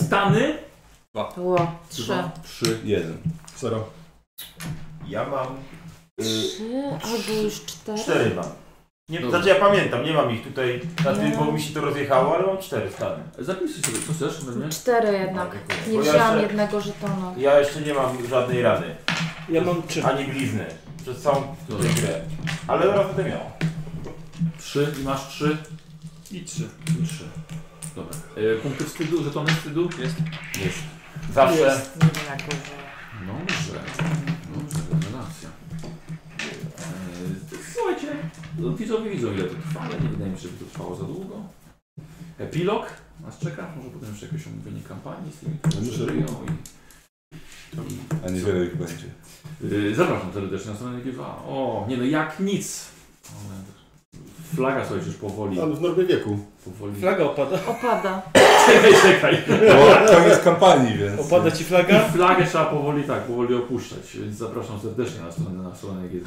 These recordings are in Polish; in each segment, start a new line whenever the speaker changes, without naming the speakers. Stany.
Ło, trzy.
Dwa, trzy, jeden.
Zero.
Ja mam... Y,
Trzy albo już cztery.
cztery mam. Nie,
Dobra.
znaczy ja pamiętam, nie mam ich tutaj, znaczy,
Ja-
bo mi się to rozjechało, ale mam cztery stany.
Zapisz sobie, co chcesz ode mnie?
Cztery jednak. Nie
Bo ja
wzięłam
jeszcze-
jednego żetonu.
Ja jeszcze nie mam żadnej rany,
Ja mam trzy.
ani blizny, przez całą tutaj grę. Ale teraz będę miał.
Trzy i masz trzy.
I trzy.
I trzy. Dobra. E, punkty wstydu, żetony wstydu? Jest. Jest.
Zawsze.
Jest, nie wiem jak użyję.
Dobrze. Dobrze, rewelacja. E, słuchajcie, no, widzowie widzą ile to trwa, ale nie wydaje mi się, żeby to trwało za długo. Epilog nas czeka, może potem jeszcze jakieś omówienie kampanii z tymi, którzy
No,
Myślę, że-
żyją i...
A niewiele ich będzie.
Yy, zapraszam serdecznie na stronę GW. O, nie no, jak nic. Ale Flaga sobie już powoli,
Pan w Norwegieku.
powoli...
Flaga opada.
Opada.
Czekaj, czekaj.
Bo koniec kampanii, więc...
Opada ci flaga?
I flagę trzeba powoli, tak, powoli opuszczać, więc zapraszam serdecznie na stronę, na stronę G2.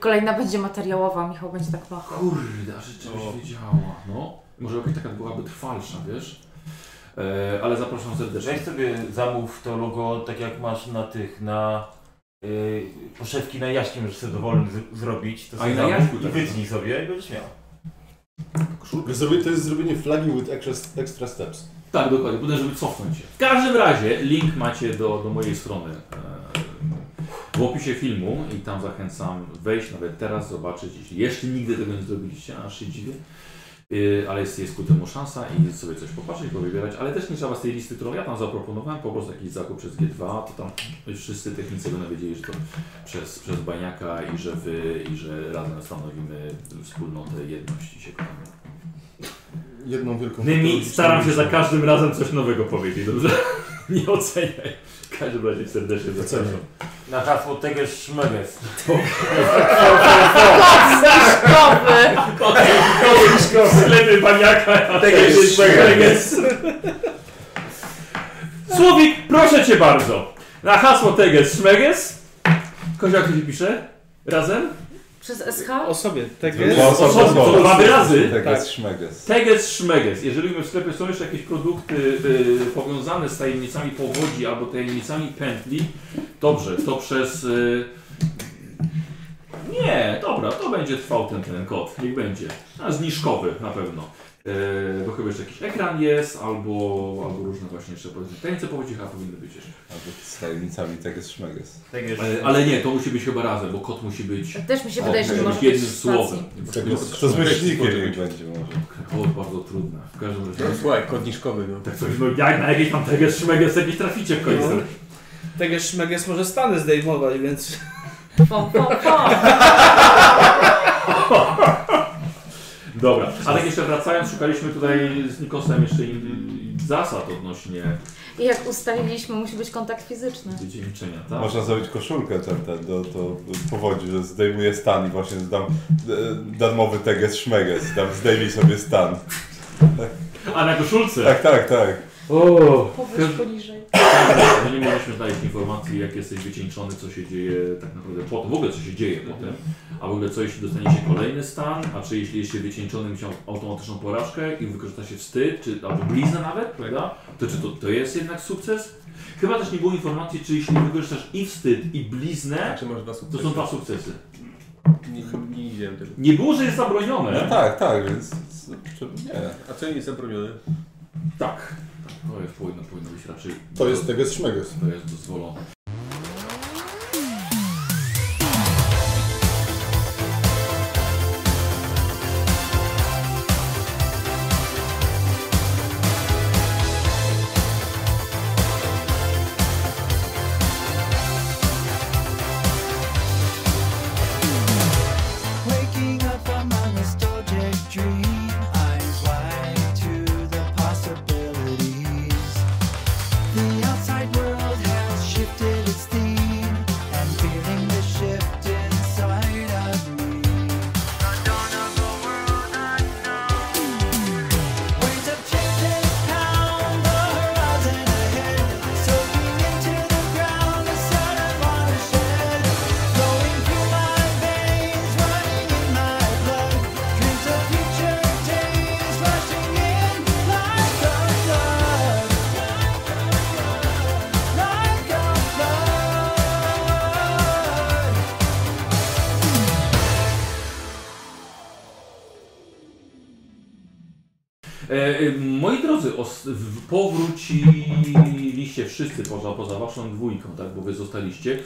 Kolejna będzie materiałowa, Michał będzie tak machał.
Kurde, aż czegoś
No.
wiedziała. No, może jakaś taka byłaby trwalsza, wiesz? E, ale zapraszam serdecznie.
Weź sobie zamów to logo tak jak masz na tych, na yy, poszewki na jaśkiem, że sobie dowolny z- zrobić. To
A
sobie
i na
zamów
jaśku
I
tak.
wytnij sobie i będziesz miał.
Zrobię, to jest zrobienie flagi with extra, extra steps.
Tak, dokładnie, będę, żeby cofnąć się. W każdym razie link macie do, do mojej strony e, w opisie filmu i tam zachęcam wejść nawet teraz, zobaczyć, jeśli jeszcze nigdy tego nie zrobiliście, aż się dziwię. E, Ale jest, jest ku temu szansa i sobie coś popatrzeć, powybierać, ale też nie trzeba z tej listy, którą ja tam zaproponowałem, po prostu jakiś zakup przez G2, to tam wszyscy technicy będą wiedzieli, że to przez, przez Baniaka i że wy, i że razem stanowimy wspólnotę, jedność i się kochamy.
Jedną wielką...
Nymi staram się za każdym razem coś nowego powiedzieć, dobrze? Nie oceniaj. W każdym razie serdecznie
Doceniam.
zapraszam.
Na hasło tego szmeges.
Zniżkowy!
Sklepy paniaka.
Teges Szmeges.
Słowik, proszę cię bardzo. Na hasło Teges Szmeges. Kozia, jak to się pisze? Razem?
Przez SH?
O sobie, tak
Dwa
jest.
osoby,
Osoby,
dwa
to dwa razy.
Tak,
Tak.
jest szmeges.
Teges Szmeges. Jeżeli w sklepie są jeszcze jakieś produkty y, powiązane z tajemnicami powodzi albo tajemnicami pętli, dobrze, to przez... Y, nie, dobra, to będzie trwał ten, ten kod, niech będzie. A zniżkowy na pewno. Y, bo chyba jeszcze jakiś ekran jest, albo, albo różne właśnie jeszcze powiedzmy. Tajemnice powodzi chyba powinny być jeszcze.
Albo z tajemnicami, tak jest szmeges.
Teges.
Y, ale nie, to musi być chyba razem, bo kod musi być...
Też mi się wydaje, że nie
Okej.
może być
jednym
w stacji.
słowem.
Tak, no, To z myślnikiem niech będzie może.
Kod bardzo trudny. W każdym
No
razie...
No, Słuchaj, kodniszkowy, no.
Tak coś, no jak na jakieś tam Teges Szmeges jakieś traficie w końcu.
Tak jak Szmeges może Stany zdejmować, więc...
Po, po, po.
Dobra, ale
No.
tak jeszcze wracając, szukaliśmy tutaj z Nikosem jeszcze in- zasad odnośnie
I jak ustaliliśmy, musi być kontakt fizyczny.
dziedziczenia, tak?
Można zrobić koszulkę ten, ten do, do powodzi, że zdejmuję stan i właśnie dam e, darmowy teges szmeges, tam zdejmij sobie stan.
A na koszulce!
Tak, tak, tak.
O!
Powyżej, poniżej.
My nie mogliśmy znaleźć informacji, jak jesteś wycieńczony, co się dzieje tak naprawdę potem, w ogóle co się dzieje potem, a w ogóle co jeśli dostanie się kolejny stan, a czy jeśli jesteś wycieńczony, miał automatyczną porażkę i wykorzysta się wstyd, czy albo blizna nawet, prawda? To czy to, to jest jednak sukces? Chyba też nie było informacji, czy jeśli wykorzystasz i wstyd, i bliznę,
Czy masz dwa
to
sukcesy?
są dwa sukcesy.
Nie, nie widziałem tego.
Nie było, że jest zabronione.
No tak, tak, więc czemu nie.
A co nie jest zabronione?
Tak. To jest powinno, powinno być raczej.
To jest teges szmeges.
To jest dozwolone.
Waking up from a nostalgic dream, eyes wide to the possibilities. The outside world has shifted
E, e, moi drodzy, os- w- powróciliście wszyscy poza, poza waszą dwójką, tak, bo wy zostaliście.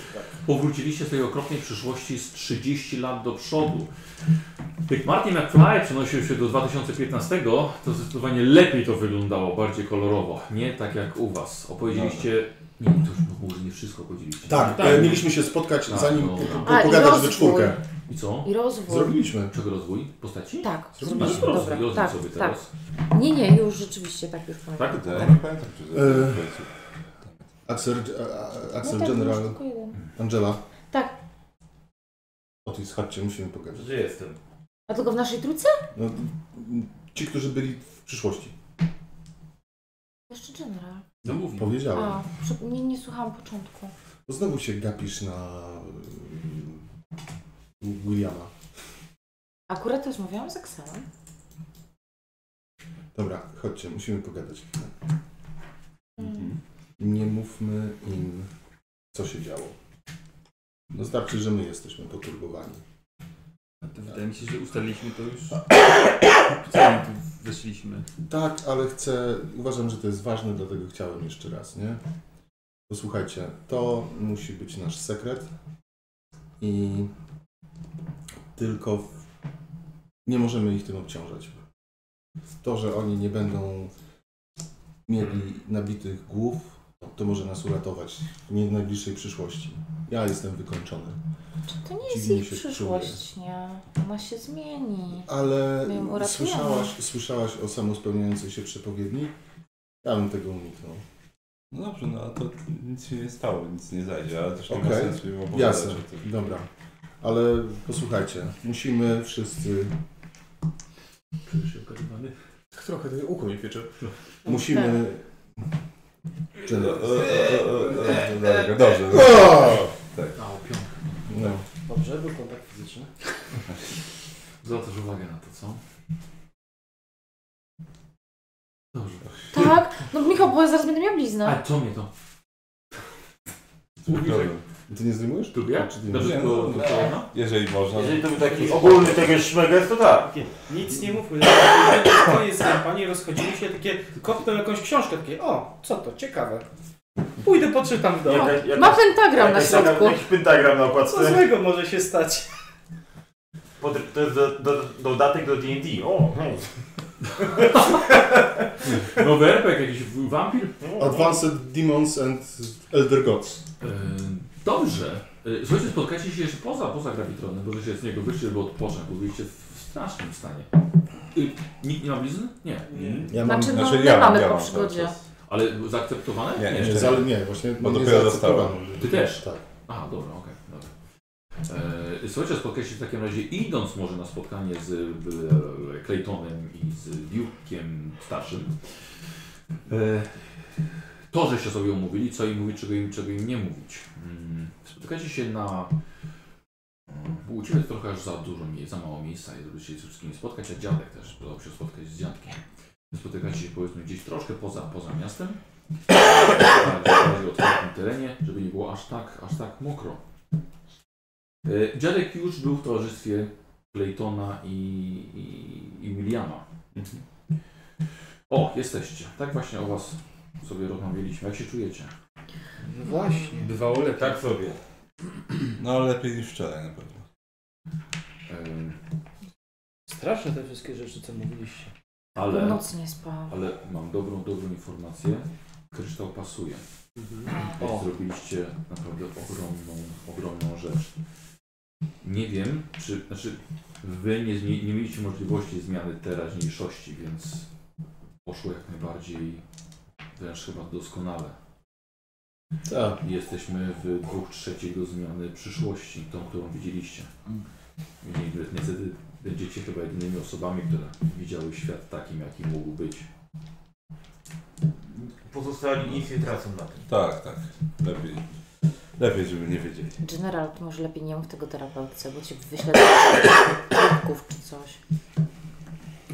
Powróciliście z tej okropnej przyszłości z 30 lat do przodu. Jak Martin McFly przenosił się do 2015, to zdecydowanie lepiej to wyglądało, bardziej kolorowo. Nie tak jak u was. Opowiedzieliście... Nie, to już może nie wszystko opowiedzieliście.
Tak,
tak.
e, mieliśmy się spotkać,
Tak,
zanim
no,
po, po,
tak.
A, i
pogadać we
rozwój.
czwórkę.
I co?
I rozwój.
Zrobiliśmy.
Czego rozwój? Postaci?
Tak,
Zrobiliśmy
zrobiliśmy.
rozwój,
Dobra,
rozwój
tak,
sobie
tak.
teraz.
Nie, nie, już rzeczywiście tak już pamiętam.
Tak?
Ja nie pamiętam, czy
E,
zrobiłem.
Axel, e, a- a- Axel
No tak, już
General,
tylko jeden.
Angela.
Tak.
Otis, chodźcie, musimy pogadać.
Że jestem.
A tylko w naszej trójce?
No, ci, którzy byli w przyszłości.
Jeszcze general.
No mówi.
Powiedziałem.
A, przy- nie, nie słuchałam początku.
Bo Znowu się gapisz na y, Williama.
Akurat rozmawiałam z Akselem.
Dobra, chodźcie, musimy pogadać chwilę.
Mm.
Nie mówmy im, co się działo. Wystarczy, że my jesteśmy poturbowani.
To wydaje mi się, że ustaliliśmy to już. Sami tu weszliśmy.
Tak, ale chcę, uważam, że to jest ważne, dlatego chciałem jeszcze raz, nie? Posłuchajcie, to musi być nasz sekret i tylko w... nie możemy ich tym obciążać. To, że oni nie będą mieli nabitych głów, to może nas uratować w nie w najbliższej przyszłości. Ja jestem wykończony,
Czy to nie jest
Dziwnie
ich
się
przyszłość, nie? Ona się zmieni.
ale
My ją uratujemy.
słyszałaś, słyszałaś o samospełniającej się przepowiedni? Ja bym tego uniknął.
No dobrze, no to nic się nie stało, nic nie zajdzie, ale też nie ma
Okej.
sensu im opowiadać
Jasne,
o tym.
dobra. Ale posłuchajcie, musimy wszyscy,
Trochę ten ucho mi piecze.
musimy...
Tak.
E,
Tyle.
e, e, e, e, e, Dobrze, no.
O! No,
Dobrze, tak- był kontakt fizyczny.
Zwracasz uwagę na to, co? Dobrze.
Tak? No Michał, bo ja zaraz będę miał bliznę.
A co mnie to?
Problem.
ty nie zdejmujesz?
Tu ja?
Czy nie?
Dobrze,
Nie,
to,
no,
to, to ona?
Jeżeli można.
Jeżeli to był taki ogólny tego szmeges, to tak.
Nic nie mówmy. Koniec kampanii, rozchodzimy się, takie kopnął jakąś książkę, takie o, co to, ciekawe. Pójdę, poczytam w domu.
Jaka- jaka-
Ma pentagram na
jakaś taka-
środku.
Jakiś pentagram na
Co
okładce.
złego może się stać?
Pod- To jest do- do- dodatek do D&D. O, hej.
Nowy RPG, jakiś w- wampir?
Advanced Demons and Elder
No
Gods.
E, Dobrze. E, Słuchajcie, spotkacie się jeszcze poza, poza gravitronem, bo się z niego wyszli, bo odpoczął, bo byliście w strasznym stanie. Y, Nikt nie ma blizny? Nie.
Ja mam...
Znaczy, no
znaczy,
my
ja-
mamy
ja
po
mam cały
przygodzie.
czas.
Ale zaakceptowane?
Nie,
Nie,
jeszcze
zale... nie właśnie
Bo
nie
dopiero
zaakceptowano.
Ty też?
Tak.
Aha, dobra, okej, dobra. E, słuchajcie, spotkacie się w takim razie idąc może na spotkanie z e, Claytonem i z Duke'iem starszym. E, to, że się sobie umówili, co im mówić, czego im, czego im nie mówić. Mm, Spotkacie się na... Bo u Ciebie trochę aż za dużo, mie- za mało miejsca, żeby się z wszystkimi spotkać, a dziadek też, podobał się spotkać z dziadkiem. Spotykacie się powiedzmy gdzieś troszkę poza, poza miastem bardziej otwartym terenie, żeby nie było aż tak, aż tak mokro. E, Dziadek już był w towarzystwie Claytona i, i, i Williama. O, jesteście. Tak właśnie o was sobie rozmawialiśmy. Jak się czujecie?
No właśnie.
Bywało lepiej.
Tak sobie.
No lepiej niż wczoraj na pewno.
E,
Straszne te wszystkie rzeczy, co mówiliście.
Bo
ale,
noc nie spałam.
ale mam dobrą, dobrą informację. Kryształ pasuje. Więc
O.
Zrobiliście naprawdę ogromną, ogromną rzecz. Nie wiem, czy. Znaczy, wy nie, nie, nie mieliście możliwości zmiany teraźniejszości, więc poszło jak najbardziej wręcz chyba doskonale.
Tak.
Jesteśmy w dwóch trzeciego zmiany przyszłości, tą, którą widzieliście. Nie- Niestety będziecie chyba jedynymi osobami, które widziały świat takim, jaki mógł być.
Pozostali nic nie tracą na tym.
Tak, tak. Lepiej. Lepiej, żeby nie wiedzieli.
General, to może lepiej nie mów tego terapeutce, bo cię wyślę do środków czy coś.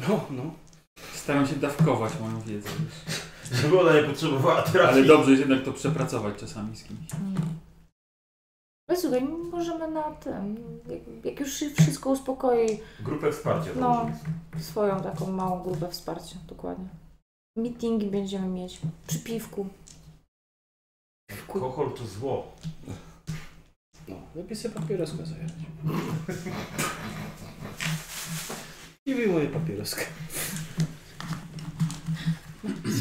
No, no. Staram się dawkować moją wiedzę.
Żeby ona nie potrzebowała terapii.
Ale dobrze jest jednak to przepracować czasami z kimś.
Mm. Bez słuchaj, możemy na tym, jak, jak już się wszystko uspokoi,
Grupę wsparcia.
no,
założyć.
swoją taką małą grupę wsparcia, dokładnie. Meetingi będziemy mieć przy piwku.
Alkohol to zło.
No, lepiej sobie papieroska zajarać. I wyjmuję papieroskę.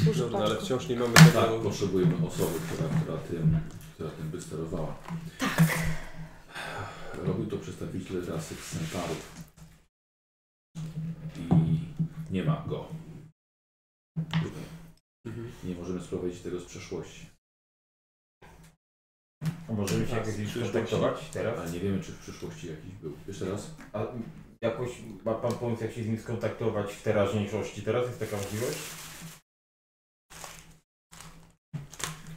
Służy
Dobra, ale
paczku.
wciąż nie mamy
Tak,
tego.
potrzebujemy osoby, która, która, tym, która tym by sterowała. Tak. Robił to przedstawiciel rasy centaurów. I nie ma go.
Mhm.
Nie możemy sprowadzić tego z przeszłości.
A możemy
Tak,
się
A,
jakoś
Tak. przyszłości?
skontaktować teraz?
Ale nie wiemy, czy w przyszłości jakiś był. Jeszcze raz?
A jakoś ma pan pomysł, jak się z nim skontaktować w teraźniejszości? Teraz jest taka możliwość?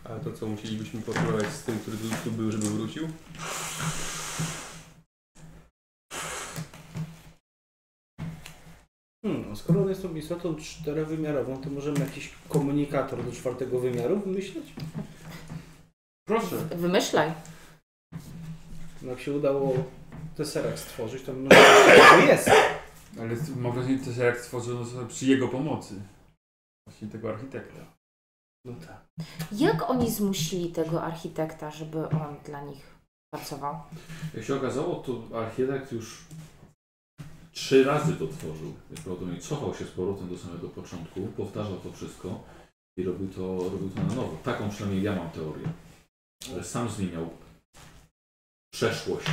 A to co, musielibyśmy porozmawiać z tym, który tu, tu był, żeby wrócił?
Hmm, no, skoro on jest tą istotą czterowymiarową, to możemy jakiś komunikator do czwartego wymiaru wymyśleć? Proszę.
Wymyślaj.
No, jak się udało Tesseract stworzyć, to może to jest.
Ale z- mam wrażenie, że jak stworzono sobie przy jego pomocy. Właśnie tego architekta.
No tak.
Jak oni zmusili tego architekta, żeby on dla nich pracował?
Jak się okazało, to architekt już trzy razy to tworzył. Więc Prawdopodobnie cofał się z powrotem do samego początku, powtarzał to wszystko i robił to, robił to na nowo. Taką przynajmniej ja mam teorię. Że sam zmieniał przeszłość,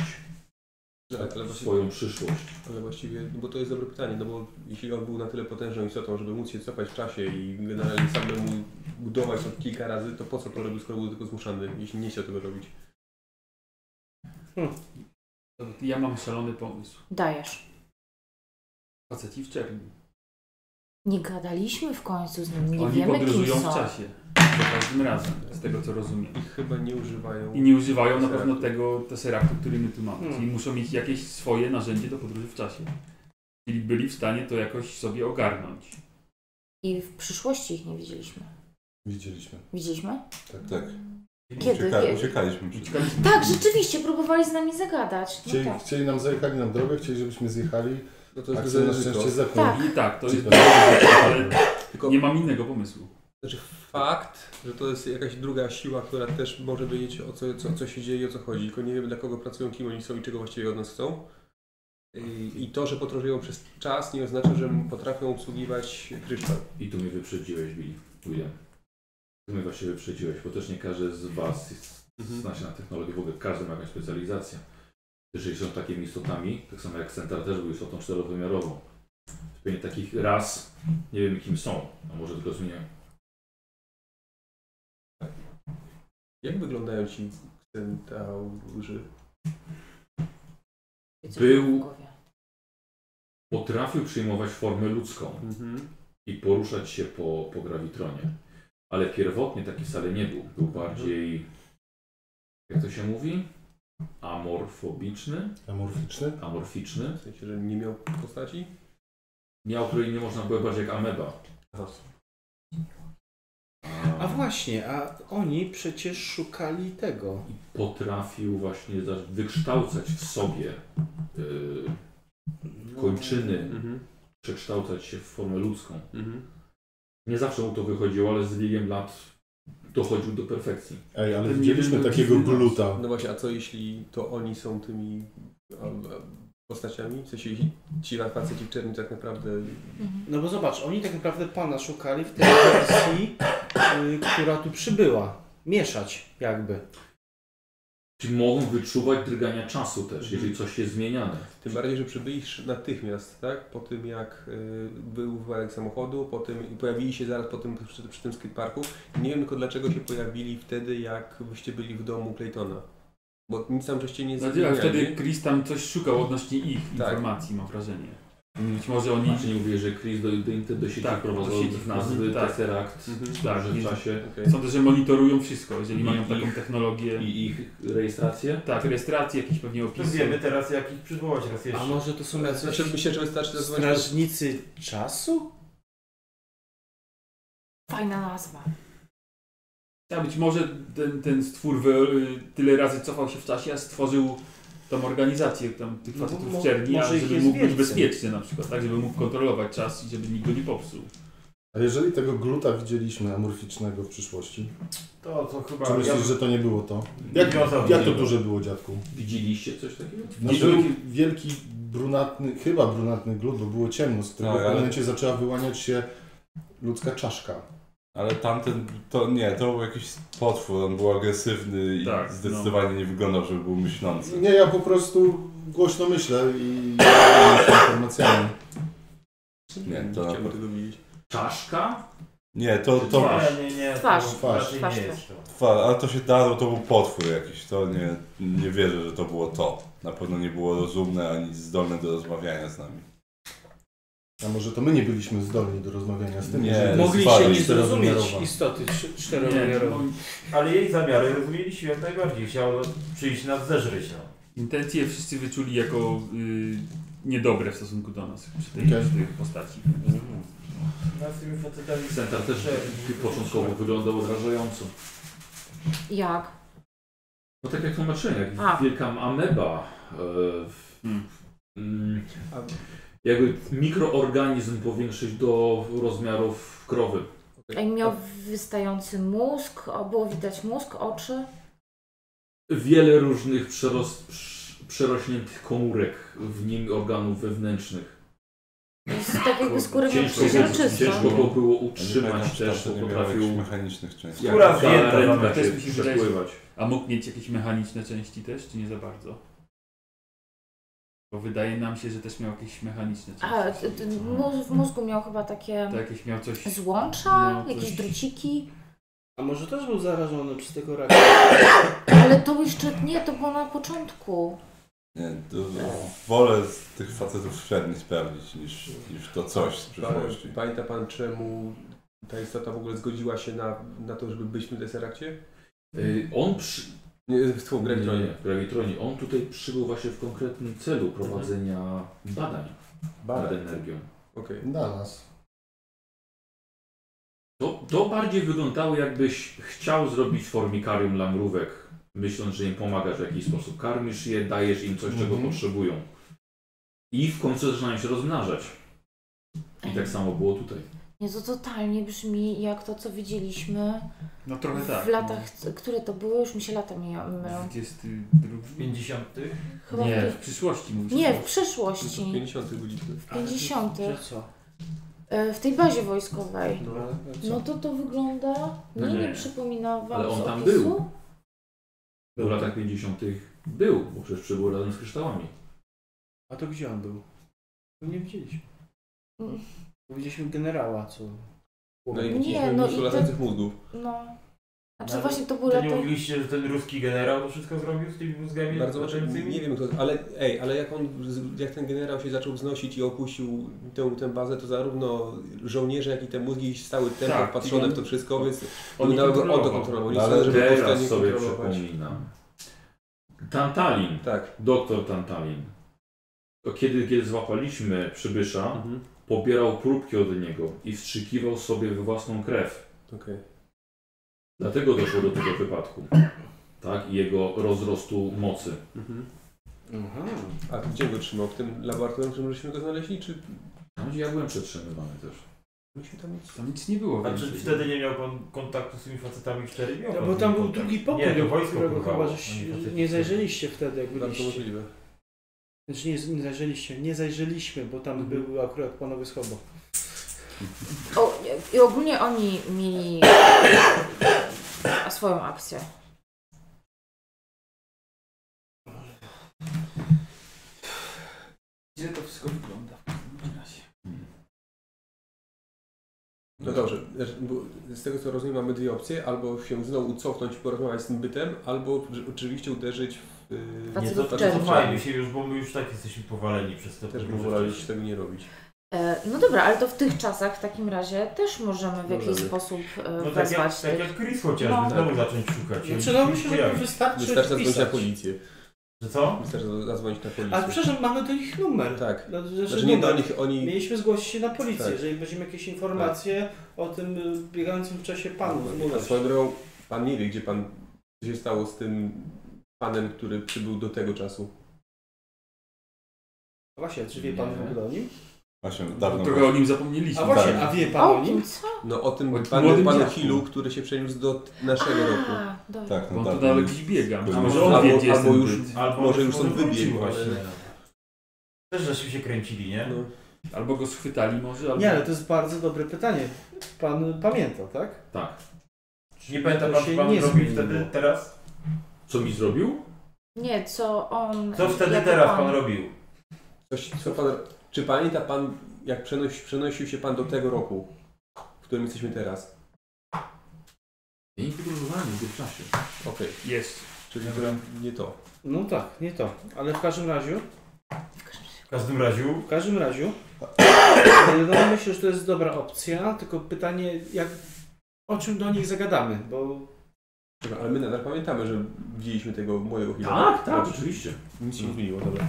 Tak, ale właśnie
swoją przyszłość.
Ale właściwie, no bo to jest dobre pytanie, no bo jeśli on był na tyle potężną istotą, żeby móc się cofać w czasie i generalnie samemu budować to kilka razy, to po co to robił, skoro był tylko zmuszany, jeśli nie chciał tego robić?
Ja mam.
Hm. Szalony pomysł.
Dajesz.
Faceci w czerni.
Nie gadaliśmy w końcu z nim, nie
Oni
wiemy kim
podróżują w
są.
czasie. Za każdym razem, z tego co rozumiem. I chyba nie używają... I nie używają na Tesseractu. pewno tego tesseractu, który my tu mamy.
Hmm.
Czyli muszą mieć jakieś swoje narzędzie do podróży w czasie. Czyli byli w stanie to jakoś sobie ogarnąć.
I w przyszłości ich nie widzieliśmy.
Widzieliśmy.
Widzieliśmy?
Tak, tak.
Kiedy?
Ucieka,
Kiedy?
uciekaliśmy przed
Tak, rzeczywiście, próbowali z nami zagadać. No
Chcieli,
tak.
chcieli nam zajechali nam drogę, chcieli, żebyśmy zjechali.
No to
Akcja Tak na szczęście zepchnął.
Tak.
I tak, to
Czy
jest
to-
ale
Tylko-
nie mam innego pomysłu.
Znaczy fakt, że to jest jakaś druga siła, która też może wiedzieć o co, co, co się dzieje i o co chodzi, tylko nie wiemy dla kogo pracują, kim oni są i czego właściwie od nas chcą. I- I to, że podróżują przez czas nie oznacza, że potrafią obsługiwać kryształ.
I tu mnie wyprzedziłeś, Billy. William. Tu mnie właśnie wyprzedziłeś, bo też nie każdy z Was jest- zna się na technologii, w ogóle każdy ma jakąś specjalizację. Jeżeli są takimi istotami, tak samo jak Centra też był istotą czterowymiarową. Pewnie takich raz nie wiemy kim są, a może tylko zmieniają.
Jak wyglądają ci centaurzy?
Wiecie,
Był-
w głowie.
Potrafił przyjmować formę ludzką
Mhm.
i poruszać się po, po grawitronie. Ale pierwotnie taki wcale nie był. Był bardziej, jak to się mówi, amorfobiczny,
Amorficzny?
amorficzny.
W sensie, że nie miał postaci?
Miał, której nie można było bardziej jak ameba.
A właśnie, a oni przecież szukali tego.
I potrafił właśnie za- wykształcać w sobie yy, y, kończyny,
Mhm.
przekształcać się w formę ludzką.
Mhm.
Nie zawsze mu to wychodziło, ale z biegiem lat dochodził do perfekcji.
Ej, ale
Ten
widzieliśmy
jeden
takiego
był
gluta.
No właśnie, a co jeśli to oni są tymi a, a, postaciami? W sensie jeśli ci faceci w czerni tak naprawdę...
Mhm.
No bo zobacz, oni tak naprawdę pana szukali w tej wersji, y, która tu przybyła. Mieszać jakby.
Ci mogą wyczuwać drgania czasu też, jeżeli coś jest zmieniane.
Mhm. Tym bardziej, że przybyli sz- natychmiast, tak? Po tym jak y, był wywalek samochodu, po tym i pojawili się zaraz po tym przy, przy tym skateparku. Nie wiem tylko dlaczego się pojawili wtedy, jak wyście byli w domu Claytona. Bo nic tam żeście nie
Znaczy, a
zmieniali.
wtedy Chris tam coś szukał odnośnie ich
Tak.
informacji, mam wrażenie. Być może oni...
Znaczy nie mówię, że Chris do, do, inter- do sieci
Tak,
prowadząc
do sieci.
nazwy,
Mhm, tak.
Tesseract,
Mhm.
w tak,
nie-
czasie
Okej.
Sądzę, że monitorują wszystko, jeżeli
I
mają
ich-
taką technologię.
i ich rejestrację.
Tak, rejestrację, jakieś pewnie
No
To
opisy.
wiemy teraz, jak ich przywołać raz
A
jeszcze.
może to są jacyś
Znaczy myślę, że wystarczy nazwać...
strażnicy czasu?
Fajna nazwa.
Tak, być może ten, ten stwór wy- y, tyle razy cofał się w czasie, a stworzył tą organizację tam, tych
No,
facetów
mo-
w czerni,
może
a
ich
żeby
jest
mógł być
więcej.
bezpieczny na przykład, tak, żeby mógł kontrolować czas i żeby nikt go nie popsuł.
A jeżeli tego gluta widzieliśmy amorficznego w przyszłości,
To, to chyba...
czy myślisz,
ja-
że to nie było to?
Ja
Jak,
to
jak to
widziałem.
duże było, dziadku?
Widzieliście coś takiego?
Znaczy, był wielki, brunatny, chyba brunatny glut, bo było ciemno, z którego
Tak,
w
ale-
pewnym momencie zaczęła wyłaniać się ludzka czaszka.
Ale tamten, to nie, to był jakiś potwór, on był agresywny i
Tak,
zdecydowanie nie wyglądał, żeby był myślący.
Nie, ja po prostu głośno myślę i z informacjami.
Nie, to na...
Chciałbym tego widzieć.
Czaszka?
nie to, to,
Nie, nie, nie. to
Twarz,
twarz,
raczej
twarz
nie
też.
jest to.
Fa- ale to się dało, to był potwór jakiś, to nie, nie wierzę, że to było to. Na pewno nie było rozumne ani zdolne do rozmawiania z nami.
A może to my nie byliśmy zdolni do rozmawiania z tym?
Nie,
że-
Mogli
zwalić
się nie
czterowymiarowa.
zrozumieć istoty cz-
Nie,
czterowymiarowe.
bo
Ale jej zamiary rozumieliśmy jak najbardziej. Chciał przyjść nas zeżreć, no.
intencje wszyscy wyczuli jako y, niedobre w stosunku do nas, przy tej,
Okej.
przy tej postaci.
Nas z tymi facetami...
Center też początkowo wyglądał odrażająco.
tak, Jak?
No tak jak tłumaczyłem, jak
A.
wielka ameba. E, w-
Hmm.
mm, jakby mikroorganizm powiększyć do rozmiarów krowy.
Ej, miał wystający mózg, o, było widać mózg, oczy.
Wiele różnych przeros, prz- przerośniętych komórek w nim organów wewnętrznych.
Z takiego skóry miał
Ciężko, było-
przeźroczystą.
ciężko go było
Ja nie
utrzymać
pamiętam,
też,
czy to nie
bo
miało jakichś
potrafił
mechanicznych części.
jak
Skóra zdjęta,
ręka
nawet
się
Tak, też mi się wydaje, że-
przepływać.
A mógł mieć jakieś mechaniczne części też, czy nie za bardzo? Bo wydaje nam się, że też miał jakieś mechaniczne części.
A, t- no, t- mózg, w mózgu miał chyba takie
To jakieś miał coś...
złącza,
No, coś-
jakieś druciki.
A może też był zarażony przez tego raka?
Ale to jeszcze nie, to było na początku.
Nie, to, wolę z tych facetów średnich sprawdzić niż, niż to coś z przyszłości.
Pamięta pan, czemu ta istota w ogóle zgodziła się na, na to, żeby byliśmy w Deserakcie?
Y, On przy,
Nie, w tłum,
Nie,
Gregoronie.
nie, Gravitronie. On tutaj przybył właśnie w konkretnym celu prowadzenia badań nad
Badań.
energią.
Okej.
Dla nas.
To, to bardziej wyglądało jakbyś chciał zrobić formikarium dla mrówek, myśląc, że im pomagasz w jakiś sposób. Karmisz je, dajesz im coś, czego
Mhm.
potrzebują. I w końcu zaczynają się rozmnażać. I tak samo było tutaj.
Nie, to totalnie brzmi jak to, co widzieliśmy
No trochę tak.
w latach, które to były, już mi się lata mija- mylą.
22.
50.
Chyba
Nie,
w
w przyszłości mówisz. no. tak?
nie, w
Okay.
przeszłości,
50 godziny.
w 50.
Że co?
e, w tej bazie wojskowej.
No,
No to to wygląda,
No
nie, nie,
nie.
przypomina wam
Ale on
z
tam
opisu?
był. W latach 50. był, bo przecież przybył razem z kryształami.
A to gdzie on był? Bo Nie widzieliśmy.
Mm.
Widzieliśmy generała, co...
no i
Nie,
widzieliśmy
no
mnóstwo
i te-
latających mózgów.
No. Znaczy
Nawet
właśnie to były
To nie
lata...
mówiliście, że ten ruski generał to wszystko zrobił z tymi mózgami
Bardzo może
latającymi?
nie wiem kto, ale ej, ale jak on, z- jak ten generał się zaczął wznosić i opuścił tę, tę bazę, to zarówno żołnierze, jak i te mózgi stały tempo
Tak,
wpatrzone
i on-
w to wszystko, więc
On nie
No,
udało go on to
kontrolował.
kontrolował. Nie
Ale
sądzę, żeby
teraz
powstanie
sobie
kontrolować.
przypominam. Tantalin.
Tak.
Doktor Tantalin. To Kiedy, kiedy złapaliśmy przybysza,
Mhm.
pobierał próbki od niego i wstrzykiwał sobie we własną krew.
Okej.
Dlatego doszło do tego wypadku. Tak, i jego rozrostu mocy.
Mhm.
Aha.
A gdzie go trzymał? W tym laboratorium, w którym żeśmy go znaleźli, czy
Tam gdzie ja byłem przetrzymywany też.
myśmy tam nic?
Tam nic nie było.
A
więcej.
czy wtedy nie miał pan kontaktu z tymi facetami w czerni? Miał
No
pan
bo
z
tam
nimi
był
kontakt.
drugi pokój,
Nie, to
do
wojsko
którego
porwało,
chyba
a
żeś
nie faceci.
nie zajrzeliście wtedy, jak
Bardzo
byliście.
możliwe.
Znaczy nie, nie zajrzeliście, nie zajrzeliśmy, bo tam
Mhm.
były akurat panowie z Hobo.
O, I ogólnie oni mieli swoją akcję.
Źle to wszystko wygląda w każdym razie.
No dobrze, bo z tego co rozumiem mamy dwie opcje, albo się znowu cofnąć i porozmawiać z tym bytem, albo że- oczywiście uderzyć w... Yy,
Facetów
Nie,
Facet
to
w czerni.
cofajmy się już, bo my już tak jesteśmy powaleni przez te
Też bym
podróże
wolał
wcześniej.
tego nie robić.
E, No dobra, ale to w tych czasach w takim razie też możemy w jakiś
Możemy.
sposób e,
No tak jak,
wezwać
tak
tych.
jak Chris chociażby,
No.
znowu zacząć szukać.
Znaczy no myślę, że
Pojawi-
wystarczy
Wystarczy zadzwonić na
wpisać.
policję.
Że co?
Wystarczy za- zadzwonić na policję.
Ale przepraszam, mamy do nich numer.
Tak.
No, Znaczy,
Znaczy nie
numer.
do nich, oni...
Mieliśmy zgłosić się na policję,
Tak.
No,
jeżeli będziemy jakieś informacje o tym y, biegającym w czasie panu z
A
Mulew.
Swoją drogą, Pan nie wie, gdzie pan, co się stało z tym panem, który przybył do tego czasu.
Właśnie, czy wie pan
Nie.
w ogóle o nim?
Właśnie,
No,
dawno
No, Trochę
było. Tak.
o nim zapomnieliśmy.
A właśnie, a wie pan o nim?
No o tym
O
panu,
młodym
panu
dziadku.
Hilu, który się przeniósł do t- naszego roku.
dobra. Tak, no Bo on tu dawno dalej gdzieś już biega. był. A może on
albo,
wie, gdzie jest
albo
ten
już,
byt. Albo
może
już
już stąd
może wrócił
wybiegł.
właśnie. No.
ale-
Też żeśmy się kręcili, nie?
Albo go schwytali może, albo...
Nie, ale to jest bardzo dobre pytanie. Pan pamięta, tak?
Tak.
Czy nie pamięta pan,
To
co
się
pan
nie
robił
zmieniło.
wtedy, teraz?
Co mi zrobił?
Nie, co on...
Co wtedy,
jak
teraz pan robił?
Coś, co pan, czy pamięta pan, jak przenoś, przenosił się pan do tego roku, w którym jesteśmy teraz?
Ja nie podróżowałem w tym czasie.
Okej.
Jest.
Czyli to nie to.
No tak, nie to. Ale w każdym razie...
W każdym razie...
W każdym razie... No myślę, że to jest dobra opcja, tylko pytanie, jak... O czym do nich zagadamy, bo...
Dobra, ale my nadal pamiętamy, że widzieliśmy tego młodego Hila.
Tak, tak, oczywiście.
Nic się nie zmieniło, dobra.
Ta-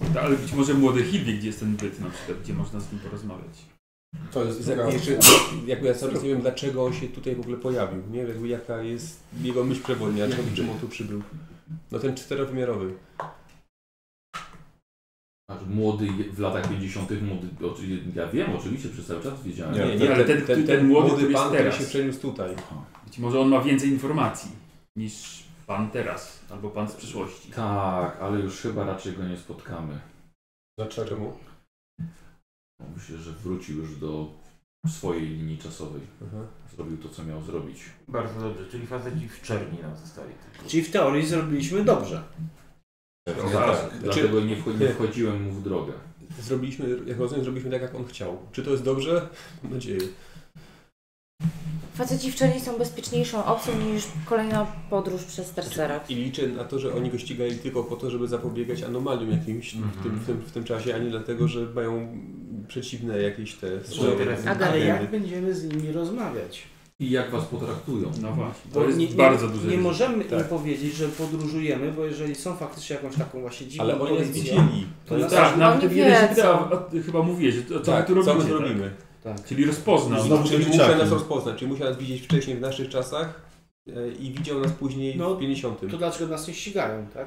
No. Tak, Ale być może młody Hill wie, gdzie jest ten byt na przykład, gdzie można z nim porozmawiać.
To jest zagadniczy, jakby ja sam nie wiem dlaczego on się tutaj w ogóle pojawił, nie? Jakby jaka jest jego myśl przewodnia, czemu, czemu on tu przybył. No ten czterowymiarowy.
Aż młody, je- w latach 50. młody, oczy- ja wiem oczywiście, przez cały czas wiedziałem.
Nie,
nie, ale ten, ten, młody, który jest
pan, który
teraz.
się przeniósł tutaj.
Być może on ma więcej informacji niż pan teraz, albo pan z przyszłości.
Tak, ale już chyba raczej go nie spotkamy.
Dlaczego?
Bo Myślę, że wrócił już do swojej linii czasowej. Zrobił to, co miał zrobić.
Bardzo dobrze, czyli faceci w czerni nam zostali.
Czyli w teorii zrobiliśmy dobrze.
No
Tak,
tak,
tak.
dlatego
Czy-
nie, wcho- nie
nie.
wchodziłem mu w drogę.
Zrobiliśmy, jak rozumiem, zrobiliśmy tak, jak on chciał. Czy to jest dobrze? Mam nadzieję.
Faceci w czerni są bezpieczniejszą opcją niż kolejna podróż przez Tersera.
I liczę na to, że oni go ścigali tylko po to, żeby zapobiegać anomaliom jakimś
Mhm.
w, tym, w, tym, w tym czasie, a nie dlatego, że mają przeciwne jakieś te swoje
Ale jak będziemy z nimi rozmawiać?
I jak was potraktują?
No właśnie,
Bo nie, nie, Nie możemy
Tak.
im powiedzieć, że podróżujemy, bo jeżeli są faktycznie jakąś taką właśnie dziwną
Ale oni nas
policją,
widzieli.
To
tak,
nas
tak nawet
Oni
nie jeden się
wiedzą.
pytał, a- a- chyba mówię, że to, co
Tak,
my tu
co my
robimy.
zrobimy.
Tak.
Tak.
Czyli rozpoznał.
Znowu czyli musiał nas
dzieciakiem.
rozpoznać, czyli musiał nas widzieć wcześniej w naszych czasach e, i widział nas później
No,
w 50.
To dlaczego nas nie ścigają, tak?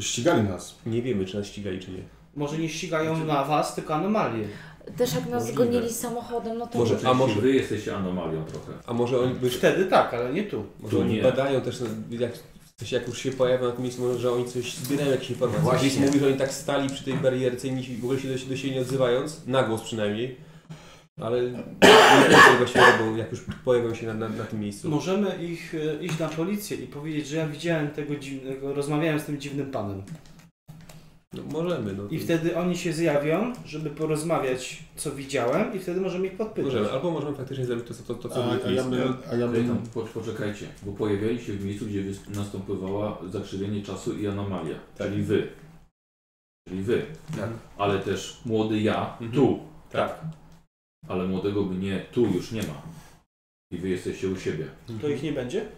Ścigali nas. Nie wiemy, czy nas ścigali, czy nie.
Może nie ścigają na was, tylko anomalie.
Też jak nas
Możliwe.
zgonili samochodem, no to...
Może-
Oczywiście
a może-
wy jesteście anomalią trochę.
A może oni by...
Wtedy tak, ale nie tu.
Może
Tu
oni
nie.
badają też, no, jak, coś, jak już się pojawią na tym miejscu, może że oni coś zbierają jakieś informacje.
Właśnie.
Właśnie. Mówi, że oni tak stali przy tej barierce i nie- w ogóle się do, do siebie nie odzywając, na głos przynajmniej. Ale nie wiem, co właśnie robią, jak już pojawią się na, na, na tym miejscu.
Możemy ich e, iść na policję i powiedzieć, że ja widziałem tego dziwnego, rozmawiałem z tym dziwnym panem.
No, możemy, no.
I wtedy oni się zjawią, żeby porozmawiać, co widziałem, i wtedy możemy ich podpytać.
Możemy, albo możemy faktycznie zrobić to, co, to, to, co
A-
mówię.
a ja bym- a ja bym-
Tam, po- poczekajcie, bo pojawiali się w miejscu, gdzie wys- następowała zakrzywienie czasu i anomalia. Czyli wy. Czyli wy.
Tak.
Ale też młody ja tu. Tak. Ale młodego mnie tu już nie ma. I wy jesteście u siebie.
To ich nie będzie?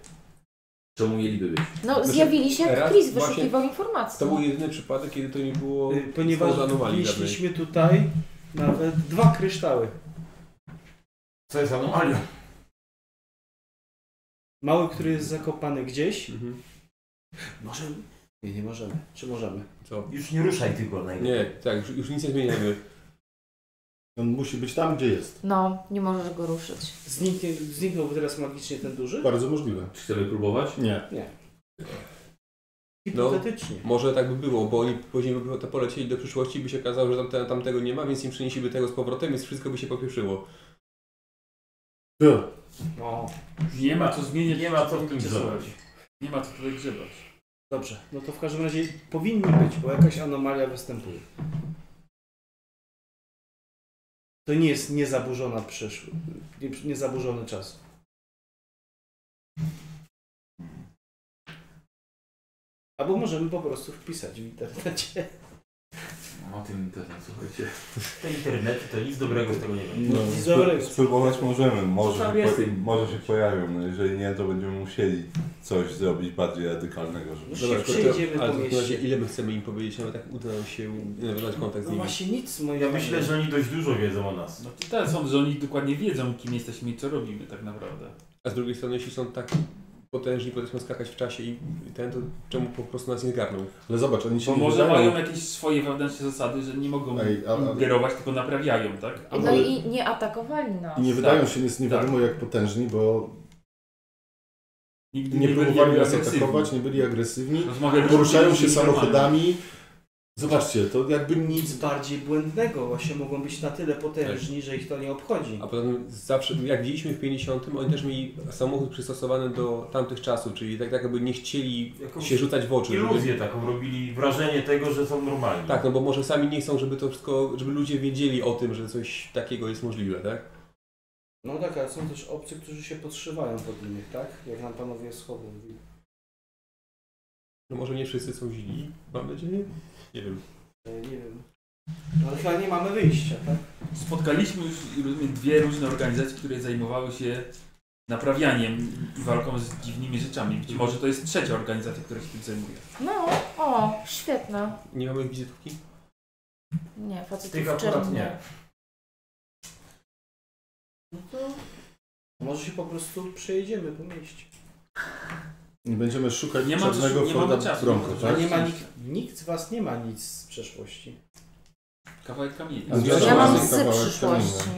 Czemu mieliby być?
No
Znaczy,
zjawili się, jak
raz
Chris
właśnie-
wyszukiwał informacji.
To był jedyny przypadek, kiedy to nie było
Y, Ponieważ
stworzone anomalii żadnej.
wnieśliśmy tutaj nawet dwa kryształy.
Co jest anomalią?
Mały, który jest zakopany gdzieś.
Mhm.
Możemy. Nie, nie możemy. Czy możemy?
Co?
Już nie ruszaj tylko na
Nie, tak, już, już nic nie zmieniamy.
On musi być tam, gdzie jest.
No, nie możesz go ruszyć.
Zniknie, zniknąłby teraz magicznie ten duży?
Tak.
Bardzo możliwe.
Czy chcemy próbować?
Nie.
Nie.
No.
Hipotetycznie.
Może tak by było, bo oni później by to polecieli do przyszłości by się okazało, że tam, te- tam tego nie ma, więc im przynieśliby tego z powrotem, więc wszystko by się popieszyło.
No.
Nie ma co zmieniać.
Nie ma co w tym
Gdzie
grzebać.
są? Nie ma co tutaj grzebać.
Dobrze, no to w każdym razie powinni być, bo jakaś anomalia występuje. To nie jest niezaburzona przyszłość, niezaburzony czas. Albo możemy po prostu wpisać w internecie.
O tym internet, słuchajcie.
Te internety to nic dobrego z tego nie będzie.
No,
Nic
spró-
dobrego.
spróbować możemy, może,
Tam
się
jest.
po- może się pojawią. No, jeżeli nie, to będziemy musieli coś zrobić bardziej radykalnego, żeby
Dobra,
tylko
No przejdziemy po
ale to w takim razie
mieście.
ile my chcemy im powiedzieć, nawet tak uda nam się nawiązać kontakt z
No
nimi.
właśnie nic, moim
Ja
zdaniem.
myślę, że oni dość dużo wiedzą o nas.
No to teraz sądzę, że oni dokładnie wiedzą, kim jesteśmy i co robimy tak naprawdę.
A z drugiej strony, jeśli są tak
potężni, potrafią skakać w czasie i ten, to czemu po prostu nas nie zgarnął?
Ale zobacz, oni się
Bo
nie
może
wydają.
mają jakieś swoje wewnętrzne zasady, że nie mogą
Ej, a- a-
ingerować, tylko naprawiają, tak?
A
No i nie atakowali nas.
I nie wydają się nic nie wiadomo jak potężni, bo
Nigdy
nie
byli
próbowali nas
agresywni.
atakować, nie byli agresywni,
Rozmawiali
poruszają
z
się
ludźmi
samochodami. Zobaczcie, to jakby nic.
Nic bardziej błędnego, właśnie mogą być na tyle potężni, że ich to nie obchodzi.
Tak. A potem zawsze, jak widzieliśmy w 50, oni też mieli samochód przystosowany do tamtych czasów, czyli tak, tak jakby nie chcieli
Jakąś
się rzucać w oczy. żeby-
Iluzję taką robili, wrażenie tego, że są normalni.
Tak, no bo może sami nie chcą, żeby to wszystko, żeby ludzie wiedzieli o tym, że coś takiego jest możliwe, tak?
No tak, ale są też obcy, którzy się podszywają pod innych, tak? Jak nam panowie z chodu mówili.
No może nie wszyscy są źli, mam nadzieję. Nie wiem.
E, Nie wiem. No ale chyba nie mamy wyjścia, tak?
Spotkaliśmy już rozumiem, dwie różne organizacje, które zajmowały się naprawianiem i walką z dziwnymi rzeczami. Być może to jest trzecia organizacja, która się tym zajmuje.
No, o, świetne.
Nie mamy wizytówki?
Nie, facetów
Tych
w
akurat
czerni.
nie.
No to może się po prostu przejedziemy po mieście.
Nie będziemy szukać
Nie ma
czarnego
czasu, nie mamy
Forda
czasu.
Bronco,
A
tak?
nie ma nikt, nikt z was nie ma nic z przeszłości.
Kawałek kamienia.
A gdzie
Ja
są
mam
razem
z
kawałek
przyszłości.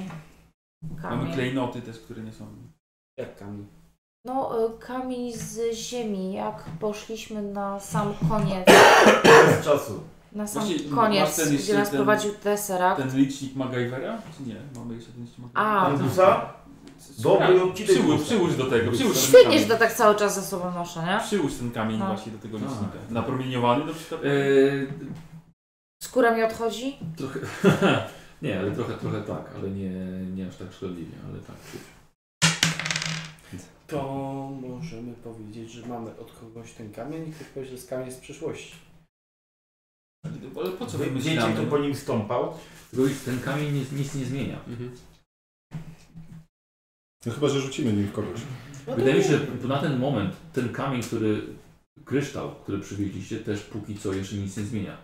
Mamy
Kamień.
klejnoty też, które nie są.
Jak kamień.
No, y, kamień z ziemi. Jak poszliśmy na sam koniec,
Bez czasu.
na sam
Właśnie, masz
koniec,
ten jeszcze
gdzie nas
ten-
prowadził Tesseract.
Ten licznik MacGyvera? Czy nie? Mamy jeszcze ten licznik
A.
Andusa? Dobry odcinek.
Przyłóż, przyłóż do tego. Przyłóż ten
Świetnie, że
kamień.
to tak cały czas ze sobą noszę, nie?
Przyłóż ten kamień
No. E,
właśnie do tego licznika. Napromieniowany na przykład?
Eee,
Skóra mi odchodzi?
trochę... nie, ale trochę, trochę tak, ale nie, nie aż tak szkodliwie, ale tak.
To możemy powiedzieć, że mamy od kogoś ten kamień i ktoś powie, że jest kamień z przeszłości.
Ale po co
Dziecię
wymyślamy?
tu po nim stąpał.
Tylko ten kamień nic, nic nie zmienia.
Mhm.
No chyba, że rzucimy nim w kogoś.
No
Wydaje mi się,
to-
że na ten moment ten kamień, który, kryształ, który przywieźliście, też póki co jeszcze nic nie zmienia.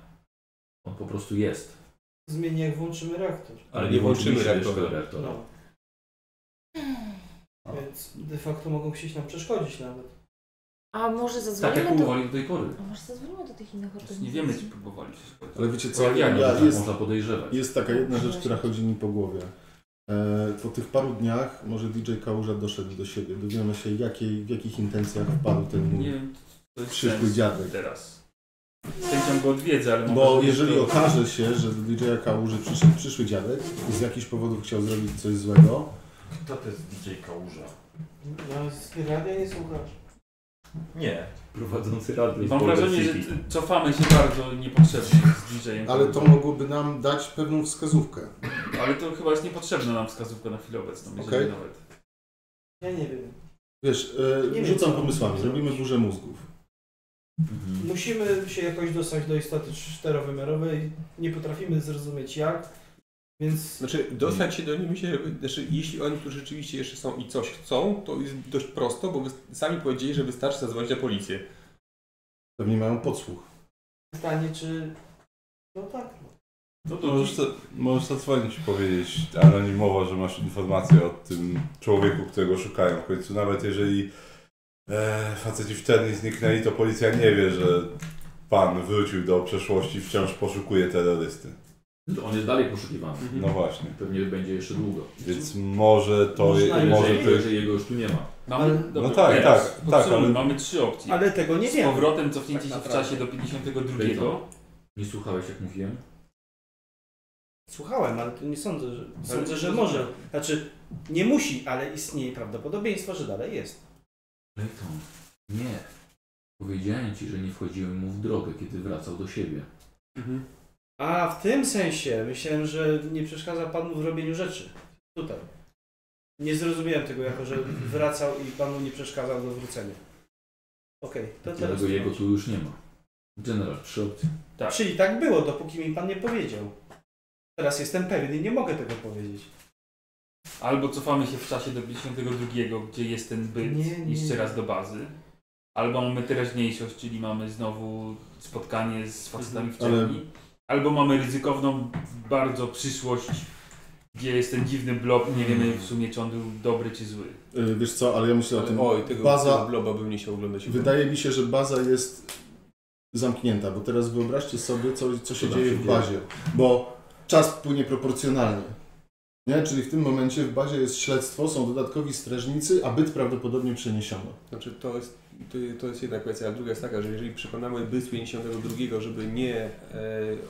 On po prostu jest.
Zmieni jak włączymy reaktor.
Ale
nie
nie
włączymy
włączyliście
reaktora.
jeszcze reaktora. No.
No. Więc de facto mogą chcieć nam przeszkodzić nawet.
A może
Tak
zadzwonimy
jak
do...
próbowali do tej pory.
A może zadzwonimy do tych innych
Przecież
organizacji?
Nie wiemy, czy próbowali przeszkodzić.
Ale wiecie co,
Pojawiają
Ja,
ja,
tak
jest,
można podejrzewać.
jest taka jedna rzecz, która chodzi mi po głowie. E, po tych paru dniach może DJ Kałuża doszedł do siebie. Dowiemy się, jakiej, w jakich intencjach wpadł ten
Nie
mój
wiem, to jest
przyszły
sens
dziadek.
teraz. Sędziam go odwiedza, ale
Bo
może-
jeżeli okaże się, że do DJ-a Kałuży przyszedł przyszły dziadek i z jakichś powodów chciał zrobić coś złego,
Kto to jest DJ Kałuża?
No, z radia nie słuchasz.
Nie.
Prowadzący radio.
Mam
z Boulder
wrażenie, że
City.
ty- cofamy się bardzo niepotrzebnie z DJ-em.
ale to mogłoby nam dać pewną wskazówkę.
Ale to chyba jest niepotrzebna nam wskazówka na chwilę obecną, jeżeli
Okej.
nawet.
Ja nie wiem.
Wiesz,
Nie
e,
wiem,
rzucam
co
pomysłami,
zrobić.
robimy burzę mózgów.
Mhm.
Musimy się jakoś dostać do istoty czterowymiarowej. Nie potrafimy zrozumieć jak, więc
Znaczy, dostać się do nich, mi się, znaczy, jeśli oni tu rzeczywiście jeszcze są i coś chcą, to jest dość prosto, bo wy- sami powiedzieli, że wystarczy zadzwonić na policję.
Pewnie mają podsłuch.
pytanie czy... No tak. no.
No to
Możesz, to, możesz zadzwonić i powiedzieć anonimowo, że masz informację o tym człowieku, którego szukają. W końcu nawet jeżeli e, faceci w czerni zniknęli, to policja nie wie, że pan wrócił do przeszłości i wciąż poszukuje terrorysty.
No To on jest dalej poszukiwany.
No właśnie.
Pewnie będzie jeszcze długo.
Więc może to...
Można
Je, może
Jeżeli,
to
jeżeli jego już tu nie ma.
mamy,
Ale-
dobra,
No tak,
teraz
tak, tak,
podsumuj,
ale-
Mamy trzy opcje.
Ale tego nie
Z
wiem.
powrotem cofnięcie
Tak
się w
naprawdę.
czasie do 52.
Dayton. Nie słuchałeś jak mówiłem?
Słuchałem, ale no to nie sądzę, że... Sądzę,
to
że
rozumiem.
może. Znaczy, nie musi, ale istnieje prawdopodobieństwo, że dalej jest.
Clayton, nie. Powiedziałem ci, że nie wchodziłem mu w drogę, kiedy wracał do siebie.
Mhm. A, w tym sensie. Myślałem, że nie przeszkadza panu w robieniu rzeczy. Tutaj. Nie zrozumiałem tego jako, że wracał i panu nie przeszkadzał do wrócenia. Okej, to teraz...
Dlatego jego tu już nie ma. General, trzy opcje.
Tak.
Czyli tak było, dopóki mi pan nie powiedział. Teraz jestem pewien i nie mogę tego powiedzieć.
Albo cofamy się w czasie do 52, gdzie jest ten byt
Nie, nie.
jeszcze raz do bazy. Albo mamy teraźniejszość, czyli mamy znowu spotkanie z facetami w
Mhm, ale-
czerni. Albo mamy ryzykowną bardzo przyszłość, gdzie jest ten dziwny blob, nie wiemy w sumie czy on był dobry czy zły.
Y, Wiesz co, ale ja myślę o
Ale
tym.
Oj, tego,
baza-
tego bloba bym nie chciał oglądać.
Wydaje mi się, że baza jest zamknięta, bo teraz wyobraźcie sobie, co, co się
Co tam
dzieje
się
w
dzieje?
bazie, bo czas płynie proporcjonalnie. Nie? Czyli w tym momencie w bazie jest śledztwo, są dodatkowi strażnicy, a byt prawdopodobnie przeniesiono.
Znaczy to jest, to, to jest jedna kwestia, a druga jest taka, że jeżeli przekonamy Bysł 52, żeby nie e,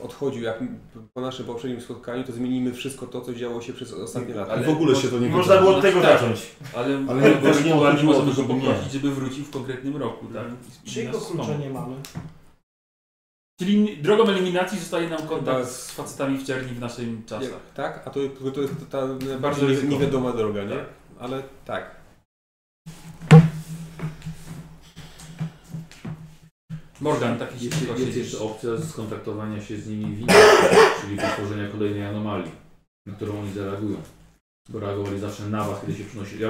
odchodził jak m- po naszym poprzednim spotkaniu, to zmienimy wszystko to, co działo się przez ostatnie lata.
Ale w ogóle się to nie
Można było od tego
Tak.
zacząć.
Ale,
Ale
ale
właśnie
ewentualnie
chodziło,
możemy go
żeby nie.
poprosić, żeby wrócił w konkretnym roku, tak? I- i
Czyjego
nas wspomniał.
klucza nie mamy?
Czyli drogą eliminacji zostaje nam kontakt
Chyba-
z facetami w ciarni w naszym czasach.
Jak, tak? A to, to jest ta
Bardzo
bardzo nie,
ryzykowne.
niewiadoma droga, nie? Ale tak.
Morgan, taki się
Jest,
tylko
jest
siedzisz.
jeszcze opcja skontaktowania się z nimi w innym, czyli wytworzenia kolejnej anomalii, na którą oni zareagują. Bo reagowali zawsze na was, kiedy się przynosili. Ja,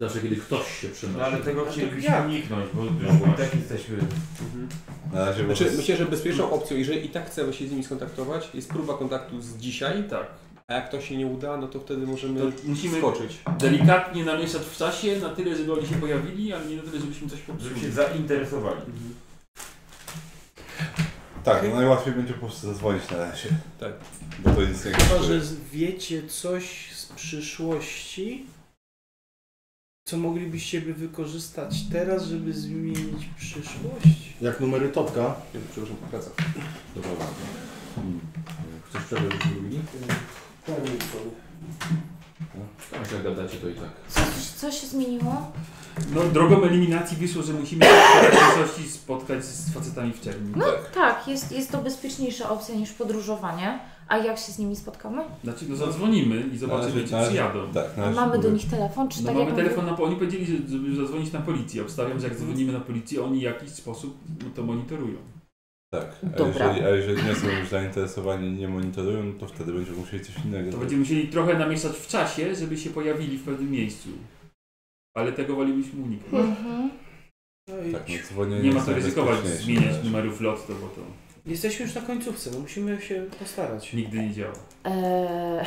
zawsze kiedy ktoś się przynosi.
No ale tego
to
chcielibyśmy
jak? Mhm.
uniknąć,
No
bo
No właśnie.
i tak jesteśmy.
Mhm.
Na razie
Znaczy,
bo-
myślę, że bezpieczną opcją, jeżeli i tak chcemy się z nimi skontaktować, jest próba kontaktu z dzisiaj,
Tak.
a jak to się nie uda, no to wtedy możemy
To musimy
skoczyć.
delikatnie namieszać w czasie, na tyle, żeby oni się pojawili, ale nie na tyle, żebyśmy coś
Żeby się
popsuli. Mhm.
zainteresowali.
Tak, no najłatwiej będzie po prostu zadzwonić na razie.
Tak.
Bo to nic nie
Tak.
Chyba,
kosztuje.
że z- wiecie coś z przyszłości, co moglibyście by wykorzystać teraz, żeby zmienić przyszłość.
Jak numery topka,
Jezu, Przepraszam, praca.
Dobra. Hmm. Chcesz przebrać drugi? No, tak jak gadacie to i tak.
Co, co się zmieniło?
No, drogą eliminacji wyszło, że musimy się w rzeczywistości spotkać z facetami w czerni.
No tak, jest, jest to bezpieczniejsza opcja niż podróżowanie. A jak się z nimi spotkamy?
Znaczy, no zadzwonimy i
Na
zobaczymy,
razie-
czy
na razie-
przyjadą.
Tak, na
A
razie
mamy do
mówię.
nich telefon? Czy
No
tak
mamy
jak
telefon na oni powiedzieli, że- żeby zadzwonić na policję. Obstawiam, że jak dzwonimy na policję, oni w jakiś sposób no, to monitorują.
Tak. A
Dobra.
jeżeli, a jeżeli nie są już zainteresowani, nie monitorują, no to wtedy będziemy musieli coś innego
To
zrobić.
będziemy musieli trochę namieszać w czasie, żeby się pojawili w pewnym miejscu. Ale tego wolibyśmy uniknąć.
mówił? Mhm.
No i
Tak, no dzwonienie
Nie ma
jest
co ryzykować
najbezpieczniejsze.
zmieniać numerów lot, to bo to
Jesteśmy już na końcówce, no musimy się postarać.
nigdy nie działa.
Eee,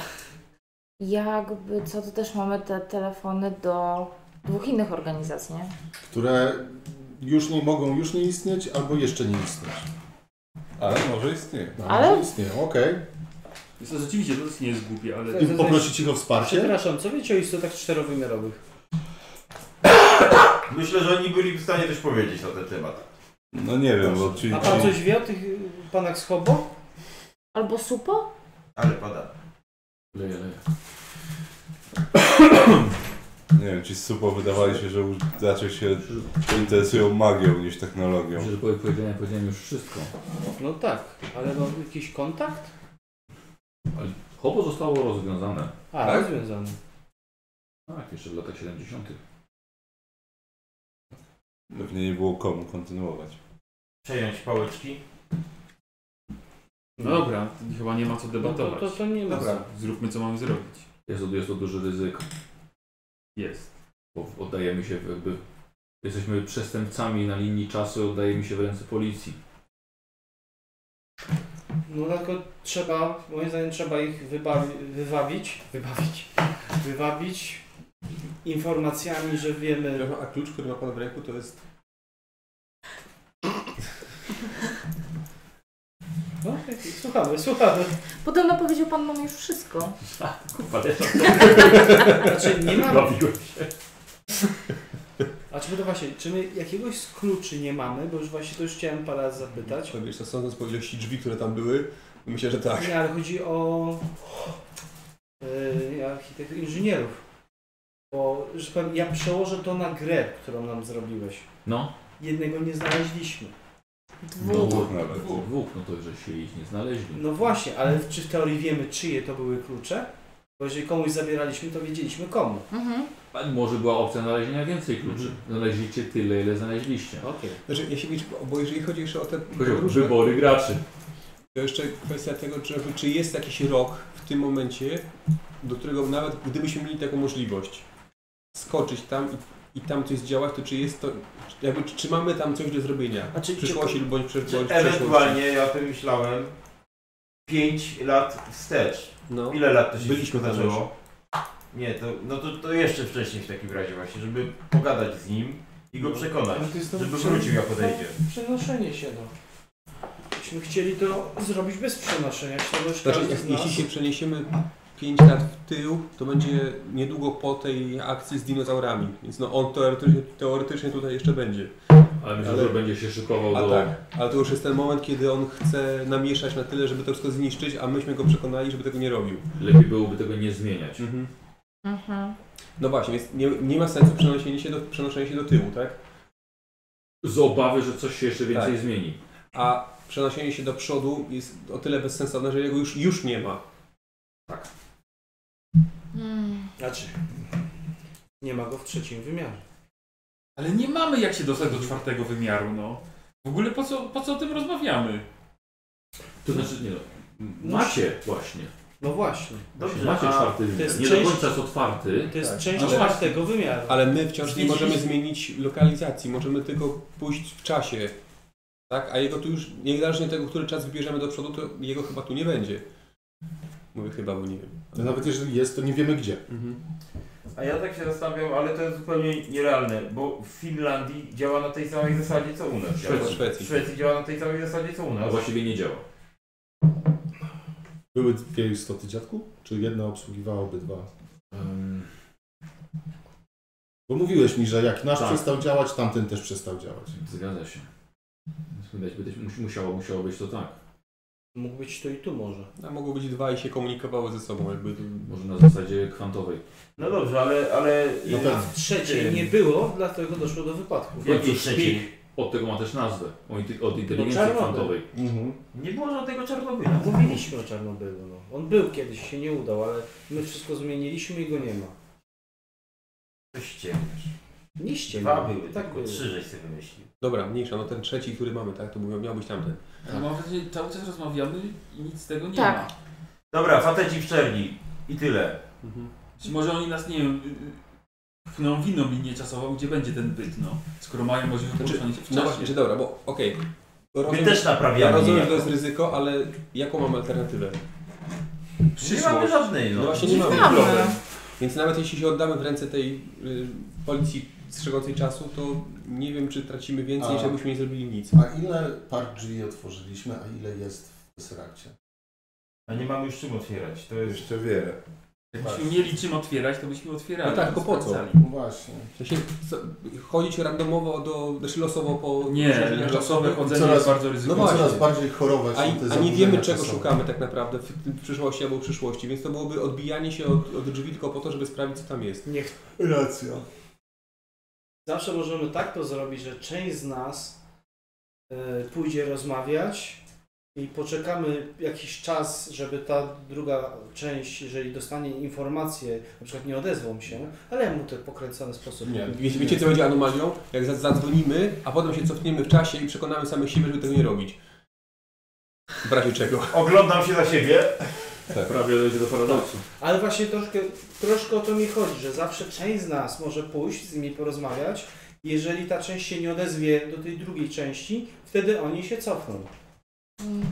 jakby co, to też mamy te telefony do dwóch innych organizacji, nie?
które już nie mogą już nie istnieć, albo jeszcze nie istnieć.
Ale może istnieje.
No,
Ale-
może istnieją, okej.
Więc to rzeczywiście to też nie jest głupie, ale
Tak.
I poprosić ich o wsparcie?
Przepraszam, co wiecie o istotach czterowymiarowych?
Myślę, że oni byli w stanie coś powiedzieć na ten temat.
No nie wiem, bo ci,
A pan
ci,
coś wie o tych y, panach z hobo?
Albo supo?
Ale pada.
Leje, leje.
nie wiem, ci z SUPO wydawali się, że już raczej się interesują magią niż technologią.
Myślę, że po powiedziałem, powiedziałem już wszystko.
No tak, ale no jakiś kontakt?
Hobo zostało rozwiązane.
A,
Tak?
rozwiązany.
Tak, jeszcze w latach 70.
Pewnie nie było komu kontynuować.
Przejąć pałeczki.
no dobra, to chyba nie ma co
No to,
debatować.
to, to nie ma.
Dobra.
Zróbmy co mamy zrobić.
Jest to, jest to duże ryzyko,
Jest.
bo oddajemy się w- jakby... Jesteśmy przestępcami na linii czasu, oddajemy się w ręce policji.
No tylko trzeba, moim zdaniem trzeba ich wybawi, wywabić, wybawić, wywabić informacjami, że wiemy.
Przepraszam, A klucz, który ma pan w ręku, to jest
No, słuchamy, słuchamy.
Podobno powiedział pan, mam już wszystko.
Tak, Kurwa, też
Znaczy nie mamy,
robiłem.
a czy to właśnie, czy my jakiegoś z kluczy nie mamy, bo już właśnie to już chciałem parę razy zapytać.
Wiesz, Mhm. to sądząc po ilości drzwi, które tam były, myślę, że tak.
Nie, ale chodzi o yy, architektów, inżynierów. Bo, że powiem, ja przełożę to na grę, którą nam zrobiłeś.
No,
Jednego nie znaleźliśmy.
Dwóch.
Dwóch nawet.
dwóch, no to że się ich nie znaleźli.
No właśnie, ale czy w teorii wiemy, czyje to były klucze? Bo jeżeli komuś zabieraliśmy, to wiedzieliśmy komu.
Mhm.
A Może była opcja znalezienia więcej kluczy.
Mhm.
Znaleźliście tyle, ile znaleźliście.
Okej.
Znaczy, ja się liczę, bo jeżeli chodzi jeszcze o te
Chodzi o
podróże,
wybory graczy.
to jeszcze kwestia tego, czy, czy jest jakiś rok w tym momencie, do którego nawet gdybyśmy mieli taką możliwość skoczyć tam i, i tam coś zdziałać, to czy jest to, czy- jakby, czy, czy mamy tam coś do zrobienia
A czy-
w przyszłości lub bądź, prze-
Czy
bądź w przeszłości?
Ewentualnie, ja o tym myślałem, 5 lat wstecz.
No.
Ile lat to się
No.
Byliśmy
wszystko
tam
zdarzyło? Nie, to, no to, to jeszcze wcześniej w takim razie właśnie, żeby pogadać z nim i go przekonać,
No. Ale to jest to
żeby
prze-
wrócił jak podejdzie.
to Przenoszenie się, no. Byśmy chcieli to zrobić bez przenoszenia się, bo już
Znaczy,
każdy z
jeśli
nas...
się przeniesiemy 5 lat w tył, to będzie niedługo po tej akcji z dinozaurami. Więc no on teoretycznie, teoretycznie tutaj jeszcze będzie.
Ale myślę, że będzie się szykował
a
do-
Tak, ale to już jest ten moment, kiedy on chce namieszać na tyle, żeby to wszystko zniszczyć, a myśmy go przekonali, żeby tego nie robił.
Lepiej byłoby tego nie zmieniać.
Mhm.
Mhm.
No właśnie, więc nie, nie ma sensu przenoszenie się, do, przenoszenie się do tyłu, tak?
Z obawy, że coś się jeszcze więcej
Tak.
zmieni.
A przenoszenie się do przodu jest o tyle bezsensowne, że jego już, już nie ma.
Hmm.
Znaczy, nie ma go w trzecim wymiarze.
Ale nie mamy jak się dostać do czwartego wymiaru, no. W ogóle po co, po co o tym rozmawiamy?
To znaczy, nie no. Macie właśnie.
No właśnie.
Dobrze,
Macie
a
czwarty
to
wymiar.
jest
Nie do
część-
końca jest otwarty.
To jest
Tak.
część
No właśnie.
czwartego wymiaru.
Ale my wciąż nie
Zniszczyliśmy-
możemy zmienić lokalizacji, możemy tylko pójść w czasie. Tak? A jego tu już, niezależnie od tego, który czas wybierzemy do przodu, to jego chyba tu nie będzie. Mówię chyba, bo nie wiem.
No nawet jeżeli jest, to nie wiemy gdzie.
A ja tak się zastanawiam, ale to jest zupełnie nierealne, bo w Finlandii działa na tej samej zasadzie co u nas.
W
działa.
Szwecji.
W Szwecji działa na tej samej zasadzie co u
A
No
nas.
właściwie nie działa.
Były dwie istoty dziadku? Czy jedna obsługiwała obydwa?
Ym,
Bo mówiłeś mi, że jak nasz
Tak.
przestał działać, tamten też przestał działać.
Zgadza się. Widać, by też- musi- musiało, musiało być to tak.
Mógł być tu i tu może.
A mogą być dwa i się komunikowały ze sobą, jakby. tu-
Może na zasadzie kwantowej.
No dobrze, ale, ale
No
A
tak.
w trzeciej nie było, dlatego doszło do wypadków.
W końcu
Jakiej trzeciej?
szpik od tego ma też nazwę. O inte- Od inteligencji
czerwony.
kwantowej.
nie było żadnego Czarnobyla.
No, Mówiliśmy o Czarnobylu, no. On był kiedyś, się nie udał, ale my wszystko zmieniliśmy i go nie ma.
Coś ciemniesz.
Niście
Dwa były,
tak
tak
było.
trzy żeś sobie wymyślił.
Dobra, mniejsza, no ten trzeci, który mamy, tak? To miał miał być tamten.
Tak.
No mam wrażenie, że cały czas rozmawiamy i nic z tego nie
Tak.
ma.
Dobra, faceci w czerni. I tyle.
Mhm.
Czy może oni nas, nie wiem, y, y, pchną w inną linię czasową, gdzie będzie ten byt, no. Skoro mają możliwość
Znaczy,
poruszania się w
No właśnie,
czasie.
że dobra, bo okej.
My
Rozumiem,
też
ja
naprawiamy
rozumiem, że
niejako.
to jest ryzyko, ale jaką mam alternatywę?
Nie
Przyszłość.
mamy żadnej, no.
No właśnie nie
Nie
mamy
mamy.
problem. Więc nawet jeśli się oddamy w ręce tej y, policji strzegącej czasu, to nie wiem, czy tracimy więcej,
A.
niż jakbyśmy nie zrobili nic.
A ile Park G otworzyliśmy, a ile jest w Syrakcie?
A nie mamy już czym otwierać. To jest...
Jeszcze wiele.
Jakbyśmy mieli czym otwierać, to byśmy otwierali.
No tak, tylko po co?
Sprawdzali.
No właśnie.
W sensie co, chodzić randomowo, do, znaczy losowo po...
Nie,
różnych
losowe
czasach.
chodzenie
coraz-
jest bardzo
No
ryzykowne.
właśnie.
coraz bardziej chorować
A,
są te
a nie wiemy,
zaburzenia
czego
czasowe.
szukamy tak naprawdę w, w przyszłości albo w przyszłości, więc to byłoby odbijanie się od, od drzwi tylko po to, żeby sprawdzić, co tam jest.
Niech
Racja.
zawsze możemy tak to zrobić, że część z nas e, pójdzie rozmawiać i poczekamy jakiś czas, żeby ta druga część, jeżeli dostanie informację, na przykład nie odezwą się, ale ja mu to pokręcony sposób.
Nie.
Wiecie, wiecie co będzie anomalią? Jak za- zadzwonimy, a potem się cofniemy w czasie i przekonamy same siebie, żeby tego nie robić. W razie czego.
Oglądam się za siebie.
Tak.
Prawie dojdzie do paradoksu.
Ale właśnie troszkę, troszkę o to mi chodzi, że zawsze część z nas może pójść z nimi porozmawiać. Jeżeli ta część się nie odezwie do tej drugiej części, wtedy oni się cofną.
Mm.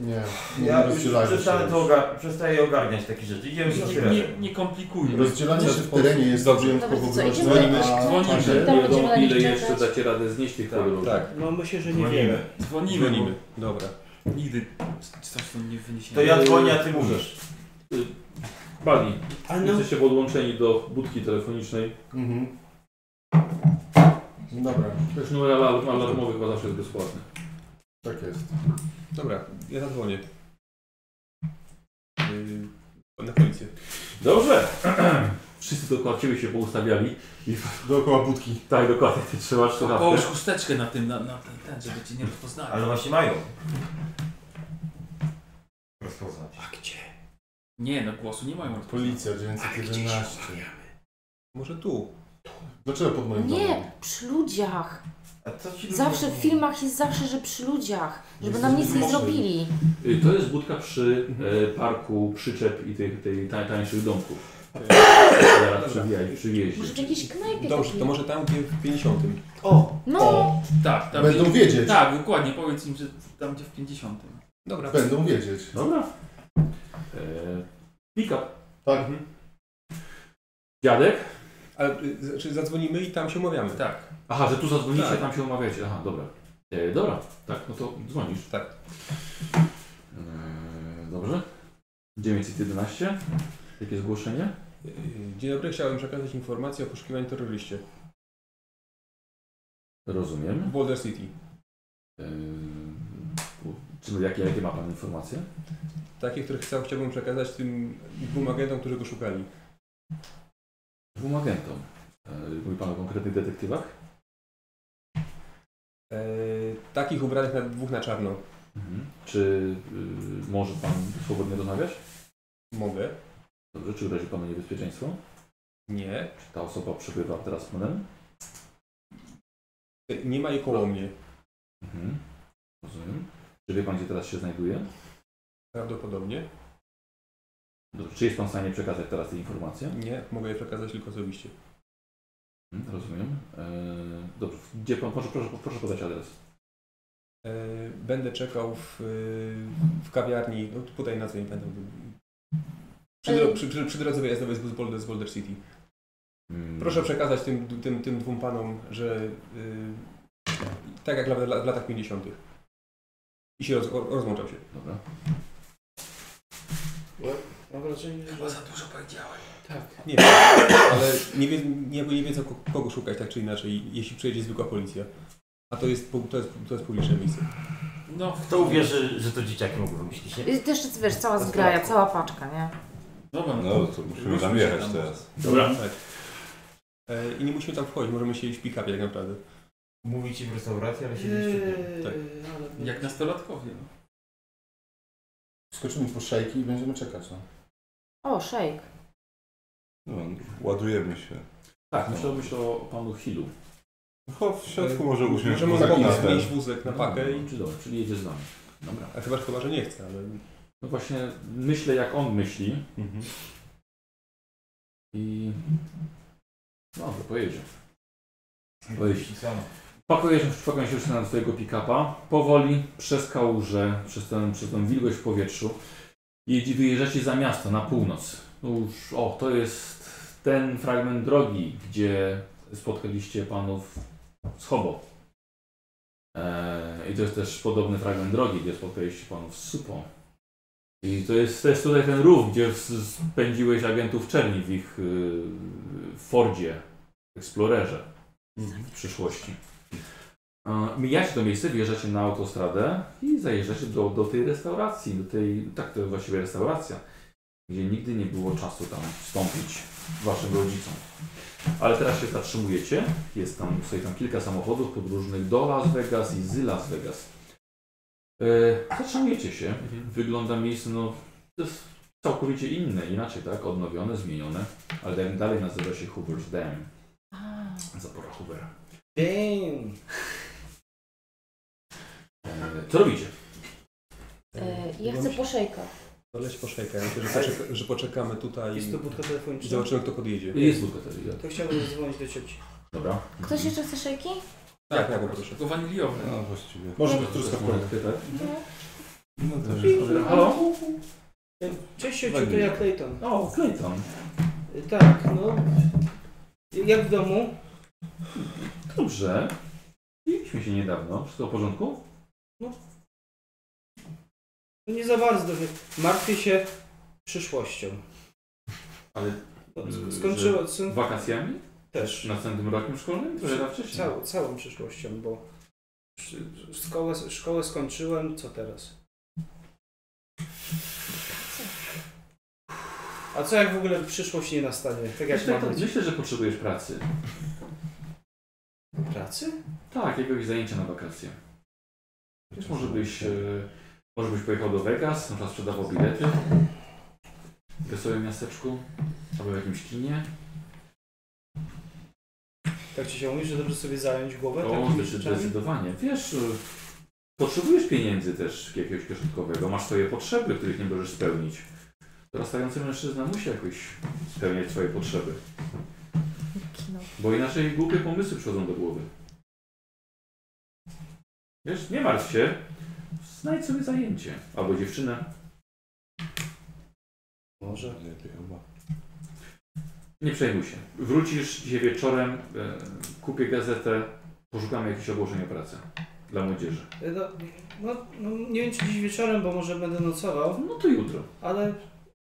Nie, nie
Ja już
rozdzielajmy się.
przestanę to ogar- przestaję ogarniać
Tak.
takie rzeczy. Idziemy się
Nie,
otwierać.
nie, nie komplikujmy.
Rozdzielanie się w terenie jest
Dobrze.
wyjątkowo
Dobra, to co,
groźne,
idziemy?
a-
Dzwonimy.
a że-
Nie
Tam będziemy
wiadomo
na nich
ile jeszcze
czekać.
dacie radę znieść tych chorób.
Tak,
No myślę, że nie wiemy.
Dzwonimy.
Dzwonimy.
dzwonimy. Dobra.
Bo nigdy coś tam nie wyniesiemy.
To ja dzwonię, a ty mówisz.
Y, Bali,
Ale no,
jesteście podłączeni do budki telefonicznej.
Mhm. Dobra,
Też numer alarm, alarmowy chyba zawsze jest bezpłatny.
tak jest.
Dobra, ja zadzwonię. Yy, na policję.
Dobrze! Wszyscy dookoła ciebie się poustawiali.
Dookoła budki.
Tak, dokładnie, ty trzymasz słuchawkę.
Połóż chusteczkę na tym, na, na ten, ten, żeby cię nie rozpoznali.
Ale właśnie mają. Rozpoznać.
Nie, no głosu nie mają.
Policja 911.
Może tu.
Dlaczego pod moim domem?
Nie, przy ludziach.
A co ci ludzie
Zawsze w
mówią?
filmach jest zawsze, że przy ludziach. Żeby nam nic nie
Jesteśmy
zrobili.
Y, To jest budka przy
Mhm.
e, parku przyczep i tych tej tań, tańszych domków.
Tak.
Teraz przywijaj,
Może w
przywieźli.
jakiejś knajpie
Dobrze,
takiej.
to może tam, gdzie w 50.
o,
No,
O,
Tak, tam
będą
gdzie,
wiedzieć.
Tak, dokładnie, powiedz im, że tam gdzie w 50.
Dobra.
Będą wiedzieć.
Dobra. E, pick up.
Tak.
Dziadek?
Mhm. Ale y, znaczy zadzwonimy i tam się umawiamy.
Tak.
Aha, że tu zadzwonicie,
Tak.
tam się umawiacie. Aha, dobra. E, dobra, tak, no to dzwonisz.
Tak.
E, dobrze. 911. Jakie zgłoszenie?
Y, Dzień dobry, chciałem przekazać informację o poszukiwaniu terroryście
Rozumiem.
w Boulder City.
E, czy, jakie, jakie ma Pan informacje?
Takie, które chcę, chciałbym przekazać tym dwóm agentom, którzy go szukali.
Dwóm agentom. E, mówi Pan o konkretnych detektywach?
E, takich ubranych na dwóch na czarno.
Mhm. Czy y, może Pan swobodnie rozmawiać?
Mogę?
Dobrze, czy grozi Panu niebezpieczeństwo?
Nie.
Czy ta osoba przebywa teraz z Panem?
E, Nie ma jej koło mnie.
Mhm. Rozumiem. Czy wie Pan, gdzie teraz się znajduje?
Prawdopodobnie.
Dobrze. Czy jest Pan w stanie przekazać teraz te informacje?
Nie, mogę je przekazać tylko osobiście.
Mhm, Rozumiem. Eee, dobrze, gdzie pan, proszę, proszę, proszę podać adres.
E, Będę czekał w, e, w kawiarni, no tutaj nazwę nie pamiętam. Przy, dro- przy, przy, przy drodze wyjazdowej z Boulder, z Boulder City.
Mm,
Proszę przekazać tym, tym, tym dwóm panom, że y, tak jak la- la- w latach 50. I się roz, o- rozłączam się.
Dobra.
Mam wrażenie, że...
za dużo powiedziałem.
Tak.
Nie, ale nie, wie, nie, jakby nie wiedzą ko- kogo szukać tak czy inaczej, jeśli przyjedzie zwykła policja. A to jest, pu- to jest, to jest publiczne miejsce.
No,
Kto uwierzy, że to dzieciaki mogły wymyślić, nie?
I Y, też, wiesz, cała zgraja, cała paczka, nie?
dobra,
No to musimy tam jechać teraz.
Dobra.
Tak. E, I nie musimy tam wchodzić, możemy siedzieć w pick-upie tak naprawdę.
Mówicie w restauracji, ale siedzieliście w niej.
Eee,
Tak.
ale-
Jak nastolatkowie. No.
Skoczymy po szejki i będziemy czekać, no.
O, szejk.
No, ładujemy się.
Tak,
no.
myślę, myślę o panu Hillu.
Cho- W środku może
E,
usiąść
Możemy
wózek na
zapomnieć
ten.
zmienić wózek na pakę i...
Czy dobrze, czyli jedzie z nami. Dobra.
A chyba, chyba, że nie chce, ale...
No właśnie myślę jak on myśli
Mhm.
i... No, to pojedzie. Pojedzie.
Samo.
Pakuje się, pakują się już na swojego pick-upa. Powoli przez kałużę, przez, ten, przez tą wilgoć w powietrzu. Jedzie, wyjeżdżacie za miasto, na północ. No Już, o, to jest ten fragment drogi, gdzie spotkaliście panów z Hobo. Eee, I to jest też podobny fragment drogi, gdzie spotkaliście panów z Supo. I to jest też tutaj ten rów, gdzie s- spędziłeś agentów czerni w ich yy, Fordzie, Explorerze w przyszłości. E, Mijacie to miejsce, wjeżdżacie na autostradę i zajeżdżacie do, do tej restauracji, do tej, tak to jest właściwie restauracja, gdzie nigdy nie było czasu tam wstąpić waszym rodzicom. Ale teraz się zatrzymujecie, jest tam, stoi tam kilka samochodów podróżnych do Las Vegas i z Las Vegas. E, zatrzymujecie się, wygląda miejsce, no to jest całkowicie inne, inaczej tak, odnowione, zmienione, ale dalej- dalej nazywa się Hoover's Dam,
A,
zapora Hoovera.
Damn.
E, co robicie?
e, ja chcę po szejka.
To leć po szejka, ja myślę, że, poczeka, że poczekamy tutaj
Jest to budka
i
telefoniczna?
zobaczymy kto podjedzie.
Jest bukateria.
To chciałbym dzwonić do cioci.
Dobra.
Ktoś
Mhm.
jeszcze chce szejki?
Tak, tak, poproszę.
Tylko waniliowe.
No właściwie.
Może być
Może
truska
troszkę
w porę.
tak?
No to
Halo?
Cześć ciociu, to ja Clayton.
O, Clayton.
Y, Tak, no. Jak w domu?
Dobrze. Widzieliśmy się niedawno. Wszystko w porządku?
No Nie za bardzo. wie- Martwię się przyszłością.
Ale-
No, sk- Skończyło
Z
syn
wakacjami?
też.
Następnym rokiem szkolnym? Trochę za wcześnie.
Całą, całą przyszłością, bo sz- szkołę, szkołę skończyłem, co teraz? A co jak w ogóle przyszłość nie nastanie? Tak jak
Myślę,
ma
to,
być?
myślę, że potrzebujesz pracy.
Pracy?
Tak, jakiegoś zajęcia na wakacje. Wiesz, może byś, e, może byś pojechał do Vegas, na przykład sprzedawał bilety w wesołym miasteczku albo w jakimś kinie.
Tak ci się mówi, że dobrze sobie zająć głowę
O, zdecy-
takimi rzeczami?
zdecydowanie. Wiesz, y, potrzebujesz pieniędzy też jakiegoś kieszonkowego. Masz swoje potrzeby, których nie możesz spełnić. Dorastający mężczyzna musi jakoś spełniać swoje potrzeby,
Kino.
bo inaczej głupie pomysły przychodzą do głowy. Wiesz, nie martw się. Znajdź sobie zajęcie. Albo dziewczynę.
Może.
Lepiej chyba.
Nie przejmuj się. Wrócisz dzisiaj wieczorem, e, kupię gazetę, poszukamy jakichś ogłoszeń o pracy dla młodzieży.
E, No, no, no, nie wiem czy dziś wieczorem, bo może będę nocował,
No to jutro.
ale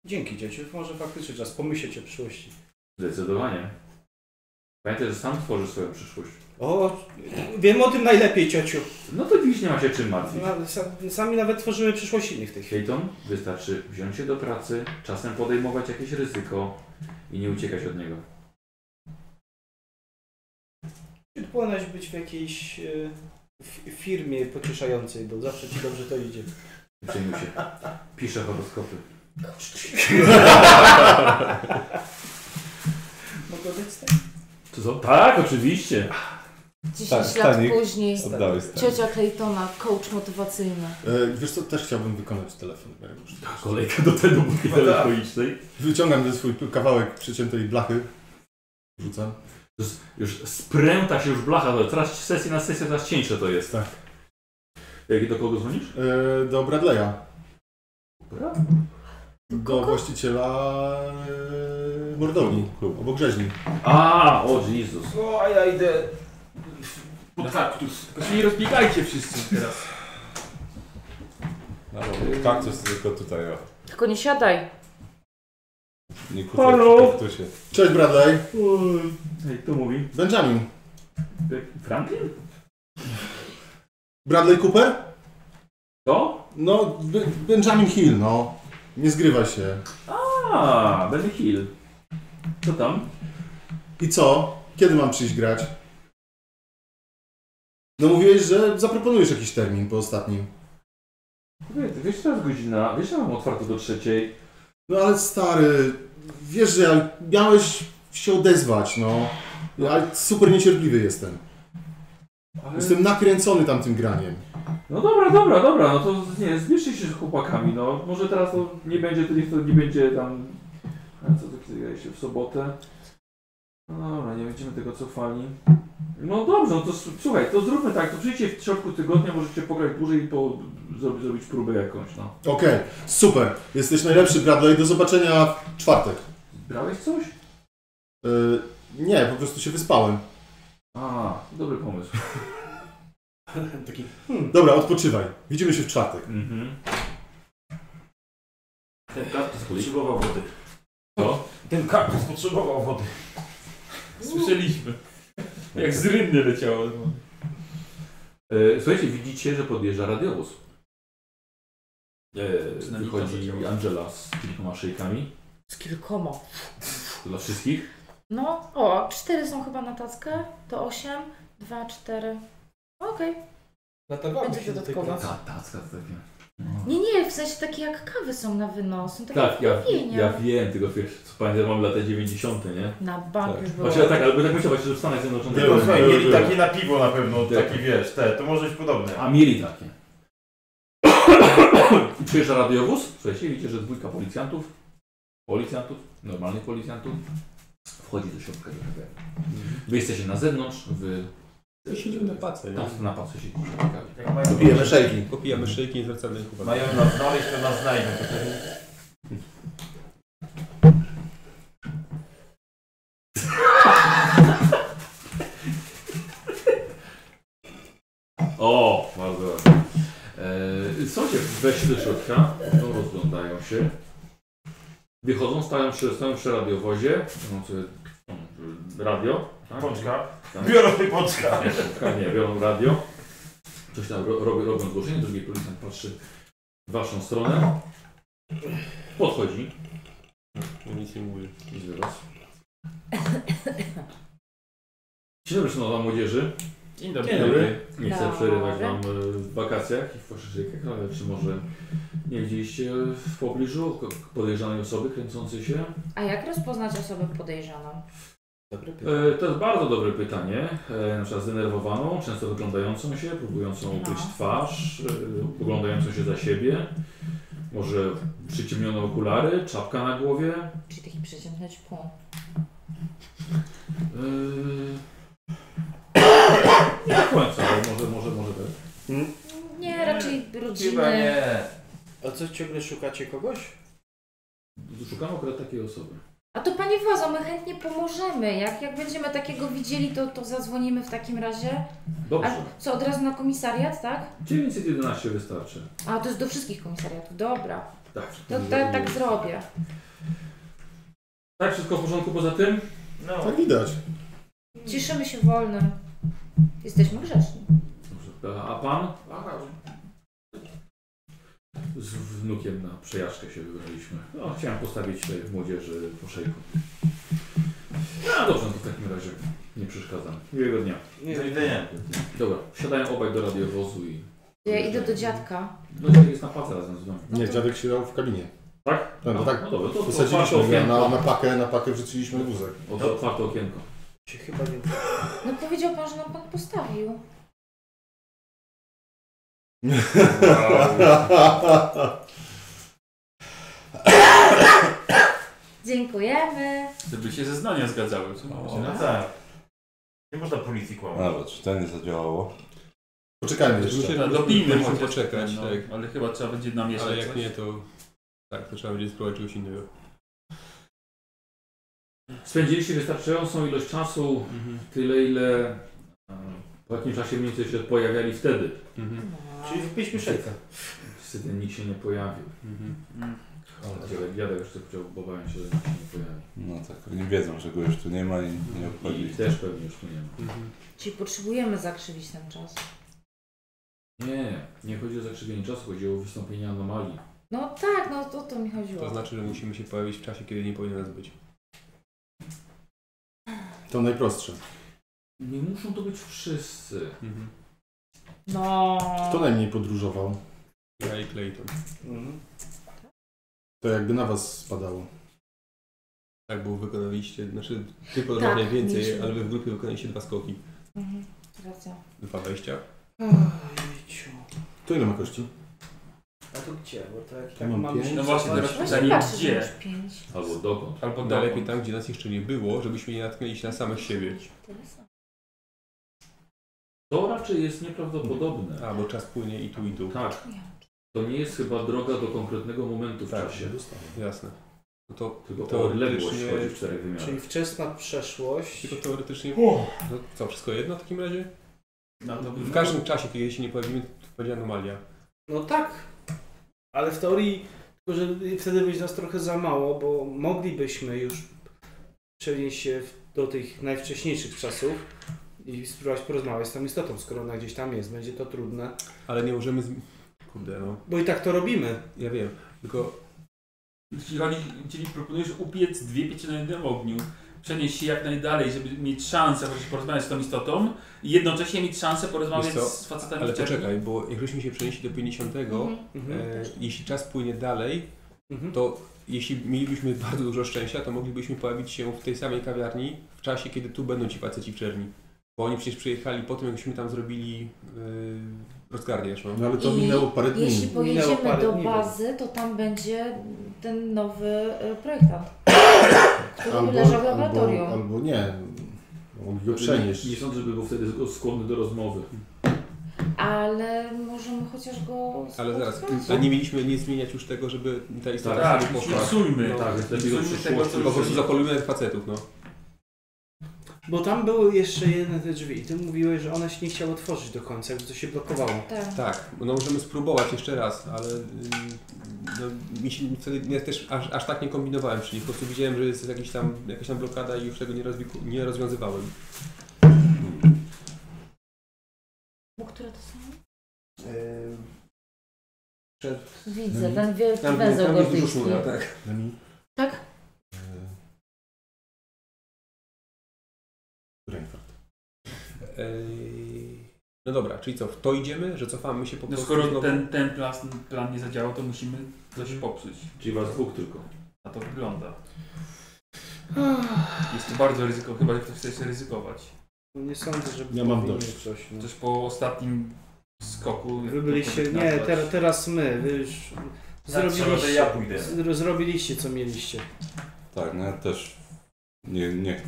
dzięki dzieciu, może faktycznie czas pomyśleć o przyszłości.
Zdecydowanie. Pamiętaj, że sam tworzysz swoją przyszłość.
O, wiem o tym najlepiej, ciociu.
No to dziś nie ma się czym martwić.
No, sa- Sami nawet tworzymy przyszłość innych w tej chwili.
Chwilą wystarczy wziąć się do pracy, czasem podejmować jakieś ryzyko i nie uciekać od niego.
Czy powinieneś być w jakiejś e, f- firmie pocieszającej, bo zawsze ci dobrze to idzie.
Nie przejmuj się. Piszę horoskopy.
Mogę być z tym?
To co? Tak, oczywiście.
10
Tak,
lat
Stanik.
później
Oddałeś
tak.
ten.
ciocia Claytona, coach motywacyjny.
E, wiesz co, też chciałbym wykonać telefon. bo ja już-
Tak.
Kolejka do tej
No
budki telefonicznej.
Wyciągam ten swój kawałek przyciętej blachy. Rzucam.
Już spręta się już blacha, to teraz sesja na sesję coraz cieńsze to jest.
Tak.
Jak, do kogo dzwonisz?
E, do Bradley'a.
Dobra.
Do właściciela e, mordowni. Obok rzeźni.
A, o Jezus.
O, a ja idę
No tak, tu tylko się nie rozbiegajcie wszyscy teraz.
No, bo kaktus to tylko tutaj, o.
Tylko nie siadaj.
Nie kucaj
Halo?
przy kaktusie.
Cześć Bradley.
Ej, kto mówi? E,
Benjamin.
Franklin?
Bradley Cooper?
To?
No, Be- Benjamin Hill, no. Nie zgrywa się. Ah.
A, Benny Hill. Co tam?
I co? Kiedy mam przyjść grać? No mówiłeś, że zaproponujesz jakiś termin po ostatnim.
Wie- Wiesz, teraz godzina, wiesz, ja mam otwarte do trzeciej.
No ale stary, wiesz, że ja miałeś się odezwać, no. Ja super niecierpliwy jestem.
Ale...
Jestem nakręcony tamtym graniem.
No dobra, dobra, dobra, no to nie, zbierzcie się z chłopakami, no. Może teraz to nie będzie, to niech to nie będzie tam... A co to kiedy graliście? W sobotę? No dobra, nie będziemy tego cofali. No dobrze, no to s- słuchaj, to zróbmy tak, to przyjdźcie w środku tygodnia, możecie pograć dłużej i po, zrobić, zrobić próbę jakąś, no.
Okej, super. Jesteś najlepszy, Bradley. Do zobaczenia w czwartek.
Brałeś coś?
Yy, nie, po prostu się wyspałem.
A, dobry pomysł.
Taki
Hmm. Dobra, odpoczywaj. Widzimy się w czwartek.
Mhm.
Ten kaktus potrzebował wody.
Co?
Ten kaktus potrzebował wody.
Słyszeliśmy. Jak z rynny leciało.
E, Słuchajcie, widzicie, że podjeżdża radiowóz. E,
Przynajmniej to
Wychodzi
zadziała.
Angela z kilkoma szyjkami.
Z kilkoma.
Dla wszystkich.
No, o, cztery są chyba na tackę. To osiem, dwa, cztery. Okej.
Natarwamy
Będzie
się do tej
dodatkowa.
pracy.
tacka to takie.
Nie, nie, w sensie takie jak kawy są na wynos. Są takie
Tak, ja,
pijenia.
ja wiem, tylko wiesz, co pamiętam, mam lata 90, nie?
Na bank już było.
Właśnie tak, albo tak myślałem, że w Stanach Zjednoczonych.
Były,
Tylko no, słuchaj,
były,
mieli
były.
takie na piwo na pewno,
Tak.
takie wiesz, te, to może być podobne.
A mieli takie. I Przyjeżdża radiowóz, słuchajcie, widzicie, że dwójka policjantów, policjantów, normalnych policjantów, wchodzi do środka do tego.
Mhm.
Wy jesteście na zewnątrz, wy
Siedzimy na pace, nie?
tam na pasie siedzicie ciekawie.
Jak mają,
szejki.
Popijamy szyjki i zwracamy ich uwagę.
mają nas znaleźć, to nas znajdą. To też-
O, bardzo ładnie. Eee, Słuchajcie, weźcie do środka, no, rozglądają się. Wychodzą, stają przy, stają przy radiowozie, no, sobie, mm, radio. tak?
Pączka.
Tak.
Biorą ty pączka.
Nie, słuchaj, nie, biorą radio. Coś tam ro, robią, robią zgłoszenie, drugi policjant patrzy w waszą stronę. Podchodzi.
No nic nie mówię.
Nic wyraz. Dzień dobry, szanowna młodzieży.
Dzień dobry.
Dzień dobry. Nie chcę
Dobry.
przerywać wam e, w wakacjach i w poszyszykach, ale czy może nie widzieliście w pobliżu ko- podejrzanej osoby kręcącej się?
A jak rozpoznać osobę podejrzaną?
Dobry pyk.
E, To jest bardzo dobre pytanie. E, Na przykład zdenerwowaną, często wyglądającą się, próbującą ukryć
No.
twarz, e, oglądającą się za siebie. Może przyciemnione okulary, czapka na głowie.
Czyli taki przeciętny ćpun.
E, Nie do końca, ale może, może, może tak.
Nie, raczej
Chyba
rodziny.
nie.
A co ciągle szukacie kogoś?
Szukam akurat takiej osoby.
A to Panie Władzo, my chętnie pomożemy. Jak, jak będziemy takiego widzieli, to, to zadzwonimy w takim razie.
Dobrze.
A co, od razu na komisariat, tak?
911 wystarczy.
A, to jest do wszystkich komisariatów. Dobra.
Tak.
To ta, tak zrobię.
Tak, wszystko w porządku poza tym?
No.
Tak widać.
Cieszymy się wolnym. Jesteśmy grzeczni.
Dobrze. A pan? Z wnukiem na przejażdżkę się wybraliśmy. No, chciałem postawić tutaj w młodzieży po szejku. No dobrze, no to w takim razie nie przeszkadzam. Miłego dnia.
Do widzenia.
Dobra, wsiadają obaj do radiowozu i...
Ja idę do dziadka.
No dziadek jest na pace razem z nami.
Nie, dziadek siedział w kabinie.
Tak?
No, no tak.
No dobra, to otwarte
Wysadziliśmy go na,
okienko.
na pakę, na pakę wrzuciliśmy wózek.
Od otwarte okienko.
Się chyba nie...
No powiedział Pan, że nam Pan postawił. Dziękujemy.
Żeby się zeznania zgadzały. co?
No tak. Nie można policji kłamać.
Nawet czy to nie zadziałało?
Poczekajmy jeszcze.
Myślę, że
Musimy
Tak, dopijmy chociaż
poczekać,
ten, no,
tak.
Ale chyba trzeba będzie namieszać
Ale jak
coś.
nie, to... Tak, to trzeba będzie spróbować czegoś innego.
Spędziliście wystarczającą ilość czasu, tyle ile e, po jakim czasie mniej więcej się pojawiali wtedy.
Czyli wypiliśmy szejka.
Wtedy nikt się nie pojawił.
Mm.
Dziadek, dziadek już tylko obawiam tak się, że nikt się nie pojawi. No,
No tak, oni wiedzą, że go już tu nie ma i nie
I
obchodzi.
też pewnie już tu nie ma.
Czyli potrzebujemy zakrzywić ten czas.
Nie, nie chodzi o zakrzywienie czasu, chodzi o wystąpienie anomalii.
No tak, no to o to mi
To
chodziło.
znaczy, że musimy się pojawić w czasie, kiedy nie powinien nas być.
To najprostsze.
Nie muszą to być wszyscy.
No.
Kto najmniej podróżował,
Ja i Clayton.
Mhm.
to jakby na was spadało.
Tak, bo wykonaliście, znaczy ty podobno
Tak,
najwięcej,
mieliśmy.
ale wy w grupie wykonaliście dwa skoki.
Mhm, racja.
Dwa wejścia.
Ojciu.
To ile ma kości?
A to gdzie? Bo tak to jak,
Ja
jak
mam
mam
pięć.
się
No właśnie,
zobaczyć-
teraz-
Właśnie
Pytanie,
patrzę,
gdzie?
że masz pięć.
Albo dokąd.
Albo
Najlepiej
dokąd.
tam, gdzie nas jeszcze nie było, żebyśmy nie natknęli się na samych siebie.
To raczej jest nieprawdopodobne.
A, bo czas płynie i tu i tu.
Tak, to nie jest chyba droga do konkretnego momentu w
Tak.
czasie.
Jasne. No to
Tylko o odległość
teoretycznie...
chodzi w czterech
Czyli
wymiarach.
wczesna przeszłość.
Tylko teoretycznie... No co, wszystko jedno w takim razie?
No, to
W każdym czasie, kiedy się nie pojawimy, to będzie anomalia.
No tak. Ale w teorii, tylko że wtedy być nas trochę za mało, bo moglibyśmy już przenieść się w- do tych najwcześniejszych czasów i spróbować porozmawiać z tą istotą, skoro ona gdzieś tam jest. Będzie to trudne,
Ale nie możemy... Z... Kurde, no.
bo i tak to robimy.
Ja wiem, tylko...
Jeżeli, jeżeli proponujesz upiec dwie pieczenie na jednym ogniu, przenieść się jak najdalej, żeby mieć szansę chociaż porozmawiać z tą istotą i jednocześnie mieć szansę porozmawiać
Wiesz co,
No, z facetami
Ale
w No czerni.
poczekaj, bo jakbyśmy się przenieśli do 50,
Mhm.
Mhm.
e, jeśli czas płynie dalej,
Mhm.
to jeśli mielibyśmy bardzo dużo szczęścia, to moglibyśmy pojawić się w tej samej kawiarni w czasie, kiedy tu będą ci faceci w czerni. Bo oni przecież przyjechali po tym, jakśmy tam zrobili yy, rozgarniacz, no.
No ale to
I
minęło parę dni.
Jeśli
Minęło
pojedziemy
parę
do
dni,
bazy, to tam będzie ten nowy e, projektant, który leżał w
albo,
laboratorium.
albo nie. Mogli go przenieść.
Znaczy, Nie, nie sądzę, żeby był wtedy skłonny do rozmowy.
Ale możemy chociaż go
Ale zaraz,
spotkać.
a nie mieliśmy nie zmieniać już tego, żeby ta istota
Tak,
sobie
Tak, już
poszła.
usujmy.
Tak, więc lepiej do
Usuniemy tego,
przyszłości.
co
Po prostu
już
zapolujmy na tych facetów, no.
Bo tam były jeszcze jedne te drzwi i ty mówiłeś, że one się nie chciały otworzyć do końca, że to się blokowało.
Tak.
Tak, no możemy spróbować jeszcze raz, ale yy, no, mi się, wtedy ja też aż, aż tak nie kombinowałem, czyli po prostu widziałem, że jest jakiś tam, jakaś tam blokada i już tego nie, rozwiku, nie rozwiązywałem.
Bo które to są?
Ehm,
Widzę, ten wielki
Tam,
węzeł
tam jest dużo
gordyjski.
szmura, tak.
No mi-
Tak?
e, Reinhardt.
E,
Ej, No dobra, czyli co, w to idziemy, że cofamy się po
No
prostu
skoro
znowu?
ten, ten plan, plan nie zadziałał, to musimy coś popsuć.
Czyli was dwóch tylko.
Na to wygląda. Jest to bardzo ryzyko, chyba że ktoś chce się ryzykować.
No nie sądzę, żeby
Ja mam
powinien
dość.
coś. No.
Coś po ostatnim skoku. jak
Wy
to
byliście,
tak
nie,
nazwać.
ter, teraz my, wy już
Tak, Trzeba, że
zrobiliście,
ja pójdę.
zro- zrobiliście co mieliście.
Tak, no ja też nie, nie.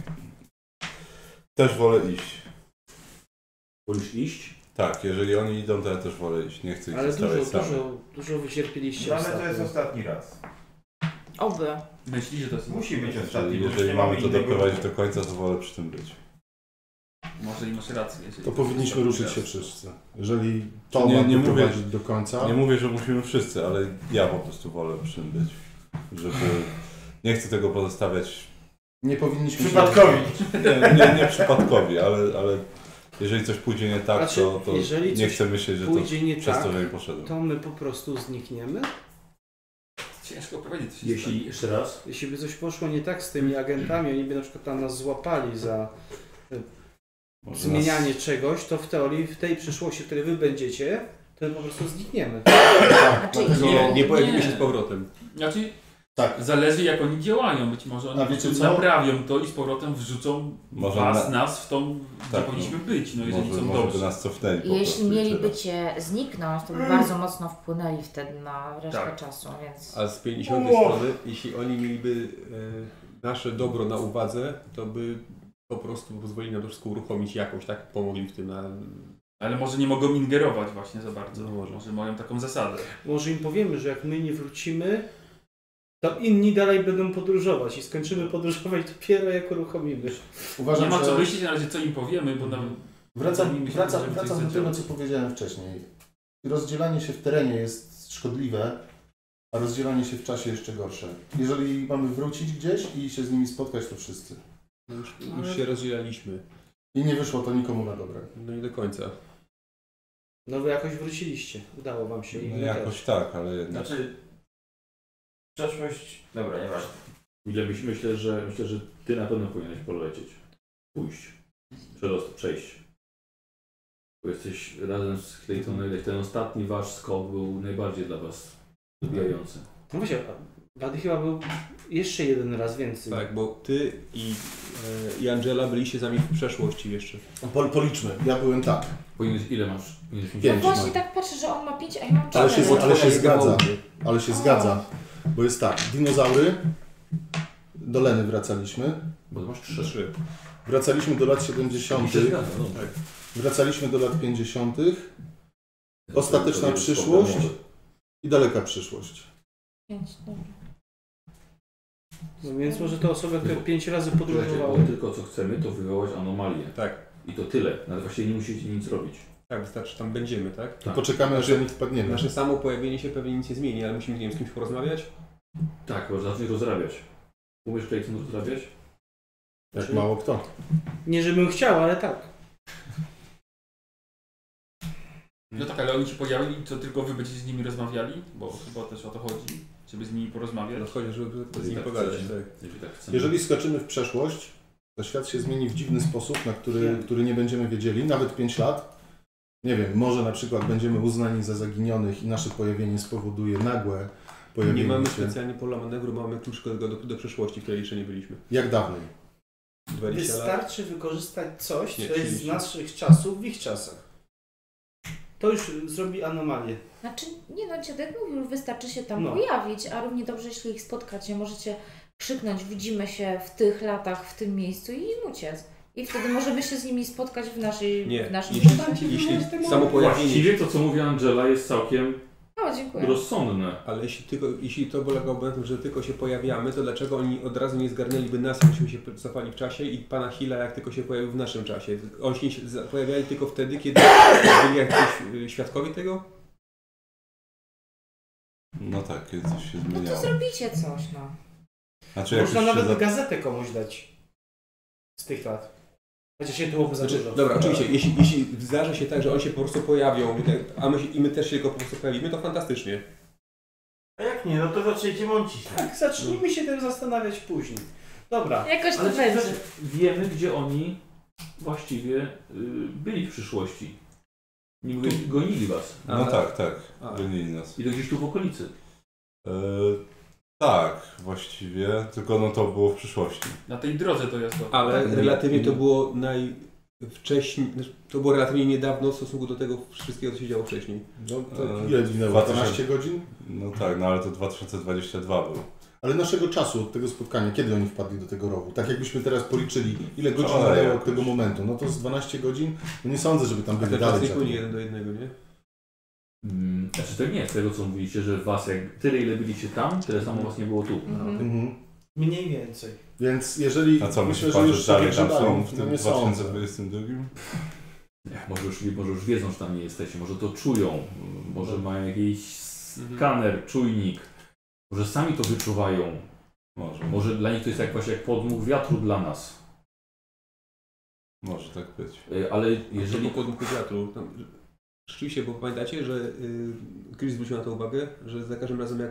Też wolę iść.
Wolisz iść?
Tak, jeżeli oni idą, to ja też wolę iść. Nie chcę ich
Ale dużo,
zostawiać samych.
dużo, dużo wycierpieliście
Dla mnie to jest
ostatnio.
ostatni raz.
Oby.
Myślisz, że to jest...
Musi być ostatni,
Czyli
bo już nie
jeżeli mamy
mamy
to
innego.
doprowadzić do końca, to wolę przy tym być.
Może i masz rację. Jeżeli
To powinniśmy ruszyć się wszyscy. Jeżeli to
nie,
ma
nie mówię,
doprowadzić do końca,
nie mówię, że musimy wszyscy, ale ja po prostu wolę przy tym być. Żeby... Nie chcę tego pozostawiać
nie powinniśmy się-
Przypadkowi.
nie, nie, nie przypadkowi, ale, ale jeżeli coś pójdzie nie tak,
Znaczy,
to, to
jeżeli
nie
coś
chcę myśleć, że to
pójdzie nie
przez
tak,
to, że nie poszedłem.
to my po prostu znikniemy.
Ciężko powiedzieć. co się
Jeśli jeszcze raz,
Jeśli by coś poszło nie tak z tymi agentami, oni by na przykład tam nas złapali za e,
Może
zmienianie czegoś, to w teorii w tej przyszłości, w której wy będziecie, to my po prostu znikniemy.
tak,
No,
dlatego...
Nie, nie pojawimy
Nie.
się z powrotem.
Znaczy,
Tak.
zależy jak oni działają. Być może oni
A
po prostu
wiecie co?
naprawią to i z powrotem wrzucą
Może
was,
na-
nas w tą, gdzie
Tak,
powinniśmy być, no jeżeli
może,
są
może by
dobrzy.
nas cofnęli po
Jeśli
prostu i
mieliby
tyle.
cię zniknąć, to by bardzo mocno wpłynęli wtedy na resztę
Tak.
czasu, więc...
A z 50 strony, jeśli oni mieliby e, nasze dobro na uwadze, to by po prostu pozwolili nam to wszystko uruchomić jakoś, tak? Pomogli w tym na...
Ale może nie mogą ingerować właśnie za bardzo.
No
może.
może.
mają taką zasadę.
Może im powiemy, że jak my nie wrócimy, to inni dalej będą podróżować i skończymy podróżować dopiero jak uruchomimy.
Tak. Uważam,
nie ma
że...
co myśleć na razie co im powiemy, bo nam...
Wracam,
Zajmijmy się
wracam,
tym, żeby coś
wracam do tego, co
zadziałać.
powiedziałem wcześniej. Rozdzielanie się w terenie jest szkodliwe, a rozdzielanie się w czasie jeszcze gorsze. Jeżeli mamy wrócić gdzieś i się z nimi spotkać, to wszyscy.
No Już, już się rozdzielaliśmy.
I nie wyszło to nikomu na dobre.
No nie do końca.
No wy jakoś wróciliście, udało wam się. i
No
my
jakoś tak, ale jednak.
Znaczy, przeszłość... Dobra, nieważne.
ile myśl, myślę, że myślę, że ty na pewno powinieneś polecieć. Pójść. Przerost, przejść. Bo jesteś razem z
Mhm.
Claytonem, ten ostatni wasz skok był najbardziej dla was
Mhm.
dobijający.
No właśnie, Buddy chyba był jeszcze jeden raz więcej.
Tak, bo ty i, e, i Angela byliście z nami w przeszłości jeszcze.
Pol, No, policzmy. Ja byłem tak.
Powinieneś, ile masz? Powinieneś mieć
No
Pięć.
właśnie tak patrzę, że on ma 5, a ja mam
Ale
4.
się, ale się zgadza.
Południe.
Ale się
O.
zgadza. Bo jest tak. Dinozaury. Do Leny wracaliśmy.
Bo masz trzy.
Trzy.
Wracaliśmy do lat 70.
I się zgadza, no.
Wracaliśmy do lat 50. Ostateczna przyszłość
no.
i daleka przyszłość.
No więc może te osoby, które
Bo-
pięć razy
Słuchajcie,
podróżowały.
bo tylko co chcemy, to wywołać anomalię.
Tak,
I to tyle. Nawet właściwie nie musicie nic robić.
tak, wystarczy, tam będziemy, tak? Znaczy,
I poczekamy, aż do nich wpadniemy.
Nasze samo pojawienie się pewnie nic nie zmieni, ale musimy nie wiem, z kimś porozmawiać.
Tak, bo zaczniesz rozrabiać. Umiesz Clayton rozrabiać?
Tak
Jak mało kto.
Nie żebym chciał, ale tak.
No tak, ale oni się pojawili, to tylko wy będziecie z nimi rozmawiali, bo chyba też o to chodzi, żeby z nimi porozmawiać.
No chodzi, żeby z
I
nim
tak
pogadać,
chcecie.
tak.
Jeżeli tak chcemy.
Jeżeli skoczymy w przeszłość, to świat się zmieni w dziwny sposób, na który,
Nie.
który nie będziemy wiedzieli, nawet 5 lat. Nie wiem, może na przykład będziemy uznani za zaginionych i nasze pojawienie spowoduje nagłe
Nie
pojawienie
mamy
się
specjalnie pola manewru, mamy klucz do, do, do przeszłości, w której jeszcze nie byliśmy.
jak dawniej.
20 lat.
Wystarczy wykorzystać coś,
Nie,
co jest z
30.
naszych czasów w ich czasach. To już zrobi anomalię.
Znaczy, nie no, dziadek mówił, wystarczy się tam
No.
pojawić, a równie dobrze, jeśli ich spotkacie, możecie krzyknąć, widzimy się w tych latach, w tym miejscu i im uciec. I wtedy możemy się z nimi spotkać w naszej...
Nie,
w naszym
jeśli, jeśli samo pojawienie
Właściwie to, co mówi Angela, jest całkiem
O, dziękuję.
rozsądne.
Ale jeśli, tylko, jeśli to polegałoby na tym, że tylko się pojawiamy, to dlaczego oni od razu nie zgarnęliby nas, jakbyśmy się cofali w czasie i pana Hilla, jak tylko się pojawił w naszym czasie? Oni się za- pojawiali tylko wtedy, kiedy byli jakiś y, świadkowie tego?
No tak, kiedy coś się
No to
zmieniało.
zrobicie coś, no.
Znaczy, jak
Można
już się
nawet
za...
gazetę komuś dać. Z tych lat. Chociaż nie to byłoby za
Znaczy,
dużo.
dobra, oczywiście, jeśli, jeśli zdarzy się tak, że oni się po prostu pojawią, my te- a my, się, i my też się tylko po prostu pojawimy, to fantastycznie.
A jak nie, no to zaczniecie mącić.
Tak, zacznijmy się tym zastanawiać później. Dobra.
Jakoś to
Ale
będzie.
przecież wiemy, gdzie oni właściwie y, byli w przyszłości. Nie mówię, gonili was.
No tak, tak.
A,
Gonili nas.
I to gdzieś tu w okolicy.
E, tak, właściwie. Tylko no to było w przyszłości.
Na tej drodze to jest to.
ale
Tak,
relatywnie
nie-
no.
to było najwcześniej, znaczy, to było relatywnie niedawno w stosunku do tego wszystkiego, co się działo wcześniej. E,
No, to
Eee,
ile minęło?
2000.
12 godzin?
No tak, no ale to 2022 było.
Ale naszego czasu od tego spotkania, kiedy oni wpadli do tego rowu? Tak jakbyśmy teraz policzyli, ile godzin
Wczoraj
minęło od
jakoś.
tego momentu. No to z 12 godzin, no nie sądzę, żeby tam
A
byli
ten czas
dalej.
nie
za
płynie
tym.
jeden do jednego, nie?
Mm, Znaczy tak nie, z tego co mówiliście, że was jak tyle ile byliście tam, tyle samo was nie było tu.
Mhm.
Mniej więcej.
Więc jeżeli...
A co,
myślę,
myślisz,
że
pan,
już
że dalej
takie
tam są
grzebali,
w
no
tym
nie sądzę.
2022?
Nie, Może już, może już wiedzą, że tam nie jesteście, może to czują,
Tak.
może mają jakiś
Mhm.
skaner, czujnik, może sami to wyczuwają.
Może.
Może dla nich to jest jak właśnie jak podmuch wiatru dla nas.
Może tak być.
Y, Ale
Jeżeli
jeżeli
podmuchu wiatru. Tam, rzeczywiście, bo pamiętacie, że y, Chris zwrócił na to uwagę, że za każdym razem jak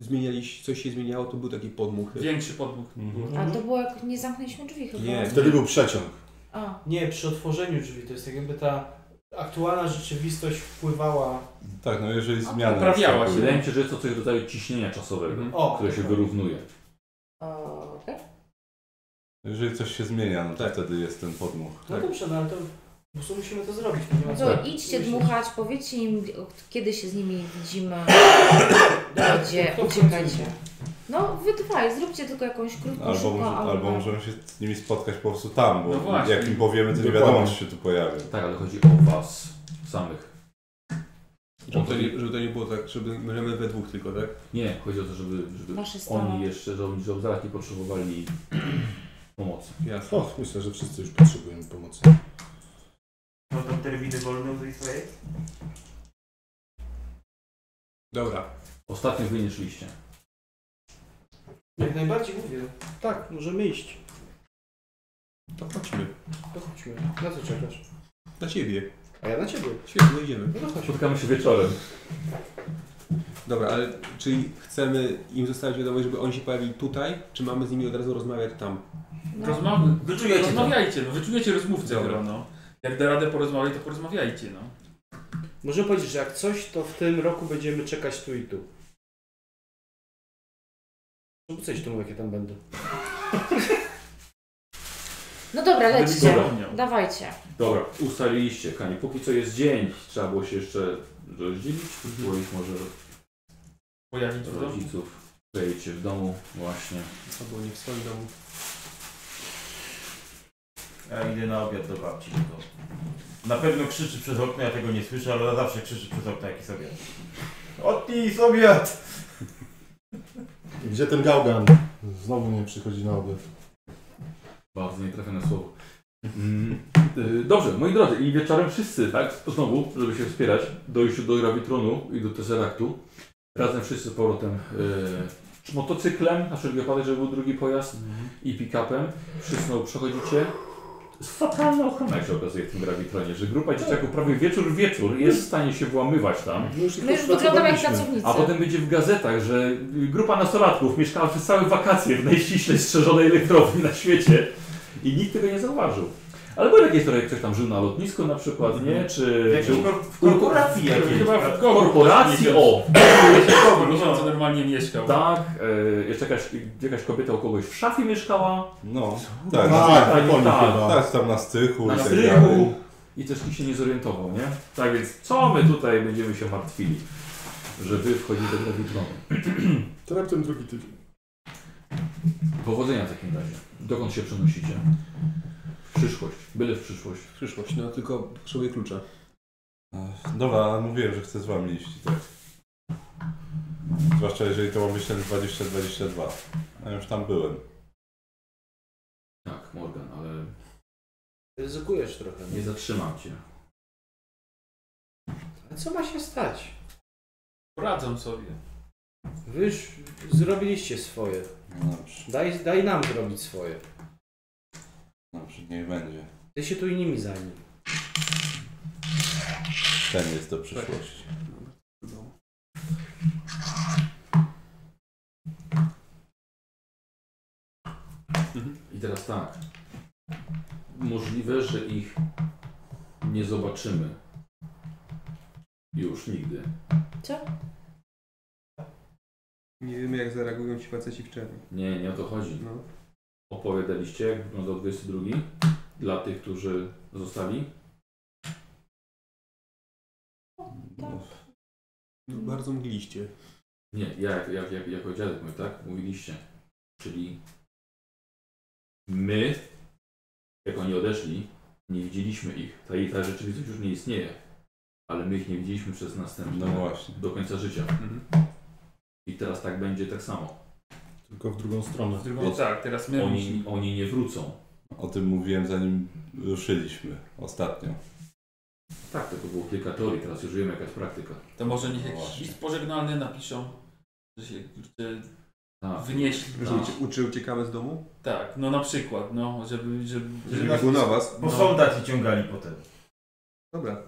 zmienialiś, coś się zmieniało, to był taki podmuch.
Większy podmuch. tak.
A to było jak nie zamknęliśmy drzwi chyba.
Nie.
Mhm. Wtedy był przeciąg.
A,
Nie, przy otworzeniu drzwi to jest tak jakby ta aktualna rzeczywistość wpływała.
Tak, no jeżeli
A,
zmiany
poprawiała
następują.
wydaje mi się, że jest to coś w rodzaju ciśnienia czasowego,
Mhm.
Mhm.
O,
które się
tak.
wyrównuje.
okej.
Jeżeli coś się zmienia, no to
Tak.
wtedy jest ten podmuch.
Tak.
no dobrze, no ale to po prostu musimy to zrobić. no Nie ma
No
co.
to idźcie dmuchać, powiedzcie im, kiedy się z nimi widzimy,
Tak,
gdzie
Kto
uciekajcie. No, wy dwaj, zróbcie tylko jakąś krótką,
Albo,
szybką
może,
aurę.
albo
tak.
możemy się z nimi spotkać po prostu tam,
No
bo
właśnie.
jak im powiemy, to nie
Dokładnie.
wiadomo, czy się tu pojawi.
Tak, ale chodzi o was samych.
Żeby to, nie, żeby to nie było tak, żeby my we dwóch tylko, tak?
Nie, chodzi o to, żeby, żeby
Nasze strony.
oni jeszcze, żeby, żeby zaraz nie potrzebowali pomocy.
Jasne.
Och, myślę, że wszyscy już potrzebujemy pomocy.
No to terminy wolne do swojej?
Dobra.
Ostatnio wy nie szliście.
Jak najbardziej mówię. Tak, możemy iść.
To chodźmy.
To chodźmy. Na co czekasz?
Na ciebie.
A ja na ciebie.
Świetnie, idziemy.
No to chodź.
tak, Spotkamy się wieczorem.
Dobra, ale czyli chcemy im zostawić wiadomość, żeby oni się pojawili tutaj, czy mamy z nimi od razu rozmawiać tam?
No.
Rozmaw...
Wyczujecie to.
Rozmawiajcie, no, wyczujecie rozmówcę
Dobra.
chyba, no. Jak da radę porozmawiać, to porozmawiajcie, no.
Możemy powiedzieć, że jak coś, to w tym roku będziemy czekać tu i tu. No bo coś tu mówię, jakie tam będę.
No dobra, lećcie.
Dobra.
Dawajcie.
Dobra, ustaliliście, Kani. Póki co jest dzień, trzeba było się jeszcze rozdzielić.
Mhm.
Było ich może
Pojawić w domu.
rodziców. Wejdźcie w domu, właśnie.
Albo nie w swoim domu.
Ja idę na obiad do babci. To na pewno krzyczy przez okno, ja tego nie słyszę, ale ona zawsze krzyczy przez okno jakiś obiad. Otis, obiad!
Gdzie ten gałgan? Znowu nie przychodzi na obiad.
Bardzo nietrafione słowo.
Mhm.
Mm, y, dobrze, moi drodzy, i wieczorem wszyscy, tak? To znowu, żeby się wspierać, dojściu do Gravitronu i do Tesseractu. Razem wszyscy z powrotem y, motocyklem, na wszelki wypadek, żeby był drugi pojazd i pick-upem. Wszyscy znowu przechodzicie. Z fatalną ochroną, jak się okazuje w tym Gravitronie, że grupa dzieciaków prawie wieczór w wieczór jest w stanie się włamywać tam.
My już wyglądamy jak pracownicy.
A potem będzie w gazetach, że grupa nastolatków mieszkała przez całe wakacje w najściślej strzeżonej elektrowni na świecie i nikt tego nie zauważył. Ale były takie historie, jak ktoś tam żył na lotnisku na przykład, nie? Czy, czy
w korporacji jakiejś.
Chyba w
w
kogo?
korporacji, o!
Kogo miesiąca normalnie mieszkał.
Tak, e, jeszcze jakaś, jakaś kobieta u kogoś w szafie mieszkała,
No, tak,
Tak,
tak,
tak, tak,
tak.
chyba.
tak, tam na stychu
na
i tak
strychu
dalej.
i też nikt się nie zorientował, nie? Tak więc co my tutaj będziemy się martwili, że wy wchodzicie do witronu?
To raptem drugi tydzień.
Powodzenia w takim razie. Dokąd się przenosicie? W przyszłość. Byle w przyszłość.
Przyszłość, no tylko potrzebuję klucza.
Ech, E, Dobra, ale mówiłem, że chcę z wami iść, tak. Zwłaszcza jeżeli to ma być ten 2022. A już tam byłem.
Tak, Morgan, ale
Ryzykujesz trochę.
nie zatrzymam cię.
A co ma się stać?
Poradzą sobie.
Wy już zrobiliście swoje.
No dobrze,
Daj, daj nam zrobić swoje.
dobrze, niech będzie.
Ty się tu innymi zajmij.
Ten jest do przyszłości.
I teraz tak. Możliwe, że ich nie zobaczymy. Już nigdy.
Nie wiemy jak zareagują ci faceci w czerni.
Nie, nie o to chodzi.
No.
Opowiadaliście, jak wyglądał 22 dla tych, którzy zostali.
Tak.
No, bardzo mgliście.
Nie, ja jak, jak, jak, jako dziadek mój, tak? Mówiliście. Czyli my, jak oni odeszli, nie widzieliśmy ich. Ta, ta rzeczywistość już nie istnieje. ale my ich nie widzieliśmy przez następne
No właśnie.
do końca życia. I teraz tak będzie tak samo.
Tylko w drugą stronę.
Z drugą, tak, teraz my
Oni, oni nie wrócą.
O tym mówiłem zanim ruszyliśmy ostatnio.
Tak, to było kilka teorii, teraz już wiemy jaka jest praktyka.
To może niech
No
jakiś
właśnie.
list pożegnalny napiszą, że się że
Tak.
wynieśli. No,
Że ucie- uczy, uciekamy z domu?
tak, no na przykład, no, żeby, żeby,
Żeby
żeby
nas-
Był na was.
Bo
No.
soldat i ciągali potem.
Dobra.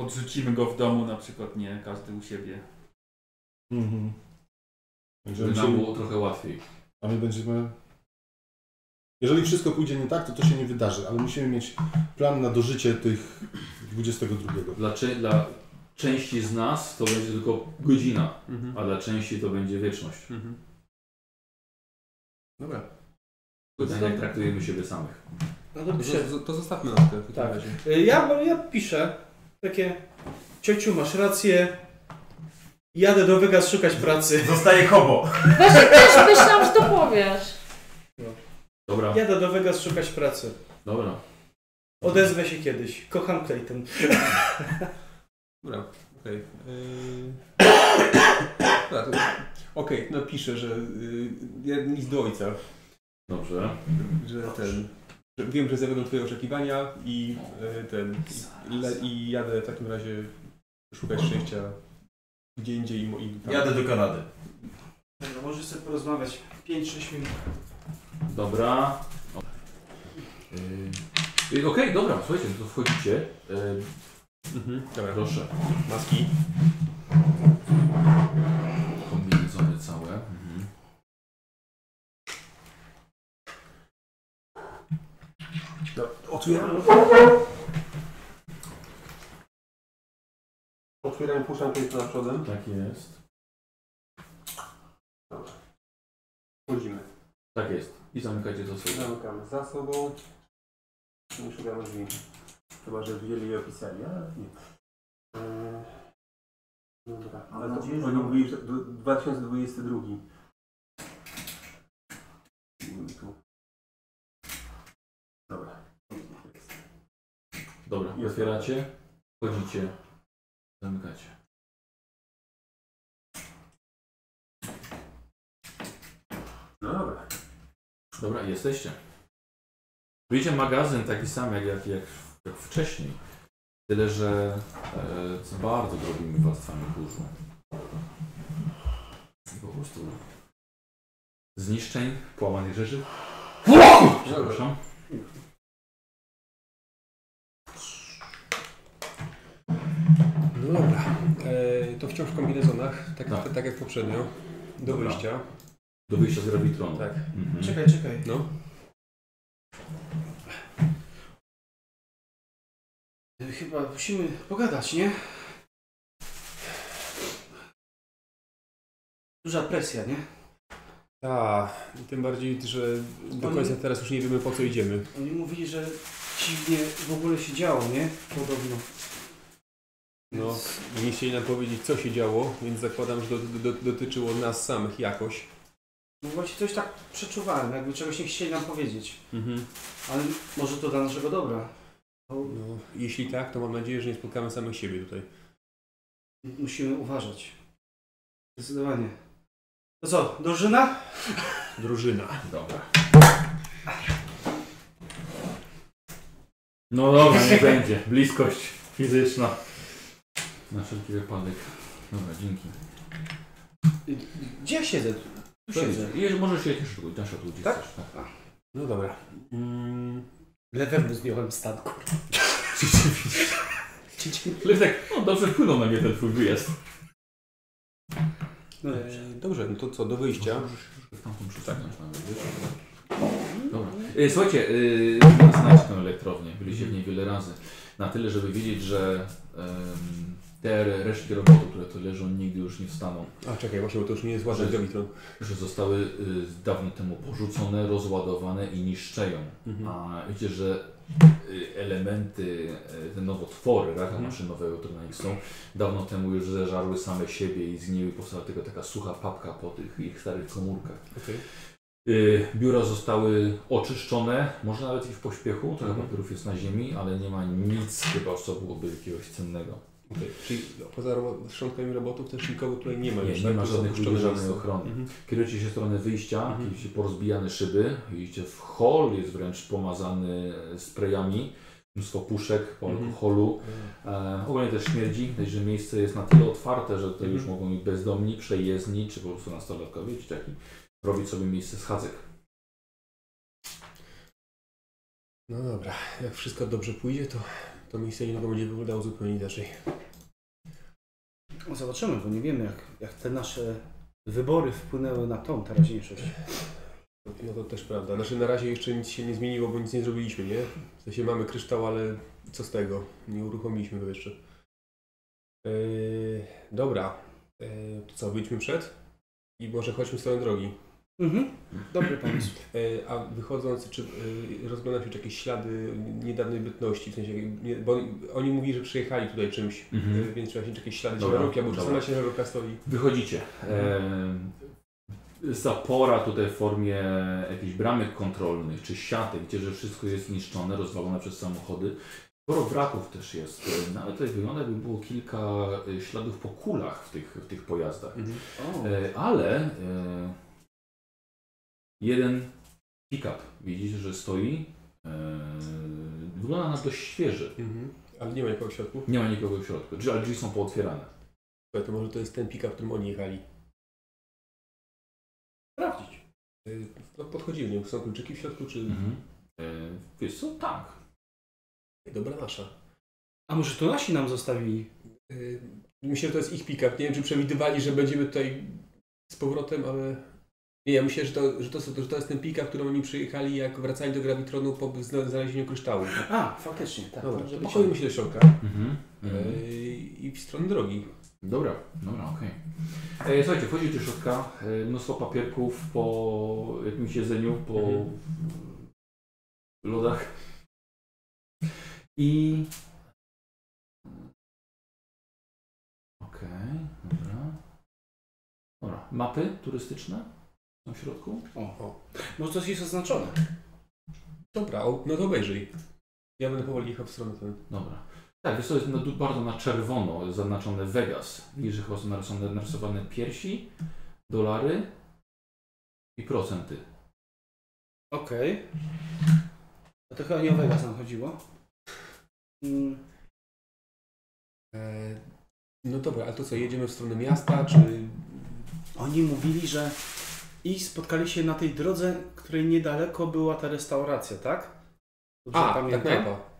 odrzucimy go w domu na przykład, nie, każdy u siebie.
Mhm. Będziemy
Żeby nam
się,
było trochę łatwiej.
a my będziemy... Jeżeli wszystko pójdzie nie tak, to to się nie wydarzy, ale musimy mieć plan na dożycie tych 22.
Dla, cze- dla części z nas to będzie tylko godzina,
Mhm.
a dla części to będzie wieczność.
Mhm. Dobra.
Pytanie, jak traktujemy siebie samych.
No
To,
dobrze.
zo- to zostawmy nas w tym- w takim
Tak.
razie.
Y, Ja, ja piszę takie, ciociu masz rację, jadę do Vegas szukać pracy.
Zostaje hobo.
Właśnie też myślałam, że to powiesz.
Dobra,
Jadę do Vegas szukać pracy.
dobra.
Odezwę się kiedyś. Kocham Clayton.
Dobra, okej. Yy... Dobra, to- Okej, napiszę, że yy, ja nic do ojca,
Dobrze.
że ten... Że wiem, że zawiodą twoje oczekiwania i yy, ten... I, le, I jadę w takim razie szukać szczęścia gdzie indziej i... mo- i tam.
Jadę do Kanady.
Dobra, możesz sobie porozmawiać 5-6 minut.
Dobra. Yy, Okej, dobra, słuchajcie, no to wchodzicie. Yy,
Mhm, dobra.
proszę.
Maski.
Kombinezony całe. Mhm.
Otwieram. Otwieram, puszczam to na przodem.
Tak jest.
Wchodzimy.
Tak jest. I zamykacie to sobie.
Zamykamy za sobą. Nie szukamy drzwi. Chyba, że widzieli i opisali, ale nie. Eee, no Dobra, ale to oni mówili, że d- 2022. Mamy tu. Dobra.
Dobra,
Jest.
otwieracie, wchodzicie, zamykacie.
No dobra.
Dobra, jesteście. Widzicie magazyn taki sam jak, jak, jak, jak wcześniej. Tyle, że e, z bardzo drobnymi warstwami burzu. Po prostu zniszczeń, połamanych rzeczy. Przepraszam.
No dobra. Eee, to wciąż w kombinezonach, tak,
Tak.
tak jak poprzednio. Do
Dobra.
wyjścia.
Do wyjścia z Gravitronu.
Tak.
Mhm.
Czekaj, czekaj.
No.
Y, Chyba musimy pogadać, nie? Duża presja, nie?
A, tym bardziej, że do
końca
teraz już nie wiemy po co idziemy.
Oni mówili, że dziwnie w ogóle się działo, nie? Podobno.
No, nie chcieli nam powiedzieć, co się działo, więc zakładam, że do, do, dotyczyło nas samych jakoś.
No właśnie coś tak przeczuwałem, jakby czegoś nie chcieli nam powiedzieć.
Mhm.
Ale może to dla naszego dobra. Bo
No, jeśli tak, to mam nadzieję, że nie spotkamy samych siebie tutaj.
musimy uważać. Zdecydowanie. To co, drużyna?
Drużyna.
Dobra. No dobra, nie będzie. Bliskość fizyczna. Na wszelki wypadek. Dobra, dzięki.
Gdzie ja siedzę? Tu siedzę.
Jeż, możesz się też tu, też tu gdzieś
Tak?
chcesz, tak.
No dobra. Mm,
Lewemu zdjąłem stan, kurwa.
Ale tak, no dobrze wpłynął na mnie ten twój wyjazd.
No dobrze.
e, dobrze, no to co, do wyjścia.
W tak, tamtym przystanąć nawet, wiesz? Dobra. E, Słuchajcie, e, znacie tę elektrownię, byliście w niej wiele razy. Na tyle, żeby wiedzieć, że em, te resztki robotów, które tu leżą, nigdy już nie wstaną.
A czekaj, właśnie, bo to już nie jest ładny
Dobrze.
grawitron.
że zostały y, dawno temu porzucone, rozładowane i niszczeją.
Mhm.
A wiecie, że y, elementy, y, te nowotwory, raka maszynowe, które na nich są, dawno temu już zeżarły same siebie i zgniły, powstała tylko taka sucha papka po tych ich starych komórkach.
Okej.
Y, Biura zostały oczyszczone, może nawet i w pośpiechu, trochę papierów jest na ziemi, ale nie ma nic chyba, co byłoby jakiegoś cennego.
Okej, Czyli no, poza ro- szczątkami robotów też nikogo tutaj nie ma
Nie,
już,
nie
tak?
ma
To są
żadnych
opuszczone
ludzi, żadnej
miejsca.
ochrony.
Mhm.
Kierujecie się w stronę wyjścia,
Mhm.
widzicie porozbijane szyby, idziecie w hol, jest wręcz pomazany sprayami, mnóstwo puszek po
Mhm.
alkoholu. E, ogólnie też śmierdzi, widać, że miejsce jest na tyle otwarte, że to już
Mhm.
mogą i bezdomni, przejezdni, czy po prostu nastolatkowie, czy taki robić sobie miejsce schadzek.
No dobra, jak wszystko dobrze pójdzie, to to miejsce niedługo będzie wyglądało zupełnie inaczej.
No Zobaczymy, bo nie wiemy, jak, jak te nasze wybory wpłynęły na tą teraźniejszość.
No to też prawda. Znaczy na razie jeszcze nic się nie zmieniło, bo nic nie zrobiliśmy, nie? W sensie mamy kryształ, ale co z tego? Nie uruchomiliśmy go jeszcze. Yy, dobra, yy, to co, wyjdźmy przed? I może chodźmy swoją drogi.
Mhm. Dobry pomysł.
E, A wychodząc, czy e, rozglądam się, czy jakieś ślady niedawnej bytności, w sensie, nie- bo oni- oni mówili, że przyjechali tutaj czymś,
Mhm.
e, więc właśnie czy jakieś ślady
Dobra,
ciężarówki, albo czy
dobra.
sama ciężarówka stoi. Mhm.
Wychodzicie. E, zapora tutaj w formie jakichś bramek kontrolnych czy siatek, gdzie że wszystko jest niszczone, rozwalone przez samochody. Sporo wraków też jest, e, no, ale tutaj wygląda jakby było kilka e, śladów po kulach w tych, w tych pojazdach.
Mhm.
E, ale e, jeden pick-up widzicie, że stoi. E, wygląda na dość świeży.
Mhm. Ale nie ma nikogo w środku.
Nie ma nikogo w środku. Drzwi- Ale drzwi są pootwierane.
Słuchaj, to może to jest ten pick-up, którym oni jechali.
Sprawdzić.
E, No podchodzimy, nie wiem, są kluczyki w środku, czy...
Mhm. E, wiesz co? Tak.
Dobra nasza.
A może to nasi nam zostawili?
E, Myślę, że to jest ich pick-up. Nie wiem, czy przewidywali, że będziemy tutaj z powrotem, ale... Nie, ja myślę, że to, że to, że to jest ten pick-up, którym oni przyjechali, jak wracali do Gravitronu po zna- znalezieniu kryształu.
A, faktycznie, tak.
Dobra,
może
to
być.
pochowimy się do środka
Mhm. Mhm.
e, i w stronę drogi.
Dobra, dobra, okej. E, Słuchajcie, wchodzi do środka e, mnóstwo papierków po jakimś jedzeniu, po
Mhm.
lodach. I... Okej, dobra. Dobra, mapy turystyczne są w środku.
O. Może coś jest oznaczone.
No Dobra, o- no to obejrzyj. Ja będę powoli jechał w stronę ten.
Dobra. Tak, jest to jest na, bardzo na czerwono zaznaczone Vegas. Niżej chyba są narysowane, narysowane piersi, dolary i procenty.
Okej. A to chyba nie o Vegas nam chodziło. Mm,
E, no dobra, ale to co, jedziemy w stronę miasta, czy...
Oni mówili, że i spotkali się na tej drodze, której niedaleko była ta restauracja, tak? Dobrze
A, ta
pamiętam?
knajpa.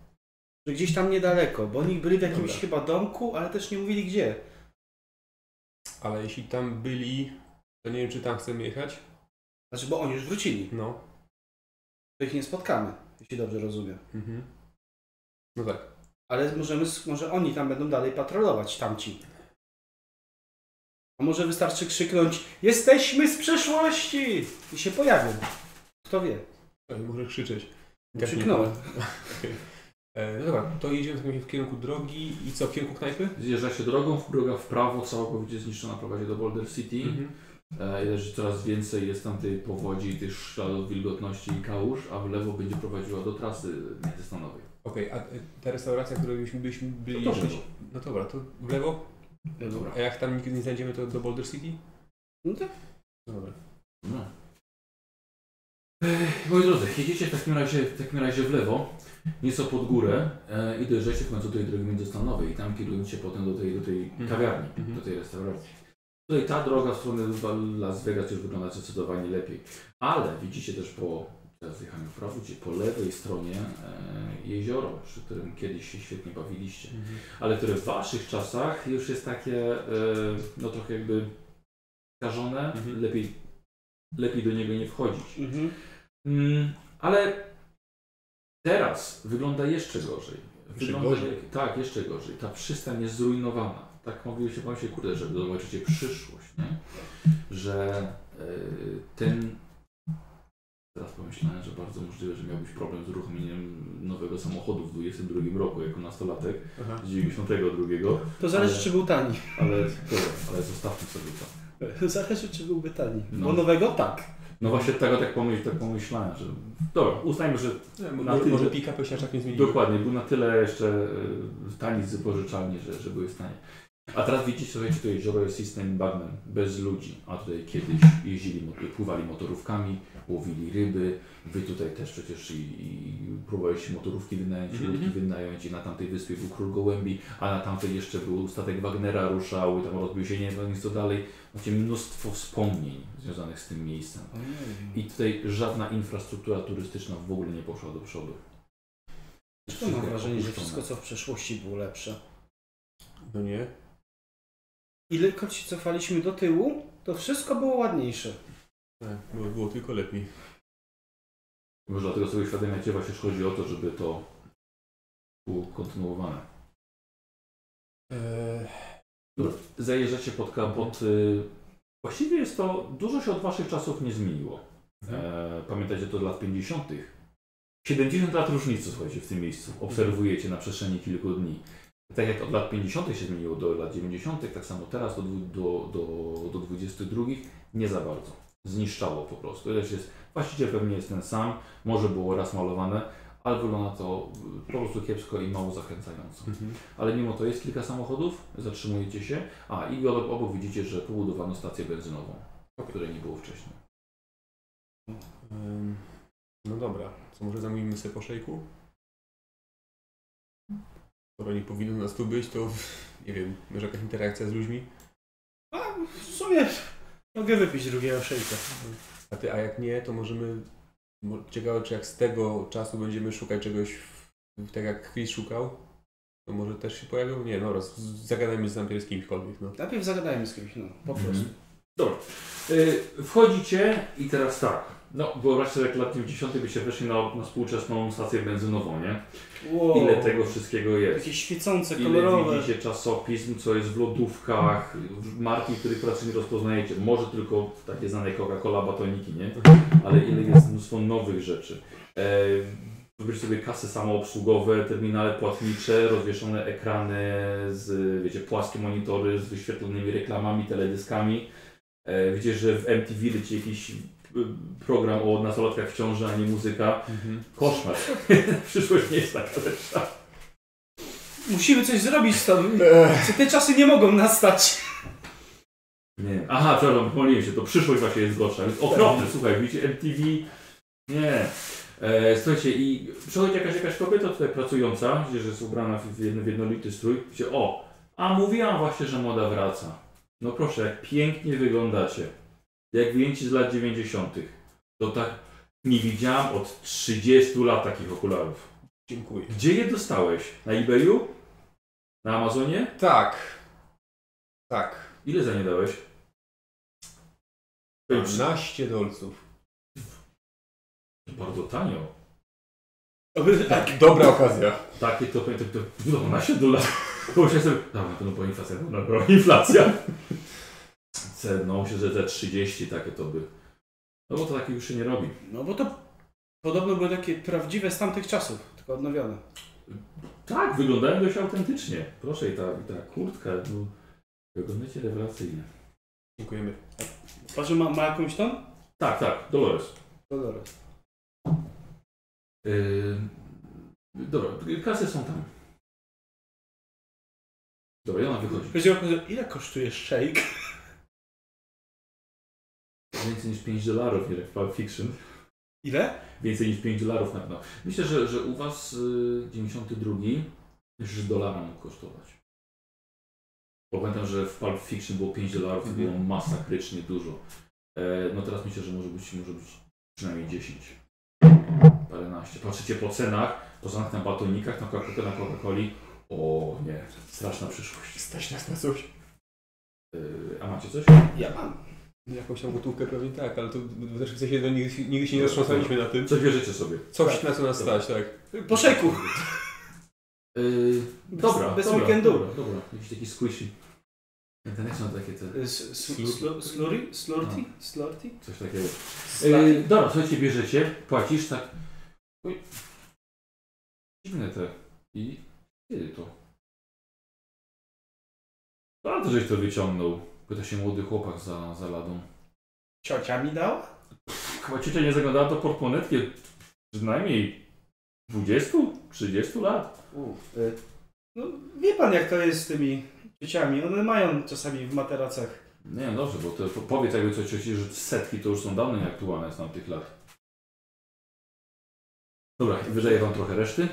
że gdzieś tam niedaleko, bo oni byli w jakimś
Dobra.
chyba domku, ale też nie mówili gdzie.
Ale jeśli tam byli, to nie wiem, czy tam chcemy jechać.
Znaczy, bo oni już wrócili,
No.
to ich nie spotkamy, jeśli dobrze rozumiem.
Mhm. No tak.
Ale możemy, może oni tam będą dalej patrolować, tamci. A może wystarczy krzyknąć, jesteśmy z przeszłości! I się pojawią. Kto wie,
Ej, Może krzyczeć.
krzyknąłem.
E, no dobra, to jedziemy w kierunku drogi i co, w kierunku knajpy?
Zjeżdża się drogą, w- droga w prawo całkowicie zniszczona prowadzi do Boulder City.
Mhm.
E, I też coraz więcej jest tam tej powodzi, tych śladów wilgotności i kałuż, a w lewo będzie prowadziła do trasy międzystanowej.
Okej, a e, ta restauracja, w której byśmy, byśmy byli...
To dobrze.
jeszcze- No dobra, to w lewo,
Dobra.
a jak tam nigdy nie znajdziemy, to do Boulder City?
E, No tak.
No dobra.
No. Ech, E, Moi drodzy, jedziecie w takim razie w, takim razie w lewo, nieco pod górę e, i dojeżdżacie w końcu do tej drogi międzystanowej i tam kierujecie potem do tej, do tej
Mhm.
kawiarni,
Mhm.
do tej restauracji. Tutaj ta droga w stronę Las Vegas już wygląda zdecydowanie lepiej, ale widzicie też po, teraz jechamy w prawo, gdzie po lewej stronie e, jezioro, przy którym kiedyś się świetnie bawiliście
Mhm.
ale które w waszych czasach już jest takie, e, no trochę jakby skażone,
Mhm.
lepiej, lepiej do niego nie wchodzić.
Mhm.
Mm, ale teraz wygląda jeszcze gorzej. Wygląda,
gorzej?
jak- Tak, jeszcze gorzej. Ta przystań jest zrujnowana. Tak mówiło się wam się, kurde, że zobaczycie przyszłość, nie? Że e, ten... Teraz pomyślałem, że bardzo możliwe, że miał być problem z uruchomieniem nowego samochodu w 22 roku jako nastolatek.
Aha.
92,
To zależy,
Ale-
czy był tani.
ale, dobra, ale zostawmy sobie to.
Zależy, czy byłby tani.
No.
Bo nowego tak.
No właśnie tego tak, pomyśl, tak pomyślałem, że... Dobra, uznajmy, że
Nie,
Na
może
tyle.
może pick-upy się aż tak nie zmieniły.
Dokładnie, był na tyle jeszcze y, tani z wypożyczalni, że, że były w stanie. A teraz widzicie, słuchajcie, to jezioro jest istnym bagnem, bez ludzi. A tutaj kiedyś jeździli, mot- pływali motorówkami, łowili ryby. Wy tutaj też przecież i, i próbowaliście motorówki wynająć,
Mhm.
łódki wynająć i na tamtej wyspie był Król Gołębi, a na tamtej jeszcze był statek Wagnera, ruszał i tam rozbił się nie wiem co dalej. Macie mnóstwo wspomnień związanych z tym miejscem. I tutaj żadna infrastruktura turystyczna w ogóle nie poszła do przodu.
Dlaczego mam
Wszystko
wrażenie, że
opuszczone.
wszystko co w przeszłości było lepsze?
No nie.
Ilekroć się cofaliśmy do tyłu, to wszystko było ładniejsze.
Tak, było, było tylko lepiej.
Może dlatego sobie uświadamiacie, właśnie chodzi o to, żeby to było kontynuowane.
Eee,
Zajeżdżacie pod kapot. y, Właściwie jest to, dużo się od waszych czasów nie zmieniło.
Mhm.
E, pamiętajcie to lat 50. 70 lat różnicy, słuchajcie, w tym miejscu. Obserwujecie na przestrzeni kilku dni. Tak jak od lat 50. się zmieniło do lat 90., tak samo teraz do, dwu- do, do, do 22. nie za bardzo. Zniszczało po prostu. Ileś jest, właściciel pewnie jest ten sam, może było raz malowane, ale wygląda to y, po prostu kiepsko i mało zachęcająco.
mhm.
Ale mimo to jest kilka samochodów, zatrzymujecie się. A i obok, obok widzicie, że pobudowano stację benzynową, której nie było wcześniej.
Em, No dobra, co może zamówimy sobie po szejku? Skoro nie powinno nas tu być, to nie wiem, może jakaś interakcja z ludźmi?
A w sumie mogę wypić drugiego szejka.
A, ty, a jak nie, to możemy... mo- Ciekawe, czy jak z tego czasu będziemy szukać czegoś, w, w- tak jak Chris szukał, to może też się pojawią? Nie, no raz, zagadajmy z najpierw z kimkolwiek, no. Mhm.
Najpierw zagadajmy z kimś, no po prostu.
Yy, wchodzicie i teraz tak. No, wyobraźcie, sobie, jak lat 90. byście weszli na, na współczesną stację benzynową, nie?
Wow.
Ile tego wszystkiego jest?
Takie świecące,
Ile
kolorowe.
widzicie czasopism, co jest w lodówkach, w- marki, których raczej nie rozpoznajecie. Może tylko takie znane Coca-Cola, batoniki, nie? Ale ile jest mnóstwo nowych rzeczy. E, Wyobraź sobie kasy samoobsługowe, terminale płatnicze, rozwieszone ekrany z, wiecie, płaskie monitory z wyświetlonymi reklamami, teledyskami. E, Widzisz, że w MTV leci jakiś y, program o nastolatkach w ciąży, a nie muzyka. Koszmar. Przyszłość nie jest taka lepsza.
Musimy coś zrobić z tym. Czy te czasy nie mogą nastać?
Nie. Aha, przepraszam, pomyliłem się, to przyszłość właśnie jest gorsza. Jest okropne, słuchaj, widzicie MTV. Nie. E, słuchajcie, i przychodzi jakaś, jakaś kobieta tutaj pracująca, gdzie że jest ubrana w, jedno, w jednolity strój. Widzicie, o, a mówiłam właśnie, że moda wraca. No proszę, jak pięknie wyglądacie. Jak wyjęci z lat 90. To tak nie widziałam od 30 lat takich okularów.
Dziękuję.
Gdzie je dostałeś? Na eBayu? Na Amazonie?
Tak. Tak.
Ile za nie dałeś?
12 dolców.
Bardzo tanio.
Tak, dobra okazja.
Takie to pamiętam, to 12 dolarów. Pomyślałem sobie, dobra, to no bo inflacja, no dobra, inflacja. Cenno, myślę, że te 30 takie to by. No bo to takich już się nie robi.
No bo to podobno były takie prawdziwe z tamtych czasów, tylko odnowione.
Tak, wyglądają dość autentycznie. Proszę, i ta, i ta kurtka, no, wyglądacie rewelacyjnie.
Dziękujemy.
Patrz, ma, ma jakąś tą?
Tak, tak, Dolores.
Kolorę.
Yy, y, dobra, kasy są tam. Dobra, i ona wychodzi.
Powiedział, ile kosztuje shake?
Więcej niż 5 dolarów, nie jak w Pulp Fiction.
Ile?
więcej niż 5 dolarów na pewno. Myślę, że, że u Was y, 92 myślę, że dolara mógł kosztować. Bo pamiętam, że w Pulp Fiction było 5 dolarów, to było
Mhm.
masakrycznie dużo. E, no teraz myślę, że może być, może być przynajmniej 10. Paręnaście. Patrzycie po cenach, po cenach na batonikach, na Coca- na Coca-Coli. O nie, straszna przyszłość.
Stać nas na coś.
Y, a macie coś?
Ja mam.
Jakąś tam gotówkę pewnie tak, ale to w naszym sensie no, nigdy, nigdy się nie roztrząsaliśmy na tym.
Coś wierzycie sobie.
Coś na co nas stać, tak. Yy,
Po shake'u.
Y, dobra,
bez
dobra,
weekendu.
Dobra, dobra. Jakiś taki squishy. Ten jak są takie te...
S- s- slu- Slurry? Slurty? Slurty?
Coś takiego.
Slurty?
Yy, dobra, słuchajcie, bierzecie, płacisz tak. Oj. Dziwne te. tak. I kiedy to? Bardzo żeś to wyciągnął. Pyta się młody chłopak za, za ladą.
Ciocia mi dała?
Chyba ciocia nie zaglądała do portmonetki od przynajmniej 20, 30 lat.
U, y, no wie pan jak to jest z tymi dzieciami. One mają czasami w materacach.
Nie wiem, dobrze, bo to, to powiedz jakby coś cioci, że setki to już są dawno nieaktualne z tamtych lat. Dobra, wydaję wam trochę reszty.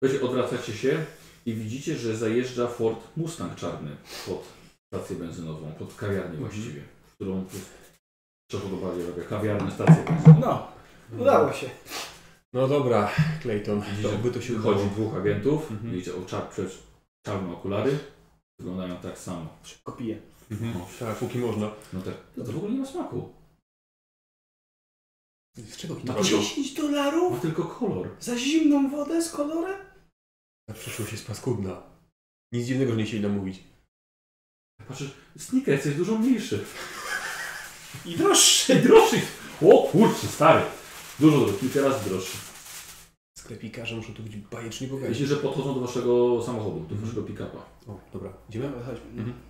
Słuchajcie, odwracacie się i widzicie, że zajeżdża Ford Mustang czarny pod stację benzynową, pod
Mhm.
kawiarnię właściwie, którą przepodobali robię kawiarnię, stację benzynową.
No, udało się.
No dobra, Clayton,
Mhm. Widzicie,
to by to się udało.
Wychodzi dwóch agentów,
Mhm.
widzicie o czar, przez czarne okulary, wyglądają tak samo.
Szybko piję.
Mhm. Tak, póki można.
No tak, to, to w ogóle nie ma smaku.
Z czego
Ma
kino?
tylko,
10 dolarów
ma tylko kolor.
za zimną wodę z kolorem?
Ta przyszłość jest paskudna. Nic dziwnego, że nie chcieli nam mówić.
Patrzysz, Snickers Znaczy, jest dużo mniejszy.
I droższy.
Ty droższy! O kurczę, stary! Dużo droższy, kilka razy droższy.
Sklepikarze muszą tu być bajecznie bogaci.
Myślisz, że podchodzą do waszego samochodu, do waszego pick-upa.
O, dobra. Idziemy?
Mhm. Dobra, chodźmy.
Mhm.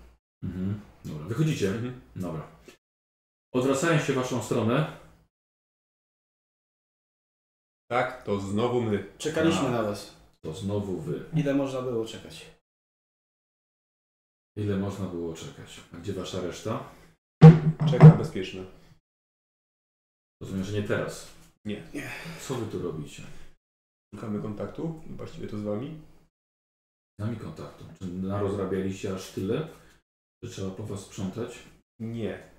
Mhm. Dobra, wychodzicie.
Mhm.
Dobra. Odwracają się w waszą stronę.
Tak, to znowu my.
Czekaliśmy
A.
na was.
To znowu wy.
Ile można było czekać?
Ile można było czekać? A gdzie wasza reszta?
Czeka bezpieczne.
Rozumiem, że nie teraz.
Nie.
Co wy tu robicie?
Szukamy kontaktu, właściwie to z wami.
Z nami kontaktu. Czy narozrabialiście aż tyle, że trzeba po was sprzątać?
Nie.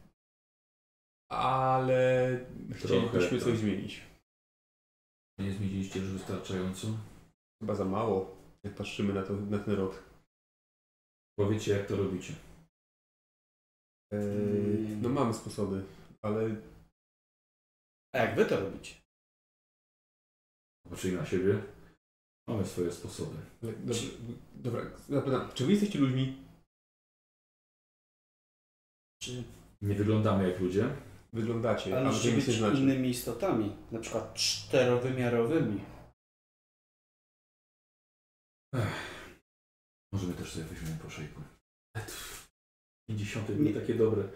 Ale chcielibyśmy
tak.
coś zmienić.
Nie zmieniliście już wystarczająco?
Chyba za mało, jak patrzymy na, to, na ten rok.
Powiecie, jak to robicie.
Eee,
Mm.
No mamy sposoby, ale
A jak wy to robicie?
Popatrzyli na siebie. Mamy swoje sposoby.
Ale Dobrze, dobra, zapytam, czy wy jesteście ludźmi?
Czy
Nie wyglądamy jak ludzie.
Wyglądacie,
ale
ale wy
możecie
nic nie
być
znaczy.
innymi istotami? Na przykład czterowymiarowymi.
Możemy też sobie weźmiemy po szejku. 50 nie takie dobre.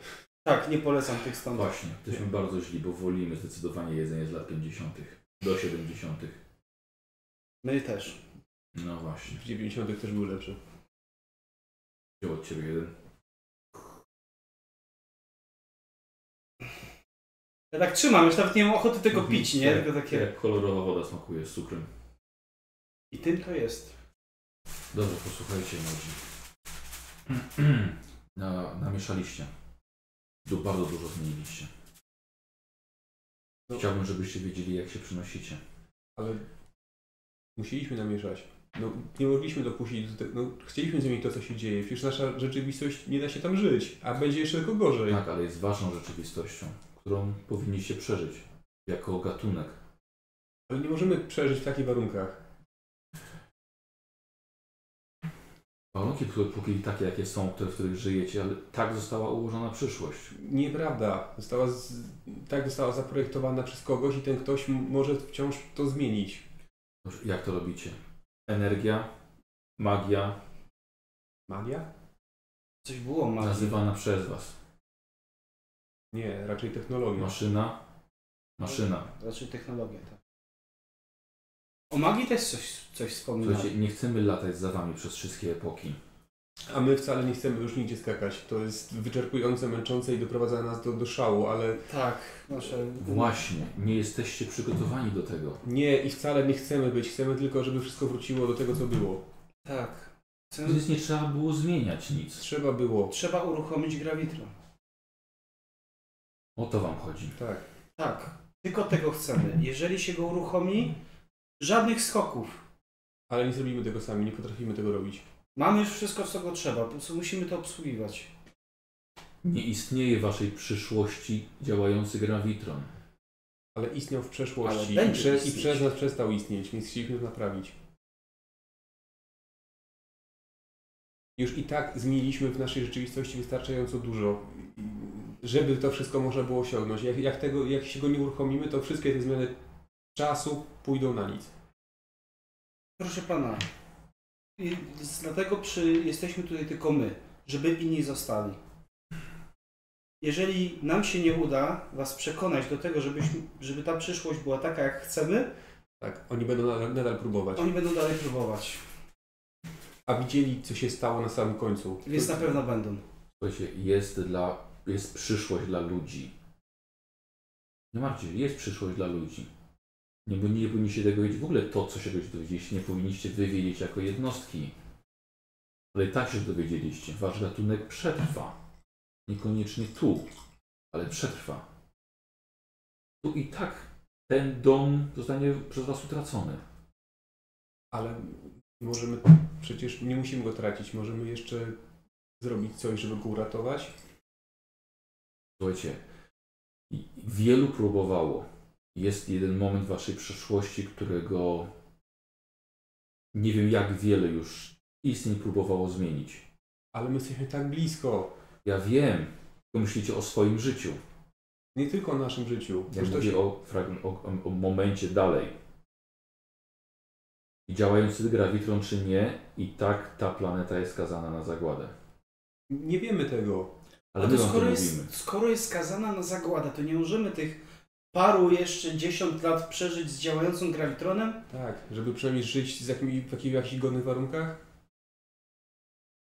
Tak, nie polecam tych standardów.
Właśnie, jesteśmy bardzo źli, bo wolimy zdecydowanie jedzenie z lat 50. do 70.
My też.
No właśnie.
W 90 też był lepszy.
Wziął od ciebie jeden.
Ja tak trzymam, już nawet nie mam ochoty tego
Mhm,
pić, nie?
tak.
Tylko takie...
Jak kolorowa woda smakuje z cukrem.
I tym to jest.
Dobrze, posłuchajcie młodzi. Na, namieszaliście. Du, bardzo dużo zmieniliście.
No.
Chciałbym, żebyście wiedzieli, jak się przenosicie.
Ale musieliśmy namieszać. No, nie mogliśmy dopuścić do tego. No, chcieliśmy zmienić to, co się dzieje. Przecież nasza rzeczywistość nie da się tam żyć, a będzie jeszcze tylko gorzej.
Tak, ale jest waszą rzeczywistością, którą powinniście przeżyć. Jako gatunek.
Ale nie możemy przeżyć w takich warunkach.
Warunki, które póki takie, jakie są, które, w których żyjecie, ale tak została ułożona przyszłość.
Nieprawda. Została z... Tak została zaprojektowana przez kogoś i ten ktoś m- może wciąż to zmienić.
Dobrze, Jak to robicie? Energia, magia,
Magia?
Coś było magii.
nazywana przez was.
Nie, raczej technologia.
Maszyna, maszyna.
Znaczy technologia, tak. O magii też coś, coś wspominałem.
Słuchajcie, nie chcemy latać za wami przez wszystkie epoki.
A my wcale nie chcemy już nigdzie skakać. To jest wyczerpujące, męczące i doprowadza nas do, do szału, ale
Tak, nasze...
Właśnie, nie jesteście przygotowani do tego.
nie i wcale nie chcemy być. Chcemy tylko, żeby wszystko wróciło do tego, co było.
Tak. Chcę-
Więc nie trzeba było zmieniać nic.
Trzeba było.
Trzeba uruchomić grawitron.
O to wam chodzi.
Tak.
Tak, tylko tego chcemy. Jeżeli się go uruchomi, żadnych skoków.
Ale nie zrobimy tego sami, nie potrafimy tego robić.
Mamy już wszystko, co go trzeba, po prostu musimy to obsługiwać.
Nie istnieje w waszej przyszłości działający grawitron.
Ale istniał w przeszłości
Ale
i,
będzie
prze, i
istnieć.
przez nas przestał istnieć, więc chcieliśmy to naprawić. Już i tak zmieniliśmy w naszej rzeczywistości wystarczająco dużo, żeby to wszystko można było osiągnąć. Jak, jak, tego, jak się go nie uruchomimy, to wszystkie te zmiany czasu pójdą na nic.
Proszę pana, i z- dlatego przy, jesteśmy tutaj tylko my, żeby inni zostali. jeżeli nam się nie uda Was przekonać do tego, żebyśmy, żeby ta przyszłość była taka, jak chcemy,
Tak, oni będą nadal, nadal próbować.
oni będą dalej próbować.
A widzieli, co się stało na samym końcu.
Więc na pewno będą.
Słuchajcie, jest dla, jest przyszłość dla ludzi. Nie martwcie się, jest przyszłość dla ludzi. Nie, bo nie powinniście tego wiedzieć. W ogóle to, co się dowiedzieliście, nie powinniście wy wiedzieć jako jednostki. Ale i tak się dowiedzieliście. Wasz gatunek przetrwa. Niekoniecznie tu, ale przetrwa. Tu i tak ten dom zostanie przez was utracony.
Ale możemy, przecież nie musimy go tracić. Możemy jeszcze zrobić coś, żeby go uratować.
Słuchajcie, i- wielu próbowało. Jest jeden moment w waszej przeszłości, którego nie wiem jak wiele już istnień próbowało zmienić.
Ale my jesteśmy tak blisko.
Ja wiem, tylko myślicie o swoim życiu.
Nie tylko o naszym życiu.
Ja
Już to
mówię
się-
o, fragmen- o, o- o momencie dalej. I działający grawitron czy nie, i tak ta planeta jest skazana na zagładę.
Nie wiemy tego.
Ale
A
my
to
wam to
skoro
mówimy.
jest, skoro jest skazana na zagładę, to nie możemy tych paru jeszcze dziesiąt lat przeżyć z działającym grawitronem?
Tak, żeby przynajmniej żyć z jakimi, w jakich- jakichś godnych warunkach.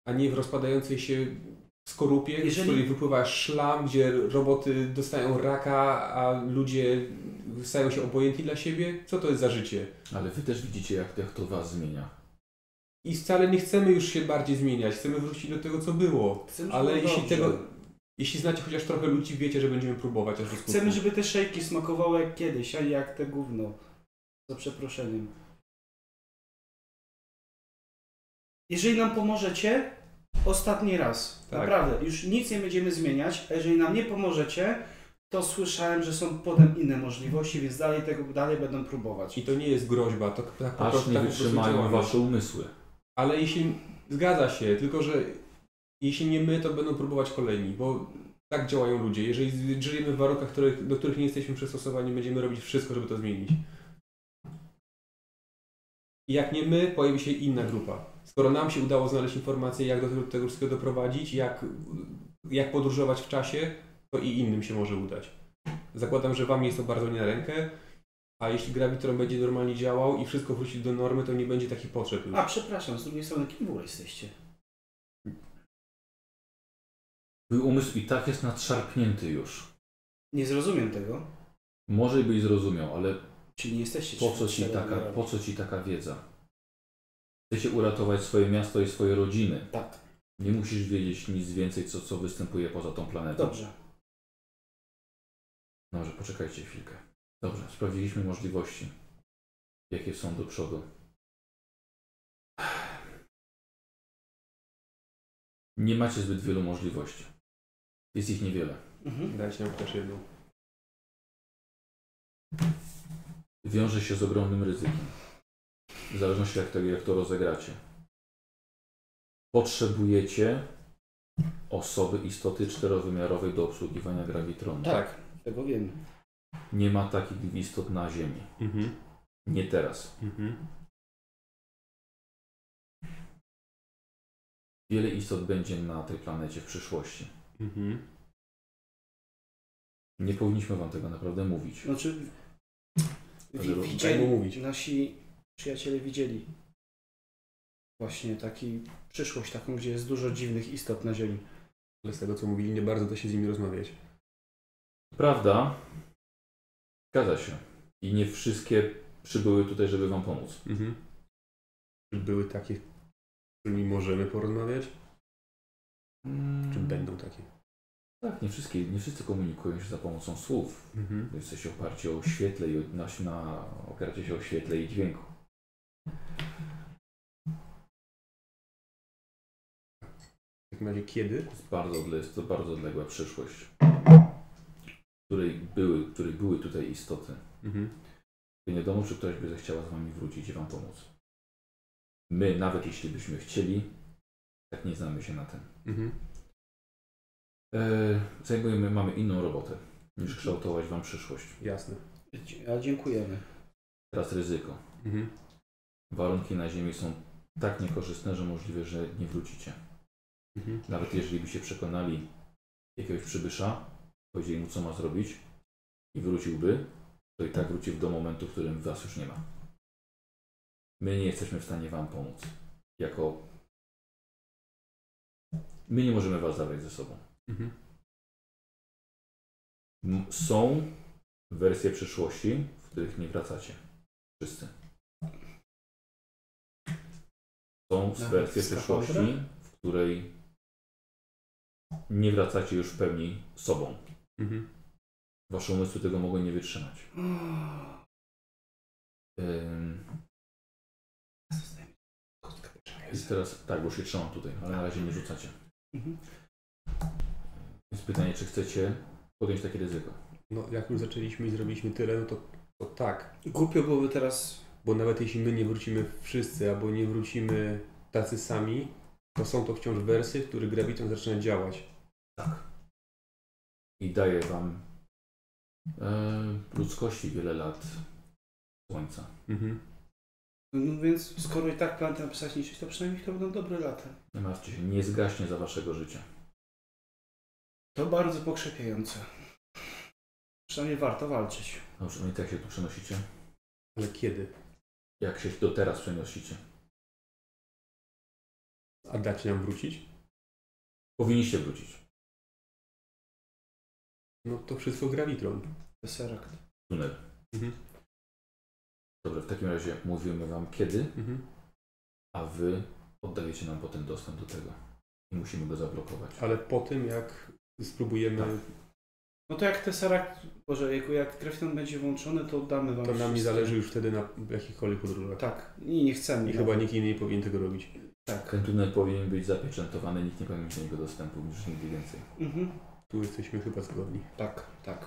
A nie w rozpadającej się skorupie, z
Jeżeli-
której wypływa szlam, gdzie roboty dostają raka, a ludzie stają się obojętni dla siebie. Co to jest za życie?
Ale wy też widzicie, jak, jak to was zmienia.
I wcale nie chcemy już się bardziej zmieniać, chcemy wrócić do tego, co było.
Chcemy, żeby
Ale
było
jeśli
dobrze.
tego. Jeśli znacie chociaż trochę ludzi, wiecie, że będziemy próbować aż do skutku.
Chcemy, żeby te szejki smakowały jak kiedyś, a nie jak te gówno. Za przeproszeniem. Jeżeli nam pomożecie, ostatni raz.
Tak.
Naprawdę, już nic nie będziemy zmieniać. A jeżeli nam nie pomożecie, to słyszałem, że są potem inne możliwości, więc dalej tego dalej będą próbować.
I to nie jest groźba, to tak po
Aż
prostu
nie
tak po prostu
wytrzymają
działamy.
wasze umysły.
Ale jeśli. Zgadza się, tylko że jeśli nie my, to będą próbować kolejni, bo tak działają ludzie. Jeżeli żyjemy w warunkach, których, do których nie jesteśmy przystosowani, będziemy robić wszystko, żeby to zmienić. I jak nie my, pojawi się inna grupa. Skoro nam się udało znaleźć informacje, jak do tego, tego wszystkiego doprowadzić, jak, jak podróżować w czasie, to i innym się może udać. Zakładam, że Wam jest to bardzo nie na rękę, a jeśli grawitron będzie normalnie działał i wszystko wróci do normy, to nie będzie takich potrzeb już.
A przepraszam, z drugiej strony, kim w ogóle jesteście?
Twój umysł i tak jest nadszarpnięty już.
Nie zrozumiem tego.
Może byś zrozumiał, ale
Czyli nie jesteście
po co, ci
czterema
taka,
numerami.
po co ci taka wiedza? Chcecie uratować swoje miasto i swoje rodziny.
Tak,
Nie musisz wiedzieć nic więcej, co, co występuje poza tą planetą.
dobrze.
Dobrze, poczekajcie chwilkę. Dobrze, sprawdziliśmy możliwości, jakie są do przodu. Nie macie zbyt wielu możliwości. Jest ich niewiele.
Mhm.
Dajcie nam też jedną.
wiąże się z ogromnym ryzykiem. W zależności od tego, jak to rozegracie. Potrzebujecie osoby, istoty czterowymiarowej do obsługiwania grawitronu.
Tak, tego wiem.
Nie ma takich istot na Ziemi.
Mhm.
Nie teraz. Wiele istot będzie na tej planecie w przyszłości. Nie powinniśmy wam tego naprawdę mówić.
Znaczy,
Ale
wi-
roz-
widzieli,
dajmy mówić.
nasi przyjaciele widzieli właśnie taki przyszłość taką, gdzie jest dużo dziwnych istot na Ziemi.
Ale z tego co mówili, nie bardzo da się z nimi rozmawiać.
Prawda? Zgadza się. I nie wszystkie przybyły tutaj, żeby wam pomóc.
Mhm. Czy były takie, z którymi możemy porozmawiać? Czy będą takie?
Tak, nie, wszystkie, nie wszyscy komunikują się za pomocą słów.
Mhm.
Bo Jesteście oparci o świetle i o- na, na, opieracie się o świetle i dźwięku.
W takim razie kiedy?
To Jest, bardzo, odle- jest to bardzo odległa przyszłość, której były, której były tutaj istoty. Nie wiadomo, czy ktoś by zechciała z wami wrócić i wam pomóc. My, nawet jeśli byśmy chcieli, tak nie znamy się na tym.
Mhm.
E, zajmujemy, mamy inną robotę, niż kształtować wam przyszłość.
Jasne.
Dzie- A dziękujemy.
Teraz ryzyko. Warunki na Ziemi są tak niekorzystne, że możliwe, że nie wrócicie. Nawet jeżeli by się przekonali, jakiegoś przybysza, powiedzieli mu, co ma zrobić i wróciłby, to i tak wrócił do momentu, w którym was już nie ma. My nie jesteśmy w stanie wam pomóc. Jako... My nie możemy was zabrać ze sobą.
Mhm.
M- Są wersje przyszłości, w których nie wracacie. Wszyscy. Są
Nawet
wersje
z
przyszłości, w której nie wracacie już w pełni sobą.
Mhm.
Wasze umysły tego mogą nie wytrzymać. Ym, I teraz tak, bo się trzymam tutaj, ale na razie nie rzucacie.
Mhm.
Jest pytanie, czy chcecie podjąć takie ryzyko?
No, jak już zaczęliśmy i zrobiliśmy tyle, no to, to tak.
Głupio byłoby teraz...
Bo nawet jeśli my nie wrócimy wszyscy, albo nie wrócimy tacy sami, to są to wciąż wersy, w których graviton zaczyna działać.
I daję wam e, ludzkości wiele lat słońca.
Mhm.
No więc skoro i tak plan ten pisać niszczyć, to przynajmniej to będą dobre lata.
Nie martwcie się, nie zgaśnie za waszego życia.
To bardzo pokrzepiające. Przynajmniej warto walczyć.
Dobrze, no i tak się tu przenosicie?
Ale kiedy?
Jak się do teraz przenosicie?
A dacie nam wrócić?
Powinniście wrócić.
No to wszystko gravitron.
Deserakt.
Tunel.
Mhm.
Dobrze, w takim razie mówimy wam kiedy,
Mhm.
a wy oddajecie nam potem dostęp do tego. I musimy go zablokować. Tak.
Ale po tym, jak spróbujemy,
No to jak Tesseract, Boże, jako jak Grafton będzie włączony, to oddamy wam
to nam nie
wszystkie.
zależy już wtedy na jakichkolwiek podróżach.
Tak, i nie chcemy.
I chyba nikt inny nie powinien tego robić.
Tak.
Ten tunel powinien być zapieczętowany, nikt nie powinien mieć do niego dostępu, już nigdy więcej.
Mhm.
Tu jesteśmy chyba zgodni.
Tak, tak. Aż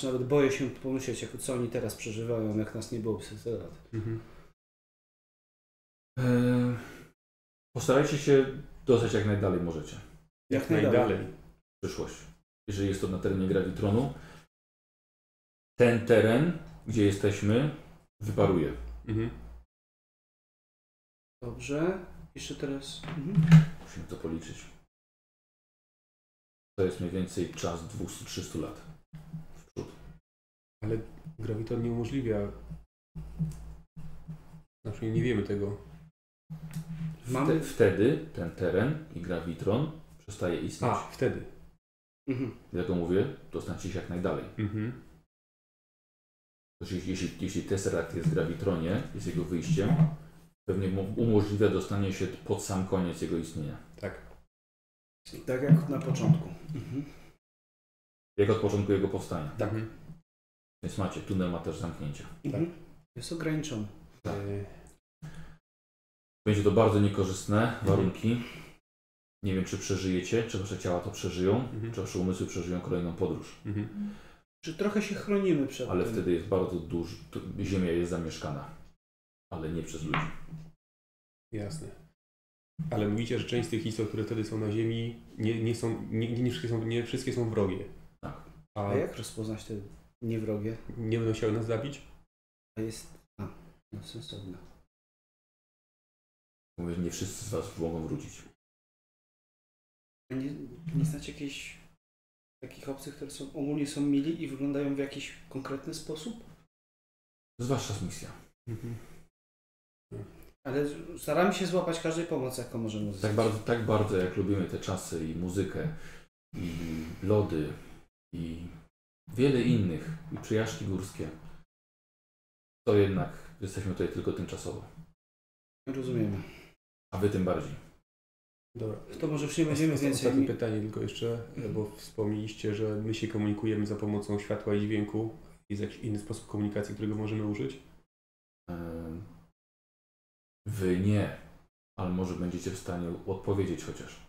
Znaczy, nawet boję się pomyśleć, jak co oni teraz przeżywają, jak nas nie było przez tyle lat.
Mhm.
Eee, Postarajcie się dostać jak najdalej możecie.
Jak najdalej.
przyszłość. Jeżeli jest to na terenie Gravitronu, ten teren, gdzie jesteśmy, wyparuje.
Mhm.
Dobrze. Jeszcze teraz. Mhm.
Musimy to policzyć. To jest mniej więcej czas 200-300 lat.
Graviton nie umożliwia. Znaczy nie wiemy tego.
Mamy-
Wte, wtedy ten teren i Gravitron przestaje istnieć.
A, wtedy.
Mhm.
Dlatego mówię, dostańcie się jak najdalej.
Mhm.
Znaczy, jeśli- jeśli, jeśli Tesseract jest w Gravitronie, jest jego wyjściem, pewnie mu- umożliwia dostanie się pod sam koniec jego istnienia.
Tak.
Tak jak na początku. Mhm.
Jak od początku jego powstania.
Tak.
Więc macie, tunel ma też zamknięcie.
Mhm. Jest ograniczony.
E,
Będzie to bardzo niekorzystne warunki. Nie wiem, czy przeżyjecie, czy wasze ciała to przeżyją,
Mhm.
czy wasze umysły przeżyją kolejną podróż.
Mhm.
Czy trochę się chronimy przed
Ale
tym?
wtedy jest bardzo duży. tu- Ziemia jest zamieszkana. Ale nie przez ludzi.
Jasne. Ale mówicie, że część z tych istot, które wtedy są na Ziemi, nie, nie są, nie, nie, wszystkie są, nie wszystkie są wrogie.
Tak.
A
A jak rozpoznać te niewrogie?
nie będą chciały nas zabić?
A jest... A, no sensowne.
Mówię, nie wszyscy z was mogą wrócić.
A nie, nie znacie jakichś takich obcych, które są ogólnie są mili i wyglądają w jakiś konkretny sposób?
To jest wasza misja.
Mhm.
Ale staramy się złapać każdej pomocy, jaką możemy uzyskać.
Tak bardzo, tak bardzo jak lubimy te czasy i muzykę, i lody, i wiele innych, i przyjaźni górskie, to jednak jesteśmy tutaj tylko tymczasowo.
Rozumiemy.
A wy tym bardziej.
Dobra.
To może już nie będziemy
Osta-
więcej... Mhm.
Ostatnie pytanie tylko jeszcze, bo wspomnieliście, że my się komunikujemy za pomocą światła i dźwięku. Jest jakiś inny sposób komunikacji, którego możemy użyć?
Ym, Wy nie, ale może będziecie w stanie odpowiedzieć chociaż.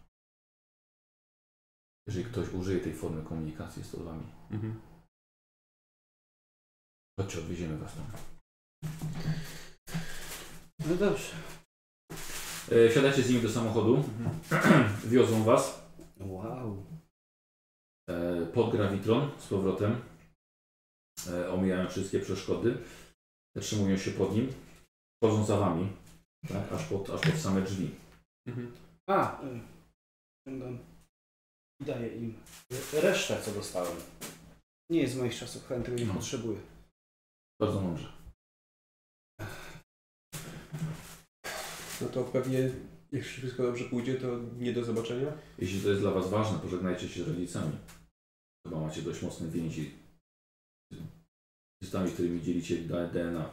Jeżeli ktoś użyje tej formy komunikacji, jest to z wami.
Mhm.
Chodźcie, odwieziemy was tam.
No dobrze.
E, wsiadacie z nimi do samochodu, wiozą was
Wow.
e, pod grawitron z powrotem. E, omijają wszystkie przeszkody. Zatrzymują się pod nim. Chodzą za wami, tak? aż, pod, aż pod same drzwi.
Mhm.
A, y, Ściągam i daję im resztę, co dostałem. Nie jest z moich czasów, chętnie tego nie
No.
potrzebuję.
Bardzo mądrze.
No to pewnie, jeśli wszystko dobrze pójdzie, to nie do zobaczenia.
Jeśli to jest dla Was ważne, pożegnajcie się z rodzicami. Chyba macie dość mocne więzi z tymi, którymi dzielicie da- DNA.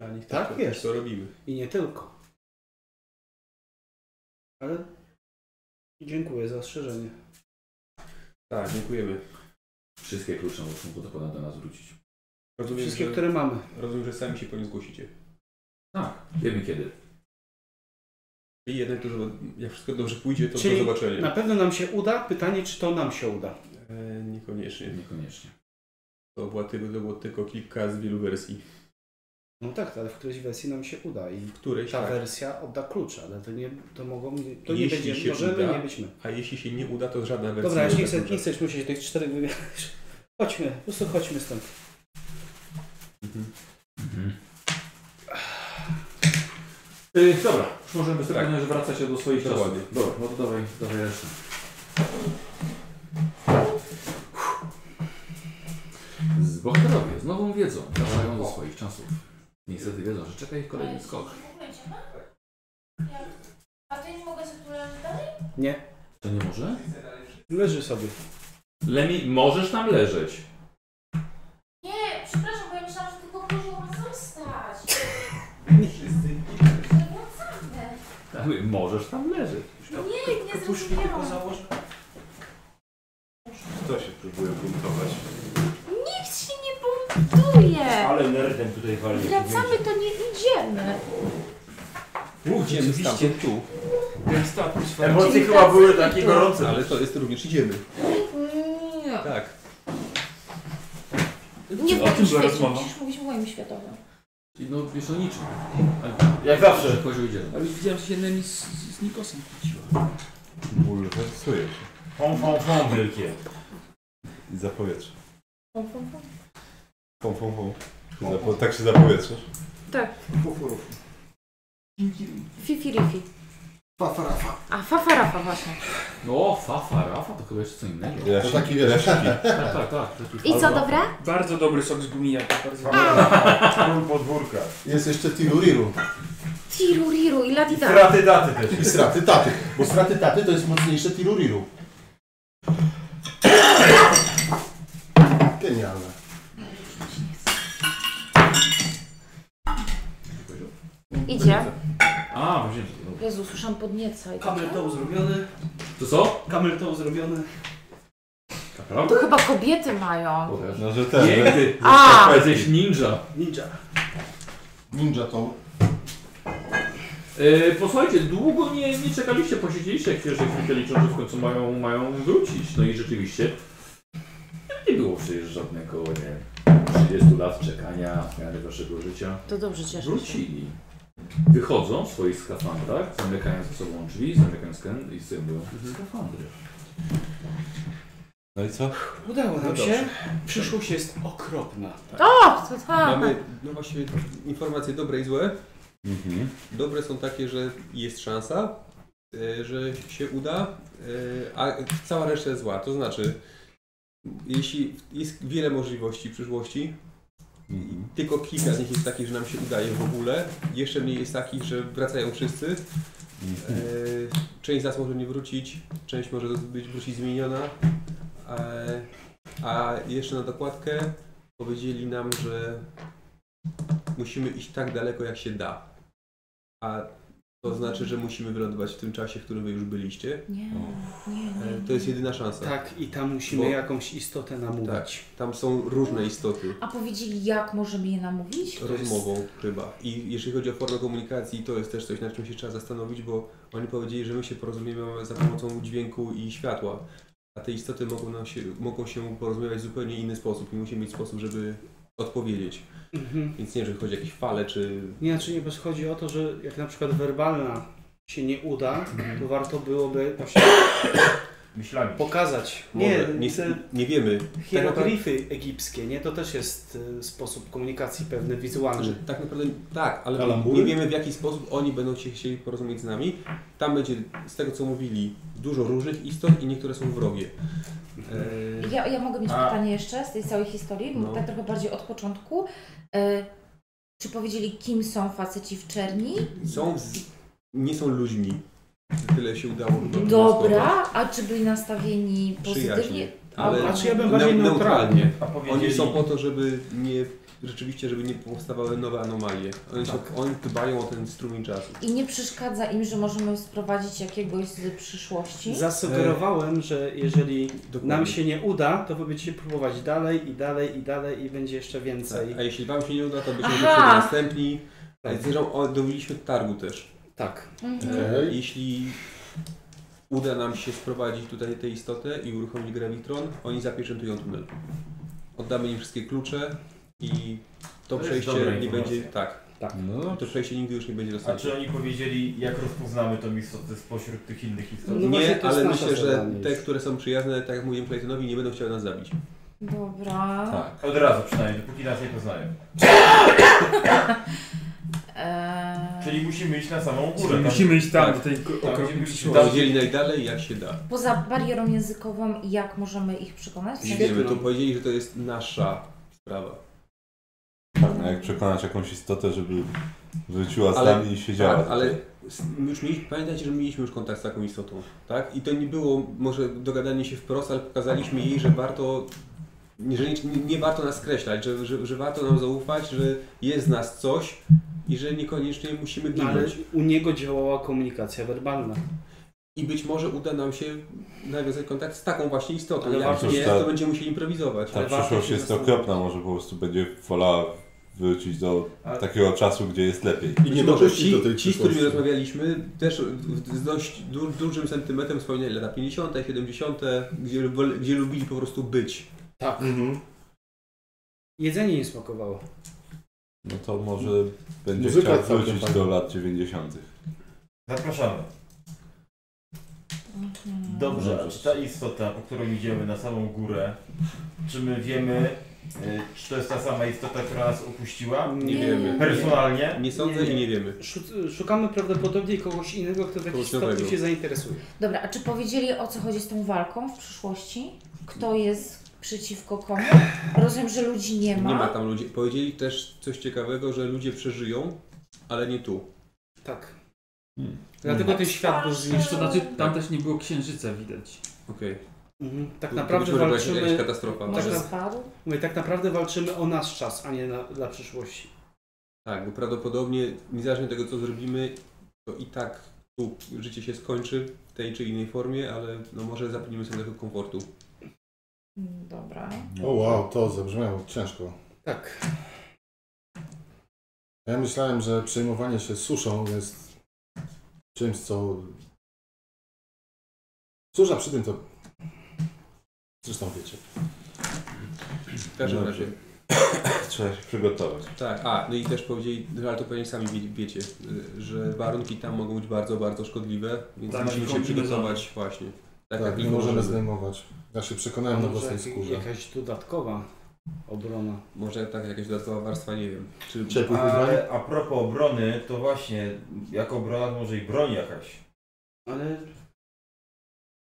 Dla nich
Tak
też,
jest.
To robimy.
I nie tylko. Ale dziękuję za ostrzeżenie.
Tak, dziękujemy.
Wszystkie klucze muszą potem do nas wrócić.
Rozumiem,
Wszystkie,
że,
które mamy.
rozumiem, że sami się po nie zgłosicie.
Tak, wiemy kiedy.
I jednak to, że jak wszystko dobrze pójdzie, to
Czyli
do zobaczenia.
Na pewno nam się uda. Pytanie, czy to nam się uda.
E, niekoniecznie.
Niekoniecznie.
To, była tylko, to było tylko kilka z wielu wersji.
No tak, ale w którejś wersji nam się uda i
Któreś
ta
tak.
wersja odda klucze, ale to nie, to mogą, to nie
Jeśli
będzie,
się
możemy,
uda,
nie byśmy.
A jeśli się nie uda, to żadna wersja
Dobra, już nie
uda
chcę,
się.
nie chcę, już musi się tych czterech wybierać. Chodźmy, po prostu chodźmy stąd.
Mhm.
Yy, dobra, już możemy bez
Tak.
tego, że wracacie do swoich czasów.
Dokładnie.
Dobra, no to dawaj, dawaj resztę. Z bohaterowie z nową wiedzą wracają do swoich czasów. Niestety wiedzą, że czeka ich kolejny skok.
A ty nie mogę sobie tu leżeć dalej?
To nie może?
Leży sobie.
Lemi, możesz tam leżeć.
Nie, przepraszam, bo ja myślałam, że tylko próżno ma zostać. Naprawdę.
Ja mówię, Możesz tam leżeć.
Nie, nie zrozumiałam.
Kto się próbuje buntować?
Nikt się nie buntuje.
Ale nerdem tutaj walnie.
Wracamy, to nie idziemy.
Mówcie, mówcie tu.
Ten status
Emocje chyba były
Tak.
takie gorące.
Ale to jest również idziemy.
Nie.
Tak.
Nie w
O tym
moim
była
świecie,
rozmowa.
musisz mówić w moim światowym.
I No wiesz o niczym.
Jak zawsze.
Chodzi o dzielę.
Ale widziałem, że się Nemi z, z Nikosem kłóciła.
Bulwersuje się.
Fą, fą, fą wielkie.
I zapowietrze.
Pom, pom, pom.
Pum, pum, pum. Zapo- tak się zapowietrzasz?
Fifi rifi.
Fafarafa.
A fafarafa właśnie.
No, fafa, rafa to chyba jeszcze co innego.
Ja
To
się-
taki wiesz.
Tak, tak, tak. taki
I co,
fafa.
dobre?
Bardzo dobry sok z gumijaka. Bardzo
Król podwórka.
Jest jeszcze Tiruriru.
Tiru riru i
I
ladida.
straty daty też.
I straty taty. Bo straty taty to jest mocniejsze Tiruriru. Genialne.
Idzie.
A, wziąłem to. dobra.
Jezu, słyszałam podniecaj.
Kamel to zrobiony,
To co?
kamel to zrobiony.
Kapelan?
To chyba kobiety mają.
No, że ten. że- tak
Piękny.
A!
Jesteś ninja.
Ninja.
Ninja to
E, posłuchajcie, długo nie, nie czekaliście, posiedzieliście chwilę, chwilkę liczą, że w końcu mają, mają wrócić. No i rzeczywiście nie było przecież żadnego nie, 30 lat czekania w miarę waszego życia.
To dobrze cieszę się.
Wrócili. Wychodzą w swoich skafandrach, zamykają ze sobą drzwi, zamykają skan i zdejmują
Mhm.
skafandry.
No i co?
Udało nam
No
się.
dobrze.
Przyszłość jest okropna.
O, to tak.
Mamy, no właściwie informacje dobre i złe.
Mhm.
Dobre są takie, że jest szansa, e, że się uda, e, a cała reszta jest zła. To znaczy, jeśli jest wiele możliwości w przyszłości,
Mhm.
tylko kilka z nich jest takich, że nam się udaje w ogóle, jeszcze mniej jest takich, że wracają wszyscy. E, Część z nas może nie wrócić, część może być wrócić zmieniona. E, A jeszcze na dokładkę powiedzieli nam, że musimy iść tak daleko, jak się da. A to znaczy, że musimy wylądować w tym czasie, w którym wy już byliście.
Nie, nie, nie.
E, To jest jedyna szansa.
Tak, i tam musimy
Bo- Tak,
jakąś istotę namówić.
Tam są różne istoty.
A powiedzieli, jak możemy je namówić?
To jest-
rozmową chyba. I jeżeli chodzi o formę komunikacji, to jest też coś, nad czym się trzeba zastanowić, bo oni powiedzieli, że my się porozumiemy za pomocą dźwięku i światła, a te istoty mogą, nam się, mogą się porozumiewać w zupełnie inny sposób i musimy mieć sposób, żeby odpowiedzieć.
Mhm.
Więc nie, że chodzi o jakieś fale, czy...
Nie, znaczy nie, bo chodzi o to, że
Mhm.
jak na przykład werbalna się nie uda, to warto byłoby właśnie
myślami.
Pokazać.
Może. Nie,
te-
nie wiemy. Tak
Hieroglify egipskie, nie? To też jest y, sposób komunikacji pewny, wizualny.
Że tak naprawdę tak, ale
Kalambury?
nie wiemy w jaki sposób oni będą się chcieli porozumieć z nami. Tam będzie, z tego co mówili, dużo różnych istot i niektóre są wrogie. Eee,
Ja, ja mogę mieć
A.
pytanie jeszcze z tej całej historii,
No.
tak trochę bardziej od początku. E, czy powiedzieli, kim są faceci w czerni?
są, z, nie są ludźmi. Tyle się udało. nam wywnioskować.
Dobra, a czy byli nastawieni
Przyjaźnie.
pozytywnie?
Ale
Znaczy ja bym
neu-
bardziej neutralnie.
A
Oni
powiedzieli,
są po to, żeby nie, rzeczywiście, żeby nie powstawały nowe anomalie. Oni, się, oni dbają o ten strumień czasu.
I nie przeszkadza im, że możemy sprowadzić jakiegoś z przyszłości?
Zasugerowałem, że jeżeli
Dokładnie.
nam się nie uda, to wy będziecie próbować dalej i dalej i dalej i będzie jeszcze więcej.
Tak. A jeśli wam się nie uda, to będziemy
Aha!
następni. Zresztą o, dowiedzieliśmy targu też.
Tak.
Mhm.
Okej.
E, Jeśli uda nam się sprowadzić tutaj tę istotę i uruchomić grawitron, oni zapieczętują tunel. Oddamy im wszystkie klucze i to,
To jest dobra
przejście nie
informacja.
będzie. Tak,
No,
to przejście nigdy już nie będzie
a
dostępne.
czy oni powiedzieli, jak rozpoznamy tą istotę spośród tych innych istot?
No właśnie, to
nie,
jest
ale
nasza
myślę, że
zadanie
te,
już.
które są przyjazne, tak jak mówiłem Claytonowi, nie będą chciały nas zabić.
Dobra.
Tak.
Od razu przynajmniej, dopóki nas nie poznają.
E,
Czyli musimy iść na samą górę. tak?
Czyli
tam-
musimy iść tam, do tej
Tam, gdzie
okropnej
byliśmy.
przyszłości.
Powiedzieli najdalej jak się da.
poza barierą językową, jak możemy ich przekonać? W
Nie
sensie-
wiemy, to powiedzieli, że to jest nasza sprawa.
A Jak przekonać jakąś istotę, żeby wróciła z
Ale-
nami i siedziała.
Tak, ale s- już mieliśmy, pamiętajcie, że mieliśmy już kontakt z taką istotą, tak? I to nie było może dogadanie się wprost, ale pokazaliśmy jej, że warto, że nie, nie warto nas skreślać, że, że, że warto nam zaufać, że jest z nas coś i że niekoniecznie musimy
No, ale
ginąć.
u niego działała komunikacja werbalna.
I być może uda nam się nawiązać kontakt z taką właśnie istotą.
Ale
Jak
warto-
nie,
Tak.
to będziemy musieli improwizować.
Ta
ale warto
przyszłość
się
jest
zastanowić.
okropna, może po prostu będzie wolała wrócić do
A-
takiego czasu, gdzie jest lepiej.
I
I
nie
nie
Znaczy, może
dopuścić
ci,
do tej
ci, z którymi
przyszłości.
rozmawialiśmy, też w- z dość du, dużym sentymentem wspominali lata 50., 70., gdzie, wol- gdzie lubili po prostu być.
Tak.
Mhm.
Jedzenie im smakowało.
No to może będzie
Muzyka
chciał
całkiem
wrócić
fajna.
do lat 90.
Zapraszamy.
Mhm.
Dobrze,
Dobrze.
czy ta istota, po którą idziemy na samą górę, czy my wiemy, y, czy to jest ta sama istota, która nas opuściła?
Nie wiemy.
Personalnie?
Nie sądzę
Nie.
i nie wiemy.
Szu- Szukamy prawdopodobnie kogoś innego, kto w jakiś
Kogoś
stopniu
nowego.
się zainteresuje.
Dobra, a czy powiedzieli o co chodzi z tą walką w przyszłości? Kto jest przeciwko komu? Rozumiem, że ludzi nie ma.
Nie ma tam ludzi. Powiedzieli też coś ciekawego, że ludzie przeżyją, ale nie tu.
Tak.
Hmm.
Dlatego ten świat był
Wiesz,
zniszczony.
to znaczy tam też nie było księżyca widać.
Okej.
Mhm. Tak
Tu-
naprawdę
tu być może była jakaś
walczymy,
katastrofa.
Może
Tak, tak.
spadł?
mówię, tak naprawdę walczymy o nasz czas, a nie na, dla przyszłości.
Tak, bo prawdopodobnie niezależnie od tego co zrobimy, to i tak tu życie się skończy w tej czy innej formie, ale no może zapnimy sobie tego komfortu.
Dobra.
O wow, to zabrzmiało ciężko.
Tak.
Ja myślałem, że E, przejmowanie się suszą jest czymś, co... Susza przy tym to... Zresztą wiecie.
W każdym
Dobrze.
razie.
No, Trzeba się przygotować.
Tak, a no i też powiedzieli, no ale to pewnie sami wie- wiecie, y, że warunki tam mogą być bardzo, bardzo szkodliwe, więc
Tak,
musimy się
kombinezony.
przygotować właśnie.
Tak,
Tak, jak
nie
tylko
możemy
możemy.
zdejmować. Ja się przekonałem na własnej
jak-
skórze.
jakaś dodatkowa obrona.
Może tak jakaś dodatkowa warstwa, nie wiem. Czy
Ciepły
Ale a propos obrony, to właśnie, jako obrona to może i broń jakaś.
Ale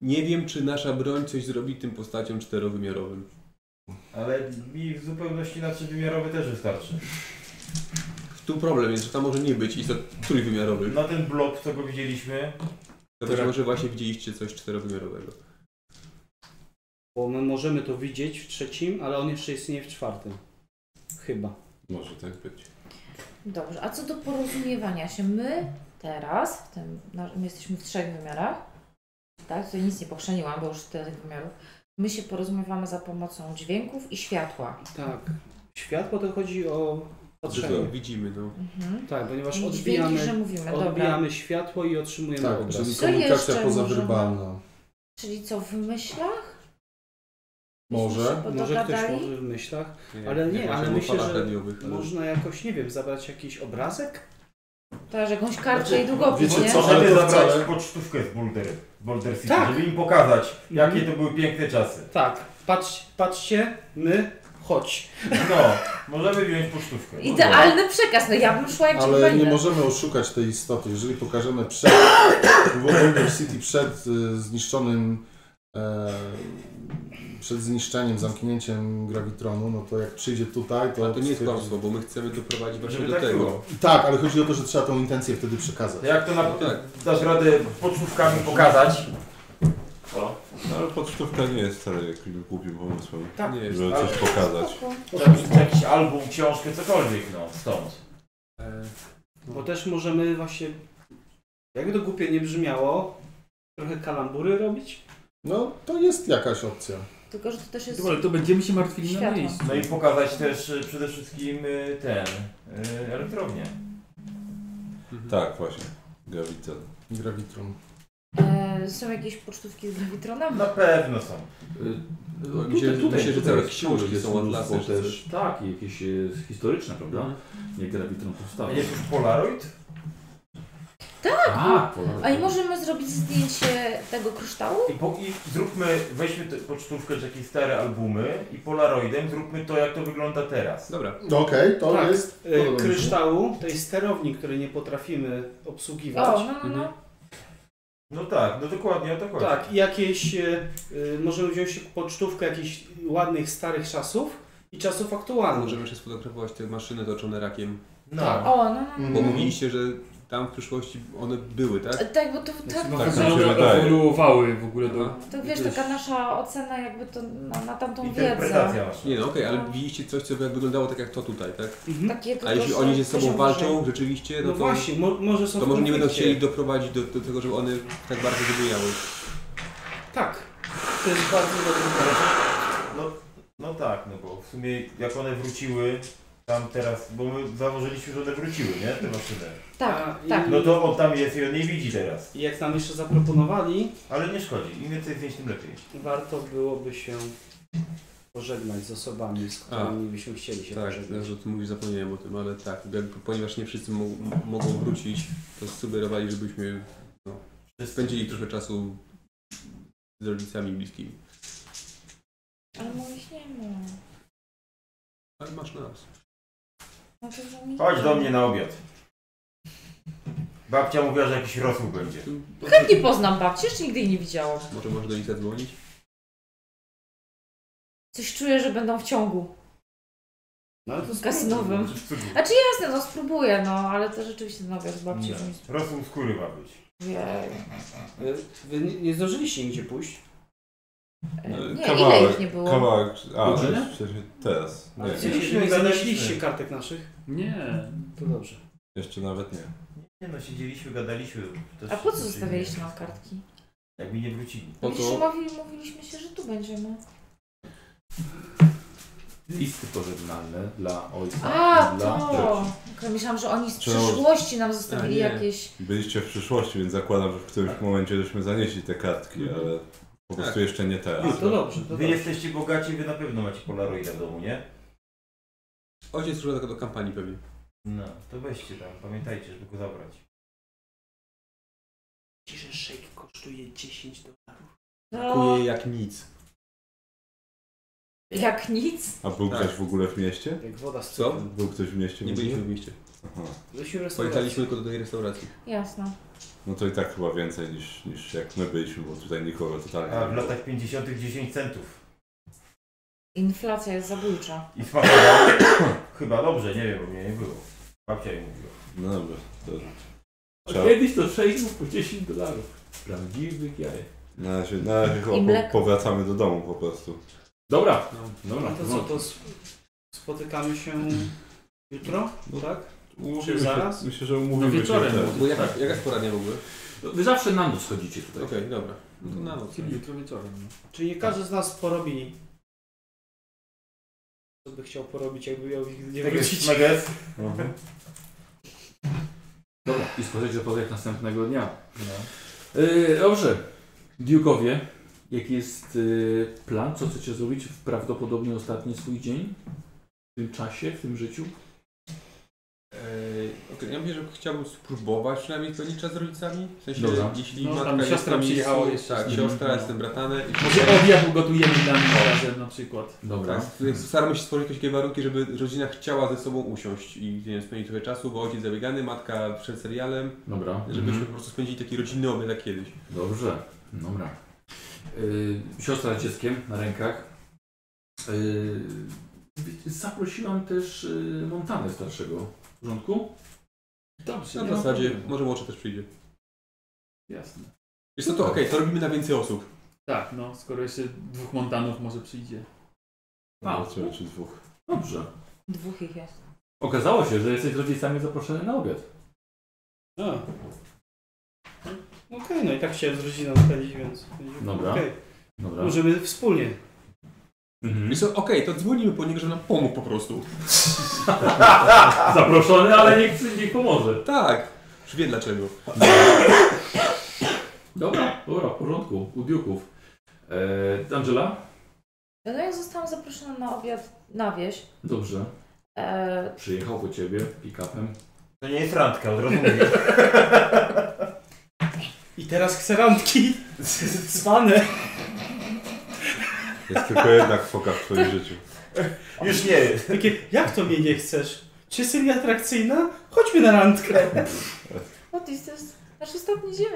Nie wiem, czy nasza broń coś zrobi tym postaciom czterowymiarowym.
Ale mi w zupełności na trzywymiarowy też wystarczy.
Tu problem jest, że tam może nie być istot trójwymiarowych.
Na ten blok, co go widzieliśmy,
To być może właśnie widzieliście coś czterowymiarowego.
bo my możemy to widzieć w trzecim, ale on jeszcze istnieje w czwartym. Chyba.
Może tak być.
Dobrze, a co do porozumiewania się? My teraz, w tym, na- my jesteśmy w trzech wymiarach, tak? Tutaj nic nie pochrzeniłam, bo już tyle tych wymiarów. My się porozumiewamy za pomocą dźwięków i światła.
Tak. Światło to chodzi o patrzenie.
Widzimy, no.
Mhm.
Tak, ponieważ
Dźwięki, że
odbijamy,
mówimy, No dobra.
odbijamy światło i otrzymujemy
Tak,
obraz.
czyli
Co jeszcze
komunikacja
możemy?
pozawerbalna.
Czyli co, w myślach?
Może.
Może ktoś
Podogadali?
może w myślach.
Jak-
Ale nie,
jak właśnie
ale
o
myślę,
falach
że
radiowych, ale-
Można jakoś, nie wiem, zabrać jakiś obrazek?
Też jakąś kartę i długopis,
Znaczy, wiecie
nie?
co? Ale
Żeby
to
zabrać
wcale-
pocztówkę z Boulder, Boulder City,
Tak. Mhm.
żeby im pokazać, jakie to były piękne czasy.
Tak, patrz, patrzcie, my, chodź.
No, możemy wziąć pocztówkę. No
Idealny przekaz, no ja bym szła jak
Ale nie
przed
możemy oszukać tej istoty. Jeżeli pokażemy przed Wolver City przed y, zniszczonym e, przed zniszczeniem, zamknięciem gravitronu, no to jak przyjdzie tutaj, to...
Ale to nie jest kłamstwo, bo my chcemy doprowadzić
dobra.
właśnie
Żeby
do
tak
tego.
było.
Tak, ale chodzi o to, że trzeba tą intencję wtedy przekazać.
Jak to na,
No tak.
dasz radę pocztówkami pokazać? O,
No ale pocztówka nie jest wcale jakimś głupim pomysłem,
tak.
Nie jest.
żeby coś pokazać.
Jakiś, jakiś album, książkę, cokolwiek, no, stąd.
E,
Bo też możemy właśnie, jakby to głupie nie brzmiało, trochę kalambury robić.
No, to jest jakaś opcja.
Tylko, że to też jest...
Dobra, to będziemy się martwili na
Światło.
miejscu.
No i pokazać też y, przede wszystkim y, ten, y, elektrownię.
Tak, właśnie. Gravitron.
Gravitron.
E, są jakieś pocztówki z Glavitronem?
Na pewno są.
Y,
No
Mi się, myślę, że całe książki
jest
są atlasy.
mnóstwo
czy coś.
też. Tak, i jakieś e, historyczne, prawda? Jak Gravitron
Mhm.
powstał.
A jest już Polaroid?
Tak!
A i możemy zrobić zdjęcie tego kryształu?
I, po, i zróbmy, weźmy tę pocztówkę czy jakieś stare albumy i Polaroidem zróbmy to, jak to wygląda teraz.
Dobra,
No Okej, to
Tak.
jest...
E,
podoba mi się.
kryształu, tej sterowni, której nie potrafimy obsługiwać. Mhm.
O, no, no, no.
No tak, no dokładnie o to chodzi.
Tak, i jakieś, e, e, możemy wziąć pocztówkę jakichś ładnych, starych czasów i czasów aktualnych.
możemy jeszcze sfotografować te maszyny toczone rakiem.
No.
O, no, no.
Bo
Mhm.
mówiliście, że tam w przyszłości one były, tak?
E, Tak, bo to, tak,
Tak mi
One
się wydaje.
ewoluowały w ogóle do...
Aha.
to wiesz, taka nasza ocena jakby to na, na tamtą wiedzę.
Interpretacja nasza.
Nie no, okej, ale widzieliście coś, co jak wyglądało tak jak to tutaj, tak?
Mhm.
Takie
A
tylko,
jeśli
że
oni się z sobą
poziom wyżej.
walczą rzeczywiście,
No,
no to,
właśnie, mo, może są
to
w
może nie będą
konflikcie.
chcieli doprowadzić do, do tego, żeby one tak bardzo wybujały.
Tak, to jest bardzo dobry pomysł.
No, no tak, no bo w sumie jak one wróciły tam teraz, bo my założyliśmy, że one wróciły, nie? Te maszyny.
Tak,
A, i-
tak.
No to on tam jest i on nie widzi teraz.
I jak nam jeszcze zaproponowali,
Ale nie szkodzi, im więcej zdjęć tym lepiej.
warto byłoby się pożegnać z osobami, z którymi byśmy chcieli się
Tak,
pożegnać.
że o tym mówisz, zapomniałem o tym, ale tak, jakby, ponieważ nie wszyscy mo mogą wrócić, to sugerowali, żebyśmy no, spędzili trochę czasu z rodzicami bliskimi.
Ale moich nie ma.
Ale masz nas.
No to że mi-
Chodź do mnie na obiad. Babcia mówiła, że jakiś rosół będzie.
No Chętnie poznam babcię, jeszcze nigdy jej nie widziałam.
Może masz do nich zadzwonić?
Coś czuję, że będą w ciągu
No ale to jest
kasynowym. Znaczy jasne, no spróbuję, no, ale to rzeczywiście ten obiad z babcią
Nie.
mi
Rosół skóry ma być.
spróbuję.
Y, Wy nie, nie zdążyliście nigdzie pójść.
E,
Nie, ile
kawałek,
ich nie było?
Kawałek, a,
Godzinę?
w sensie teraz,
Ale
nie,
chcieliśmy i
Gadaliśmy.
zanieśliście kartek naszych.
Nie.
To dobrze.
jeszcze nawet nie.
Nie no, siedzieliśmy, gadaliśmy. Też
A po co
się
zostawialiście
nie-
nam kartki?
Jak mi nie wrócili.
Po
Jeszcze
to,
mówili, mówiliśmy się, że tu będziemy.
Listy pożegnalne dla ojca
A,
i dla
to!
cioci.
Okay, myślałam, że oni z
Trzeba-
przyszłości nam zostawili
A, nie.
jakieś...
Byliście w przyszłości, więc zakładam, że w którymś momencie żeśmy zanieśli te kartki, ale po prostu
Tak.
jeszcze nie
A,
teraz.
to dobrze, to
Wy
dobrze.
jesteście bogaci, wy na pewno macie Polaroida w domu, nie?
ojciec służył do kampanii pewnie.
No, to weźcie tam, pamiętajcie, żeby go zabrać.
Ciszę szejk kosztuje 10 dolarów.
No,
Kuje jak nic.
jak nic.
A był
Tak.
ktoś w ogóle w mieście?
Jak woda z
Co?
cukrem.
Był ktoś w mieście?
Nie
w ogóle?
byliśmy w mieście.
Aha.
Byliśmy w restauracji.
Pojechaliśmy tylko do tej restauracji.
Jasno.
No to i tak chyba więcej niż, niż jak my byliśmy, bo tutaj nikogo totalnie
A
nie
w
było.
latach 50. 10 centów.
Inflacja jest zabójcza.
I smakowało. Chyba dobrze, nie wiem, bo mnie nie było. Babcia jej mówiła.
No dobra, to
A
Trzeba-
Kiedyś to 6 po 10 dolarów. Prawdziwych jajek.
na razie, na razie chyba
I mleko.
po, powracamy do domu po prostu.
Dobra,
No.
dobra.
No to co, to sp- spotykamy się jutro,
No.
tak?
Umówimy
zaraz?
Się, myślę, że
um-
umówimy
wieczorem.
się teraz.
No Bo jaka, jaka jest pora dnia w ogóle?
Tak. No, Wy zawsze na noc chodzicie tutaj.
Okej, dobra. No to na noc.
Czyli jutro wieczorem. no.
tak. Czyli nie każdy z nas porobi co by chciał porobić, jakby miał nigdy nie
Tak jest,
wrócić.
Meges?
Mhm.
Dobra, i spojrzeć odpowiedź następnego dnia.
No.
Yy, dobrze. Duke'owie, jaki jest yy, plan? Co chcecie zrobić w prawdopodobnie ostatni swój dzień? W tym czasie, w tym życiu?
Eee, okej, Ja myślę, że chciałbym spróbować przynajmniej to liczę z rodzicami. W sensie,
Dobra.
jeśli
No, tam
matka jest
siostra
na miejscu,
przyjechała jeszcze
tak,
z nim.
siostra,
No.
jestem bratanem. I
Może obiad ugotujemy dla nich razem na przykład.
Dobra.
tak, s- staramy się stworzyć takie warunki, żeby rodzina chciała ze sobą usiąść i nie wiem, spędzić trochę czasu, bo ojciec zabiegany, matka przed serialem,
Dobra.
żebyśmy
Mhm.
po prostu spędzili taki rodzinny obiad jak kiedyś.
Dobrze. Dobra. Yy, siostra z dzieckiem na rękach. Yy, zaprosiłam też yy, Montanę starszego. W porządku?
Dobrze,
Na
nie ma
Tak, zasadzie,
problemu.
może młodszy też przyjdzie.
Jasne.
Wiesz co, to okej, to robimy na więcej osób.
Tak, no, skoro jeszcze dwóch montanów może przyjdzie.
No, czy, czy dwóch.
Dobrze.
Dwóch ich jest.
Okazało się, że jesteś rodzicami zaproszony na obiad.
A. Okej, no i tak chciałem z rodziną spędzić, więc...
Dobra.
Okej.
Dobra.
Możemy wspólnie.
Mhm.
Wiesz co, okej, to dzwonimy po niego, żeby nam pomógł po prostu.
Zaproszony, ale niech przyjdzie i pomoże.
Tak, już wiem dlaczego.
Dobra, dobra, w porządku, u diuków. E, Angela?
No jak zostałam zaproszona na obiad na wieś,
Dobrze.
e,
Przyjechał po ciebie pick-upem.
To nie jest randka, od razu mówię.
I teraz chcę randki. Zwane.
Jest tylko jedna foka w twoim życiu.
Już nie jest.
Takie, jak to mnie nie chcesz? Czy jestem nieatrakcyjna? Chodźmy na randkę.
no to jest to jest nasz ostatni dzień.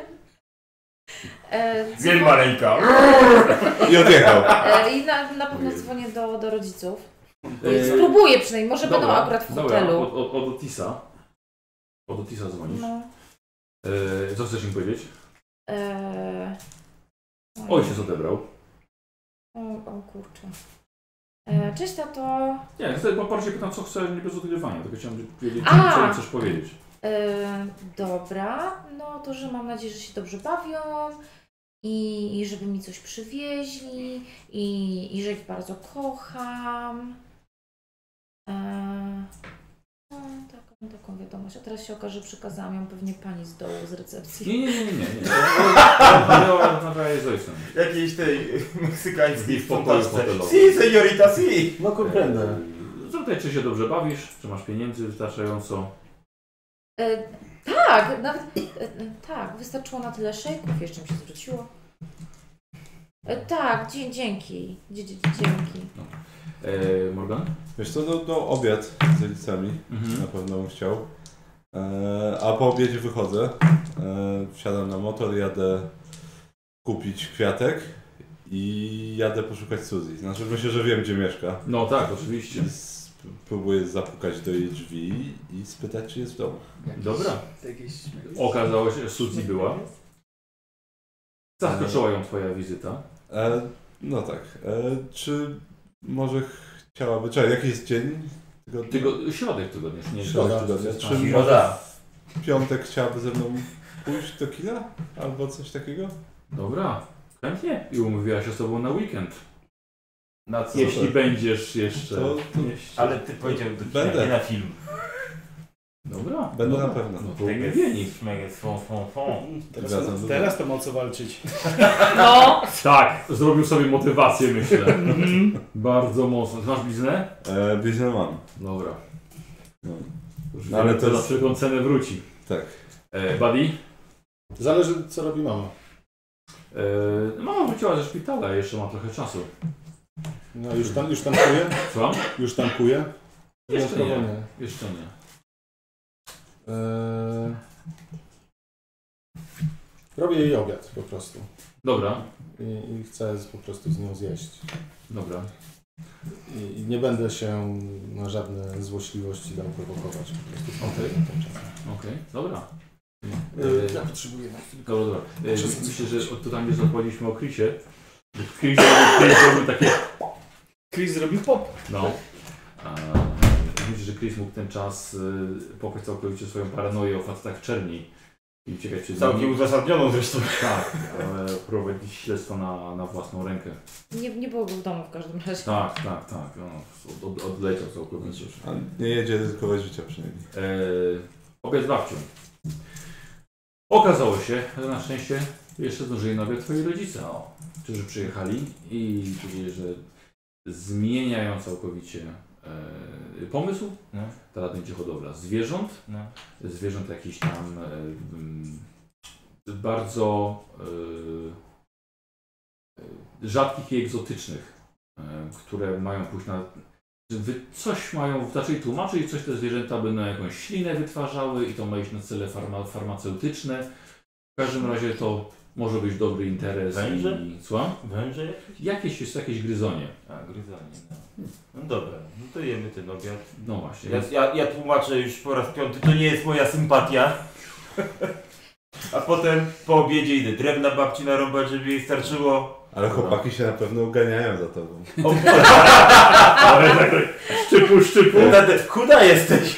E,
Wiem maleńka.
I odjechał.
e, I na, na pewno dzwonię do, do rodziców. Spróbuję przynajmniej, może będą
E, dobra,
akurat w
dobra,
hotelu.
Od, od, od Otisa. Od Otisa dzwonisz.
No,
E, co chcesz im powiedzieć?
e,
No.
Ojciec odebrał.
O, o kurczę. E, cześć tato.
Nie, chcę, bo bardziej pytam, co chcesz, nie bez odgrywania. Tylko chciałem wiedzieć,
A!
co im chcesz powiedzieć.
E, dobra, no to, że mam nadzieję, że się dobrze bawią i, i żeby mi coś przywieźli i, i że ich bardzo kocham. E, no, taką, taką wiadomość. A teraz się okaże, że przekazałam ją pewnie pani z dołu, z recepcji.
Nie, nie, nie, nie. nie. Rozmawiała- Rozmawiała z ojcem.
Jakiejś tej meksykańskiej
W pokoju
fontażce.
hotelowym.
Si, señorita, si.
No comprende.
E, Zapytaj, czy się dobrze bawisz, czy masz pieniędzy wystarczająco.
E, tak, nawet e, e, tak, wystarczyło na tyle szejków, jeszcze mi się zwróciło. E, tak, dzie- dzięki. Dzie- dzie- dzięki.
E, Morgan? Mhm.
Wiesz co, no, no obiad z rodzicami na pewno bym chciał. E, a po obiedzie wychodzę, e, wsiadam na motor, jadę kupić kwiatek i jadę poszukać Suzy. Znaczy myślę, że wiem gdzie mieszka.
No tak, oczywiście.
I sp- próbuję zapukać do jej drzwi i spytać czy jest w domu.
Dobra.
Jakieś...
Okazało się, że Suzy była. Zaskoczyła ją twoja wizyta.
E, no tak, e, czy może chciałaby... Czekaj, jaki jest dzień? Tygodnia?
Tygo, środek tygodnia, czy nie
Środek tygodnia. Czy
A,
może w piątek chciałaby ze mną pójść do kina? Albo coś takiego?
Dobra, chętnie. I umówiła się z tobą na weekend.
Na co?
Jeśli będziesz jeszcze.
To, to
Ale ty powiedział do kina,
Będę.
nie na film.
Dobra.
Będę
dobra.
na pewno.
No to
Tak
umówieni.
jest, szmegiec, fon, fon, fon.
Teraz,
Wracam do
teraz to ma o co walczyć.
No!
Tak, zrobił sobie motywację, myślę. Bardzo mocno. Masz bliznę?
E, Bliźnię mam.
Dobra.
No.
Już
No, ale
wiem,
to
kto
jest-
za wszelką cenę wróci.
Tak.
E, buddy?
Zależy co robi mama.
E, mama wróciła ze szpitala, jeszcze ma trochę czasu.
No już tam, już tankuje?
Słucham?
Już tankuje?
Jeszcze
Wyjątkowo
nie. Jeszcze nie.
Eee, Robię jej obiad po prostu.
Dobra,
I, I chcę z, po prostu z nią zjeść.
dobra.
I, I nie będę się na żadne złośliwości dał prowokować. Po prostu spędzę ten czas.
Okej, dobra.
Eee, Ja potrzebuję na chwilkę.
Dobra, dobra. E,
Muszę coś
myślę,
zrobić.
że od tutaj już zapomnieliśmy o Chrisie. Chris Chris zrobił takie...
Chris zrobił pop.
No. A, myślę, że Chris mógł ten czas e, pokryć całkowicie swoją paranoję o facetach w czerni i uciekać przed
Całkiem
nimi.
uzasadnioną zresztą.
Tak, ale prowadzić śledztwo na, na własną rękę.
Nie, nie było go w domu w każdym razie.
Tak, tak, tak. No, od, od, odleciał całkowicie już.
A nie jedzie ryzykować życia przynajmniej.
Eee, obiad z babcią. Okazało się, że na szczęście jeszcze zdążyli na obiad twoi rodzice, o, którzy przyjechali i powiedzieli, że zmieniają całkowicie e, e, pomysł.
No.
Teraz będzie hodowla zwierząt.
No.
Zwierząt jakichś tam e, mm, bardzo e, e, rzadkich i egzotycznych, e, które mają pójść na. Wy coś mają zaczęli tłumaczyć, coś te zwierzęta będą jakąś ślinę wytwarzały i to ma iść na cele farma, farmaceutyczne. W każdym razie to może być dobry interes.
Węże?
I, słucham?
Węże?
Jakieś jest jakieś gryzonie.
A, gryzanie, no. No dobra, no to jemy ten obiad.
No właśnie.
Ja, ja, ja tłumaczę już po raz piąty, to nie jest moja sympatia. A potem po obiedzie idę drewna babci narąbać, żeby jej starczyło. No.
Ale chłopaki się na pewno uganiają za tobą.
O, Ale tak, szczypu,
No.
szczypu. Chuda jesteś.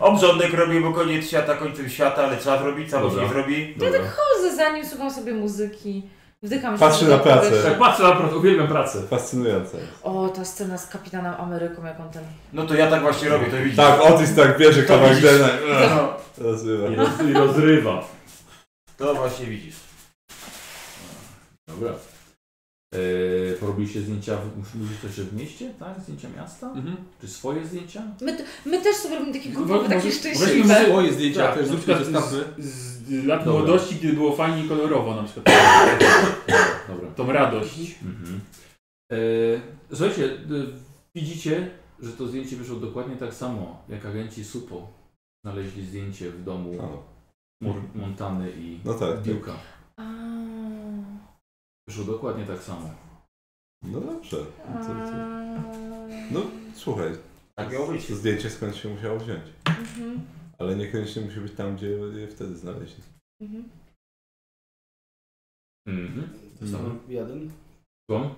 Obrządek robię, bo koniec świata końcem świata, ale trzeba zrobić, samo się
Dobra.
nie zrobi.
Dobra.
tak Chodzę za nim, słucham sobie muzyki, wdycham się.
Patrzę
do
na pracę.
powietrza.
Tak patrzę na pracę, uwielbiam pracę.
Fascynujące.
O, ta scena z kapitanem Ameryką, jak on ten...
No to ja tak właśnie robię, to widzisz.
Tak, Otis tak bierze kawałek
widzisz.
dena.
No,
Rozrywa.
I, roz, I rozrywa.
to właśnie widzisz.
Dobra. Eee, porobiliście zdjęcia, w- mus- mówisz też, że w mieście, tak? Zdjęcia miasta?
Mhm.
Czy swoje zdjęcia?
My, t- my też sobie robimy takie grupowe,
Może-
takie
może-
szczęśliwe.
Swoje zdjęcia
Tak,
też
na
zróbcie,
przykład
zostawmy.
z, z lat
Dobra.
młodości, kiedy było fajnie i kolorowo na przykład. Tak.
Dobra.
Tą radość.
Mhm. Eee, słuchajcie, d- widzicie, że to zdjęcie wyszło dokładnie tak samo, jak agenci SUPO znaleźli zdjęcie w domu
O,
Mor- Montany i
No tak. tak.
Biłka.
A,
Wyszło dokładnie tak samo.
No dobrze.
a,
No to- to- No słuchaj,
Tak miało być.
to zdjęcie skąd się musiało wziąć.
mhm,
Ale niekoniecznie musi być tam, gdzie je wtedy znaleźli.
mhm.
Mhm.
To samo jeden.
Słucham?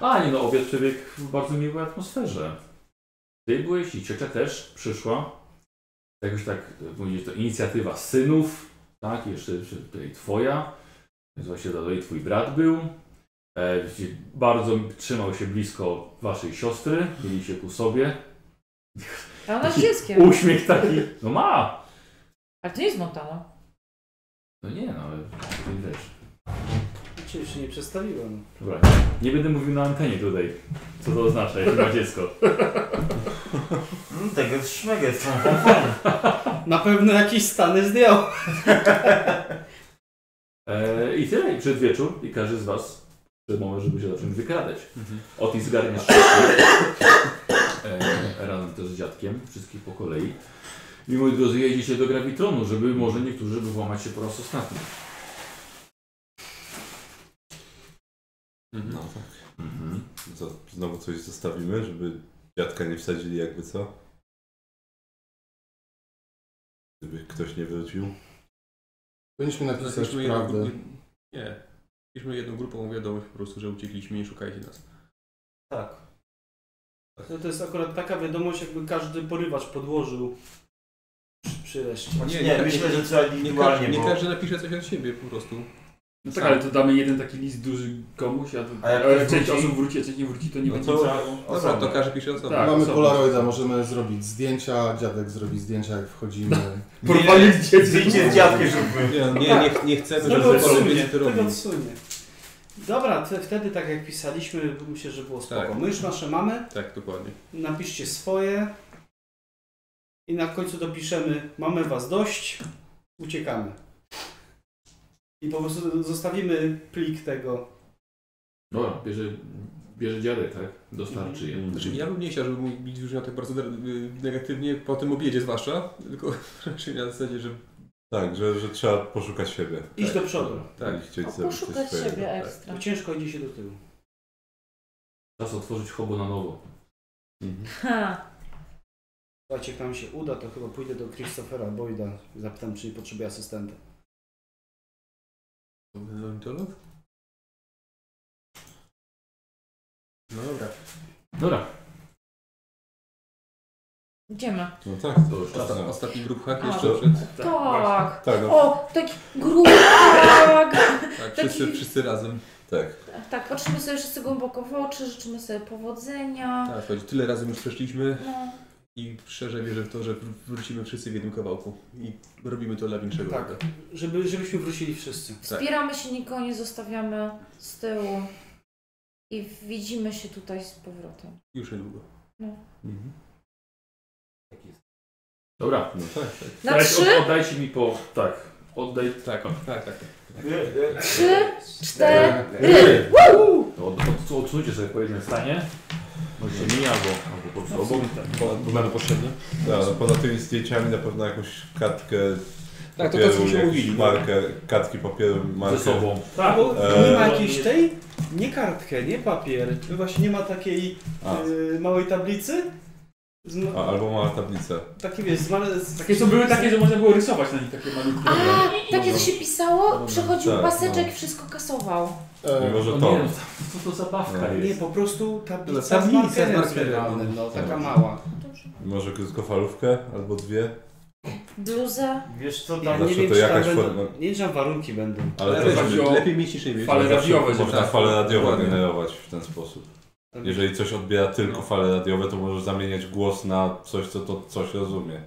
A nie no, obiad przebiegł w bardzo miłej atmosferze. Ty byłeś i ciocia też przyszła. Jakoś tak, e, mówisz, to inicjatywa synów, tak, jeszcze jeszcze tutaj twoja. Więc właśnie tutaj twój brat był. E, widzicie, bardzo trzymał się blisko waszej siostry, mieli się ku sobie.
A ona
Taki
z dzieckiem.
Uśmiech taki, no ma!
Ale to nie jest Montana.
No nie no, ale ty wiesz.
Cię Znaczy, jeszcze nie przedstawiłem.
Dobra, nie będę mówił na antenie tutaj, co to oznacza, jeśli ma dziecko.
Mm, tego jest szmegiel.
Na pewno jakieś stany zdjął.
E, I tyle, i przedwieczór, i każdy z Was przed moment, żeby się zacząć wykradać.
Mhm.
Otis zgarnia wszystkich, e, razem też z dziadkiem, wszystkich po kolei. I moi drodzy, jedziecie do Gravitronu, żeby może niektórzy wyłamać się po raz ostatni.
No tak.
Mhm.
Co, znowu coś zostawimy, żeby dziadka nie wsadzili jakby co? Gdyby ktoś nie wrócił.
Powinniśmy napisać
Napiszmy jedną
prawdę.
grupę. Nie. Piszmy jedną grupą wiadomość po prostu, że uciekliśmy, nie szukajcie nas.
Tak.
No to jest akurat taka wiadomość, jakby każdy porywacz podłożył przy, przy reszcie.
Nie,
nie,
myślę,
nie,
że trzeba
Nie,
indywidualnie,
każdy, nie
bo...
każdy napisze coś od siebie po prostu.
No tak, ale to damy jeden taki list duży komuś, a,
A jak
a
ktoś
część
wróci?
osób wróci, a część nie wróci, to nie
No
będzie
to-
trzeba.
Dobra, to każdy pisze osobno.
Tak,
Mamy
są.
Polaroida, możemy zrobić zdjęcia, dziadek zrobi zdjęcia jak wchodzimy.
Porwanie z
Zdjęcie z dziadkiem no, zróbmy.
Nie, nie, nie, nie
Tak.
chcemy,
Tego
żeby Polak
odsunie,
będzie to
tego
robił.
odsunie. Dobra, te, wtedy tak jak pisaliśmy, myślę, że było spoko.
Tak.
My już nasze mamy,
Tak, dokładnie.
napiszcie swoje i na końcu dopiszemy mamy was dość, uciekamy. I po prostu zostawimy plik tego.
Dobra, No, bierze, bierze dziadek, tak? Dostarczy je.
Znaczy, ja bym nie chciał, żeby mój widz brzmiał tak bardzo y, negatywnie, po tym obiedzie zwłaszcza, tylko raczej na zasadzie, że
Tak, że, że trzeba poszukać siebie.
Iść do przodu.
tak.
I chcieć
O,
zrobić coś
Poszukać siebie
swojego. Tak.
ekstra.
Bo ciężko idzie się do tyłu.
Czas otworzyć hobo na nowo.
Ha.
Słuchajcie, jak nam się uda, to chyba pójdę do Christophera Boyda i zapytam, czy nie potrzebuje asystenta.
Ornitolog? No dobra.
Dobra,
Idziemy.
No tak,
to już czas.
Osta- ostatni grup hack
A,
jeszcze
to-
przed.
Tak.
Tak, no,
O, taki gruby tak.
Tak, wszyscy,
Taki-
wszyscy razem.
tak.
Tak, patrzymy sobie wszyscy głęboko w oczy, życzymy sobie powodzenia.
Tak, chodzi. Tyle razy już przeszliśmy
No.
i szczerze wierzę w to, że wr- wrócimy wszyscy w jednym kawałku. I robimy to dla większego. Tak.
Tak.
dobra.
Żeby, żebyśmy wrócili wszyscy.
tak.
Wspieramy się, nikogo nie zostawiamy z tyłu. I widzimy się tutaj z powrotem.
Już niedługo.
No.
Mhm. Dobra. No.
Na
Teraz
trzy?
Od, oddajcie mi po... Tak. Oddaj... E, Tak,
tak, tak.
Trzy, cztery.
Ry. To od, od, odsuńcie sobie po jednym stanie. Możecie mi albo, albo pod sobą.
Mamy potrzebne? Tak, no, poza tymi zdjęciami na pewno jakąś kartkę
Tak, to
papieru,
to, cośmy
jakąś
mówili, no.
Markę, kartki papieru, markę.
sobą.
Tak, bo nie ma
E,
jakiejś tej, nie kartkę, nie papier, właśnie nie ma takiej
A.
y, małej tablicy? Z, ma-
a, albo mała tablicę.
takie wiesz, z, male- z
Takie są były takie, że można było rysować na nich takie malutkie.
A, takie co się pisało, przechodził
Tak,
paseczek,
no.
wszystko kasował.
Mimo, że
No
to.
nie, no, co to zabawka
No.
Nie,
jest?
po prostu tablica,
Tablica z
z markerem
markerem,
spiralnym, no, taka
Tak.
mała.
Może krótkofalówkę albo dwie.
Bluza.
Wiesz co
Ja
tam...
nie
Zawsze
wiem,
Znaczy, to
czy tam
jakaś
będą,
forma-
nie wiem, czy tam warunki będą.
Ale
Ale
to znaczy,
wiesz,
zawsze-
chodzi o
lepiej mieć niż nie mieć.
fale
zawsze
radiowe, że
Można
tak.
fale radiowe
dokładnie.
generować w ten sposób.
Tam-
Jeżeli coś odbiera tylko fale radiowe, to możesz zamieniać głos na coś, co to coś rozumie.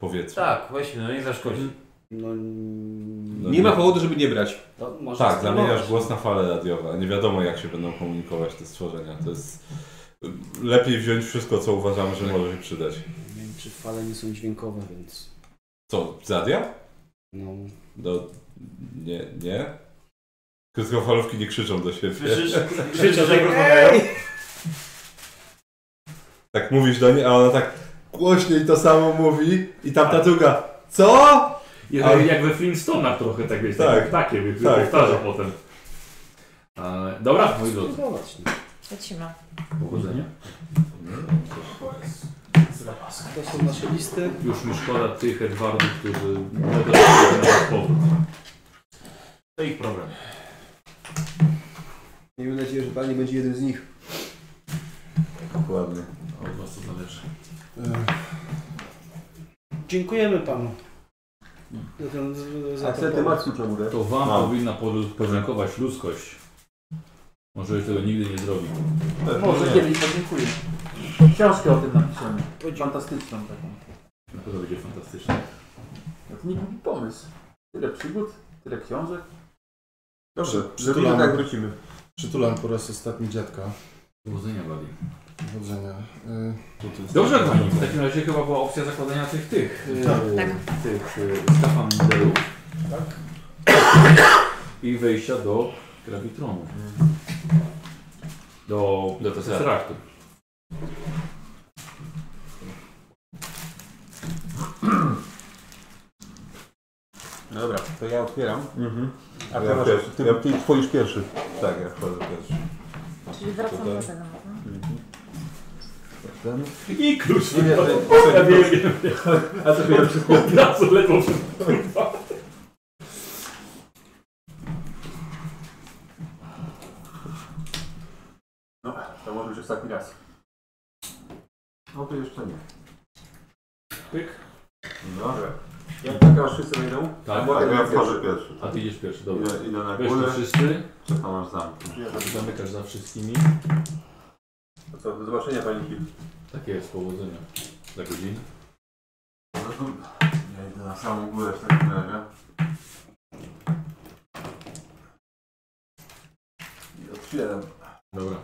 Powiedzmy.
Tak, właśnie, no nie zaszkodzi.
No,
No
Nie ma powodu, żeby nie brać.
to może
Tak,
spróbować.
zamieniasz głos na fale radiowe, a nie wiadomo jak się będą komunikować te stworzenia. To jest... y, Lepiej wziąć wszystko, co uważamy, że może się przydać.
Nie wiem, czy fale nie są dźwiękowe, więc...
Co, z radia?
No,
No, nie, nie. Krótkofalówki nie krzyczą do siebie.
Słyszysz? Krzyczą, że jak rozmawiają.
Tak mówisz do niej, a ona tak głośniej to samo mówi i tamta druga CO?!
Jak,
Ale-
Tak. jak we Flintstonach trochę tak wiesz,
Tak.
tak, takie, więc
Tak,
powtarza
tak.
potem. E, dobra, moi drodzy,
spróbować. no.
Lecimy.
powodzenia.
To są nasze listy.
Już mi szkoda tych Edwardów, którzy nie dotrzymają na powrót.
To ich problem.
Miejmy nadzieję, że pan nie będzie jednym z nich.
Dokładnie.
A
no,
Od was to zależy.
Dziękujemy panu. Za ten, za
A
to
wtedy masz klucz na górę.
To wam
No.
powinna podu- podziękować ludzkość. Może już tego nigdy nie zrobi.
Może
nie.
kiedyś podziękuję. Książkę o tym napiszemy. Fantastyczną taką.
Na pewno będzie fantastyczne.
To nie głupi pomysł. Tyle przygód, tyle książek.
Dobrze,
Przy-
zrobimy
przytulam.
tak, jak wrócimy.
Przytulam po raz ostatni dziadka.
Powodzenia, Bali.
Powodzenia. Y,
Dobrze, kochani. W takim razie chyba była opcja zakładania tych, tych, e,
Tak.
tych e, skafanderów. I wejścia do gravitronu. Do, do tesseractu.
Dobra, to ja otwieram.
Mhm.
A
Ja
ty, masz,
pierwszy.
ty,
Ja-
ty wchodzisz pierwszy.
Tak, ja wchodzę też.
Czyli wracam
Tutaj.
do tego. no.
I klucz.
Nie, nie,
wypadł.
to- to-
Ja wiem, wiem.
A co miałem wszystko?
Od razu ledwo przed
No, to może już ostatni raz. No to jeszcze nie.
Pyk.
Dobra. Jak taka wszyscy wejdą?
Tak,
Bo-
Tak, ja wchodzę pierwszy.
A ty idziesz pierwszy, dobra.
Idę- Idę na
Weź to
górę,
wszyscy.
czekam aż zamknę.
Zamykasz za wszystkimi.
To co, do zobaczenia pani Kim.
Takie jest powodzenia. Za godzinę.
No to ja idę na samą górę w takim razie. I otwieram.
Dobra.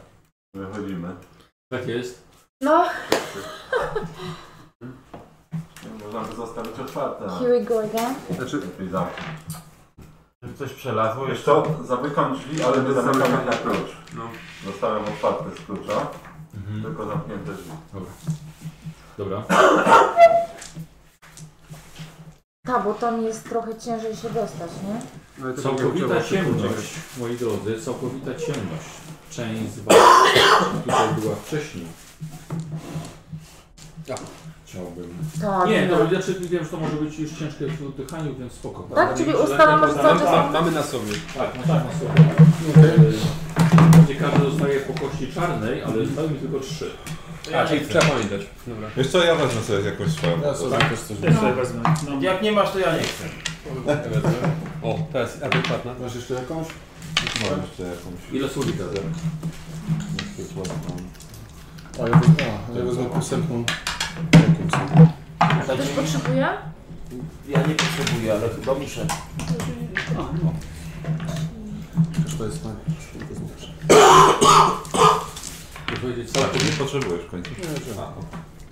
Wychodzimy.
Tak jest.
No,
Można by zostawić otwarte.
here we go again.
Znaczy... Lepiej zamknąć.
Żeby coś przelazło
Wiesz
jeszcze.
co, zamykam drzwi, ale nie zamykam ich na klucz.
No.
Zostawiam otwarte z klucza,
Mhm.
tylko zamknięte drzwi.
Dobra.
Ta, bo tam jest trochę ciężej się dostać, nie?
No, i to będzie
Całkowita
trzeba
ciemność, moi drodzy, całkowita ciemność. Część z Was tutaj była wcześniej. Chciałbym.
Tak.
Nie, no znaczy wiem, że to może być już ciężkie w oddychaniu, więc spoko.
Tak, czyli ustalamy, że cały czas...
tak, Mamy, mamy na sobie. Tak.
Tak, no tak, na sobie. Gdzie każdy dostaje po kości czarnej, ale zostały mi tylko trzy.
A, czyli trzeba Tak. pamiętać. Dobra.
Wiesz co, ja wezmę sobie jakąś swoją.
Ja sobie też coś
Też sobie wezmę. No,
Jak nie masz, to ja nie chcę.
O, teraz adekwatna.
Masz jeszcze jakąś?
Mam jeszcze jakąś.
Ile słowika zero?
jeszcze słodką.
O, ja wezmę, a, ja wezmę posępną. Jaką są?
Ktoś potrzebuje?
Ja nie potrzebuję, ale chyba muszę.
Też to jest na
powiedzieć
Tak, to nie potrzebujesz w końcu.
że-
A,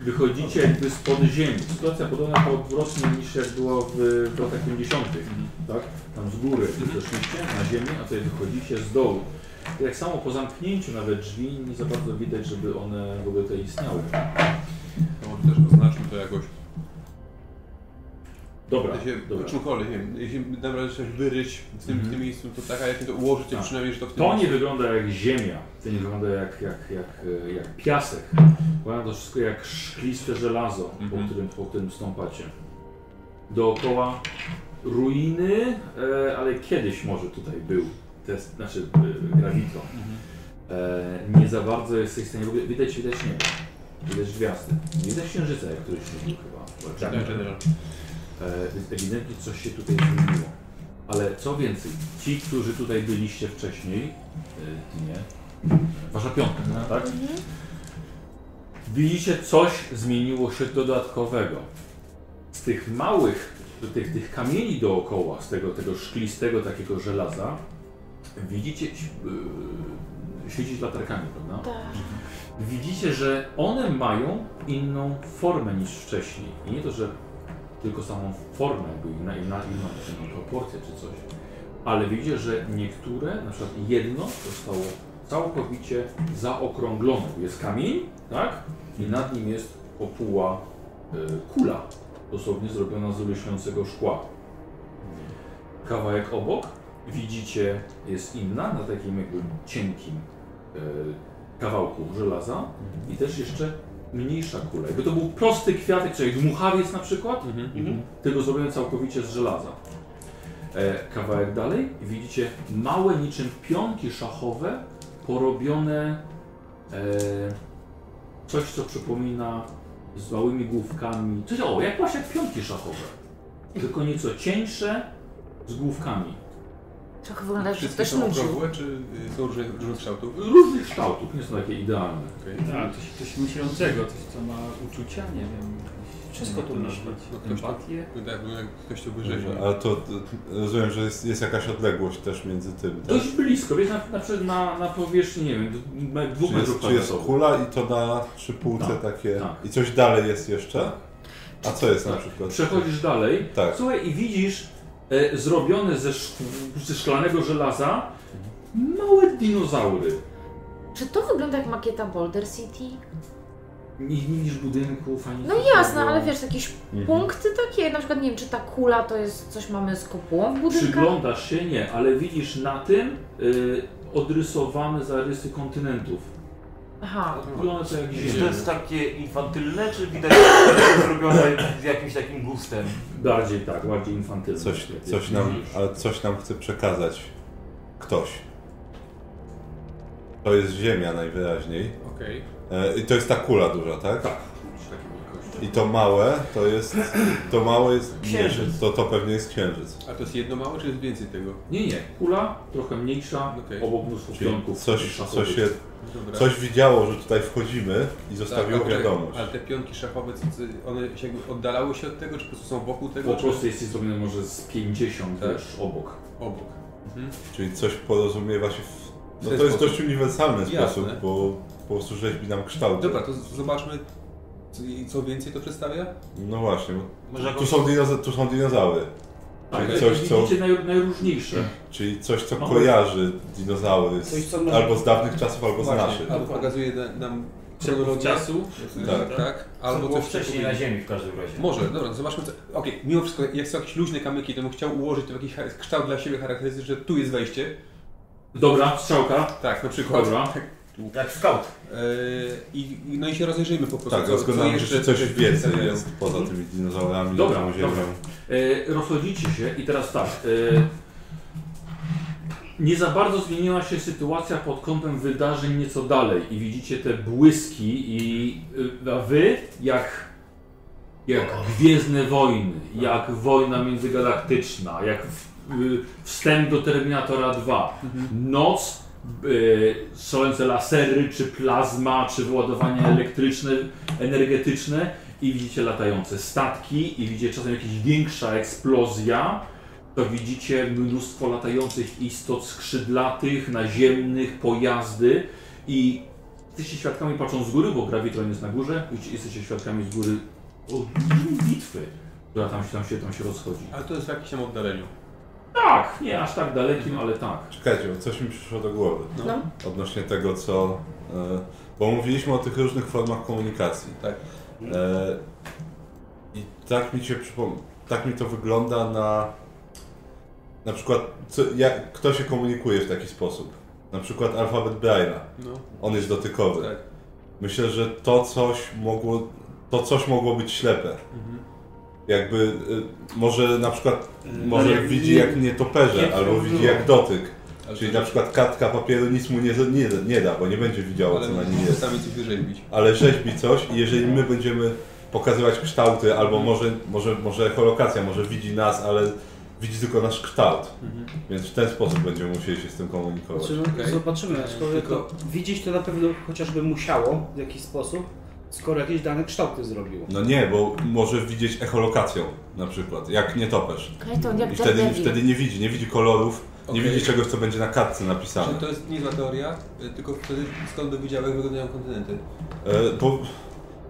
Wychodzicie jakby spod ziemi. Sytuacja podobna po odwrotnie niż jak było w, w latach 50. Tak? Tam z góry zeszliście na ziemię, a tutaj wychodzicie z dołu. I tak samo po zamknięciu nawet drzwi nie za bardzo widać, żeby one w ogóle tutaj istniały.
To może też oznaczmy to jakoś.
Dobra,
Ja się,
dobra.
Czymkolwiek, nie wiem, jeśli da radę coś wyryć w tym, w
Mhm.
tym miejscu, to tak, a jak mi to ułożyć, to
Tak.
przynajmniej, że to w tym
To nie
miejscu.
wygląda jak ziemia, to nie wygląda jak, jak, jak, e, jak piasek. Wygląda to wszystko jak szkliste żelazo, po,
Mhm.
którym, po którym stąpacie. Dookoła ruiny, e, ale kiedyś może tutaj był test, znaczy e, grawito. E, nie za bardzo jesteś w stanie, w ogóle- widać, widać nie. Widać gwiazdy. Nie widać księżyca, jak któryś nie był chyba.
Tak, tak, tak.
E, Więc ewidentnie coś się tutaj zmieniło. Ale co więcej, ci, którzy tutaj byliście wcześniej, e, nie, e, wasza piątka, tak? Widzicie, coś zmieniło się dodatkowego. Z tych małych, tych, tych kamieni dookoła, z tego, tego szklistego takiego żelaza, widzicie, yy, świecić latarkami, prawda? widzicie, że one mają inną formę niż wcześniej. I nie to, że tylko samą formę, jakby inna, inna, inną, inną proporcję czy coś, ale widzicie, że niektóre, na przykład jedno zostało całkowicie zaokrąglone. Jest kamień, tak? I nad nim jest opuła y, kula, dosłownie zrobiona z lśniącego szkła. Hmm. Kawałek obok widzicie jest inna, na takim jakby cienkim y, kawałku żelaza i też jeszcze mniejsza kula. Jakby to był prosty kwiatek, czyli dmuchawiec na przykład, Mhm. tego zrobiłem całkowicie z żelaza. E, kawałek dalej i widzicie małe niczym pionki szachowe porobione e, coś, co przypomina z małymi główkami. Coś, o, jak właśnie jak pionki szachowe, tylko nieco cieńsze z główkami.
Trochę wygląda, że
Wszystkie
ktoś
są
nudził.
okrągłe, czy y, są różne, różnych kształtów?
Różnych kształtów, nie są takie idealne.
Tak, coś, coś myślącego, coś co ma uczucia, nie wiem. jakieś-
Wszystko
jak
tu
to
No,
myśli.
nazwać,
ktoś tu-
Empatię.
Wygląda jakby No tak, jak ktoś to
Dobrze,
wyrzeźbił.
No, ale to, to rozumiem, że jest, jest jakaś odległość też między tym. Tak?
Dość blisko, wiesz, na, na, przykład na, na powierzchni, nie wiem, d- dwóch
Czy jest,
metrów
czy jest
kwadratowych.
kula i to na trzy półce
Tak,
takie.
tak.
I coś dalej jest jeszcze? A co jest na
Tak.
przykład?
Przechodzisz dalej,
Tak.
słuchaj i widzisz e, zrobione ze, szk ze szklanego żelaza małe dinozaury.
No. Czy to wygląda jak makieta Boulder City?
Nie nie widzisz budynków ani
No
takiego-
jasne, ale wiesz, jakieś
Mhm.
punkty takie, na przykład nie wiem, czy ta kula to jest coś mamy z kopułą w budynkach?
Przyglądasz się, nie, ale widzisz na tym y, odrysowane zarysy kontynentów.
Aha,
Wygląda to jak
Czy No to
ziemia.
jest takie infantylne, czy widać, że to jest zrobione z jakimś takim gustem?
Bardziej tak, bardziej infantylne.
Coś,
Jak
coś, nam,
widzisz.
ale coś nam chce przekazać ktoś. To jest ziemia najwyraźniej.
Okej.
E, I to jest ta kula duża, tak?
Tak, widzisz takie wielkości.
I to małe to jest. To małe jest.
Księżyc.
To, to pewnie jest księżyc.
A to jest jedno małe, czy jest więcej tego?
Nie, nie, kula trochę mniejsza,
Okej.
obok mnóstwo
Czyli
pionków.
coś,
szachowych.
coś, się,
Dobra.
coś widziało, że tutaj wchodzimy i
Tak,
zostawiło
a poczekaj,
wiadomość.
Ale te pionki szachowe, co- co- one się jakby oddalały się od tego, czy po prostu są wokół tego,
Po
czy
prostu jest zrobione może z 50
Tak.
też obok.
obok? Mhm.
Czyli coś porozumiewa się w... No
ten
to jest
sposób.
dość uniwersalny
Jasne.
sposób, bo po prostu rzeźbi nam kształt.
Dobra, to z- zobaczmy, co, i co więcej to przedstawia.
No właśnie, bo
Może
tu
jakąś...
są, dinoza- tu są dinozaury,
Tak,
Czyli
coś,
coś,
widzicie
co-
naj, najróżniejsze.
czyli coś co
No.
kojarzy dinozaury z,
Coś, co może-
albo z dawnych czasów, albo z
Właśnie,
naszych.
Albo pokazuje na- nam
Przepływ
chronologię.
czasu.
Tak.
Tak, tak. Albo
co było
coś co
wcześniej
powinno-
na ziemi w każdym razie.
Może, dobra, zobaczmy co... Okej, mimo wszystko, jak są jakieś luźne kamyki, to bym chciał ułożyć to w jakiś char- kształt dla siebie charakterystyczny, że tu jest wejście.
Dobra, strzałka.
Tak, na przykład.
Dobra.
Jak scout.
Yy, i, no i się rozejrzyjmy po prostu.
Tak,
co-
rozglądamy się,
jeszcze
czy coś
tutaj
więcej
przedstawiają.
jest poza tymi dinozaurami,
Dobra,
tą
dobra.
ziemią.
E, rozchodzicie się i teraz tak. E, nie za bardzo zmieniła się sytuacja pod kątem wydarzeń nieco dalej i widzicie te błyski i y, a wy jak jak Gwiezdne Wojny, jak wojna międzygalaktyczna, jak w, y, wstęp do Terminatora 2, noc, y, strzelające lasery, czy plazma, czy wyładowania elektryczne, energetyczne i widzicie latające statki i widzicie czasem jakaś większa eksplozja, to widzicie mnóstwo latających istot skrzydlatych, naziemnych, pojazdy i Jesteście świadkami, patrzą z góry, bo grawitron jest na górze. Uci- Jesteście świadkami z góry olbrzymiej bitwy, która tam się, tam się, tam się rozchodzi.
Ale to jest w jakimś tam oddaleniu.
Tak, nie aż tak dalekim, ale tak.
Czekajcie, bo coś mi przyszło do głowy.
No.
Odnośnie tego, co. E, bo mówiliśmy o tych różnych formach komunikacji.
Tak.
E, I tak mi się przypomina. Tak mi to wygląda na. Na przykład, co, jak, kto się komunikuje w taki sposób. Na przykład alfabet Braille'a.
No.
On jest dotykowy.
Tak.
Myślę, że to coś mogło. To coś mogło być ślepe.
Mhm.
Jakby y, może na przykład może
ale
widzi
nie-
jak nietoperze,
nie
albo widzi
przełożyło.
jak dotyk.
no. Ale
Czyli
to-
na przykład kartka papieru nic mu nie, nie, nie da, bo nie będzie widziało
Ale
co na nim jest.
sami coś wyrzeźbić.
Ale rzeźbi coś i jeżeli my będziemy pokazywać kształty, albo może, może, może echolokacja, może widzi nas, ale widzi tylko nasz kształt. Więc w ten sposób będziemy musieli się z tym komunikować.
Znaczy, no,
Mhm. Okej.
Zobaczymy, aczkolwiek
Tylko-
to widzieć to na pewno chociażby musiało w jakiś sposób, skoro jakieś dane kształty zrobiło.
No nie, bo może widzieć echolokacją na przykład, jak nietoperz.
Clayton, jak
I wtedy,
Daredevil.
wtedy nie widzi, nie widzi kolorów, nie
Okej.
widzi czegoś, co będzie na kartce
Znaczy,
napisane.
to jest niezła teoria, y, tylko wtedy skąd dowiedziałem, jak wyglądają kontynenty.
E, bo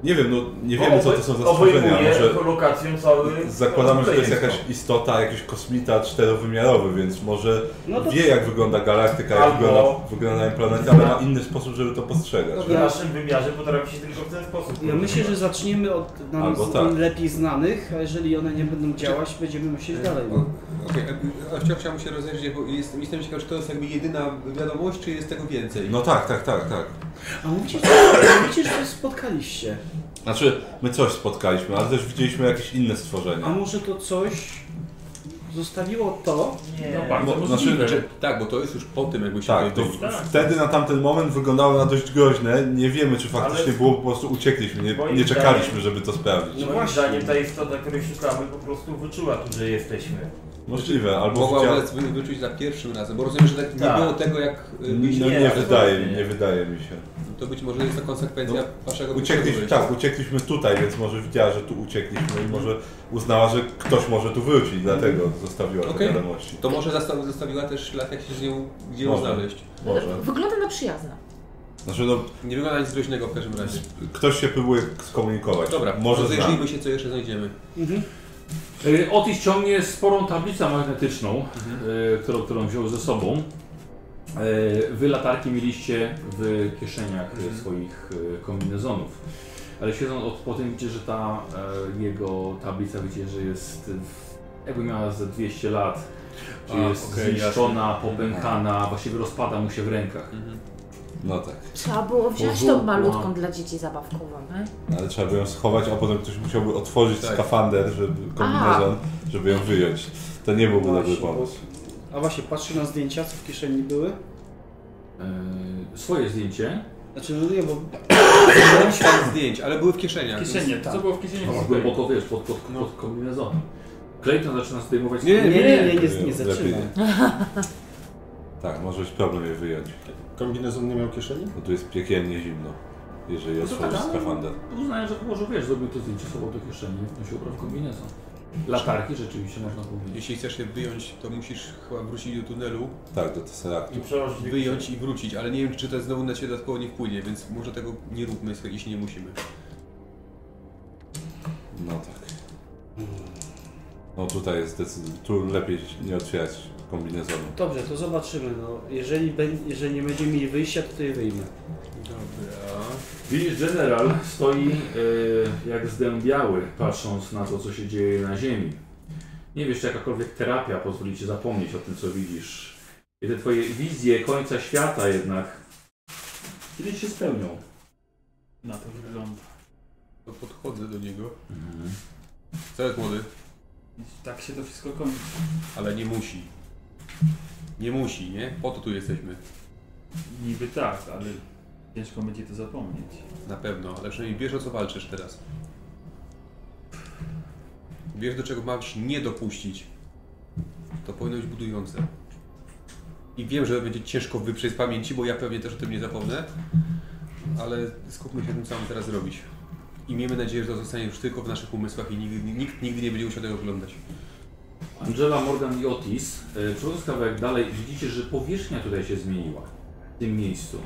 nie wiem, no nie wiemy co to są za stworzenia.
Obejmuje
Może
kolokacją cały...
zakładamy, że to jest
krajeństwo.
jakaś istota, jakiś kosmita czterowymiarowy, więc może
No to-
wie jak wygląda galaktyka, jak
Albo-
wygląda, wyglądają planety, ale ma inny sposób, żeby to postrzegać.
W naszym wymiarze potrafi się tylko w ten sposób.
Ja myślę, że zaczniemy od nam
Albo
z,
tak.
lepiej znanych, a jeżeli one nie będą działać, będziemy myśleć dalej.
O- Okej, a- a wciąż chciałem się rozejrzeć, bo jest, jestem ciekaw, czy to jest jakby jedyna wiadomość, czy jest tego więcej.
No tak, tak, tak, tak.
A mówicie, że, mówicie, że się spotkaliście.
Znaczy, my coś spotkaliśmy, ale też widzieliśmy jakieś inne stworzenia.
A może to coś zostawiło to?
Nie.
No bardzo
Bo-
możliwe.
znaczy,
Tak, bo to jest już po tym, jakby się
Tak, to
pojawiło.
w, wtedy na tamten moment wyglądało na dość groźne. Nie wiemy, czy faktycznie
Ale-
było, po prostu uciekliśmy, nie,
Moim
nie czekaliśmy,
zdaniem- No
żeby to sprawdzić.
Moim
właśnie.
zdaniem ta istota, której szukamy, po prostu wyczuła tu, że jesteśmy.
Możliwe, albo
Mogła
chciała...
wlec wy, wyczuć za pierwszym razem, bo rozumiem, że tak nie
Tak.
było tego, jak y,
No
byliśmy
nie,
Nie,
wydaje mi,
nie.
nie wydaje mi się. No,
To być może jest to konsekwencja waszego
Uciekliśmy, tak, uciekliśmy tutaj, więc może widziała, że tu uciekliśmy i może uznała, że ktoś może tu wrócić, dlatego zostawiła te
Mhm. Okej.
wiadomości.
To może zasta- zostawiła też ślad, jak się z nią, gdzie ją
Może.
znaleźć.
Może.
Wygląda na przyjazna.
Znaczy no,
Nie wygląda nic groźnego w każdym razie.
ktoś się próbuje skomunikować.
Dobra,
może zna.
rozejrzyjmy się, co jeszcze znajdziemy.
Mhm.
Y, Otis ciągnie sporą tablicę magnetyczną, y, którą, którą wziął ze sobą. Y, Wy latarki mieliście w kieszeniach y,
Mhm.
swoich y, kombinezonów. Ale siedząc od, po tym widzicie, że ta y, jego tablica widzicie, że jest w, jakby miała ze 200 lat. Czyli
A,
jest
okej,
zniszczona, popękana, właściwie rozpada mu się w rękach.
Mhm.
No tak,
Trzeba było wziąć
Boże,
tą malutką
wow.
dla dzieci zabawkową, nie?
ale trzeba by ją schować, a potem ktoś musiałby otworzyć
Tak.
skafander, żeby, kombinezon, żeby ją wyjąć. To nie byłby dobry
Właśnie, bo-
pomysł.
A właśnie, patrzę na zdjęcia, co w kieszeni były.
Y, Swoje zdjęcie.
Znaczy, no nie, bo
Miałem świat zdjęć, ale były w kieszeniach.
Kieszenie, to co było w kieszeni?
Jest No, głęboko, wiesz, pod, pod, pod kombinezonem. Clayton zaczyna zdejmować...
Nie,
nie, nie, nie, nie, nie,
Lepiej
nie zaczynam.
Tak, może być problem je wyjąć,
Kombinezon nie miał kieszeni?
bo tu jest piekielnie zimno, jeżeli
No to tak,
otworzysz
ale-
skafander.
Uznałem, że może wiesz, zrobił to zdjęcie sobą do kieszeni, nosił ubrał kombinezon. Latarki rzeczywiście można powiedzieć.
Jeśli chcesz je wyjąć, to musisz chyba wrócić do tunelu,
Tak, do Tesseractu.
I przełożyć
wyjąć i wrócić, ale nie wiem, czy to znowu na ciebie dodatkowo nie wpłynie, więc może tego nie róbmy, jeśli nie musimy.
No tak. No tutaj jest zdecydowanie. Tu lepiej nie otwierać kombinezonu.
Dobrze, to zobaczymy. No, jeżeli, bę- jeżeli nie będziemy mieli wyjścia, to, to je wyjmę.
Dobra.
Widzisz, general stoi e, jak zdębiały, patrząc na to, co się dzieje na ziemi. Nie wiesz, czy jakakolwiek terapia pozwoli ci zapomnieć o tym, co widzisz. I te twoje wizje końca świata jednak kiedyś się spełnią.
Na to wygląda.
To podchodzę do niego.
Mhm.
Co jest młody?
Tak się to wszystko kończy.
Ale nie musi. Nie musi, nie? Po to tu jesteśmy.
Niby tak, ale ciężko będzie to zapomnieć.
Na pewno, ale przynajmniej wiesz o co walczysz teraz. Wiesz do czego masz nie dopuścić. To powinno być budujące. I wiem, że będzie ciężko wyprzeć z pamięci, bo ja pewnie też o tym nie zapomnę. Ale skupmy się na tym, co mamy teraz robić. I miejmy nadzieję, że to zostanie już tylko w naszych umysłach i nigdy, nikt nigdy nie będzie musiał tego oglądać.
Angela, Morgan i Otis, e, przechodząc kawałek dalej, widzicie, że powierzchnia tutaj się zmieniła. w tym miejscu.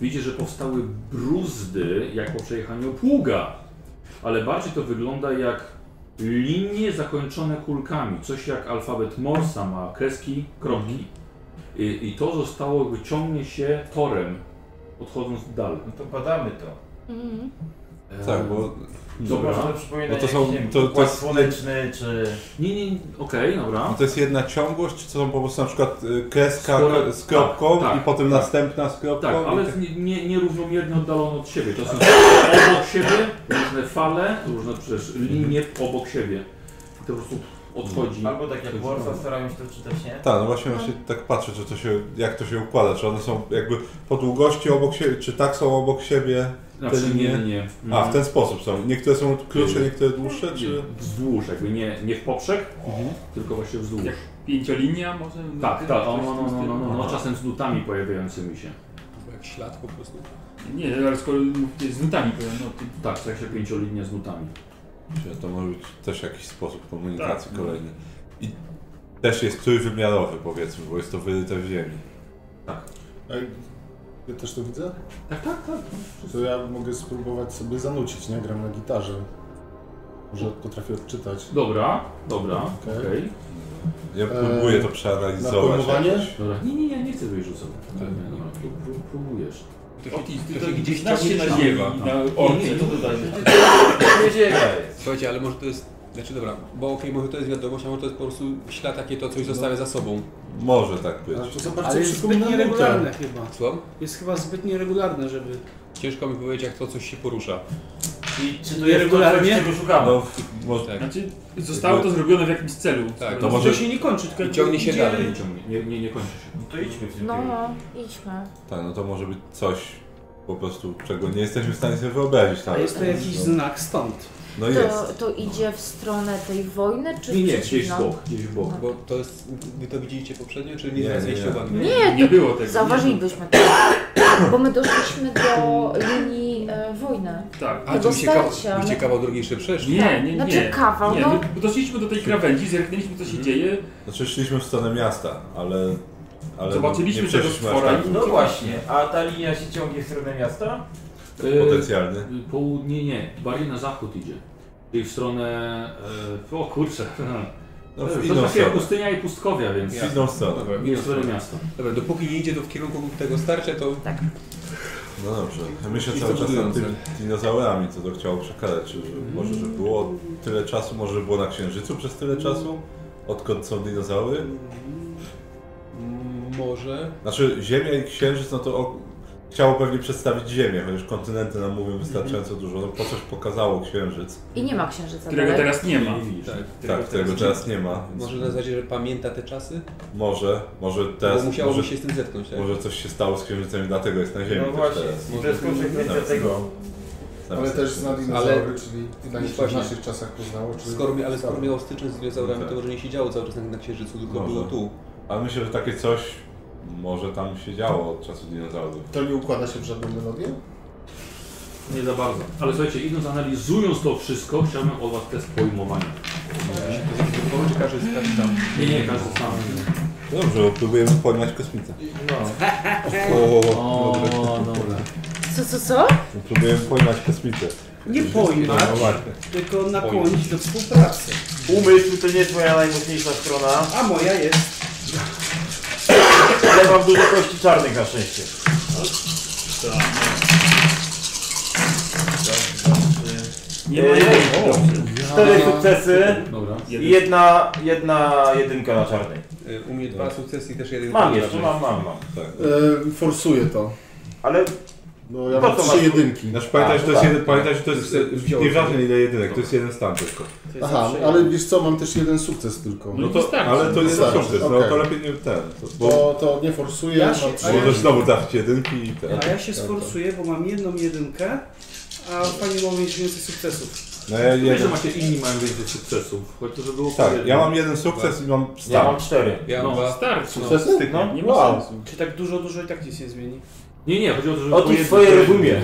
Widzicie, że powstały bruzdy jak po przejechaniu pługa, ale bardziej to wygląda jak linie zakończone kulkami. Coś jak alfabet Morsa ma kreski, kropki. I, I to zostało, jakby ciągnie się torem, odchodząc dalej.
No to badamy to.
Mhm.
Tak, bo...
Dobra.
Może to przypomina
Bo to
to
są-
jakiś to,
to- to
układ
jest-
słoneczny, czy...
Nie, nie, nie, okej,
Bo
dobra.
No to jest jedna ciągłość, czy to są po prostu na przykład y, kreska
Skoro-
z kropką
tak, tak,
i potem
tak.
następna z kropką?
Tak, ale
i tak-
nie- nie, nierównomiernie oddalone od siebie. To są obok siebie, różne fale, różne przecież linie obok siebie. I to po prostu odchodzi.
Albo tak jak
odchodzi
Warsaw
dalej.
starają się to czytać, nie?
Tak, no właśnie, właśnie tak patrzę, czy to się, jak to się układa, czy one są jakby po długości obok siebie, czy tak są obok siebie te
Na przykład Tak. Znaczy nie,
linie?
nie. Mhm.
A, w ten sposób są. Niektóre są krótsze, niektóre dłuższe, czy... Mhm.
Wzdłuż, jakby nie, nie w poprzek, tylko właśnie wzdłuż.
Jak pięciolinia może?
Tak, tak, o, no, no,
Coś w tym
no, no, no,
stylu.
no, czasem z nutami pojawiającymi się.
Jak ślad po prostu.
Nie, ale skoro mówicie z nutami, to no, to
Tak, w sensie pięciolinia z nutami.
Czy To może być też jakiś sposób komunikacji
Tak, no.
kolejny. I też jest trójwymiarowy, powiedzmy, bo jest to wyryte w ziemi.
Ej, Ja też to widzę?
Tak, tak, tak.
To ja mogę spróbować sobie zanucić, nie? Gram na gitarze. Może potrafię odczytać.
Dobra, dobra, okej.
Okej.
Ja próbuję
Eee,
to
Na
przeanalizować.
pojmowanie?
Dobra. Nie, nie, nie, nie chcę wyjść rzucać. Nie, nie, pró- pró- Próbujesz.
To się, to się
to
gdzieś
nas
ciągnie
się
na
nadziewa.
ziemi.
No.
Na
Nie,
orce
nie,
to dodaje.
Niedziela jest.
Słuchajcie, ale może to jest... Znaczy dobra, bo okej, może to jest wiadomość, a może to jest po prostu ślad takie to, coś zostawia za sobą.
Może tak być.
Ale to za
Ale
bardzo
jest zbyt
przypomina
nieregularne
nutę.
chyba.
Słucham?
Jest chyba zbyt nieregularne, żeby...
Ciężko mi powiedzieć, jak to coś się porusza.
I czy to
Nie
jest to, coś,
regularnie?
czego szukamy?
No, może...
Tak.
Znaczy, zostało to zrobione w jakimś celu.
Tak,
To
to
może...
To się nie kończy, tylko...
I ciągnie się
idzie-
dalej.
Nie ciągnie, nie, nie, nie kończy się.
No to idźmy w tym
No,
kierunku.
no, idźmy.
Tak, no to może być coś po prostu, czego nie jesteśmy w stanie sobie wyobrazić.
A
Tak?
jest to jakiś znak stąd.
No
To,
jest.
to idzie w stronę tej wojny, czy
Nie, nie, gdzieś w
przeciwną?
bok, gdzieś w bok.
Bo to jest... Wy to widzieliście poprzednio, czy
Nie,
nie
nie,
zwracaliście
nie.
uwagi?
Nie,
Nie było tego.
Zauważylibyśmy to, bo my doszliśmy do linii e, wojny.
Tak.
A, to byście
starcia,
kawał,
ale-
byście kawał drogiejszy przeszli?
Nie, nie,
Znaczy
nie.
kawał,
Nie,
no.
my doszliśmy do tej krawędzi, zerknęliśmy co się dzieje,
Znaczy szliśmy w stronę miasta, ale... ale
Zobaczyliśmy
nie
tego
przeszliśmy
stwora
aż tak
i-
No właśnie, a ta linia się ciągnie w stronę miasta?
Yy,
Y,
potencjalny.
Południe nie, bardziej na zachód idzie. Czyli w stronę... E, o kurczę.
No
to
w
jest
inną
właściwie
stronę.
pustynia i pustkowia, więc...
W inną stronę.
Dobra,
Nie w stronę miasta.
no, Dobra, dopóki nie idzie to w kierunku tego starcia, to
No dobrze, ja myślę
Jest
cały
to
czas nad
budujące.
tymi dinozaurami, co to chciało przekalać. Czy
Mhm.
że może, że było tyle czasu, może że było na Księżycu przez tyle czasu? Odkąd są dinozaury?
mm, może...
Znaczy Ziemia i Księżyc, no to o... chciało pewnie przedstawić Ziemię, chociaż kontynenty nam mówią wystarczająco dużo. No po coś pokazało Księżyc,
I nie ma księżyca
którego
dalej.
teraz nie ma.
Nie widzisz.
Tak.
tak, którego teraz nie ma. Więc
Może na zasadzie, że pamięta te czasy?
Może, może
Bo
teraz,
musiałoby
może,
się z tym zetknąć, tak?
może coś się stało z Księżycem i dlatego jest na Ziemi
No
też
właśnie,
teraz. No,
i to jest konsekwencja tego.
Ale też zna dinozaury, czyli pytanie, czy w
no Właśnie.
naszych czasach poznało, czy...
Skoro, mi- ale skoro miał styczność z dinozaurami,
Tak.
to może nie siedziało cały czas na- na Księżycu, tylko
Może.
było tu.
Ale myślę, że takie coś może tam się działo od czasu dinozaurów.
To nie układa się w żadną melodię?
Nie za bardzo. Ale słuchajcie, idąc analizując to wszystko, chciałbym od was test pojmowania.
Tylko czy każdy stać tam?
Nie, nie, każdy sam.
Dobrze, bo próbujemy pojmać kosmitę. No. O,
O, dobra.
Co, co, co?
Próbujemy pojmać kosmitę.
Nie pojmać,
No właśnie.
tylko nakłonić do współpracy.
Umysł to nie jest moja najmocniejsza strona,
A moja jest
ale mam dużo kości czarnych na szczęście.
Nie ma
Ej,
jej.
o, Cztery sukcesy
Dobra.
i jedna, jedna jedynka na czarnej.
Y, U mnie dwa sukcesy i też jeden Tak.
Mam
punkt
jeszcze,
raczej.
mam, mam, mam.
Tak.
E, forsuję to,
Ale
bo ja
Po
mam
co
trzy
masz-
jedynki.
Znaczy pamiętaj,
A,
że to jest
tak. No.
jeden, pamiętaj, że to jest,
Wziąłem.
nieważne ile jedynek, to jest jeden stan tylko.
Aha, ale wiesz co, mam też jeden sukces tylko.
No
No
i
to,
wystarczy.
ale to nie
Wystarczy,
sukces, no
okej.
to lepiej nie ten, to, bo
Bo to nie forsuję, no
Ja
mam
się-
trzy.
a ja-
możesz znowu trafić jedynki i ten.
A ja się sforsuję, bo mam jedną jedynkę, a pani ma mieć więcej sukcesów.
No ja
Wiesz, że
jeden,
macie inni mają więcej sukcesów, chociaż było po
tak,
jednym.
ja mam jeden sukces i mam
ja mam
stan.
cztery.
Ja
No.
mam dwa.
Starczy. No.
Sukcesy?
No.
Nie ma
Wow.
sensu.
Czy tak dużo, dużo i tak nic nie zmieni?
Nie, nie, chodzi o to, że...
O
po
tym
jednym-
swoje rozumie.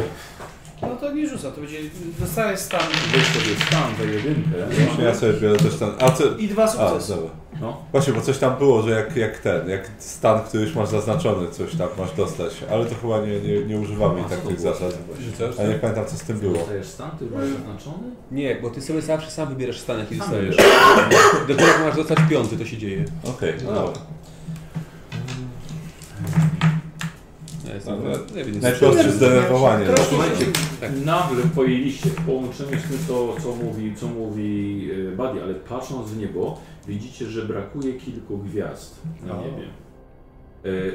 No to nie rzuca, to będzie... Dostaje stan.
Weź sobie stan za jedynkę.
No, Właśnie ja sobie biorę też ten. A co?
I dwa sukcesy.
A, dobra.
No.
Właśnie, bo coś tam było, że jak, jak ten, jak stan, który już masz zaznaczony, coś tam masz dostać, ale to chyba nie, nie, nie używamy i tak tych zasad. A nie pamiętam co z tym było.
Dostajesz stan, ty masz zaznaczony?
Nie, bo ty sobie zawsze sam wybierasz stan, jaki
Sam
dostajesz.
wybierasz.
Dopiero jak masz dostać piąty, to się dzieje.
Okej, no dobra.
Ja jestem
Dobra.
nie wiem,
Najprostsze zdenerwowanie.
Słuchajcie,
Tak.
nagle pojęliście w połączeniu z tym, co, co mówi, co mówi e, Buddy, ale patrząc w niebo, widzicie, że brakuje kilku gwiazd na
O.
niebie.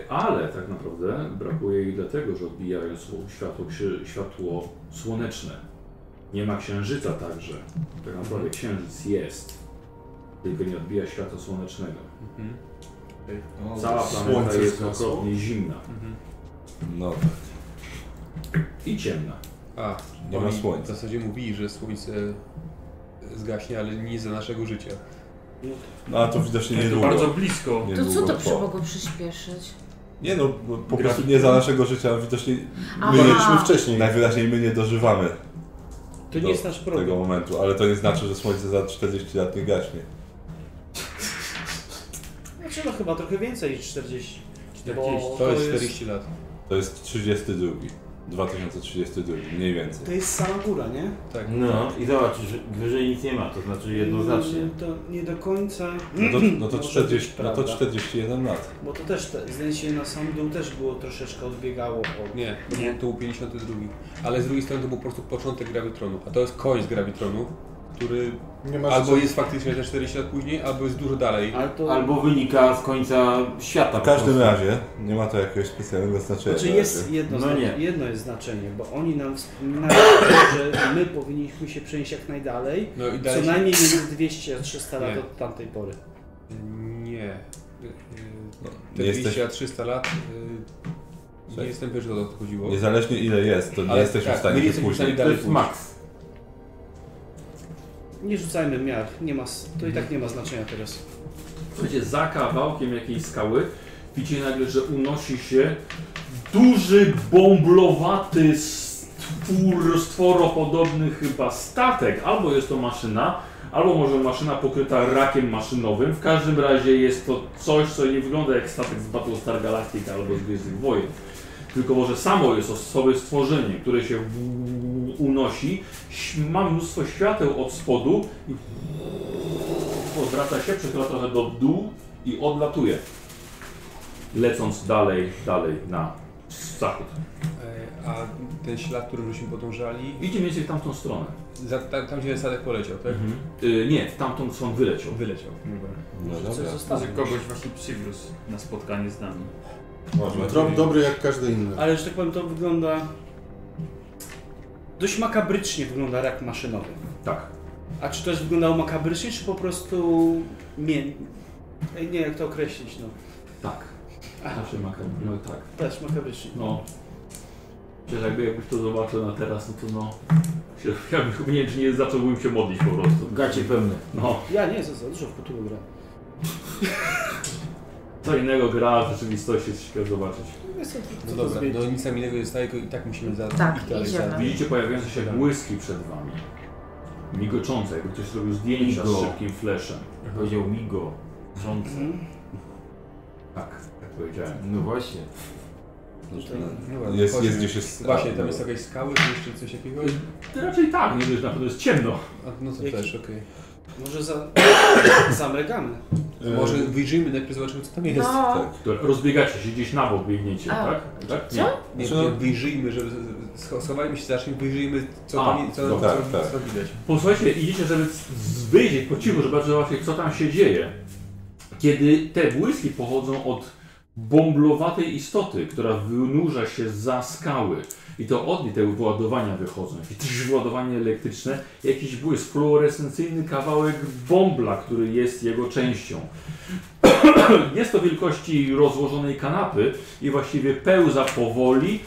E, Ale tak naprawdę brakuje ich dlatego, że odbijają sło- światło, krzy- światło słoneczne. Nie ma księżyca także. Tak naprawdę księżyc jest, tylko nie odbija światła słonecznego.
Mhm.
Cała planeta
Słońce
jest
zgasło.
okropnie zimna
No tak.
i ciemna.
A,
Nie
oni
ma słońca.
W zasadzie mówili, że słońce zgaśnie, ale nie za naszego życia.
No, a to widocznie
Tak, to
niedługo.
bardzo blisko.
Niedługo
To co to przy
trwa.
Bogu przyspieszyć?
Nie no, bo po prostu nie za naszego życia, ale widocznie
Aha.
my
Byliśmy
wcześniej. Najwyraźniej my nie dożywamy.
To nie
do
jest nasz problem.
tego momentu, ale to nie znaczy, że słońce za 40 lat nie gaśnie.
Znaczy no chyba trochę więcej niż 40. Bo
To jest 40 lat.
To jest 32. 2032, mniej więcej.
To jest sama góra, nie?
Tak.
Tak.
No i zobacz, że wyżej nic nie ma, to znaczy jednoznacznie.
Mm, To nie do końca.
No to, no to,
Może
40,
być
no to
prawda.
41 lat.
Bo to też te, zdjęcie na sam dół też było troszeczkę odbiegało od.
Nie, to, Był, to był 52. Ale z drugiej strony to był po prostu początek Gravitronu, a to jest koniec Gravitronu, który
Nie ma
albo
życzenia.
jest faktycznie te 40 lat później, albo jest dużo dalej.
Albo wynika z końca świata.
W
po
każdym
prostu.
razie nie ma to jakiegoś specjalnego znaczenia.
Znaczy
na
jest
razie.
jedno,
No
zna-
nie.
jedno jest znaczenie, bo oni nam wspominają, że my powinniśmy się przenieść jak najdalej,
No i dalej
co
się-
najmniej między 200 a 300 lat
Nie.
od tamtej pory.
Nie. Yy, Te
nie jesteś-
200 a 300 lat. yy, Nie jestem pewien, że o to chodziło.
Niezależnie ile jest, to nie
Ale
jesteśmy
tak,
w stanie
my nie
się
jesteśmy w
później.
stanie dalej pójść.
Nie rzucajmy miar, nie ma, s- to i
Mhm.
tak nie ma znaczenia teraz.
Słuchajcie, za kawałkiem jakiejś skały widzicie nagle, że unosi się duży, bąblowaty stwór, stworopodobny chyba statek. Albo jest to maszyna, albo może maszyna pokryta rakiem maszynowym. W każdym razie jest to coś, co nie wygląda jak statek z Battlestar Galactica albo z Gwiezdnych Wojen. Tylko może samo jest o sobie stworzenie, które się w- unosi, Ś- ma mnóstwo świateł od spodu i odwraca się, przechyla trochę do dół i odlatuje. Lecąc dalej, dalej na zachód.
Yy, A ten ślad, którym żeśmy podążali,
Idzie mniej więcej w tamtą stronę.
za, tam, tam gdzie statek poleciał, tak?
Mhm. Y, nie, w tamtą stronę wyleciał.
Wyleciał.
No
Może
dobra.
Może kogoś właśnie przywiózł na spotkanie z nami.
Może.
Trop dobry jak każdy inny.
Ale że tak powiem, to wygląda... Dość makabrycznie wygląda rak maszynowy.
Tak.
A czy to jest wyglądało makabrycznie, czy po prostu... Mię... Ej, Nie, jak to określić, no.
Tak.
Aha.
Zawsze makro. No tak.
Też makabrycznie.
No. Przecież jakby, jakbyś to zobaczył na teraz, no to no. Się, ja bym nie, wiem, czy nie zacząłbym się modlić po prostu.
Gacie pełne.
No.
Ja nie, za za dużo w kulturę gra.
Co innego gra w rzeczywistości jest świetnie zobaczyć.
Jestem
No
co to
dobra,
zmieni.
no nic nam innego nie zostaje, tylko i tak musimy za,
Tak,
iść dalej.
idziemy.
Za,
Widzicie pojawiające się błyski przed wami. Migoczące, jakby ktoś zrobił zdjęcia z
Migo.
szybkim fleszem.
Powiedział migo. Rządce.
Mhm.
Tak, jak powiedziałem.
No właśnie.
No Dobra,
No, Jest,
chodźmy.
jest gdzieś jest.
Właśnie,
a,
tam
no.
jest jakaś skały, czy jeszcze coś jakiegoś?
Ty Y, raczej tak, nie wiesz, na pewno jest ciemno.
A, no to
Jaki-
też, okej.
Może za... zamregamy.
To Może wyjrzyjmy, najpierw zobaczymy, co tam jest.
No,
Dobra, Rozbiegacie się gdzieś na bok, biegniecie,
A,
tak? tak? Nie.
Nie,
Znaczy,
nie, wyjrzyjmy, żeby scho- schowajmy się za czymś, wyjrzyjmy, co
A,
tam co,
dobra,
co,
tak.
co widać.
Posłuchajcie, idziecie, żeby z- z- wyjść po cichu, żeby zobaczyć, co tam się dzieje. Kiedy te błyski pochodzą od bąblowatej istoty, która wynurza się za skały. I to od niej te wyładowania wychodzą. Jakieś trzy wyładowanie elektryczne, jakiś błysk, fluorescencyjny kawałek bąbla, który jest jego częścią. jest to wielkości rozłożonej kanapy i właściwie pełza powoli,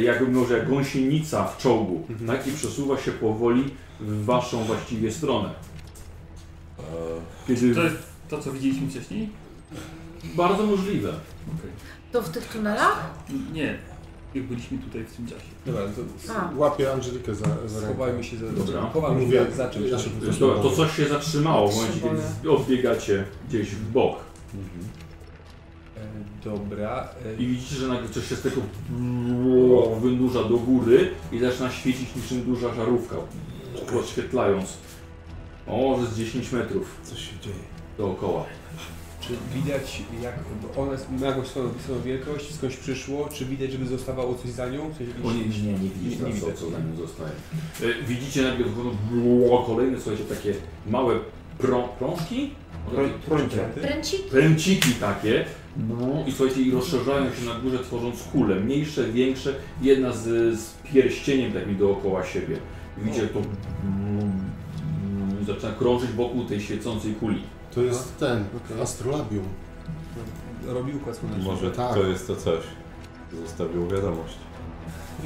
jak może jak gąsienica w czołgu,
Mhm.
tak? I przesuwa się powoli w waszą właściwie stronę. E, Kiedy
To jest to, co widzieliśmy wcześniej?
bardzo możliwe.
to w tych tunelach?
Nie. jak byliśmy tutaj w tym czasie.
Dobra, to
A.
Łapię Angelikę za, za rękę.
Schowajmy się za-
Dobra.
Chowam się tak, za, za czymś.
ja się po prostu
Dobra, to
chowam.
coś się zatrzymało w momencie, kiedy z- odbiegacie gdzieś w bok.
Mhm.
E, Dobra. e,
I widzicie, że nagle coś się z tego wynurza do góry i zaczyna świecić niczym duża żarówka, podświetlając. O, że z 10 metrów.
Co się dzieje?
Dookoła.
Czy widać, jak bo ona jest- ma jakąś swoją swoją wielkość, skądś przyszło, czy widać, żeby zostawało coś za nią? Coś,
O nie, nie, nie, nie widzisz nie, co, co za nim zostaje. E, Widzicie nagle wychodzą brrr, kolejne, słuchajcie, takie małe prą, prążki?
Pręciki.
Pręciki takie. Brrr, I słuchajcie, i rozszerzają się na górze, tworząc kule. Mniejsze, większe, jedna z, z pierścieniem takim dookoła siebie. I Widzicie, jak to brrr, zaczyna krążyć wokół tej świecącej kuli.
To jest ten, astrolabium.
Robił słoneczny.
Może
Tak.
to jest to coś. Zostawił wiadomość.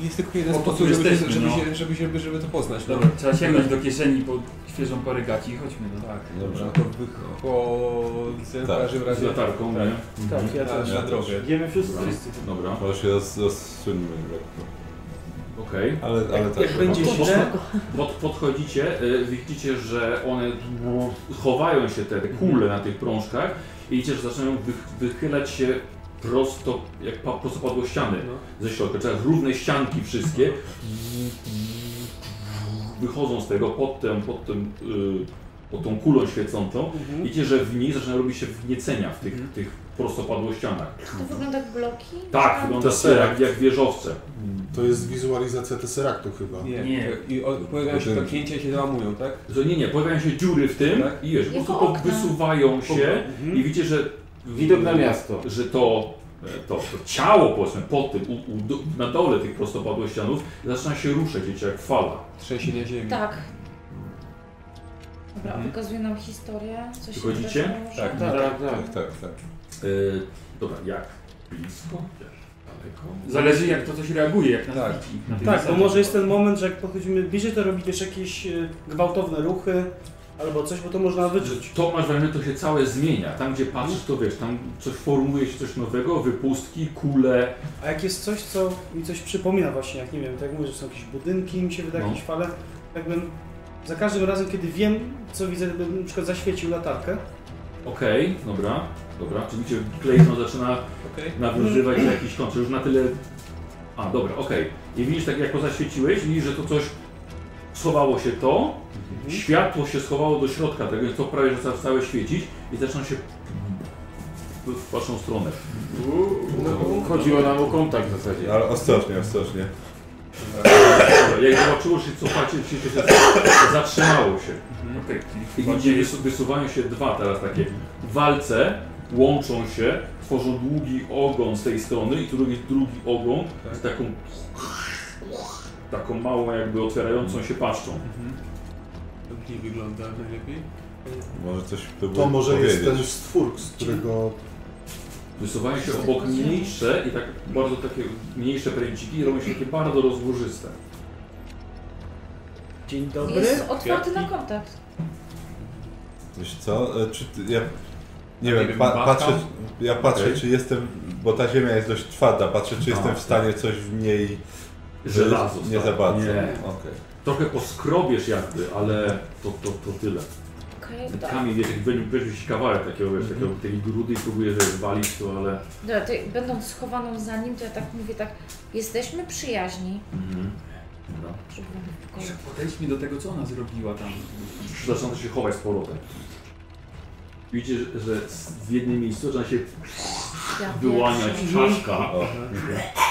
Jest tylko jeden
O, to tu
sposób, żeby,
jesteśmy,
żeby, żeby,
no.
się- żeby, żeby, żeby to poznać.
Znaczy,
no.
Dobra, trzeba sięgnąć do kieszeni po świeżą parę gaci i chodźmy. No.
Tak,
Dobrze.
dobrze. To wychodzę
Tak,
w każdym
Z
razie.
latarką, nie?
Mhm.
Tak, ja
na,
też.
na drogę.
Idziemy wszyscy.
Dobra. Dobra,
Może się roz, rozsuńmy lekko.
okej.
Ale, ale tak.
Jak będzie
No,
Pod-
źle,
Pod, podchodzicie, y, widzicie, że one no, chowają się te
Mhm.
kule na tych prążkach i widzicie, że zaczynają wy, wychylać się prosto, jak pa, prostopadło ściany
No.
ze środka, czyli równe ścianki wszystkie wychodzą z tego pod, tym, pod, tym, y, pod tą kulą świecącą.
Mhm.
Widzicie, że w niej zaczyna robić się wniecenia w tych, tych prostopadłościanach.
To wygląda jak bloki?
Tak, wygląda to jak, jak wieżowce.
To jest wizualizacja Tesseractu chyba.
Nie.
Nie.
I o- pojawiają się pęknięcia i się załamują, tak?
Że nie, nie, pojawiają się dziury w tym
Tak.
i wiesz, po
Jako
prostu
okna.
wysuwają się i widzicie, że
Widok na miasto.
Że to, e, to, to ciało powiedzmy pod tym, u, u, do- na dole tych prostopadłych ścianów zaczyna się ruszać, wiecie, jak fala.
Trzęsienie ziemi.
Tak. Dobra, on pokazuje nam historię. Coś
Wychodzicie?
Tak.
Tak, tak.
Tak, tak, tak.
Yy, dobra, jak blisko, jak daleko?
Zależy jak to coś reaguje, jak nas
Tak.
widzi. na tej
Tak, bo
zasadzie.
może jest ten moment, że jak podchodzimy bliżej, to robi też jakieś e, gwałtowne ruchy albo coś, bo to można wyczuć.
To masz wrażenie, to się całe zmienia. Tam gdzie patrzysz, to wiesz, tam coś formuje się coś nowego, wypustki, kule.
A jak jest coś, co mi coś przypomina właśnie, jak nie wiem, tak jak mówię, że są jakieś budynki, mi się wydaje,
No.
jakieś fale, jakbym za każdym razem, kiedy wiem, co widzę, bym na przykład zaświecił latarkę.
Okej, dobra, dobra. Czyli cię klejno zaczyna
Okej.
nawiązywać do jakichś kończy. Już na tyle. A, dobra, okej. I widzisz, tak jak go zaświeciłeś, widzisz, że to coś schowało się to, światło się schowało do środka, tak więc to prawie że za- całe świecić i zaczyna się w- w waszą stronę.
No, chodziło nam o kontakt w zasadzie.
Ale ostrożnie, ostrożnie.
Dobra, jak zobaczyło się, cofacie, się, się, się zatrzymało się.
Mhm, Okej,
I
czyli
widzicie,
bardziej-
wysu- wysuwają się dwa teraz takie walce, łączą się, tworzą długi ogon z tej strony i tu drugi, drugi ogon z taką taką małą jakby otwierającą się paszczą.
Mhm.
Jak nie wygląda najlepiej? No,
Może coś próbuję
To może
powiedzieć.
jest ten stwór, z którego
Wysuwają się obok mniejsze i tak bardzo takie mniejsze pręciki i robią się takie bardzo rozłożyste.
Dzień dobry.
Jest otwarty na kontakt.
Wiesz co, e, czy ty, ja... Nie
wiem,
wiem, pa,
babka?
patrzę, ja patrzę
Okej.
czy jestem, bo ta ziemia jest dość twarda, patrzę czy
No,
jestem w
tak.
stanie coś w niej
Żelazo.
nie
stare.
za bardzo.
Nie.
Okej.
Trochę poskrobiesz jakby, ale to, to, to tyle.
Okej, dobra.
Kamień, wiesz, jak weź- weźmiesz jakiś kawałek takiego, wiesz, takiego, tej grudy i próbujesz wiesz, walić to, ale...
Dobra, to będąc schowaną za nim, to ja tak mówię tak, jesteśmy przyjaźni.
Mhm. Dobra.
No.
Żeby nam w pokoju.
Podejdźmy do tego, co ona zrobiła tam.
zaczyna się chować z powrotem. Widzicie, że- że z- w jednym miejscu zaczyna się
Ja
wyłaniać
pierwszy.
czaszka.
O. Yy,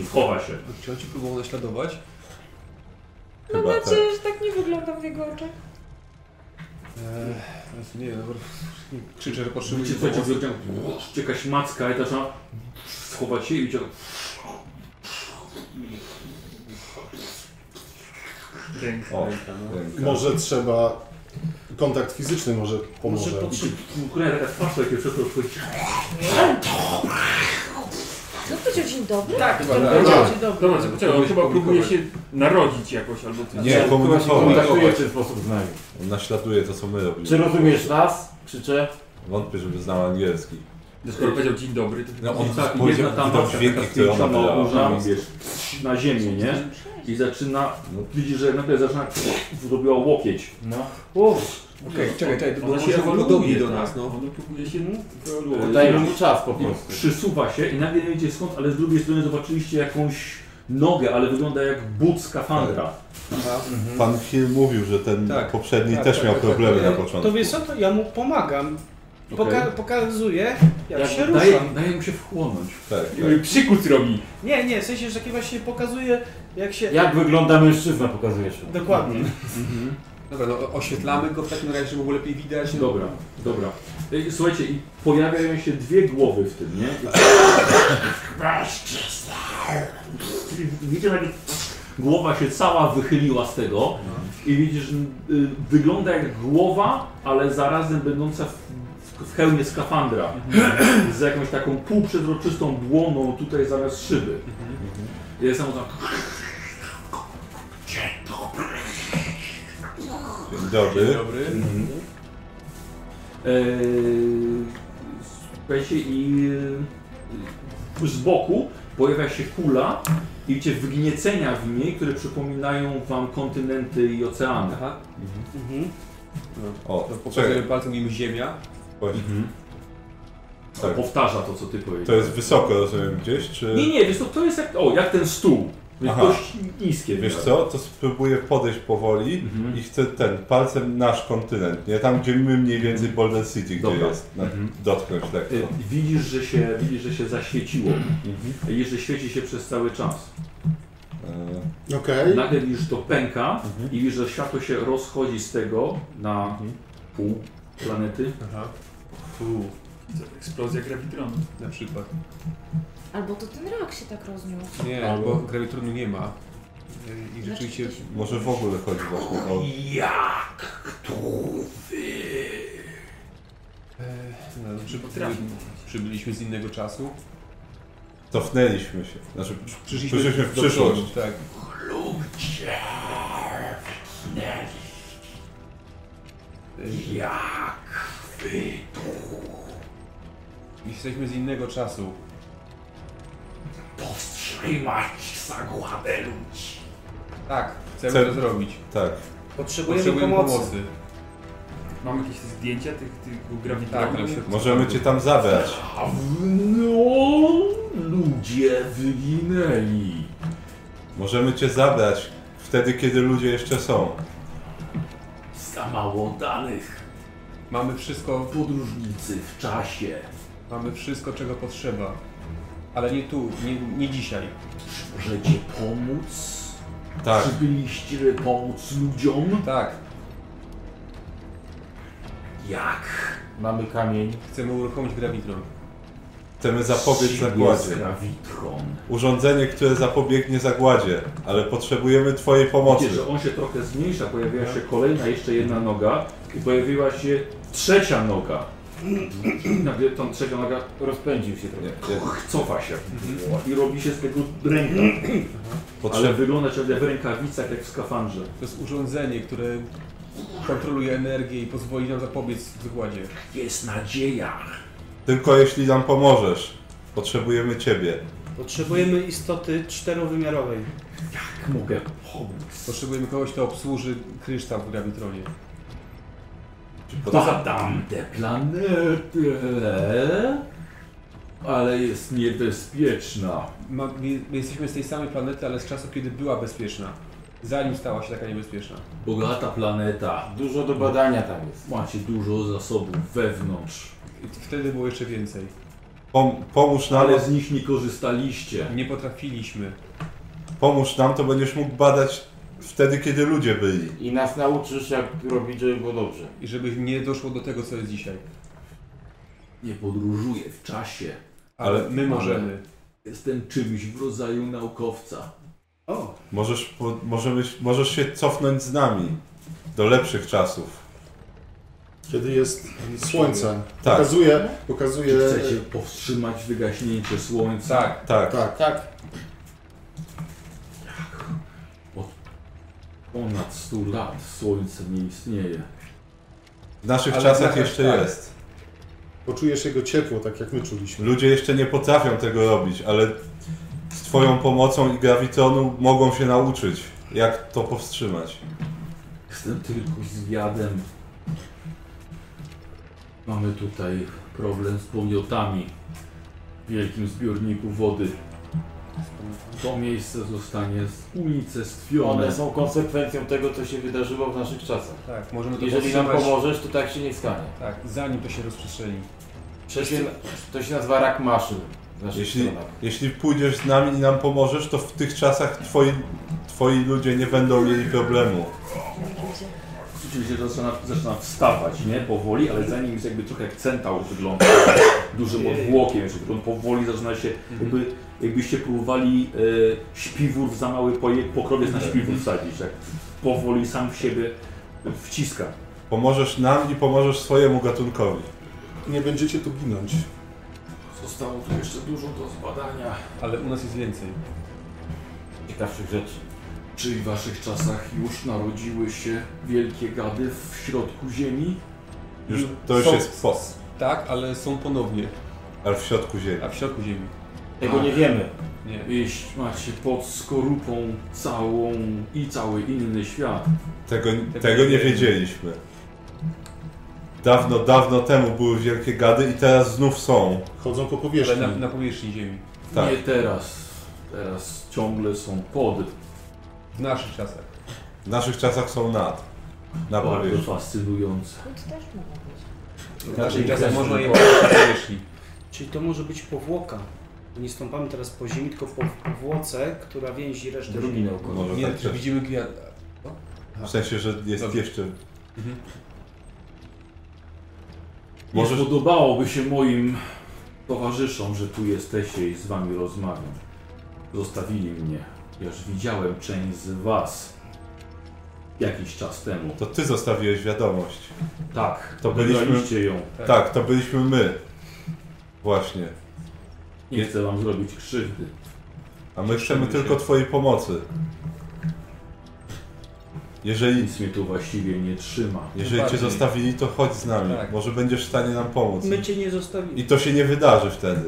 I chowa się.
Czy on ci próbował naśladować?
Mam
No,
Chyba
znaczy-
tak.
nadzieję, że tak nie wyglądam w jego oczach.
Eee, nie, dobra. Krzyczę, że potrzebuję
Widzicie, co cię jakaś macka i zaczyna schować się i widzicie...
Ręka. no.
O. Ręka.
może trzeba... Kontakt fizyczny może
Może
pomoże.
potrzeb-
Kurwa, taka twarz takie wszystko wchodzi.
No to dzień dobry.
Tak,
Chyba
to
tak.
będzie
Tak.
dzień dobry.
Dobra, poczekaj, on
Próbuję
chyba próbuje
komunikować.
się narodzić jakoś albo coś.
Nie, komunikować.
kontaktuje w ten sposób z nami.
On naśladuje to, co my robimy.
Czy rozumiesz nas? Krzyczę.
Wątpię, żeby znał angielski.
No skoro powiedział dzień dobry, to
No, on tak,
powiedział-
jedna tam
wydał
babcia
dźwięki,
taka
które ona
zwiększona
wydała.
burza,
No.
wiesz, na ziemię, nie? I zaczyna, widzisz, że nagle zaczyna, zrobiła łokieć. No. Uff.
No,
Okej, czekaj, czekaj, bo
Ona
on
się
się podobni
ewoluuje,
do
tak.
nas, no.
On próbuje się
E, i- i Przysuwa się i nagle nie wiecie skąd, ale z drugiej strony zobaczyliście jakąś nogę, ale wygląda jak but z Mhm. kafandra.
Tak. Pan Hill mówił, że ten
Tak.
poprzedni
Tak,
też
tak,
miał
tak,
problemy
tak.
na początku.
To wiesz co, to ja mu pomagam. Poka-
Okej.
pokazuję, jak,
Jak
się
daje-
ruszam.
daje mu się wchłonąć.
Tak,
tak.
Psikus robi.
Nie, nie, w sensie, że taki właśnie pokazuje, jak się...
Jak wygląda mężczyzna, pokazujesz.
Dokładnie.
Mhm.
Dobra, no oświetlamy go w takim razie, żeby było lepiej widać.
Dobra, dobra. Ej, Y, Słuchajcie, i pojawiają się dwie głowy w tym, nie? I Widzicie, jak głowa się cała wychyliła z tego i widzisz, y, wygląda jak głowa, ale zarazem będąca w, w, w hełmie skafandra. Z jakąś taką półprzezroczystą dłoną tutaj zamiast szyby. Jest samo tak...
Dzień dobry.
Mhm. Eee, E, Słuchajcie, i e, z boku pojawia się kula i widzicie wgniecenia w niej, które przypominają wam kontynenty i oceany.
Aha.
Mhm.
O,
to pokazujemy
czekaj.
palcem im ziemia.
Mhm.
To Powtarza to, co ty powiedziałeś.
Tak. To jest wysoko, rozumiem, gdzieś, czy...
Nie, nie, wiesz co, to jest jak, o, jak ten stół. Więc
Aha.
dość niskie. Mhm.
Wiesz
w
co, to spróbuję podejść powoli i chcę ten, palcem nasz kontynent, nie? Tam, gdzie my mniej więcej Boulder City, gdzie
Mhm. Dobra.
jest. Na,
Mhm.
Dotknąć tak.
Y, Widzisz, że się, widzisz, że się zaświeciło.
Mhm.
Widzisz, że świeci się przez cały czas.
E,
Okej.
Nagle widzisz, to pęka
Mhm.
i widzisz, że światło się rozchodzi z tego na pół planety.
Aha. Fu. Eksplozja gravitronu.
Na przykład.
Albo to ten rak się tak rozniósł.
Nie,
Albo-
bo gravitronu nie ma. Eee, I rzeczywiście...
Może w ogóle chodzi właśnie o...
Jak tu
E,
No, przy,
Potrafi.
przybyliśmy z innego czasu.
Cofnęliśmy się. Znaczy,
Przyszliśmy
przyszliśmy, w
do
przyszłość.
przodu, tak.
Ludzie Jak wy
Jesteśmy z innego czasu.
powstrzymać zagładę ludzi?
Tak, chcemy
Chcę-
to zrobić.
Tak.
Potrzebujemy
pomocy.
Mam jakieś zdjęcia tych, tych
Tak,
gravitronu?
na przykład.
Możemy cię tam zabrać.
Dawno ludzie wyginęli.
Możemy cię zabrać wtedy, kiedy ludzie jeszcze są.
Za mało danych.
Mamy wszystko,
Podróżnicy w czasie.
mamy wszystko, czego potrzeba. Ale nie tu, nie, nie dzisiaj.
Możecie pomóc?
Tak.
Przybyliście, żeby pomóc ludziom?
Tak,
Jak?
Mamy kamień.
chcemy uruchomić grawitron.
Chcemy zapobiec
Czym
zagładzie.
jest Gravitron.
Urządzenie, które zapobiegnie zagładzie, ale potrzebujemy twojej pomocy.
Widzicie, że on się trochę zmniejsza, pojawiła się kolejna, jeszcze jedna noga i pojawiła się trzecia noga. Nagle tą trzecia noga
Rozpędził się trochę.
cofa się
Mhm.
i robi się z tego ręka. Ale
Potrzeb...
wygląda ciągle w rękawicach jak w skafandrze.
To jest urządzenie, które kontroluje energię i pozwoli nam zapobiec zagładzie.
Jest nadzieja.
Tylko jeśli nam pomożesz. Potrzebujemy ciebie.
Potrzebujemy istoty czterowymiarowej.
Jak mogę pomóc?
Potrzebujemy kogoś, kto obsłuży kryształ w gravitronie.
Badam tę planetę, ale jest niebezpieczna.
Ma, my, my jesteśmy z tej samej planety, ale z czasu, kiedy była bezpieczna. Zanim stała się taka niebezpieczna.
Bogata planeta.
Dużo do badania tam jest.
Macie dużo zasobów wewnątrz,
I wtedy było jeszcze więcej.
Pom pomóż nam,
ale z nich nie korzystaliście.
Nie potrafiliśmy.
pomóż nam, to będziesz mógł badać wtedy, kiedy ludzie byli.
I nas nauczysz, jak robić, żeby było dobrze.
I żeby nie doszło do tego, co jest dzisiaj.
Nie podróżuję w czasie.
Ale,
Ale-
my możemy.
Jestem czymś w rodzaju naukowca.
O,
Możesz, po możemy, możesz się cofnąć z nami do lepszych czasów.
Kiedy jest słońce.
Tak.
Pokazuje, pokazuje...
Czy chcecie powstrzymać wygaśnięcie słońca?
Tak.
Tak.
Tak.
Tak.
Ponad 100 lat słońce nie istnieje.
W naszych
Ale
czasach
jakaś-
jeszcze
tak.
jest.
Poczujesz jego ciepło, tak jak my czuliśmy.
Ludzie jeszcze nie potrafią tego robić, ale z Twoją pomocą i grawitonu mogą się nauczyć, jak to powstrzymać.
Jestem tylko zwiadem. Mamy tutaj problem z pomiotami w wielkim zbiorniku wody. To miejsce zostanie unicestwione.
One są konsekwencją tego, co się wydarzyło w naszych czasach.
Tak, możemy to
Jeżeli nam
powstrzymać-
pomożesz, to tak się nie stanie.
Tak, zanim to się rozprzestrzeni.
Przecież to się nazywa rak maszyn. w naszych
Jeśli,
stronach.
jeśli pójdziesz z nami i nam pomożesz, to w tych czasach twoi, twoi ludzie nie będą mieli problemu.
Rzeczywiście to zaczyna, zaczyna wstawać, nie? Powoli, ale za nim jest jakby trochę jak centaur wygląda. Dużym odwłokiem, jeszcze, który on powoli zaczyna się, jakby, jakbyście próbowali e, śpiwór w za mały poje, pokrowiec na śpiwór wsadzić, tak? Powoli sam w siebie wciska.
Pomożesz nam i pomożesz swojemu gatunkowi.
Nie będziecie tu ginąć.
Zostało tu jeszcze dużo do zbadania.
Ale u nas jest więcej.
Ciekawszych rzeczy.
Czy w waszych czasach już narodziły się wielkie gady w środku ziemi?
Są- Tak, ale są ponownie.
Ale w środku ziemi.
A w środku ziemi.
Tak.
Nie.
Jeśli macie pod skorupą całą i cały inny świat.
Tego, tego nie wiedzieliśmy. Dawno, dawno temu były wielkie gady i teraz znów są.
Chodzą po powierzchni.
Ale na, na powierzchni ziemi.
Tak.
Nie teraz. Teraz ciągle są pod.
W naszych czasach.
W naszych czasach są nad. Na
Bardzo
powierzchni.
fascynujące.
To też mogło
W
być.
Znaczy,
naszych czasach można je
Czyli to może być powłoka. Nie stąpamy teraz po ziemi, tylko po powłoce, która więzi resztę
Drugi
ziemi.
naukowy.
Może
Nie,
tak
czy
też.
widzimy gwiazdę.
W sensie, że jest jeszcze. Mhm.
Może podobałoby się moim towarzyszom, że tu jesteście i z wami rozmawiam. Zostawili mnie. Ja Już widziałem część z was jakiś czas temu.
To ty zostawiłeś wiadomość.
Tak,
To
odebraliście
byliśmy
ją.
Tak. to byliśmy my. Właśnie.
Nie chcę wam zrobić krzywdy.
A my chcemy
się.
tylko twojej pomocy. Jeżeli
Nic mnie tu właściwie nie trzyma.
Jeżeli cię
Bardziej.
zostawili, to chodź z nami.
Tak.
Może będziesz w stanie nam pomóc.
My cię nie zostawimy.
I to się nie wydarzy wtedy.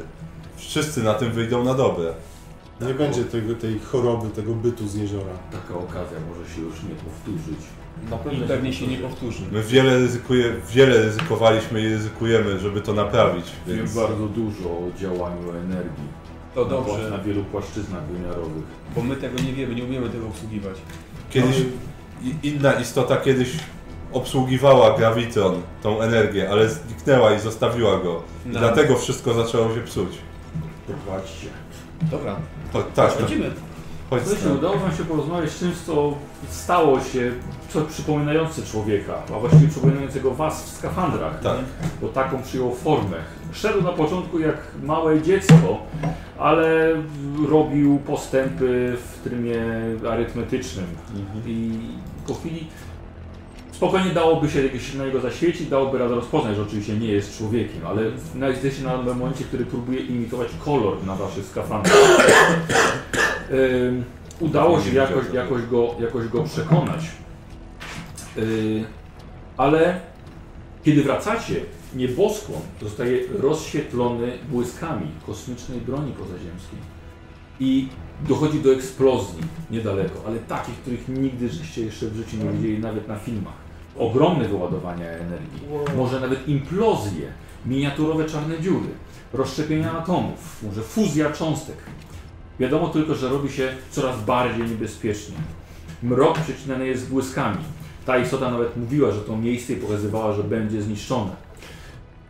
Wszyscy na tym wyjdą na dobre.
Nie będzie tego, tej choroby, tego bytu z jeziora.
Tak, Taka okazja może się już nie powtórzyć.
I pewnie się nie powtórzy.
My wiele, ryzykuje, wiele ryzykowaliśmy i ryzykujemy, żeby to naprawić.
Wiem
Więc
bardzo dużo o działaniu energii.
To
Na
dobrze.
pła- Na wielu płaszczyznach wymiarowych.
Bo my tego nie wiemy, nie umiemy tego obsługiwać.
kiedyś i- inna istota kiedyś obsługiwała graviton, tą energię, ale zniknęła i zostawiła go. I
No.
dlatego wszystko zaczęło się psuć.
Popatrzcie.
Dobra.
Chodź, tak,
Chodź,
no.
chodzimy.
Chodź z
Słuchajcie,
nami.
udało wam się porozmawiać z czymś, co stało się, co przypominające człowieka, a właściwie przypominającego was w skafandrach.
Tak.
Bo taką przyjął formę. Szedł na początku jak małe dziecko, ale robił postępy w trybie arytmetycznym.
Mhm.
I po chwili spokojnie dałoby się jakieś na niego zaświecić, dałoby radę rozpoznać, że oczywiście nie jest człowiekiem, ale na- jesteście na momencie, który próbuje imitować kolor na waszych skafandrach. Ym, udało się jakoś, jakoś, go, jakoś go przekonać. Yy, ale kiedy wracacie, nieboskłon zostaje rozświetlony błyskami kosmicznej broni pozaziemskiej. I dochodzi do eksplozji niedaleko, ale takich, których nigdy żeście jeszcze w życiu nie widzieli, nawet na filmach. Ogromne wyładowania energii, może nawet implozje, miniaturowe czarne dziury, rozszczepienia atomów, może fuzja cząstek. Wiadomo tylko, że robi się coraz bardziej niebezpiecznie. Mrok przecinany jest błyskami. Ta istota nawet mówiła, że to miejsce i pokazywała, że będzie zniszczone.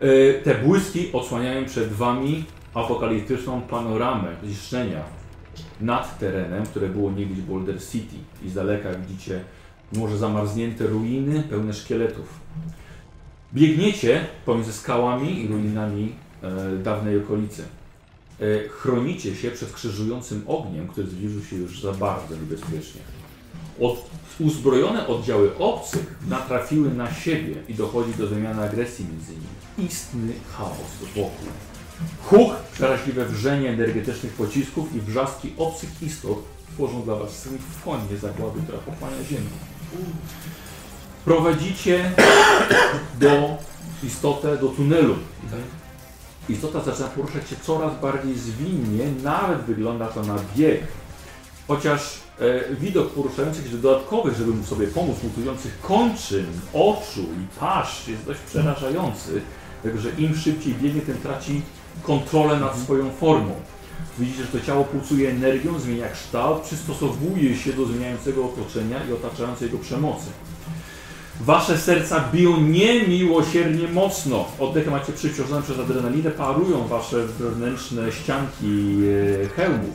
Yy, Te błyski odsłaniają przed Wami apokaliptyczną panoramę zniszczenia nad terenem, które było niegdyś Boulder City. I z daleka widzicie może zamarznięte ruiny pełne szkieletów. Biegniecie pomiędzy skałami i ruinami e, dawnej okolicy. E, chronicie się przed krzyżującym ogniem, który zbliżył się już za bardzo niebezpiecznie. Od, uzbrojone oddziały obcych natrafiły na siebie i dochodzi do wymiany agresji między nimi. Istny chaos wokół. Huk, przeraźliwe wrzenie energetycznych pocisków i wrzaski obcych istot tworzą dla Was symfonię zagłady, która pochłania ziemię. Prowadzicie do istotę do tunelu. Istota zaczyna poruszać się coraz bardziej zwinnie, nawet wygląda to na bieg. Chociaż e, widok poruszających się dodatkowych, żeby mu sobie pomóc, mutujących kończyn, oczu i pasz jest dość przerażający. Także im szybciej biegnie, tym traci kontrolę nad swoją formą. Widzicie, że to ciało pulsuje energią, zmienia kształt, przystosowuje się do zmieniającego otoczenia i otaczającej go przemocy. Wasze serca biją niemiłosiernie mocno. Oddechy macie przyciążone przez adrenalinę, parują wasze wewnętrzne ścianki e, hełmów.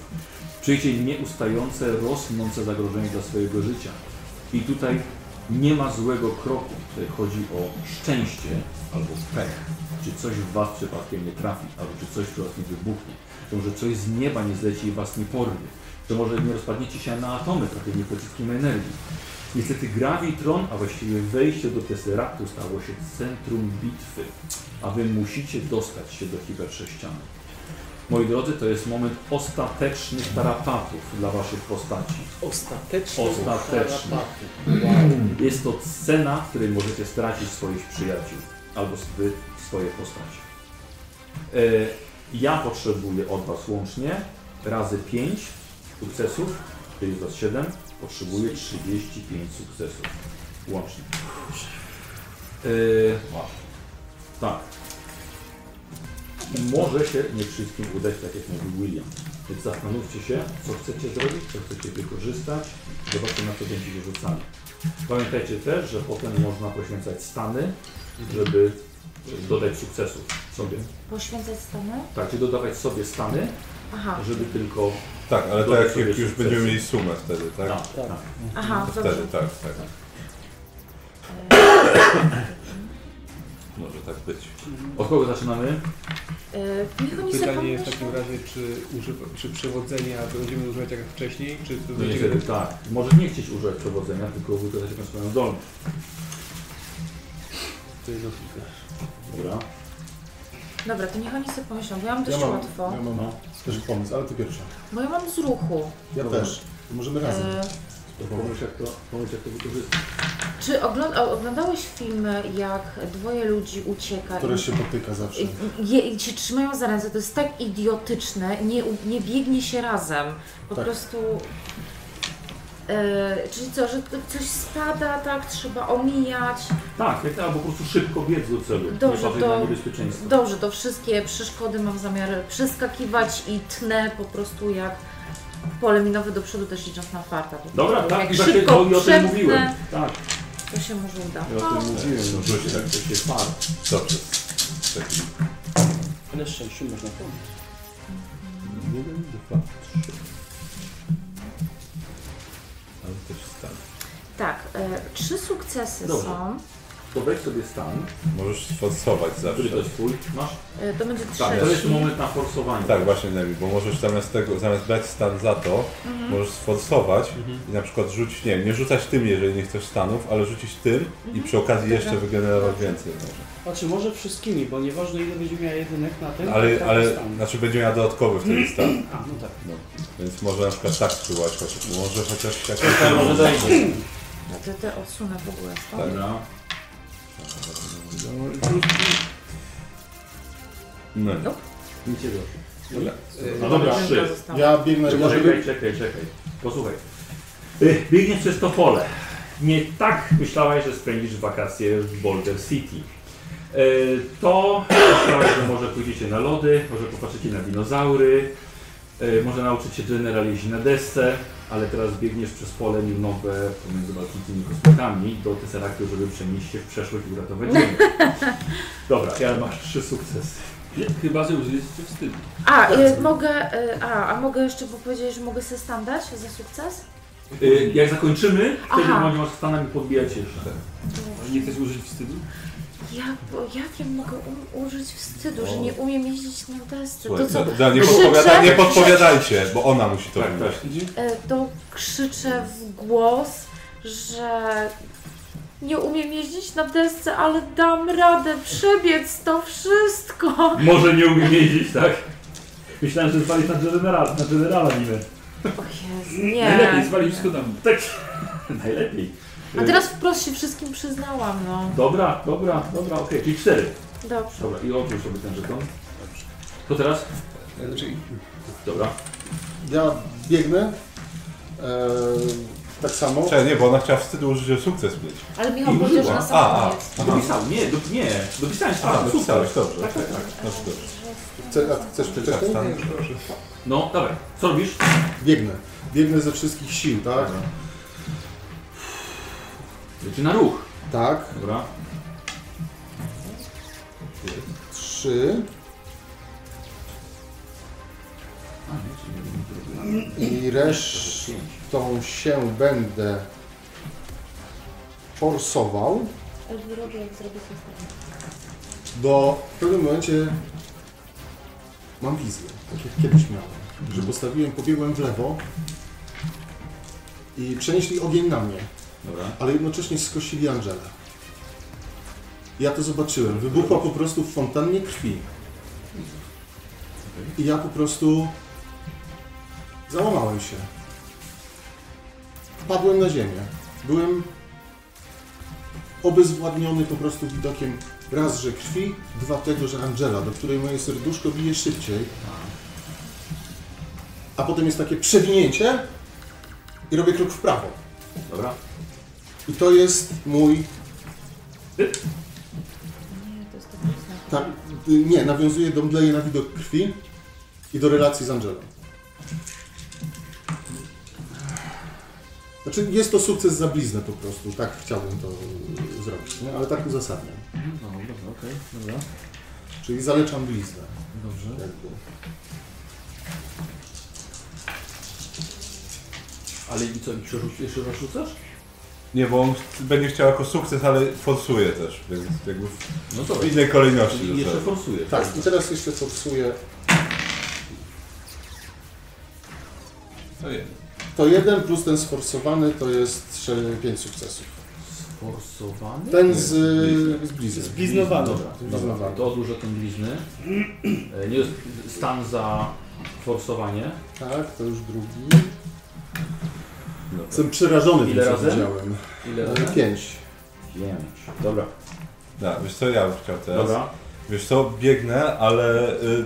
Czujecie nieustające, rosnące zagrożenie dla swojego życia. I tutaj nie ma złego kroku. Tutaj chodzi o szczęście albo pech. Czy coś w was przypadkiem nie trafi, albo czy coś przypadkiem wybuchnie. To może coś z nieba nie zleci i was nie porwie. To może nie rozpadniecie się na atomy, trochę nie pociskiem energii. Niestety Gravitron, a właściwie wejście do Tesseractu stało się centrum bitwy, a wy musicie dostać się do hipersześcianu. Moi drodzy, to jest moment ostatecznych tarapatów dla waszych postaci.
Ostatecznych
Ostatecznych.
tarapatów. Wow.
Jest to cena, w której możecie stracić swoich przyjaciół albo wy swoje postacie. E, ja potrzebuję od was łącznie razy 5 sukcesów, czyli jest was 7, potrzebuję 35 sukcesów łącznie. Yy, tak. Może się nie wszystkim udać, tak jak mówił William. Więc zastanówcie się, co chcecie zrobić, co chcecie wykorzystać. Zobaczcie, na co będziecie rzucali. Pamiętajcie też, że potem można poświęcać stany, żeby dodać sukcesów sobie.
Poświęcać stany?
Tak, czy dodawać sobie stany,
Aha.
żeby tylko...
Tak, ale
dodać
tak jak
sobie
już
sukcesy.
będziemy mieli sumę wtedy, tak?
No,
Tak, tak.
Aha,
To wtedy,
dobrze.
tak, tak.
E,
Może tak być.
Od kogo zaczynamy?
Yy, niech oni sobie
Pytanie
pomyślą.
jest w takim razie, czy, używa, czy przewodzenia będziemy używać jak wcześniej, czy to
No
będzie...
niestety tak. Możesz nie chcieć używać przewodzenia, tylko wykazać jakąś swoją zdolność. Dobra.
Dobra, to niech oni sobie pomyślą, bo ja
No
mam dość łatwo.
Ja mam
No.
też pomysł, ale ty pierwsza.
Bo ja mam z ruchu.
Ja też. Możemy razem.
E,
Pomyśl jak to, pomyśl jak to wykorzystać.
Czy ogląda, oglądałeś filmy, jak dwoje ludzi ucieka
Które
i-
się potyka zawsze.
i- i- Je, I się trzymają za ręce, to jest tak idiotyczne, nie, u- nie biegnie się razem. Po
Tak.
prostu. E, czyli co, że to coś spada, tak? Trzeba omijać.
Tak, jak albo po prostu szybko biec do celu. nie
Dobrze,
patrzeć na
to,
niebezpieczeństwo.
dobrze, to wszystkie przeszkody mam zamiar przeskakiwać i tnę po prostu jak pole minowe do przodu też licząc na farta. po
Dobra,
prostu.
tak,
jak
i tak
szybko
jak- i o tym
przepnę,
mówiłem, tak.
To się może uda.
Ja o tym mówiłem, no
Rzuć
tak, to się par.
Dobrze. Taki.
Ale szczęściu można pomóc.
Jeden, dwa, trzy. Ale też stan.
Tak, e, trzy sukcesy
Dobrze.
są.
To weź sobie stan.
Możesz forsować zawsze.
Który to jest twój? Masz?
E, to będzie
Tak,
trzeci.
to jest
moment na forsowanie.
Tak, właśnie Nemi, bo możesz zamiast tego, zamiast brać stan za to,
Mhm.
możesz sforsować
Mhm.
i na przykład rzucić, nie wiem, nie rzucać tym, jeżeli nie chcesz stanów, ale rzucić tym i
Mhm.
przy okazji
Dobra.
jeszcze wygenerować więcej no. może.
Znaczy może wszystkimi, bo nieważne ile będzie miała jedynek na tym,
Ale,
tak
ale
dostanie.
znaczy będzie miała dodatkowy wtedy
Mhm.
stan.
A, no tak.
No, więc może na przykład tak spróbować chociaż, może chociaż tak.
Tak, może dojdzie.
Te, No te odsunę w ogóle
Tak.
stąd.
Dobra.
No.
No.
Nic nie doszło.
Dobra.
No dobra,
Dobra,
trzy.
zostało. Ja biegnę-
czekaj,
ja
czekaj,
biegnę-
czekaj, czekaj. Posłuchaj. Y, Biegniesz przez to pole. Nie tak myślałaś, że spędzisz wakacje w Boulder City. Y, To myślałaś, że może pójdziecie na lody, może popatrzycie na dinozaury, y, może nauczyć się trenera jeździć na desce, ale teraz biegniesz przez pole milnowe pomiędzy Bałtyckimi kosmykami do Tesseractu, żeby przenieść się w przeszłość i uratować Ziemię. Dobra, ja masz trzy sukcesy.
Chyba, że użyjesz się wstydu.
A, e, mogę, e, a, a mogę jeszcze, bo powiedziałeś, że mogę sobie stan dać za sukces?
Y, Jak zakończymy, wtedy
Aha.
oni was stanami podbijać jeszcze.
Ale nie chcesz użyć wstydu?
Ja, bo jak ja mogę um, użyć wstydu, że nie umiem jeździć na desce? To co?
Słuchaj, da, No, nie,
krzyczę?
podpowiada, nie podpowiadajcie, bo ona musi
Tak,
to robić.
Mhm.
E, to krzyczę w głos, że nie umiem jeździć na desce, ale dam radę przebiec to wszystko.
Może nie umiem jeździć, tak? Myślałem, że zwalisz na generala, na generala niby.
O Jezu, nie.
Najlepiej zwalić schodami.
Tak. Najlepiej. Y,
A teraz wprost się wszystkim przyznałam, no.
Dobra, dobra, dobra, okej, czyli cztery.
Dobrze.
Dobra, i odłóż sobie ten żeton. To teraz? Dobra.
Ja biegnę. Eee, tak samo.
Cześć, nie, bo ona chciała wstydu użyć o sukces mieć.
Ale Michał
I
powiedział,
użyła.
że na sam
A, a,
koniec.
aha.
Dopisał, nie, do, nie, dopisałeś
A,
tak,
dopisałeś,
super.
dobrze.
Tak, tak, tak.
Znaczy dobrze.
Chce, a chcesz przeczekać?
No, dobra, co robisz?
Biegnę. Biegnę ze wszystkich sił, tak?
Leci na ruch.
Tak.
Dobra.
Trzy. I resztą się będę forsował
Ale wyrobię, jak zrobię sobie.
do... W pewnym momencie mam wizję, tak jak kiedyś miałem, że postawiłem, pobiegłem w lewo i przenieśli ogień na mnie,
Dobra.
ale jednocześnie skosili Angelę. Ja to zobaczyłem. Wybuchła po prostu w fontannie krwi. I ja po prostu załamałem się. Padłem na ziemię. Byłem obezwładniony po prostu widokiem raz, że krwi, dwa tego, że Angela, do której moje serduszko bije szybciej. A potem jest takie przewinięcie i robię krok w prawo.
Dobra.
I to jest mój Tak, y, nie, nawiązuje do mdlenia na widok krwi i do relacji z Angelą. Znaczy, jest to sukces za bliznę po prostu, tak chciałbym to y, zrobić, nie? ale tak uzasadniam.
No, dobra, okej, dobra.
Czyli zaleczam bliznę.
Dobrze.
Jakby.
Ale i co, i przerzuc- jeszcze raz rzucasz?
Nie, bo on ch- będzie chciał jako sukces, ale forsuje też, więc jakby w,
No to
w innej kolejności.
Czyli jeszcze
rzucałem.
forsuje.
Tak, i teraz jeszcze forsuję.
To jeden.
To jeden plus ten sforsowany to jest sze- pięć sukcesów.
Forsowany?
Ten z, z blizny.
Zbliznowany.
Dobra, dobra.
Zbliznowany.
To odłożę ten blizny. E, Nie, stan za forsowanie.
Tak, to już drugi. Jestem przerażony
Ile
tym, co
razem?
widziałem.
Ile
E,
razem?
Pięć.
Pięć. Dobra.
Da, wiesz co, ja bym chciał teraz.
Dobra.
Wiesz co, biegnę, ale y,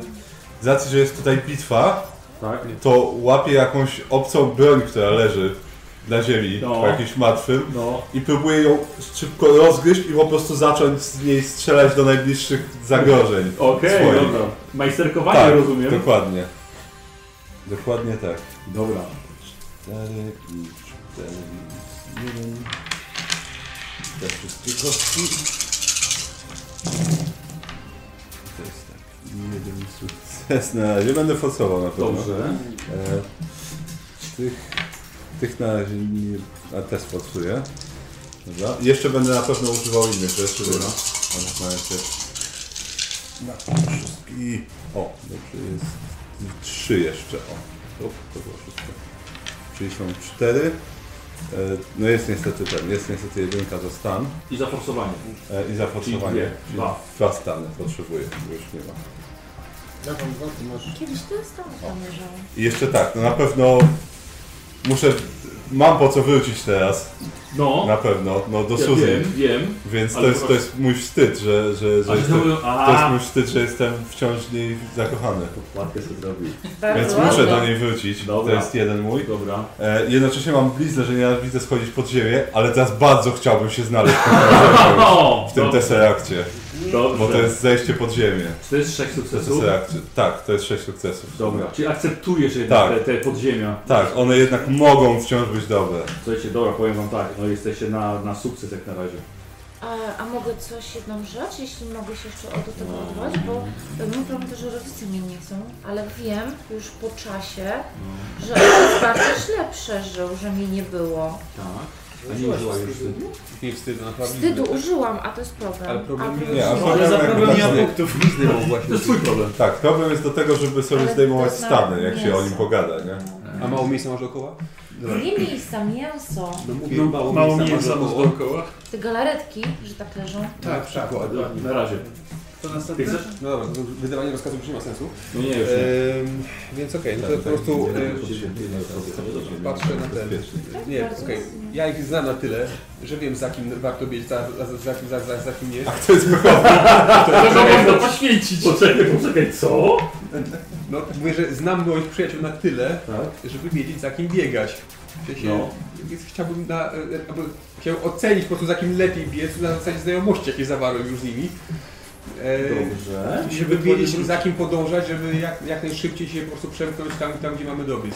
z racji, że jest tutaj bitwa,
Tak.
to łapię jakąś obcą broń, która leży na ziemi,
No.
po jakimś martwym
No.
i próbuję ją szybko rozgryźć i po prostu zacząć z niej strzelać do najbliższych zagrożeń.
Okej,
swoich.
dobra. Majsterkowanie
tak,
rozumiem.
dokładnie. Dokładnie tak.
Dobra.
4, 5, 4, 1. Te wszystkie kostki. To jest tak. Jeden sukces na razie. Będę forsował na pewno.
Dobrze.
E, tych, tych na razie nie... A te sforsuję. Dobra. I Jeszcze będę na pewno używał innych rzeczy. no. Dobra. One mają się... Na wszystkich. O, dobrze jest. Trzy jeszcze. O, Op, to było wszystko. Czyli są cztery. E, No jest niestety ten, jest niestety jedynka za stan.
I zaforsowanie.
E, I
Czyli
zaforsowanie.
dwie,
Czyli
dwa.
Dwa stany potrzebuję, bo już nie ma.
Ja mam dwa, ty masz...
Kiedyś to jest tam tam leżało.
I jeszcze tak, no na pewno muszę, mam po co wrócić teraz.
No.
Na pewno, no do
Ja
Suzy.
wiem, wiem.
Więc to
Ale
jest, to
proszę.
jest mój wstyd, że, że, że
A, że
jestem,
to był-
to jest
a.
mój wstyd, że jestem wciąż w niej zakochany.
Ładnie to zrobił.
Więc
Bardzo
muszę
ładnie.
do niej wrócić.
Dobra.
To jest jeden mój.
Dobra.
E, jednocześnie mam bliznę, że nie widzę schodzić pod ziemię, ale teraz bardzo chciałbym się znaleźć pod tą ziemią w tym
Dobrze.
teserakcie.
Dobrze.
Bo to jest zejście pod ziemię.
Czy to jest sześć
W
sukcesów?
Teserakcie. Tak, to jest 6 sukcesów.
Dobra, czyli akceptujesz jednak
Tak.
te, te podziemia.
Tak, one jednak mogą wciąż być dobre.
Słuchajcie, dobra, powiem wam tak, no jesteście na, na sukces jak na razie.
A, a mogę coś jedną rzecz, jeśli mogę się jeszcze do tego odwołać, bo mój problem to, że rodzice mnie nie chcą, ale wiem już po czasie,
No.
że ojciec bardzo źle przeżył, że mnie nie było.
Tak.
A nie użyła już wstydu? Nie wstydu, naprawdę.
Wstydu użyłam, a to jest problem.
Ale problem
A
Nie, a
wróciłam.
problem jakby tak nie-
To jest twój problem.
Tak, problem jest do tego, żeby sobie
Ale
zdejmować
to na
stany, jak się
mięso.
o nim pogada, nie?
A mało miejsca masz dookoła?
Nie miejsca, mięso.
No mówię,
No,
mało,
mało
miejsca masz
mięsa
dookoła.
Te galaretki, że tak leżą.
Tak, tak, na razie.
To następne?
Ty chcesz? No dobra, to wydawanie rozkazów już nie ma sensu.
No nie, już nie.
Ehm, więc okej, no to po prostu...
Tak,
e,
tak, tak.
Patrzę na ten...
Tak,
Nie,
bardzo.
okej. Ja ich znam na tyle, że wiem za kim warto biec, za, za, za, kim- za, za, za kim nie. A
kto jest wychowany? To go można poświęcić. Poczekaj, poczekaj, co?
No, mówię, że znam moich przyjaciół na tyle, żeby wiedzieć za kim biegać. Że się,
Tak. No.
Więc chciałbym na, e, e, albo chciał ocenić po prostu za kim lepiej biec, na zasadzie znajomości jakie zawarłem już z nimi. E,
Dobrze.
Żeby wiedzieć za kim podążać, żeby jak, jak najszybciej się po prostu przemknąć tam, tam gdzie mamy dobiec.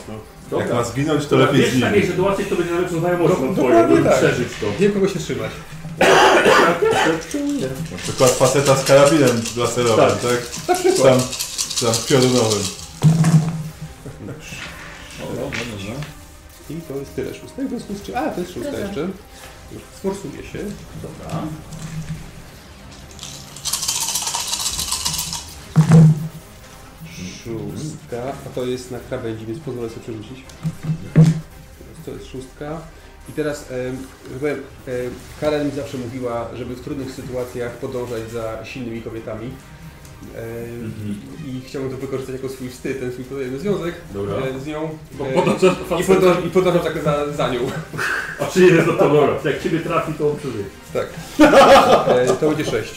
No.
Jak ma zginąć, to lepiej
Wiesz, w takiej sytuacji to będzie najlepszą
No,
znajomością twoją,
Dokładnie
żeby
tak.
przeżyć to.
Wiem kogo się trzymać.
Na przykład faceta z karabinem laserowym,
Tak.
tak?
Na przykład.
Tam, tam piorunowym.
I to jest tyle szóstego, w związku z czym... A, to jest szósta
Dobra.
jeszcze. Już Sforsuje się. Dobra. Szóstka, a to jest na krawędzi, więc pozwolę sobie przerzucić. Teraz To jest szóstka. I teraz em, chyba, em, Karen mi zawsze mówiła, żeby w trudnych sytuacjach podążać za silnymi kobietami. Em,
Mhm.
I chciałbym to wykorzystać jako swój wstyd, ten swój kolejny związek
Dobra.
e, z nią.
Bo
E,
podążasz za
I
facetem.
podążam, i podążam tak za, za nią.
A czy jest za No to dobra? Jak ciebie trafi, to on przeżyje.
Tak. E, to będzie 6.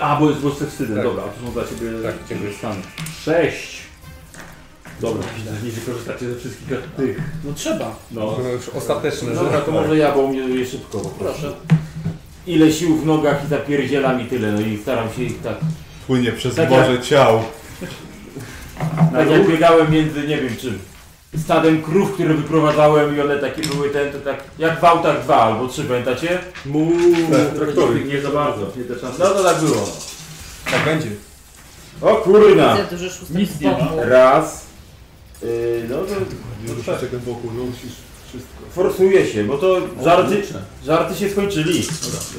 E, A, bo jest bo jest wstydem,
Tak.
dobra, a to są dla ciebie tak, ciebie stany. Sześć. Dobra, nie wykorzystacie ze wszystkich tych.
No trzeba.
No.
To już ostateczne,
No,
Dobra, to może ja, bo u mnie je szybko po prostu.
Proszę.
Ile sił w nogach i zapierdzielam i tyle, no i staram się ich tak...
Płynie przez
Tak
morze ciał.
Tak jak biegałem między, nie wiem czym, stadem krów, które wyprowadzałem i one takie były ten, to tak, jak w autach dwa albo trzy, pamiętacie? Muuu,
Tak, traktory. Nie za bardzo, nie te czasy.
No to tak było.
Tak będzie.
O kurna!
Widzę, że szóstek
Nic nie ma.
wpadło.
Raz. Yy, no to... to tak.
wokół, no musisz wszystko.
Forsuje się, bo to
O,
żarty,
kurczę.
żarty się skończyli.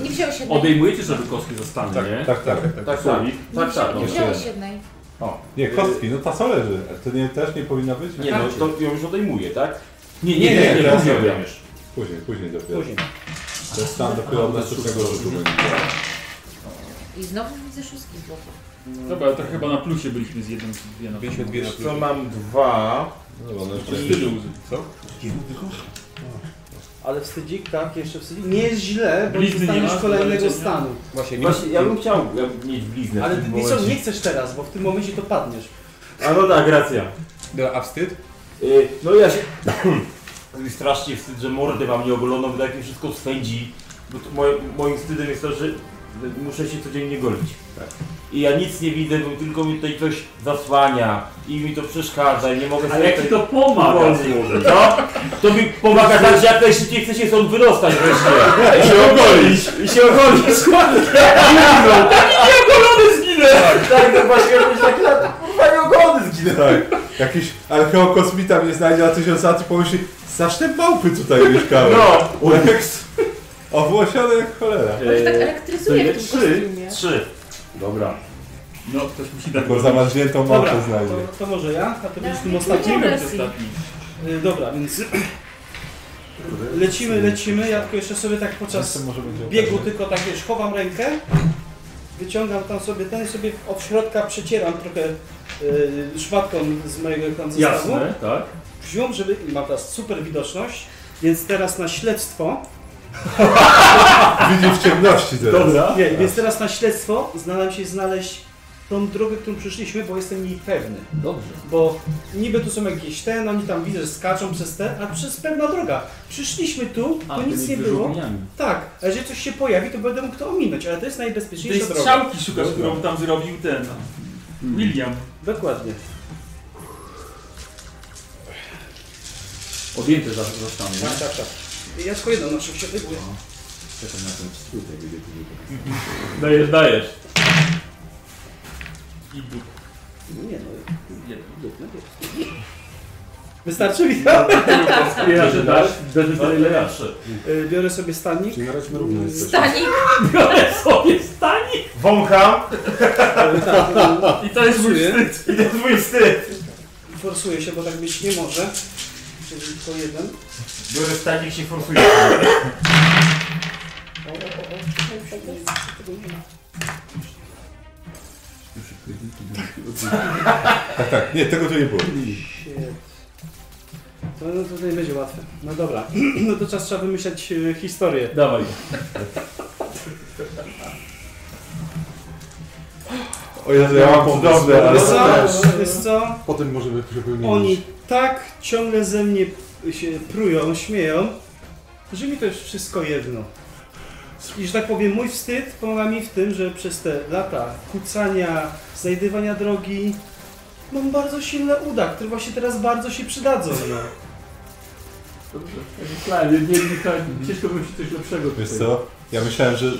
Nie wziął się
Odejmujecie sobie kostki ze stany, nie?
tak, tak, tak,
tak,
Słowik.
Nie wziął- nie wziąłeś jednej.
O.
Nie, kostki, no ta co leży. A To nie, też nie powinna być?
Nie, no to ją już odejmuję, tak?
Nie, nie, nie, nie,
teraz
nie
nie
odejmiesz.
Później, później dopiero.
Później.
To jest tam dopiero od następnego rzutu będzie.
I znowu widzę szóstki z boku.
Dobra, to chyba na plusie byliśmy z jednym, dwie na
Byliśmy dwie na
Wiesz co, mam dwa.
No, one jeszcze
I-
wstydu.
Co?
Ale wstydzik, tak, jeszcze wstydzik. Nie jest źle, bo
Blizny nie
nie dostaniesz
masz do
kolejnego
leczenia?
stanu.
Właśnie,
Właśnie, ja bym chciał ja bym mieć bliznę
Ale
w tym
nie, co,
momencie.
nie chcesz teraz, bo w tym momencie to padniesz.
A no tak, racja.
Dobra, a wstyd?
Y, No ja się... Strasznie wstyd, że mordę mam nie ogoloną, bo tak mi wszystko swędzi. Bo to moje, moim wstydem jest to, że muszę się codziennie golić. I ja nic nie widzę, bo tylko mi tutaj coś zasłania i mi to przeszkadza i nie mogę
Ale jak
tutaj-
ci to pomaga,
Wolniej.
kurde.
No, to mi pomaga tak, że jak najszybciej chcę się stąd wydostać wreszcie.
I się ogolić.
I się ogolić. Zginął. Taki nieogolony Tak, zginę. no. Tak, to właśnie robić tak lat. Kurwa, nieogolony zginę.
Tak. Jakiś archeokosmita mnie znajdzie na tysiąc lat i pomyśli, zacznę małpy tutaj mieszkały.
No. E,
O, jak... Owłosione jak cholera.
Ale tak elektryzuje w tym kostiumie.
Trzy.
Dobra.
No, ktoś musi dać.
Tylko zamarzniętą
Dobra,
małpę znajdzie.
to, to może ja, a ty będziesz tym
nie
ostatnim.
będę ostatni.
Y, Dobra, więc lecimy, lecimy. Ja tylko jeszcze sobie tak podczas
Czasem może będzie
biegu
okazja.
tylko tak wiesz, chowam rękę, wyciągam tam sobie ten i sobie od środka przecieram trochę y, szmatką z mojego końca stawu.
Jasne, tak.
Wziąłem, żeby... i Mam teraz super widoczność, więc teraz na śledztwo...
Widzi w ciemności teraz.
Dobra.
Nie, więc teraz na śledztwo znalazłem się znaleźć tą drogę, którą przyszliśmy, bo jestem jej pewny.
Dobrze.
Bo niby tu są jakieś ten, oni tam widzę, że skaczą przez te, a przez pewna droga. Przyszliśmy tu,
A,
bo
tymi
nic nie było.
wyrzutniami.
Tak, a jeżeli coś się pojawi, to będę mógł to ominąć, ale to jest
Tej
najbezpieczniejsza droga.
strzałki szukasz, którą tam zrobił ten
Hmm.
William.
Dokładnie.
Odjęte za, za stany, nie?
Tak, tak, tak. Ja tylko jedną noszę w środku.
Czekam na ten wstyd, jak będzie później. Dajesz, dajesz.
I Bóg.
Nie no,
Jeden.
jedno jest. Wystarczy mi No, to?
Ja, że dasz, dasz tyle, ile dasz.
Y, Biorę sobie stanik. Y,
Czyli na razie my równo jesteśmy.
Stanik!
Biorę sobie
tak
stanik.
Wącham.
I to jest mój
Y, tak, Forsuję.
wstyd.
I to jest mój wstyd.
Forsuję się, bo tak być nie może. Czyli tylko jeden.
Biorę stanik się forsuje.
O, o, o, o.
Tak, tak, nie, tego tu nie było.
To, no, to nie będzie łatwe. No dobra, no to czas trzeba wymyślać e, historię.
Dawaj.
O Jezu, ja mam cudowne, ale
Wiesz No co?
też.
Wiesz co?
Potem możemy przypomnieć.
Oni tak ciągle ze mnie się prują, śmieją, że mi to jest wszystko jedno. I że tak powiem, mój wstyd pomaga mi w tym, że przez te lata kucania, znajdywania drogi, mam bardzo silne uda, które właśnie teraz bardzo się przydadzą. No.
Dobrze, ja myślałem, nie, nie, nie, tak, ciężko bym się coś lepszego
Wiesz
tutaj-
co? Ja myślałem, że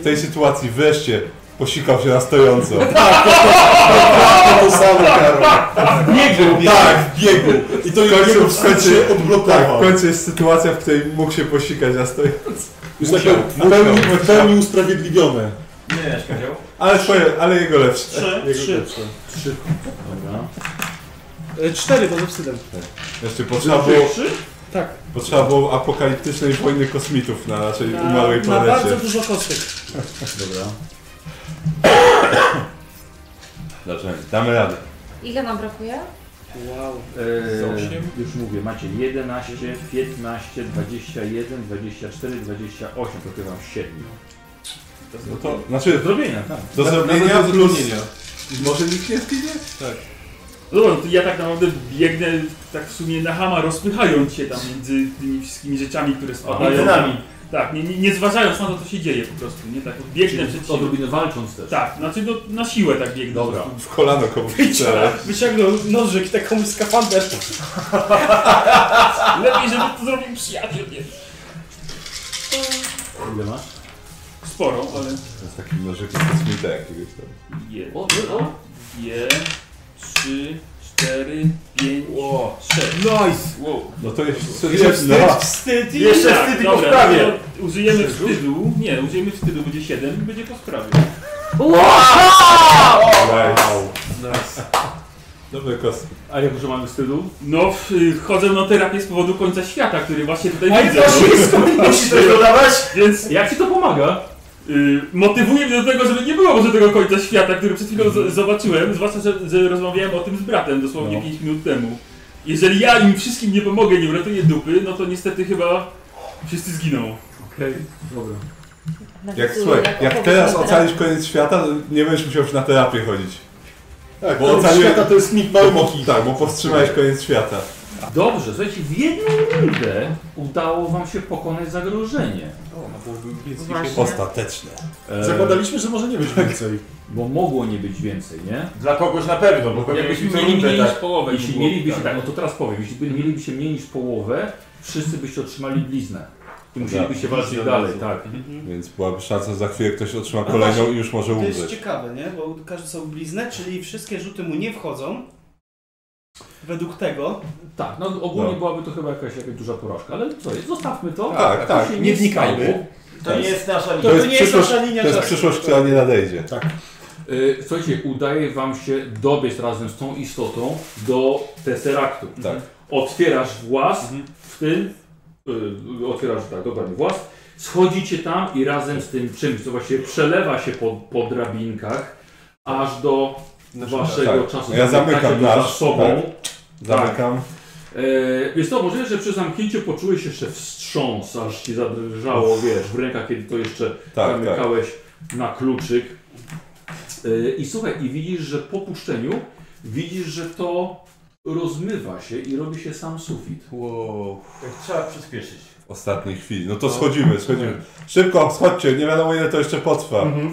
w tej sytuacji wreszcie posikał się na stojąco.
Tak, to-
to, to, to samo, Karol.
Biegł,
Tak, biegł. I to
W końcu-
jego
w końcu się odblokował.
Tak, w końcu jest sytuacja, w której mógł się posikać na stojąco.
Już
tak
na pełni- w pełni usprawiedliwione.
Nie, ja się wziął.
Ale twoje, ale jego lepsze.
Trzy,
jego
trzy.
lepsze.
Trzy.
Dobra.
E, cztery, bo z obsydem.
Jeszcze potrzeba było,
Trzy? Tak.
potrzeba było apokaliptycznej wojny kosmitów na naszej
Na-
umarłej
na
planecie.
bardzo dużo kostek.
Dobra. Dobrze, damy radę.
Ile nam brakuje?
Wow.
Eee, już mówię, macie 11, 15, 21, 24, 28, to chyba 7.
No to, znaczy,
do zrobienia, tak.
Do zrobienia plus... Może nikt nie zginie?
Tak.
Dobra, to ja tak naprawdę biegnę tak w sumie na hama, rozpychając się tam między tymi wszystkimi rzeczami, które spadają.
między nami.
Tak, nie, nie, nie zważając na to, co się dzieje po prostu, nie? Tak, biegnę
Czyli
przed siebie.
odrobinę walcząc też.
Tak, znaczy no, na siłę tak biegnę.
Dobra.
po prostu.
W kolano komuś
Wyciągnę-
Wyciągnął nożyk i taką skafander.
Lepiej, żeby to zrobił przyjaciel, nie?
Ile masz?
Sporo, ale...
To jest taki nożykiem kosmita jakiegoś tam.
Jedna,
O, o, o.
dwie, trzy, cztery, pięć, sześć.
Nice!
Wow.
No to jest...
Jeszcze
no.
Tak, dobra, to Użyjemy wstydu. Nie, użyjemy wstydu, będzie 7, będzie po sprawie.
Wow!
Wow.
Nice.
Dobre kostki.
A jak dużo mamy wstydu?
No, w- y, chodzę na terapię z powodu końca świata, który właśnie tutaj
A i
widzę.
faszyzmu!
Musisz coś dodawać?
Więc
jak ci to pomaga?
Y, motywuje mnie do tego, żeby nie było może tego końca świata, który przed chwilą z- zobaczyłem, zwłaszcza, że, że rozmawiałem o tym z bratem dosłownie
No.
5 minut temu. Jeżeli ja im wszystkim nie pomogę, nie uratuję dupy, no to niestety chyba wszyscy zginą.
Okej, dobra.
Jak, słuchaj, jak teraz ocalisz koniec świata, to nie będziesz musiał już na terapię chodzić.
Tak, koniec świata to jest mit małej moki.
Tak, bo powstrzymałeś koniec świata.
Dobrze, słuchajcie, w jedną rundę udało wam się pokonać zagrożenie.
Właśnie.
Ostateczne.
Eee,
Zakładaliśmy, że może nie być więcej.
tak. Bo mogło nie być więcej, nie?
Dla kogoś na pewno, bo jakbyśmy mieli mniej niż
połowę.
tak- Jeśli mielibyście, tak, no to teraz powiem, jeśli by- mielibyście mniej niż połowę, wszyscy byście otrzymali bliznę. I musielibyście walczyć dalej, tak.
Mhm. Więc byłaby szansa, za chwilę ktoś otrzyma kolejną i już może
To jest
umrzeć.
ciekawe, nie? Bo każdy są bliznę, czyli wszystkie rzuty mu nie wchodzą. Według tego.
Tak, no ogólnie
No.
byłaby to chyba jakaś, jakaś duża porażka, ale co jest, zostawmy to.
Tak,
to
tak,
się
nie wnikajmy.
stało.
To nie jest nasza
To
linia.
jest
nie jest
przyszłość,
nasza linia
to jest
czasu.
przyszłość która nie nadejdzie.
tak. Y, Słuchajcie, udaje wam się dobiec razem z tą istotą do Tesseractu.
Tak. Mhm.
Otwierasz włas, w tym y, otwierasz, tak, dokładnie, włas. Schodzicie tam i razem z tym czymś, co właściwie przelewa się po, po drabinkach, aż do waszego
tak.
czasu.
Ja zamykam
Zamykacie to
nasz, tak.
za sobą.
Zamykam.
E, Wiesz co, możliwe, że przy zamknięciu poczułeś jeszcze wstrząs, aż ci zadrżało, wiesz, w rękach, kiedy to jeszcze
Tak,
zamykałeś na kluczyk. E, I słuchaj, i widzisz, że po puszczeniu widzisz, że to rozmywa się i robi się sam sufit.
Wow.
Tak trzeba przyspieszyć.
W ostatniej chwili. No to schodzimy, schodzimy. Szybko, schodźcie, nie wiadomo ile to jeszcze potrwa.
Mhm.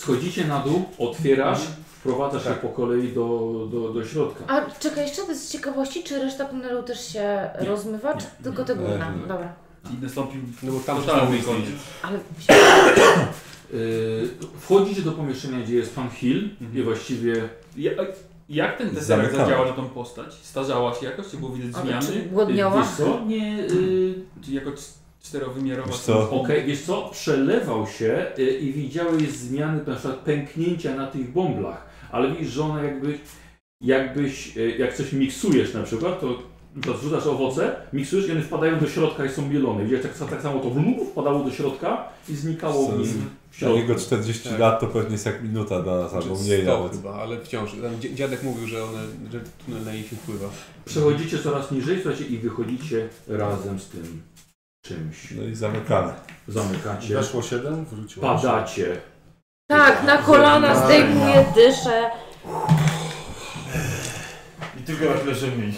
Schodzicie na dół, otwierasz,
Mhm.
wprowadzasz
Tak.
je po kolei do, do, do środka.
A czekaj, jeszcze to jest z ciekawości, czy reszta tunelu też się rozmywa, czy tylko te główne?
no.
nie.
Dobra.
I nastąpił
No bo tam
totalny
zostało
koniec.
Ale
Yy, wchodzicie do pomieszczenia, gdzie jest pan Hill i właściwie
Mhm. Ja, jak ten deserek
Zamykamy.
zadziałał na tą postać? Starzała się jakoś? Czy było widać
Ale
zmiany?
czy głodniała?
wiesz co? Nie, yy,
Czy y, jako c- czterowymiarowa
Wiesz co?
Okej, wiesz co? Przelewał się y, i widziałeś zmiany, na przykład pęknięcia na tych bąblach, ale widzisz, że ona jakby, jakbyś, y, jak coś miksujesz na przykład, to, to zrzucasz owoce, miksujesz i one wpadają do środka i są bielone. Widziałeś, tak, tak samo to wlub wpadało do środka i znikało w nim. w
Na
środku.
jego 40
Tak.
lat to pewnie jest jak minuta dla nas,
Znaczy
albo mniej
100
nawet.
chyba, ale wciąż. Tam dzi- dziadek mówił, że one, że tunel na nich się wpływa.
Przechodzicie coraz niżej, słuchajcie, i wychodzicie razem z tym czymś.
No i zamykamy.
Zamykacie.
Weszło siedem, wróciło
Padacie.
Tak, na kolana zdejmuję, dyszę.
I tylko na tyle, że mniej.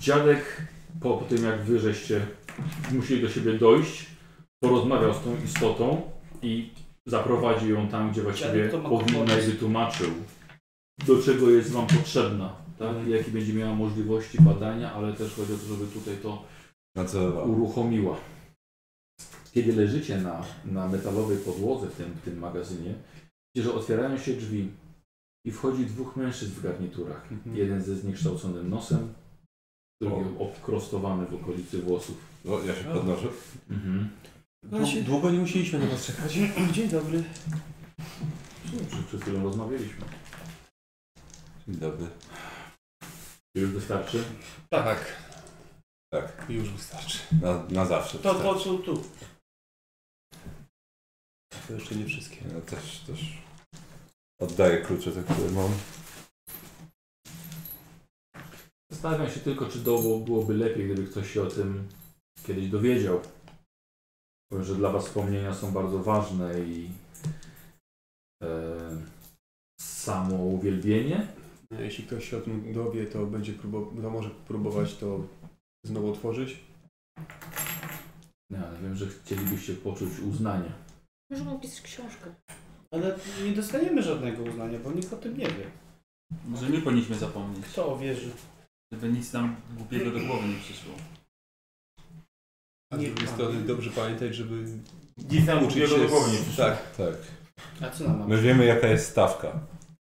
Dziadek po tym jak wy żeście musieli do siebie dojść, porozmawiał z tą istotą i zaprowadził ją tam, gdzie właściwie
Dziadek to ma
powinna i
komórki.
wytłumaczył, do czego jest wam potrzebna, tak? I jakie będzie miała możliwości badania, ale też chodzi o to, żeby tutaj to
Nadzorowała.
uruchomiła. Kiedy leżycie na, na metalowej podłodze w tym, w tym magazynie, widzicie, że otwierają się drzwi i wchodzi dwóch mężczyzn w garniturach. Jeden ze zniekształconym nosem, drugi obkrostowany w okolicy włosów.
No, ja się podnoszę.
Mhm.
Dłu- Długo nie musieliśmy na was czekać.
Dzień dobry.
Przed, przed chwilą rozmawialiśmy.
Dzień dobry.
Już wystarczy?
Tak.
Tak.
Już wystarczy.
Na, na zawsze.
To po co tu?
To jeszcze nie wszystkie.
Ja też, też oddaję klucze, te, które mam.
Zastanawiam się tylko, czy to było- byłoby lepiej, gdyby ktoś się o tym kiedyś dowiedział. Powiem, że dla Was wspomnienia są bardzo ważne i e, samo uwielbienie.
Jeśli ktoś się o tym dowie, to będzie próbo- to może próbować to znowu otworzyć.
Nie, ale wiem, że chcielibyście poczuć uznanie.
Może mam pisać książkę.
Ale nie dostaniemy żadnego uznania, bo nikt o tym nie wie.
Może nie powinniśmy zapomnieć,
Kto wierzy?
żeby nic nam głupiego do głowy nie przyszło.
A z
Nie
drugiej
ma.
strony dobrze pamiętać, żeby
Nic nam
uczyć
głupiego
się
do głowy nie
z-
przyszło.
Tak.
Tak.
A co nam ma?
My wiemy, jaka jest stawka.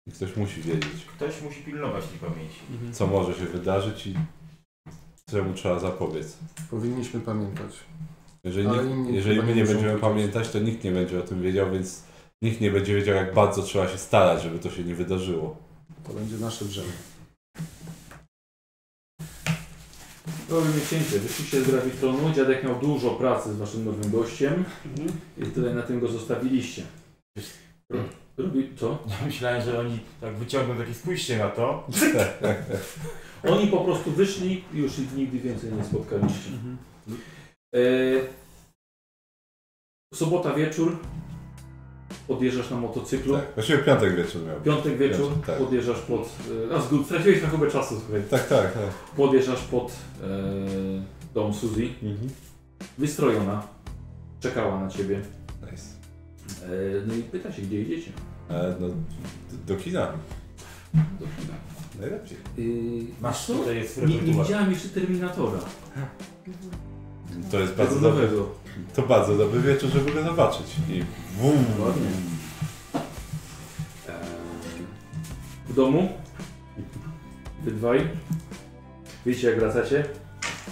I ktoś musi wiedzieć,
Ktoś musi pilnować tej pamięci.
Mhm.
co może się wydarzyć i czemu trzeba zapobiec.
Powinniśmy pamiętać.
Jeżeli,
Ale
nikt,
inni
jeżeli
chyba
my nie
muszą
będziemy
wiedzieć.
pamiętać, to nikt nie będzie o tym wiedział, więc nikt nie będzie wiedział, jak bardzo trzeba się starać, żeby to się nie wydarzyło.
To będzie nasze brzemię.
Robię cięcie. Wyszliście z Gravitronu. Dziadek miał dużo pracy z Waszym nowym gościem
Mhm.
i tutaj na tym go zostawiliście. Ro- Robi co?
Ja myślałem, że oni tak wyciągną takie spójrzcie na to.
Oni po prostu wyszli i już ich nigdy więcej nie spotkaliście.
Mhm.
E, sobota wieczór. Podjeżdżasz na motocyklu.
Tak. Właściwie piątek wieczór miał.
Piątek wieczór.
Piątek, tak.
Podjeżdżasz pod. E, a zgód, straciłeś na kubę czasu, słuchaj.
Tak, tak, tak.
Podjeżdżasz pod e, dom Suzy.
Mhm.
Wystrojona. Czekała na ciebie.
Nice.
E, no i pyta się, gdzie idziecie.
E, no, d- do kina.
Do kina.
Najlepiej.
Yy,
Masz,
co?
tutaj jest
nie, nie
repertuar.
widziałem jeszcze Terminatora.
To jest
Tego
bardzo dobry,
nowego.
to bardzo dobry wieczór, żeby go zobaczyć. I wum.
Ładnie. Eee, W domu? Wy dwaj? Wiecie jak wracacie?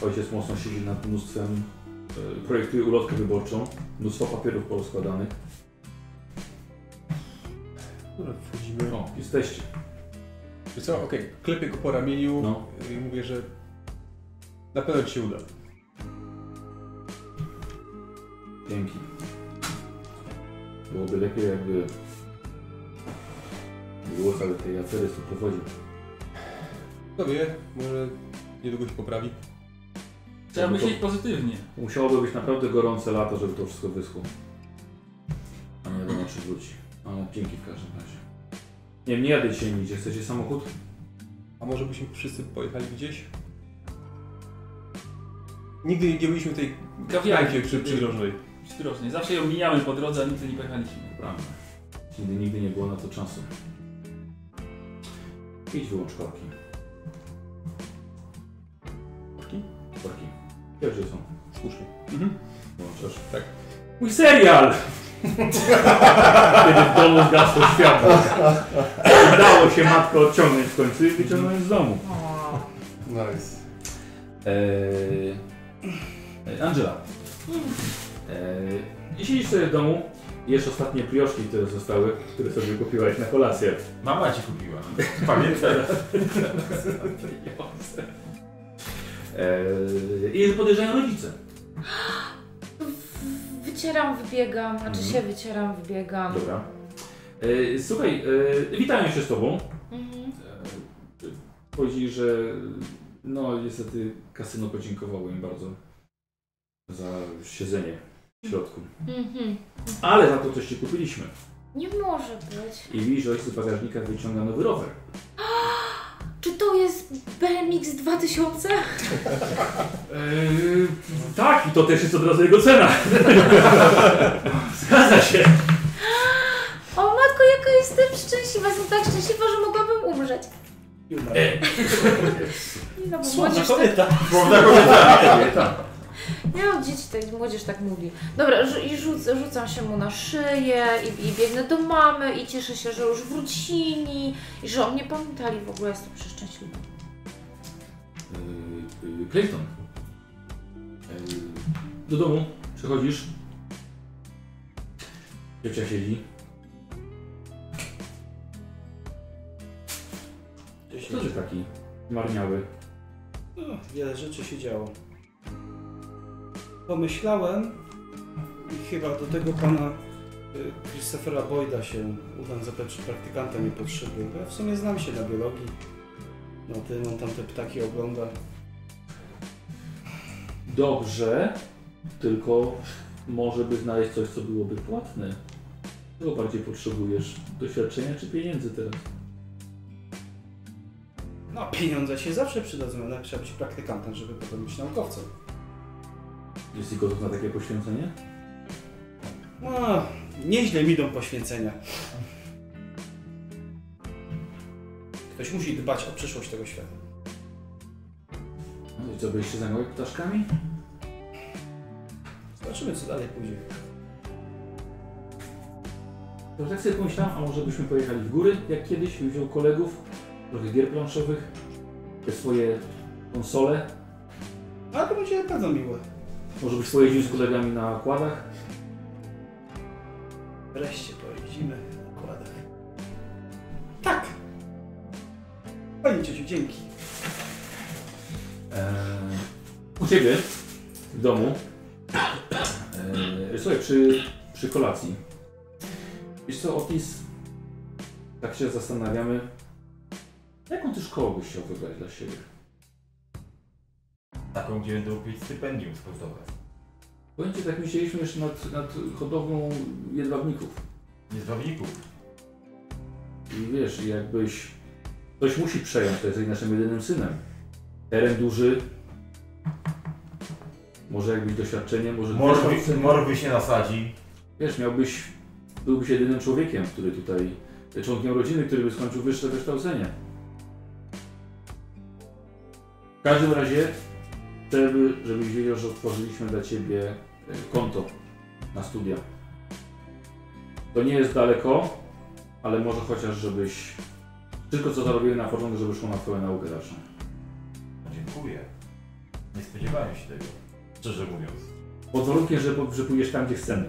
Ojciec mocno siedzi nad mnóstwem, e, projektuje ulotkę wyborczą, mnóstwo papierów porozkładanych.
Dobra, wchodzimy.
O, jesteście.
Wiesz co, okej, klepię go po ramieniu
No.
i mówię, że na pewno ci się uda.
Dzięki. Byłoby lepiej jakby nie było całej tej afery, co prowadzi.
Kto wie, może niedługo się poprawi.
Trzeba myśleć pozytywnie.
Musiałoby być naprawdę gorące lato, żeby to wszystko wyschło. A nie wiadomo czy wróci. Ale dzięki w każdym razie. Nie wiem, nie jadę dzisiaj nigdzie. Chcecie samochód?
A może byśmy wszyscy pojechali gdzieś? Nigdy nie byliśmy w tej kawiarni przy, przydrożnej.
Przydrożnej. Zawsze ją mijamy po drodze, a nigdy nie pojechaliśmy.
Prawda. Nigdy, nigdy nie było na to czasu. Idź wyłącz korki.
Korki?
Korki. Pierwsze są.
Słusznie. Mhm.
Włączasz.
Tak.
Mój serial! Kiedy w domu zgasło światło. E, Udało się matkę odciągnąć w końcu i wyciągnąć z domu.
O,
Nice.
Eee, Angela. Eee, siedzisz sobie w domu, jesz ostatnie brioszki, które zostały, które sobie kupiłaś na kolację.
Mama ci kupiła. no, Pamiętaj.
Eee, I podejrzewają rodzice.
wycieram, wybiegam, znaczy
Mhm.
się wycieram, wybiegam.
Dobra. E, Słuchaj, e, witają się z tobą.
Mhm.
E, Powiedzieli, że no niestety kasyno podziękowało im bardzo za siedzenie w środku.
Mhm.
Ale za to coś ci kupiliśmy.
Nie może być.
I widzisz, że ojciec z bagażnika wyciąga nowy rower.
Czy to jest BMX 2000?
Eee, tak, i to też jest od razu jego cena. Zgadza się.
O matko, jaka jestem szczęśliwa, jestem tak szczęśliwa, że mogłabym umrzeć.
E,
Nie, No, bo
Słowna
młodzież
kobieta.
Tak...
Słowna kobieta.
Nie no, dzieci tak, młodzież tak mówi. Dobra, rzu- i rzuc, rzucam się mu na szyję i, i biegnę do mamy i cieszę się, że już wrócili i że o mnie pamiętali w ogóle, jestem przeszczęśliwa.
Yy, yy, Clayton. Yy, Do domu przychodzisz. Ciocia siedzi. Co ty taki marniały?
No, Wiele rzeczy się działo. Pomyślałem i chyba do tego pana y, Christophera Boyda się udam zapytać, czy praktykanta nie potrzebuję. Bo ja w sumie znam się na biologii. Na tym, on tam te ptaki ogląda.
Dobrze, tylko może by znaleźć coś, co byłoby płatne. Czego bardziej potrzebujesz? Doświadczenia czy pieniędzy teraz?
No, pieniądze się zawsze przydadzą, ale trzeba być praktykantem, żeby potem być naukowcem.
Jesteś gotów na takie poświęcenie?
No, nieźle mi idą poświęcenia. Ktoś musi dbać o przyszłość tego świata.
No i co, byś się zajmował ptaszkami?
Zobaczymy, co dalej pójdzie.
To tak sobie pomyślałem, a może byśmy pojechali w góry, jak kiedyś, bym wziął kolegów, trochę gier planszowych, te swoje konsole.
Ale to będzie bardzo miłe.
Może byś pojeździł z kolegami na okładach.
Wreszcie pojeździmy na układach. Tak! Pani ciociu, dzięki.
Eee, u Ciebie, w domu, eee, słuchaj, przy, przy kolacji. Wiesz co, Otis, tak się zastanawiamy, jaką Ty szkołę byś chciał wybrać dla siebie?
Taką, gdzie będą mieć stypendium sportowe.
Powiem Ci, tak myśleliśmy jeszcze nad, nad hodowlą jedwabników.
Niezbawników.
I wiesz, jakbyś... Ktoś musi przejąć, to jesteś naszym jedynym synem. Teren duży. Może jakbyś doświadczenie, może...
Morwy-
doświadczenie.
morwy się nasadzi.
Wiesz, miałbyś... Byłbyś jedynym człowiekiem, który tutaj... Członkiem rodziny, który by skończył wyższe wykształcenie. W każdym razie chcemy, żebyś wiedział, że otworzyliśmy dla Ciebie e, konto na studia. To nie jest daleko, ale może chociaż żebyś wszystko co zarobiłem na początku, żeby szło na Twoją naukę dalszą.
Dziękuję. Nie spodziewałem się tego. Szczerze mówiąc.
Pod warunkiem, że, że pójdziesz tam, gdzie chcemy.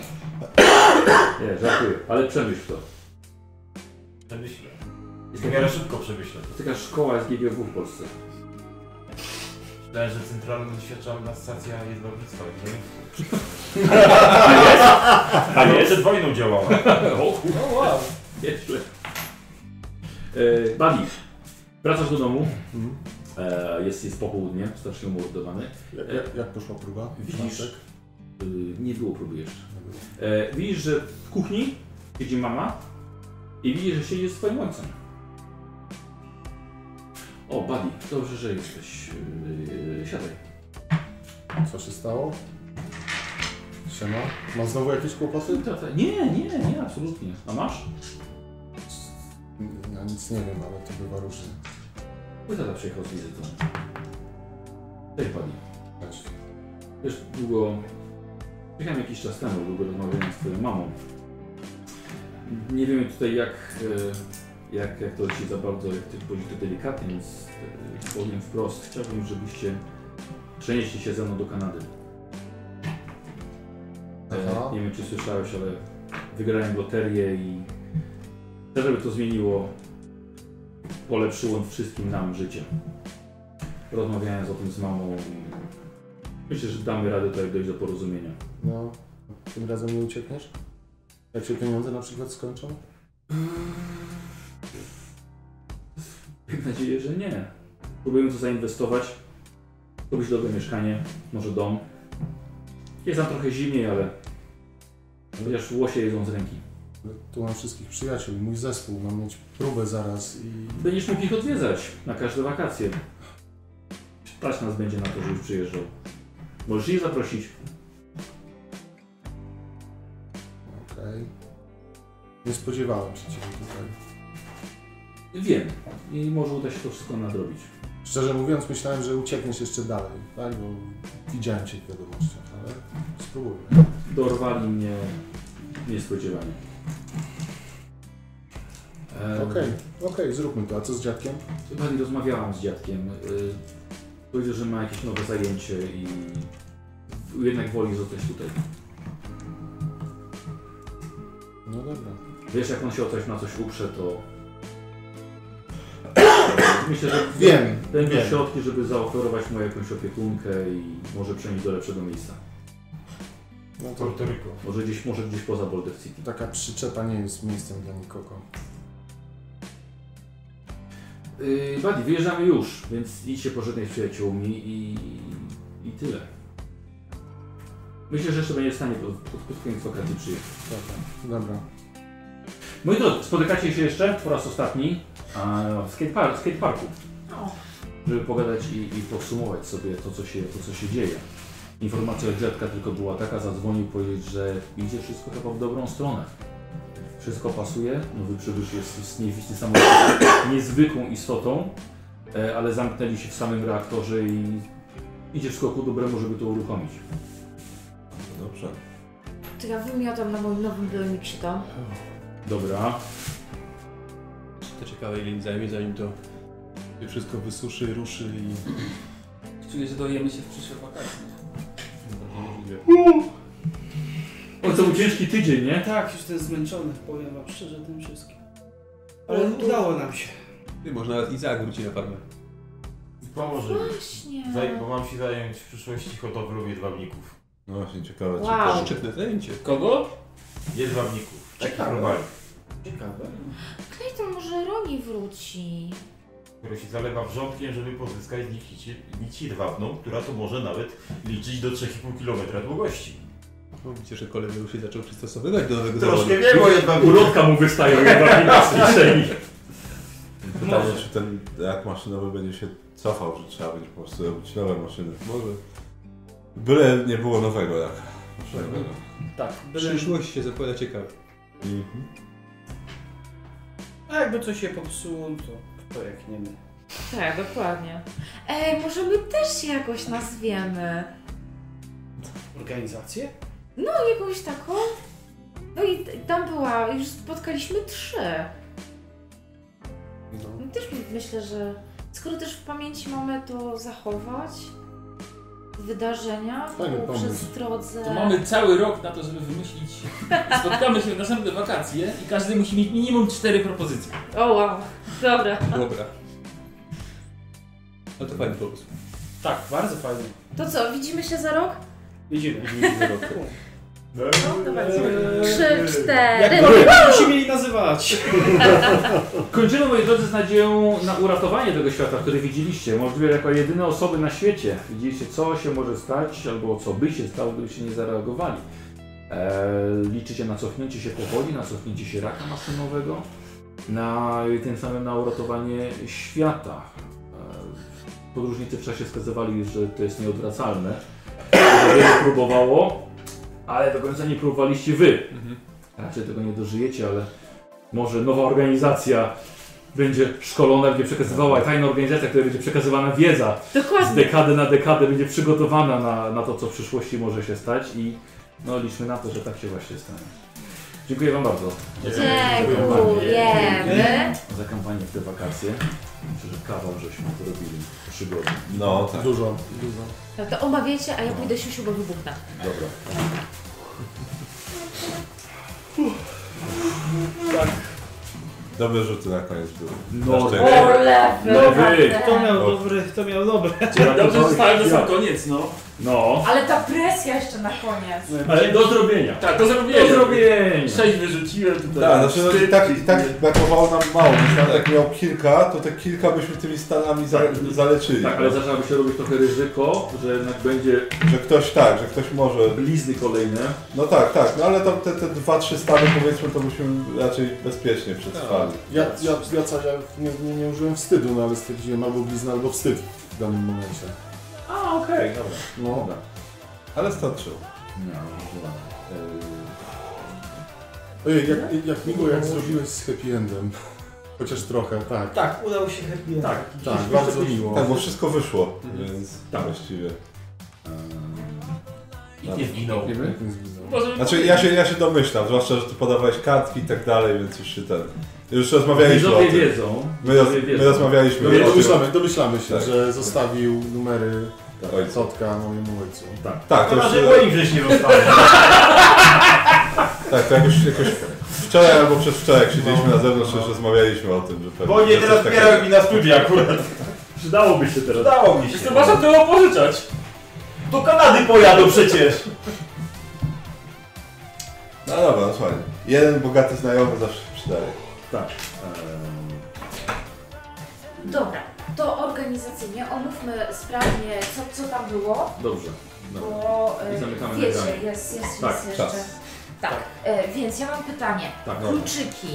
nie, żartuję, ale przemyśl to.
Przemyślę.
Jest
W miarę szybko przemyślę to.
Jest taka szkoła z GGW w Polsce.
Myślałem, że centralnie doświadczalna stacja jedwabnictwa.
A jest?
A nie, przed wojną działała.
o, kurwa.
No wow.
Nieźle. E, Bawi, wracasz do domu.
Mhm.
E, jest, jest popołudnie, strasznie umordowany.
Jak- jak- jak poszła próba?
Widzisz?
Wniosek?
Y, nie było próby jeszcze. E, widzisz, że w kuchni siedzi mama i widzisz, że siedzi z twoim ojcem. O, Bawi, dobrze, że jesteś. E, siadaj.
Co się stało? Siema. Mam znowu jakieś kłopoty?
Nie, nie, nie, absolutnie. A masz?
Ja nic nie wiem, ale to bywa różnie.
Mój tata przyjechał z wizytą. Cześć pani. Wiesz, długo... Przyjechałem jakiś czas temu, długo rozmawiałem z twoją mamą. Nie wiemy tutaj jak, e, jak, jak to się za bardzo, jak to powiedzieć to delikatnie, więc e, powiem wprost. Chciałbym, żebyście przenieśli się ze mną do Kanady.
Aha.
E, nie wiem, czy słyszałeś, ale wygrałem loterię i chcę, żeby to zmieniło, polepszyło wszystkim nam życie. Rozmawiałem o tym z mamą. i Myślę, że damy radę tutaj dojść do porozumienia.
No, tym razem nie uciekniesz? Jak się pieniądze na przykład skończą?
Mam nadzieję, że nie. Próbujemy to zainwestować. Kupić dobre mieszkanie, może dom. Jest tam trochę zimniej, ale... Chociaż łosie jedzą z ręki.
No, Tu mam wszystkich przyjaciół i mój zespół. Mam mieć próbę zaraz i...
Będziesz mógł ich odwiedzać na każde wakacje. Stać nas będzie na to, żebyś przyjeżdżał. Możesz ich zaprosić.
Okej. Nie spodziewałem się Ciebie tutaj.
Wiem. I może uda się to wszystko nadrobić.
Szczerze mówiąc, myślałem, że uciekniesz jeszcze dalej, tak? Bo widziałem Cię w wiadomościach, ale spróbuję.
Dorwali mnie niespodziewanie.
Okej, okej, zróbmy to. A co z dziadkiem?
Chyba nie rozmawiałam z dziadkiem. Y, Powiedział, że ma jakieś nowe zajęcie i jednak woli zostać tutaj.
No dobra.
Wiesz, jak on się o coś na coś uprze, to... Myślę, że
Wiem,
będą
wiem.
środki, żeby zaoferować mu jakąś opiekunkę i może przenieść do lepszego miejsca.
No to- Puerto Rico.
Może gdzieś, może gdzieś poza Boulder City.
Taka przyczepa nie jest miejscem dla nikogo.
Yy, Buddy, wyjeżdżamy już, więc idź się pożegnaj z przyjaciółmi i, i tyle. Myślę, że jeszcze będzie w stanie pod, pod, pod koniec wakacji przyjechać.
Dobra, dobra.
Moi drodzy, spotykacie się jeszcze po raz ostatni a, w skateparku, skateparku żeby pogadać i, i podsumować sobie to co, się, to, co się dzieje. Informacja od dziadka tylko była taka, zadzwonił powiedzieć, że idzie wszystko chyba w dobrą stronę. Wszystko pasuje, nowy przybysz jest z niewi- niesamowitą, niezwykłą istotą, e, ale zamknęli się w samym reaktorze i idzie wszystko ku dobremu, żeby to uruchomić.
No Dobrze.
To ja wymiotam na moim nowym dojmiksie tam.
Dobra.
To ciekawe ile im zajmie, zanim to się wszystko wysuszy, ruszy i...
Czuję, że dojemy się w przyszłych wakacjach.
O, to był ciężki tydzień, nie?
Tak, już jestem zmęczony, powiem wam szczerze tym wszystkim. Ale
No,
udało nam się.
Ty, może nawet Izaak wróci na farmę.
Pomoże.
Właśnie.
Zaj- bo mam się zająć w przyszłości hodowlą jedwabników.
No właśnie, ciekawe.
Wow.
Czy to...
Szczytne zajęcie.
Kogo?
Jedwabników.
Ciekawe.
normalnie. Ciekawe.
Clayton może Roni wróci.
Które się zalewa wrzątkiem, żeby pozyskać nici, nici jedwabną, która to może nawet liczyć do 3,5 km długości.
No, widzicie, że kolega już się zaczął przystosowywać do nowego
Troszkę
zawodu.
wiem o jedwabniku.
Ulotka mu wystaje, jedwabnika z kieszeni.
Pytanie, czy ten jak maszynowy będzie się cofał, że trzeba będzie po prostu robić nowe maszyny. Może. Byle nie było nowego jak
Mhm.
maszynowego.
Tak, przyszłość się zapowiada ciekawie.
Mhm.
A jakby coś się popsuło, to kto jak nie my.
Tak, dokładnie. Ej, może my też się jakoś nazwiemy.
Organizację?
No, jakąś taką. No i t- tam była, już spotkaliśmy trzy.
No.
No też myślę, że skoro też w pamięci mamy to zachować, wydarzenia
Fajny
po
pomysł.
przestrodze.
To mamy cały rok na to, żeby wymyślić. Spotkamy się w następne wakacje i każdy musi mieć minimum cztery propozycje.
O wow, dobra.
Dobra. No to fajny pomysł.
Tak, bardzo fajnie.
To co, widzimy się za rok?
Widzimy.
Eee, Trzy, cztery.
Jakkolwiek musimy jej nazywać.
Kończymy, moi drodzy, z nadzieją na uratowanie tego świata, który widzieliście. Możliwe jako jedyne osoby na świecie. Widzieliście, co się może stać, albo co by się stało, gdybyście nie zareagowali. Eee, liczycie na cofnięcie się powodzi, na cofnięcie się raka maszynowego, na, i tym samym na uratowanie świata. Eee, podróżnicy w czasie wskazywali, że to jest nieodwracalne. że Wiele próbowało, ale do końca nie próbowaliście wy. Raczej tego nie dożyjecie, ale może nowa organizacja będzie szkolona, będzie przekazywała, tajna organizacja, która będzie przekazywana wiedza
Dokładnie.
z dekady na dekadę, będzie przygotowana na, na to, co w przyszłości może się stać i no liczmy na to, że tak się właśnie stanie. Dziękuję Wam bardzo.
Dziękujemy.
Za kampanię w te wakacje. Myślę, że kawał żeśmy porobili przygody.
No tak.
Dużo, dużo.
No to omawiajcie, a ja pójdę siusiu, bo wybuchnę.
Dobra.
Tak.
Dobre rzuty na koniec były.
No,
Na szczęście.
dobre, Lewy! Kto
No.
miał dobre, kto miał dobre.
Dobrze zostałem na sam koniec, no.
No.
Ale ta presja jeszcze na koniec.
No
no.
Ale do zrobienia.
Tak, do zrobienia.
Do zrobienia.
Sześć wyrzuciłem tutaj.
Tak, znaczy no, i tak, i tak brakowało nam mało. Jeśli tak miał kilka, to te kilka byśmy tymi stanami za, zaleczyli. no.
Tak, ale zaczyna się robić trochę ryzyko, że jednak będzie...
Że ktoś tak, że ktoś może...
Blizny kolejne.
No tak, tak, no ale tam te, te dwa, trzy stany powiedzmy to byśmy raczej bezpiecznie przetrwali.
Ja, ja, ja, co, ja nie, nie, nie użyłem wstydu, no ale stwierdziłem albo blizna, albo wstyd w danym momencie.
Tak. A, okej.
No. Dobra.
Ale starczyło.
Ojej, jak, jak miło, jak zrobiłeś z happy endem. Chociaż trochę, tak.
Tak, udało się happy end.
Tak, tak, bardzo miło.
Tak, bo wszystko wyszło,
Mhm.
więc
Tak.
właściwie. e,
I nie zginął.
Nikt nie zginął.
Znaczy ja się, ja się domyślam, zwłaszcza, że ty podawałeś kartki i tak dalej, więc już się ten... Już rozmawialiśmy
Widzowie
o tym.
wiedzą.
My, roz,
Widzowie wiedzą.
my rozmawialiśmy
No,
o tym.
domyślamy, domyślamy się,
Tak.
że zostawił numery
Ojcu.
Sotka mojemu ojcu.
Tak, tak, to już... Tak, to jakoś, jakoś wczoraj albo przedwczoraj, jak siedzieliśmy na zewnątrz, już rozmawialiśmy o tym, że pewnie...
Bo nie
że coś
teraz
takiego-
miałem mi na studia akurat.
Przydałoby się teraz.
Przydało mi się.
Zresztą
no.
można było pożyczać.
Do Kanady pojadą przecież.
No dobra, no fajnie. Jeden bogaty znajomy zawsze się przydaje. Ehm,
Tak.
Dobra, to organizacyjnie omówmy sprawnie, co, co tam było.
Dobrze.
Bo
I zamykamy
e, wiecie,
nagranie.
jest, jest,
Tak,
jest
czas.
jeszcze. Tak, E, więc ja mam pytanie.
Tak, dobra.
Kluczyki,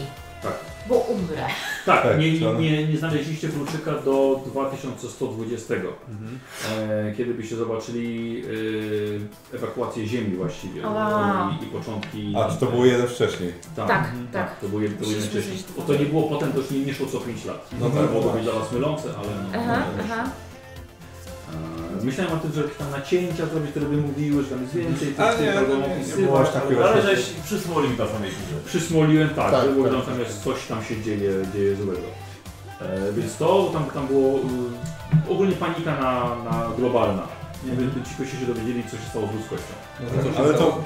Tak.
bo umrę.
Tak,
Tak,
nie,
co?
nie, nie znaleźliście kluczyka do 2120. E, kiedy byście zobaczyli e, ewakuację ziemi właściwie
A.
i, i początki.
A, czy to było jeden wcześniej?
Tak,
Tak,
mhm,
tak.
To było jeden, to było jeden
Musieliśmy
wcześniej.
żyć
Bo to nie było potem, to już nie, nie szło co 5 lat.
No
No
tak,
tak, mogło
tak.
być dla Was mylące, ale. no,
Aha,
no,
aha.
E, Myślałem o tym, że jakieś tam nacięcia zrobić, które by mówiły, że tam jest więcej, tych,
A
tych,
nie, no
tego
nie, nie, nie
opisywać.
było aż takiego
Ale
efektu.
żeś
przysmolił na samej górze.
Przysmoliłem tak,
Tak,
tak było
tak,
tam, tam jest coś tam się dzieje, dzieje złego. E, więc to tam, tam było y, ogólnie panika na, na globalna. Nie wiem, ci goście się dowiedzieli, co się stało z ludzkością.
Mhm. No to co się Ale to- stało?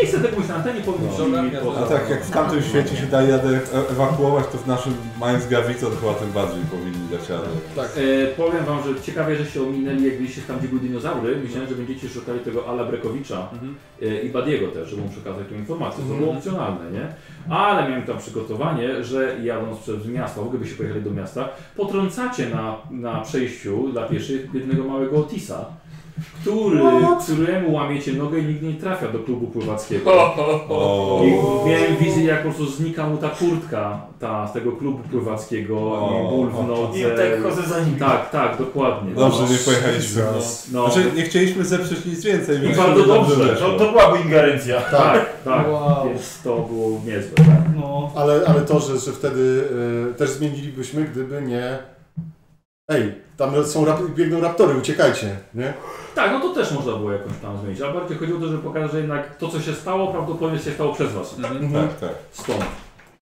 Nie chcę tego mówić na antenie, powiem
No.
ci
A
poza-
tak, jak w
No.
tamtym świecie się daje radę e- ewakuować, to w naszym, mając gawicę, to chyba tym bardziej powinni dać radę.
E, powiem wam, że ciekawie, że się ominęli, jak byliście tam, gdzie były dinozaury. Myślałem, że będziecie szukali tego Ala Brekowicza e, i Badiego też, żeby mu przekazać tą informację. To było
Mhm.
opcjonalne, nie? Ale miałem tam przygotowanie, że jadąc przez miasto, w ogóle byście pojechali do miasta, potrącacie na, na przejściu dla pieszych jednego małego Otisa, który, któremu łamiecie nogę i nikt nie trafia do klubu pływackiego.
O.
I miałem wizję, jak po prostu znika mu ta kurtka ta, z tego klubu pływackiego i ból w nodze.
I tak chodzę za nim.
Tak, tak, dokładnie.
Dobrze,
No.
nie pojechaliśmy. No.
No.
Znaczy, nie chcieliśmy zepsuć nic więcej,
I
więc
bardzo dobrze.
wyszło.
To, to byłaby ingerencja.
Tak, tak. Więc to było niezłe. Tak.
No.
Ale, ale to, że, że wtedy y, też zmienilibyśmy, gdyby nie... Ej, tam są rap biegną raptory, uciekajcie, nie?
tak, no to też można było jakoś tam zmienić, ale bardziej chodziło o to, żeby pokazać, że jednak to, co się stało, prawdopodobnie się stało przez was.
Tak, tak.
Stąd.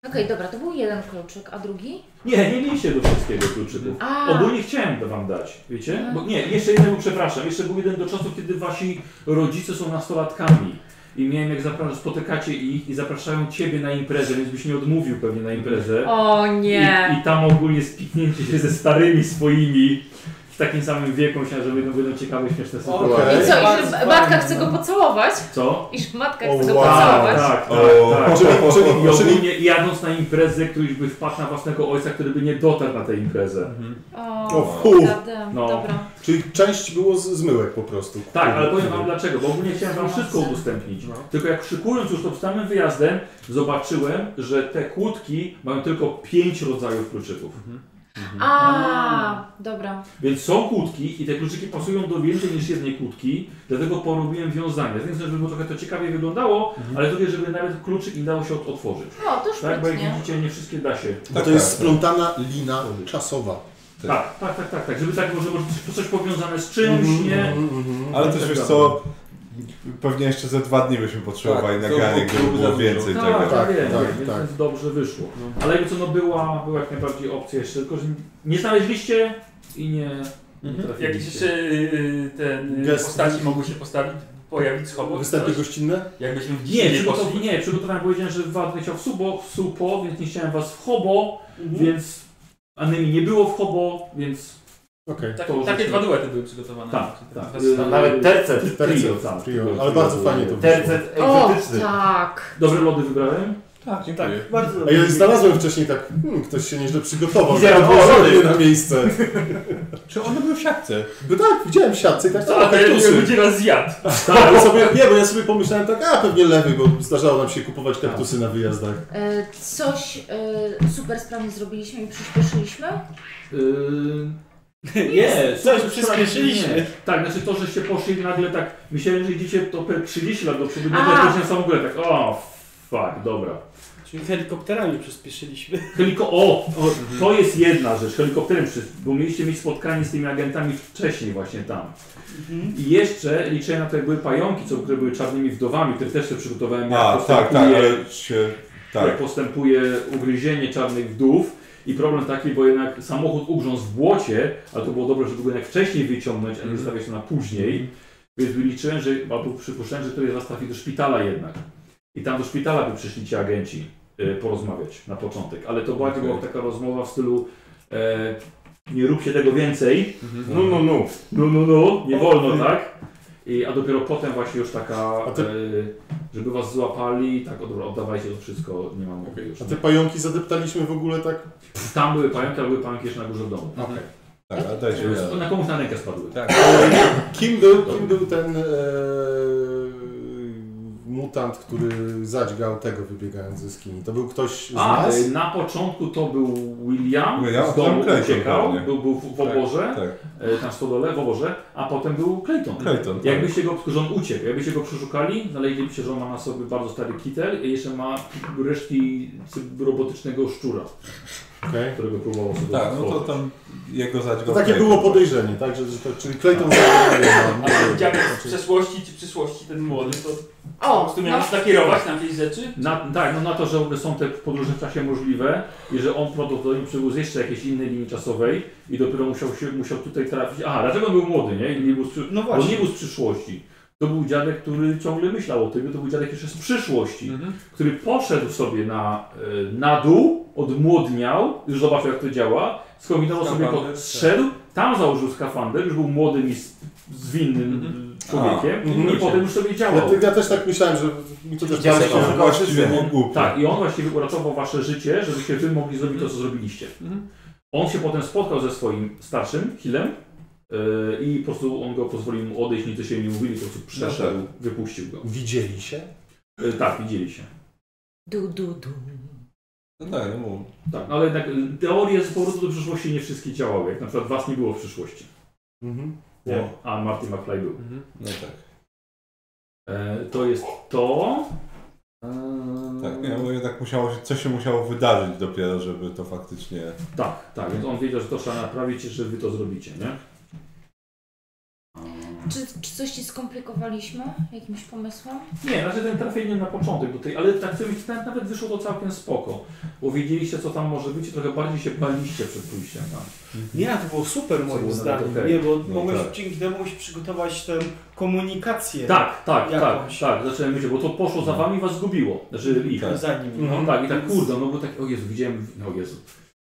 Okej, dobra, to był jeden kluczyk, a drugi?
Nie, nie mieliście do wszystkiego kluczyków.
A.
Ogólnie chciałem wam dać, wiecie? Bo nie, jeszcze jednego przepraszam. Jeszcze był jeden do czasów, kiedy wasi rodzice są nastolatkami. I miałem jak zapra- spotykacie ich i zapraszają ciebie na imprezę, więc byś nie odmówił pewnie na imprezę.
O nie.
I, i tam ogólnie spiknięcie się ze starymi swoimi w takim samym wieku, myślałem, że będą, będą ciekawe, śmieszne sytuacje.
I co, i że matka chce
no.
go pocałować?
Co?
I że matka chce go
Tak,
pocałować?
tak, tak.
O.
tak.
Czyli-
I
czyli- czyli-
ogólnie jadąc na imprezę, któryś by wpadł na własnego ojca, który by nie dotarł na tę imprezę.
Mhm. O,
O, fu.
gadam,
No.
dobra.
Czyli część było z zmyłek po prostu. No.
Tak, ale powiem wam dlaczego, bo ogólnie chciałem wam wszystko
No.
udostępnić. Tylko jak szykując już to samym wyjazdem, zobaczyłem, że te kłódki mają tylko pięć rodzajów kluczyków. Mhm.
A, dobra.
Więc są kłódki i te kluczyki pasują do więcej niż jednej kłódki, dlatego porobiłem wiązanie. Więc żeby było trochę to ciekawie wyglądało,
Mhm.
ale drugie, żeby nawet kluczyk i dało się od- otworzyć.
No, to już
Tak, bo jak
świetnie.
widzicie, nie wszystkie da się.
Bo to jest splątana lina czasowa.
Tak, tak, tak, tak, tak. Żeby tak może było coś- coś powiązane z czymś,
Mhm,
nie?
mhm, mhm.
Ale
I
też
tak
wiesz
dalej.
co, pewnie jeszcze ze dwa dni byśmy potrzebowali
Tak, to
nagrania,
było-
gdyby
było
było
za dużo.
więcej
tak,
tego.
Tak, tak,
tak,
więc
tak.
więc dobrze wyszło. Ale jakby co, no była, była jak najbardziej opcja jeszcze, tylko że nie znaleźliście i nie, nie
Jakieś
trafiliście.
Mhm. jeszcze y, y, ten y,
Gest.
postaci mogły się postawić? pojawić słabo.
Występy
gościnne?
Jakbyśmy w
Nie,
Gisinie
przygotow...
poszli.
nie, przygotowałem, powiedziałem, że Wad chciał w subo, w supo, więc nie chciałem was w hobo, więc Anemi nie było w hobo, więc...
Okej.
Tak-
to już
takie
jest-
dwa duety były przygotowane.
Tak, tak.
Was- No, nawet tercet.
Trio,
Trio,
tak.
trio,
Trio,
ale bardzo fajnie to wyszło.
Tercet
O,
egzotyczny.
tak.
Dobre lody wybrałem?
Tak,
dziękuję.
tak, bardzo
A ja
dobrze.
znalazłem wcześniej tak, hmm, ktoś się nieźle przygotował.
Widziałem,
Widziałem,
o,
było
lody.
lody na miejsce.
Czy one były w siatce?
No
Bo tak, widziałem w siatce i tak
Ale nie będzie nas zjadł.
Tak, bo sobie, nie, bo ja sobie pomyślałem tak, a pewnie lewy, bo zdarzało nam się kupować kaktusy na wyjazdach.
E, Coś e, super sprawnie zrobiliśmy i przyspieszyliśmy.
Yy.
Nie,
Coś
super,
przyspieszyliśmy.
nie. Tak, znaczy to, że się poszli nagle tak, myślałem, że idziecie to pe- 30 lat do przodu,
A.
nagle poszli na samą górę, tak o, fuck, dobra.
Czyli helikopterami przyspieszyliśmy.
Heliko o, o, to jest jedna rzecz, helikopterem, przy- bo mieliście mieć spotkanie z tymi agentami wcześniej właśnie tam.
Mhm.
I jeszcze liczyłem na to, jak były pająki, co, które były czarnymi wdowami, które też się przygotowałem, jak
A, tak, tak,
postępuje-
ale się...
jak
Tak.
postępuje ugryzienie czarnych wdów. I problem taki, bo jednak samochód ugrzązł w błocie, ale to było dobre, żeby go jednak wcześniej wyciągnąć, a nie zostawiać to na później. Więc liczyłem, że, albo przypuszczałem, że ktoś z nas trafi do szpitala jednak. I tam do szpitala by przyszli ci agenci e, porozmawiać na początek. Ale to bardziej była taka rozmowa w stylu e, nie rób się tego więcej.
Mhm.
No, no, no.
No, no, no. Nie wolno, tak? I, a dopiero potem właśnie już taka, e, żeby was złapali, tak, o, dobra, oddawajcie to wszystko, nie mam okay. już.
A te pająki zadeptaliśmy w ogóle tak?
Tam były pająki, ale były pająki jeszcze na górze w domu.
Okej.
Tak,
Tak, a dajcie mi-
Na komuś na rękę spadły.
Tak.
Kim był, kim był ten e, mutant, który zadźgał tego wybiegając ze skini? To był ktoś z
A,
nas?
y, na początku to był William,
William,
tak,
z domu
potem Clayton
uciekał,
pewnie.
był, był w, w
Tak,
oborze,
tak.
y, tam w stodole, w oborze, a potem był Clayton.
Clayton, tak.
Jakbyście go, że on uciekł, jakbyście go przeszukali, znaleźlibyście, że on ma na sobie bardzo stary kitel i jeszcze ma resztki cyb- robotycznego szczura, którego próbował sobie
Tak, no to
stworzyć.
tam jego zadźgał.
To takie było podejrzenie, tak? Że, że to, czyli Clayton
A ten dziadek z przeszłości czy przyszłości, ten młody, to po prostu miał
no.
nas nakierować na jakieś rzeczy?
Na, tak, no na to, że one są te podróże w czasie możliwe i że on prawdopodobnie przywózł jeszcze jakiejś innej linii czasowej i dopiero musiał się, musiał tutaj trafić. Aha, dlaczego on był młody, nie? I nie był z, przy-
No właśnie.
Bo nie był z przyszłości. To był dziadek, który ciągle myślał o tym, to był dziadek jeszcze z przyszłości,
Mhm.
który poszedł sobie na, y, na dół, odmłodniał, już zobaczył jak to działa, skombinował sobie, jako
Skafander, tak.
zszedł, tam założył skafander, już był młodym i z- zwinnym y, człowiekiem
A,
i
no
mhm.
potem już sobie działał.
Ja, ja też tak myślałem, że mi to też
Dziadek
pasowało.
się właściwie głupi. Tak, i on właściwie uratował wasze życie, żebyście wy mogli zrobić to, co zrobiliście.
Mhm.
On się potem spotkał ze swoim starszym, Hillem, yy, i po prostu on go pozwolił mu odejść, nic się nie mówili, po prostu przeszedł,
No tak.
wypuścił go.
Widzieli się?
Yy, tak, widzieli się.
Du, du, du.
No tak, no mów.
Tak, no ale jednak y, teorie z powrotu do przyszłości nie wszystkie działały, jak na przykład was nie było w przyszłości.
Mhm.
Nie. A Marty McFly był. No tak. E, to jest to. E,
Tak, nie, bo jednak musiało się, coś się musiało wydarzyć dopiero, żeby to faktycznie...
Tak, tak, więc on wiedział, że to trzeba naprawić, że wy to zrobicie, nie?
Czy, czy coś ci skomplikowaliśmy jakimś pomysłem?
Nie, znaczy ten trafienie na początek do tej, ale tak sobie nawet, nawet wyszło to całkiem spoko. Bo wiedzieliście co tam może być i trochę bardziej się baliście przed pójściem tam.
Nie, to było super
To
moim
było
zdaniem.
nawet okej.
Nie, bo
No
mogłeś
tak.
dzięki temu mogłeś przygotować tę komunikację.
Tak, tak,
jakąś.
tak, tak, zacząłem myśleć, bo to poszło
No.
za wami i was zgubiło. Znaczy ich.
Tak. Za nimi.
No tak, i tak kurde, no bo tak, o Jezu, widziałem, o Jezu.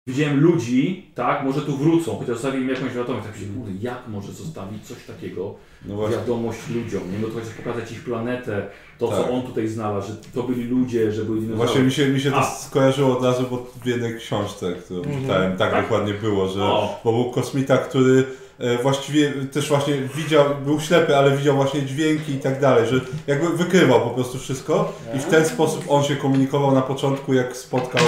Widziałem ludzi, tak, może tu wrócą, chociaż zostawiłem jakąś wiadomość, tak się, kurde, jak może zostawić coś takiego,
No właśnie.
wiadomość ludziom, nie, no to chociaż pokazać ich planetę, to
Tak. No
co on tutaj znalazł, że to byli ludzie, że byli dinozaury.
Właśnie mi się, mi się to
A,
skojarzyło od razu, bo w jednej książce, którą
Mhm.
czytałem, tak,
Tak?
dokładnie było, że
O.
bo był kosmita, który e, właściwie też właśnie widział, był ślepy, ale widział właśnie dźwięki i tak dalej, że jakby wykrywał po prostu wszystko i w ten sposób on się komunikował na początku, jak spotkał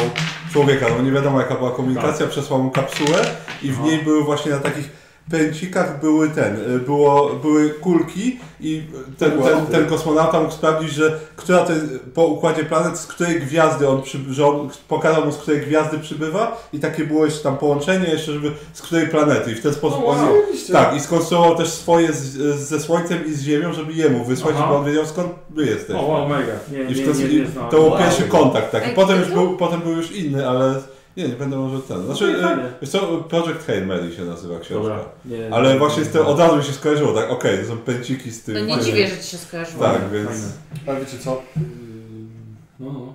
człowieka, no nie wiadomo jaka była
Tak.
komunikacja, przesłał mu kapsułę i
No.
w niej były właśnie na takich pęcikach były ten, y, było, były kulki i ten, ten, ten kosmonauta mógł sprawdzić, że która to jest, po układzie planet, z której gwiazdy on, przy, że on pokazał mu, z której gwiazdy przybywa i takie było jeszcze tam połączenie jeszcze, żeby z której planety i w ten sposób
No
O, wow.
on,
Zajebiście.
tak i skonstruował też swoje z, ze Słońcem i z Ziemią, żeby jemu wysłać,
Aha.
bo on wiedział skąd wy jesteście.
O, wow, mega. Nie,
I w
nie,
ten,
nie,
i
nie znałem.
to był
Wow.
pierwszy kontakt taki,
Ej,
potem
to
już był, potem był już inny, ale Nie, nie będę może ten.
No i
Znaczy,
fajnie.
e, wiesz co, Project Hail Mary się nazywa książka.
Dobra. Nie,
Ale
nie,
właśnie
nie,
z tym
nie.
od razu mi się skojarzyło, tak, okej, to są pęciki z tym.
No nie
Fajnie.
dziwię, że ci się skojarzyło.
Tak,
Fajne,
więc...
fajne.
A wiecie co? Yy,
No, no.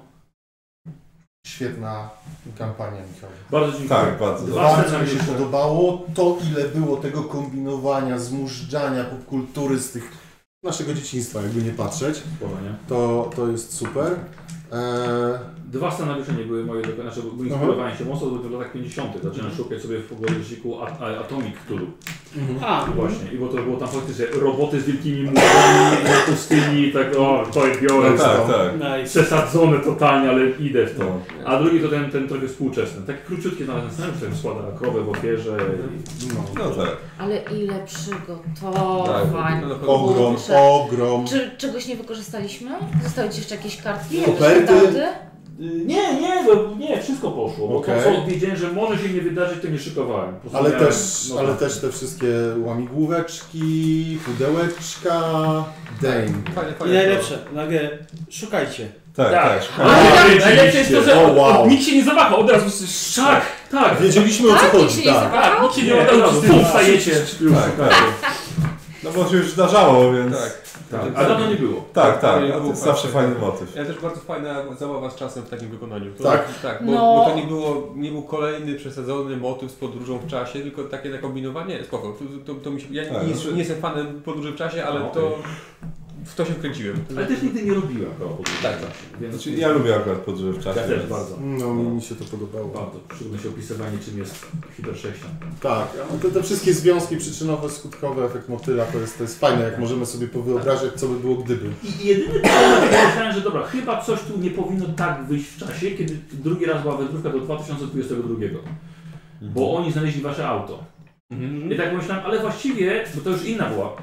Świetna kampania, Michał.
Bardzo dziękuję.
Tak, bardzo.
Bardzo
Dwa
mi się
scenariusze.
podobało to, ile było tego kombinowania, zmużdżania popkultury z tych naszego dzieciństwa, jakby nie patrzeć. To, to jest super. Eee,
E, Dwa scenariusze nie były moje, do- znaczy bo inspirowałem się mocno, bo to w latach 50. zacząłem szukać sobie w podręczniku At- A- Atomic Cthulhu.
Mhm.
A, właśnie, i bo to było tam faktycznie roboty z wielkimi murami na pustyni, tak o, to jest białe,
No tak, tak.
przesadzone totalnie, ale idę w to. A drugi to ten, ten trochę współczesny, tak króciutkie znalazłem scenariusz, ten składa krowę w ofierze i...
No tak.
Ale ile przygotowań.
Tak,
kurczę.
ogrom,
ogrom.
Czy czegoś nie wykorzystaliśmy? Zostały ci jeszcze jakieś kartki?
Koperty?
Jakieś karty?
Nie, nie, bo nie, wszystko poszło. Bo
Okej.
to, co wiedziałem, że może się nie wydarzyć, to nie szykowałem. Po prostu
Ale
miałem-
też,
no
ale
tak.
też te wszystkie łamigłóweczki, pudełeczka, dame.
I najlepsze, nagle szukajcie.
Tak,
Tak.
tak, szukajcie.
Ale
A,
tak, najlepsze jest to, że
rzeczywiście.
od-
O, wow.
od- nikt się nie zawahał, od razu s- szach, tak.
Wiedzieliśmy, o co Tak, chodzi, nikt się nie tak. zawahał?
Tak, nikt się nie
Nie,
od razu,
wszyscy-
pum, wstajecie.
wszyscy-
już
tak,
szukają.
No bo się już zdarzało, więc... Tak,
tak. A dawno nie było.
Tak, tak,
Nie
a to
było,
jest zawsze
tak.
fajny motyw.
Ale też bardzo fajna zabawa z czasem w takim wykonaniu. To,
Tak.
tak bo,
No.
bo to nie, było, nie był kolejny przesadzony motyw z podróżą w czasie, tylko takie nakombinowanie. Spoko, to, to, to mi się, ja
Tak,
nie,
znaczy-
nie jestem fanem podróży w czasie, ale
No,
to w to się wkręciłem.
Ale też nigdy nie lubiłem go podróży
Tak.
w czasie, więc-
Znaczy, ja lubię akurat podróże w czasie.
Ja też
więc-
bardzo.
No, mi się to podobało.
Bardzo, szczególnie się opisywanie, czym jest hipersześcian.
Tak, a te, te wszystkie związki przyczynowo-skutkowe, efekt motyla, to jest, to jest fajne, jak możemy sobie powyobrażać, co by było gdyby.
I jedyny problem, jaki myślałem, że dobra, chyba coś tu nie powinno tak wyjść w czasie, kiedy drugi raz była wędrówka do 2022. Bo oni znaleźli wasze auto. I tak myślałem, ale właściwie, bo to już inna była,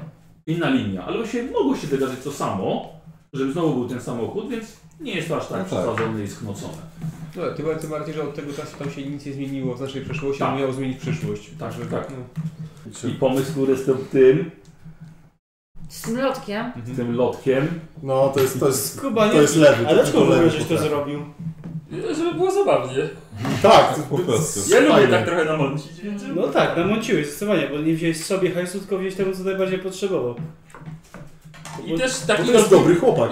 inna linia, ale właściwie mogło się wydarzyć to samo, żeby znowu był ten samochód, więc nie jest to aż tak
No tak.
przesadzone i sknocone.
No, tym, tym bardziej, że od tego czasu tam się nic nie zmieniło w naszej przeszłości,
Tak.
tak. miało zmienić przyszłość.
Tak,
Także,
tak.
no.
I pomysł, który jest w tym,
Z tym lotkiem?
z tym lotkiem.
No, to jest, to jest,
Kuba, nie-
to jest lewy.
Ale
to
dlaczego
tylko
w ogóle
lewy
żeś to
potrafi.
zrobił?
Żeby było zabawnie.
Tak,
po prostu. Ja lubię tak trochę namącić, więc...
No tak, namąciłeś zdecydowanie, bo nie wziąłeś sobie hajsu, tylko wziąłeś temu, co najbardziej potrzebował.
I też taki rozwój-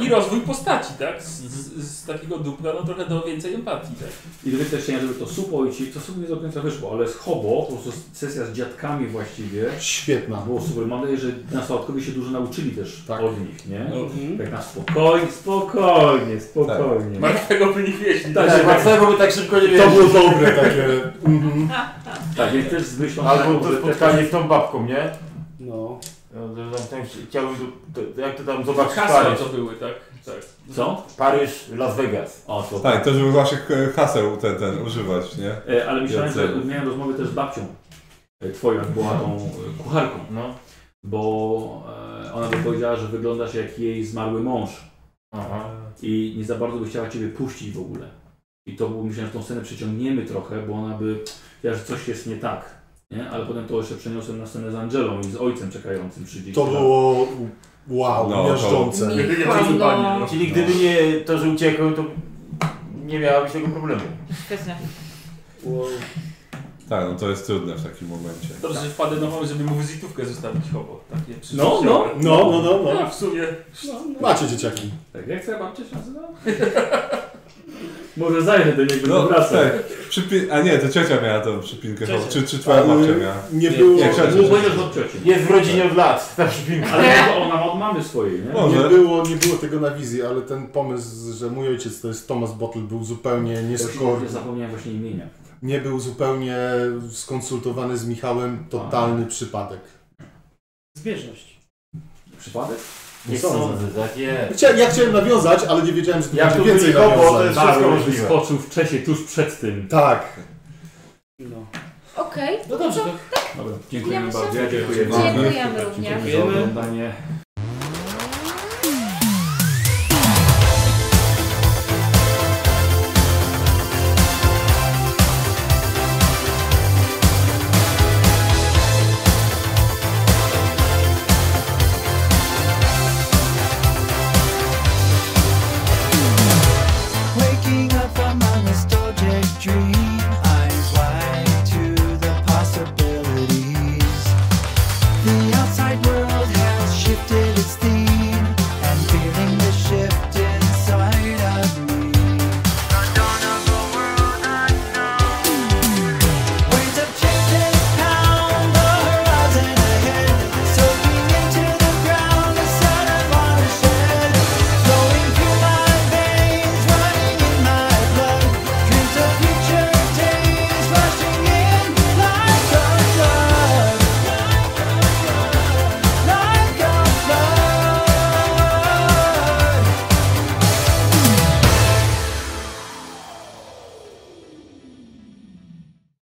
I rozwój postaci, tak? Z, z, z takiego dupla no trochę do więcej empatii, tak?
I do tego chciałem, żeby to supo i ci, to supo nie do końca wyszło, ale z hobo, po prostu sesja z dziadkami właściwie.
Świetna.
Było super. Mam nadzieję, że nastolatkowie się dużo nauczyli też od nich, nie?
Mhm.
Tak na spokojnie, spokojnie, spokojnie.
Tak.
Martwego by nie wiedzieli.
Tak,
żeby-
martwego by tak szybko nie
To
wiedzieli.
było dobre takie.
mhm.
Tak, więc też z myślą taką,
Albo to
że te-
spotkanie z tą babką, nie?
No.
Chciałbym, tu- to, jak to tam zobaczyć
Hasła
Paryż.
to były, tak? tak.
Paryż, Las Vegas.
O, to
Tak, to żeby waszych e, haseł ten, ten używać, nie?
E, Ale myślałem, że
Więcej.
miałem rozmowę też z babcią e, twoją, jak była tą e, kucharką, no. bo e, ona by powiedziała, że wyglądasz jak jej zmarły mąż i nie za bardzo by chciała ciebie puścić w ogóle. I to było, myślałem, że tą scenę przeciągniemy trochę, bo ona by, ja, że coś jest nie tak, nie? ale potem to jeszcze przeniosłem na scenę z Angelą i z ojcem czekającym 30
To
lat.
było wow,
No, to-
miażdżące.
Nigdy nie
Czyli,
no.
czyli gdyby nie to, że uciekł, to nie miałabyś tego problemu.
Świetnie.
Tak, no to jest trudne w takim momencie.
Dobrze, że wpadę na pomysł, żeby mu wizytówkę zostawić hobo. Takie przy-
No,
przy-
no,
no, no, no, no.
No, w sumie.
Macie dzieciaki.
Tak, jak twoja babcia się nazywa? Może zajmę do niego,
No,
no, wracam.
tak. Przypi- a nie, to ciocia miała tą przypinkę,
Ciocia.
czy, czy twoja babcia miała?
Jest w rodzinie od lat, ta przypinka.
Ale ona ma od mamy swojej, nie?
Nie było, nie było tego na wizji, ale ten pomysł, że mój ojciec to jest Thomas Bottle, był zupełnie
Ja już
nieskor...
nie zapomniałem właśnie imienia.
Nie był zupełnie skonsultowany z Michałem, totalny przypadek.
Zbieżność.
Przypadek?
Nie
Nie
sądzę.
sądzę, tak jest.
Chciałem, ja chciałem nawiązać, ale nie wiedziałem, że to
Jak
będzie
tu
Znaczy, więcej
byli hobo,
nawiązań.
to jest wszystko
Tak,
możliwe.
Skoczył w Czesie tuż przed tym.
Tak.
No.
Okej.
No dobrze,
to... tak.
Dobra,
Dziękujemy
dziękujemy
się.
bardzo.
Dziękujemy również.
Dziękujemy za oglądanie.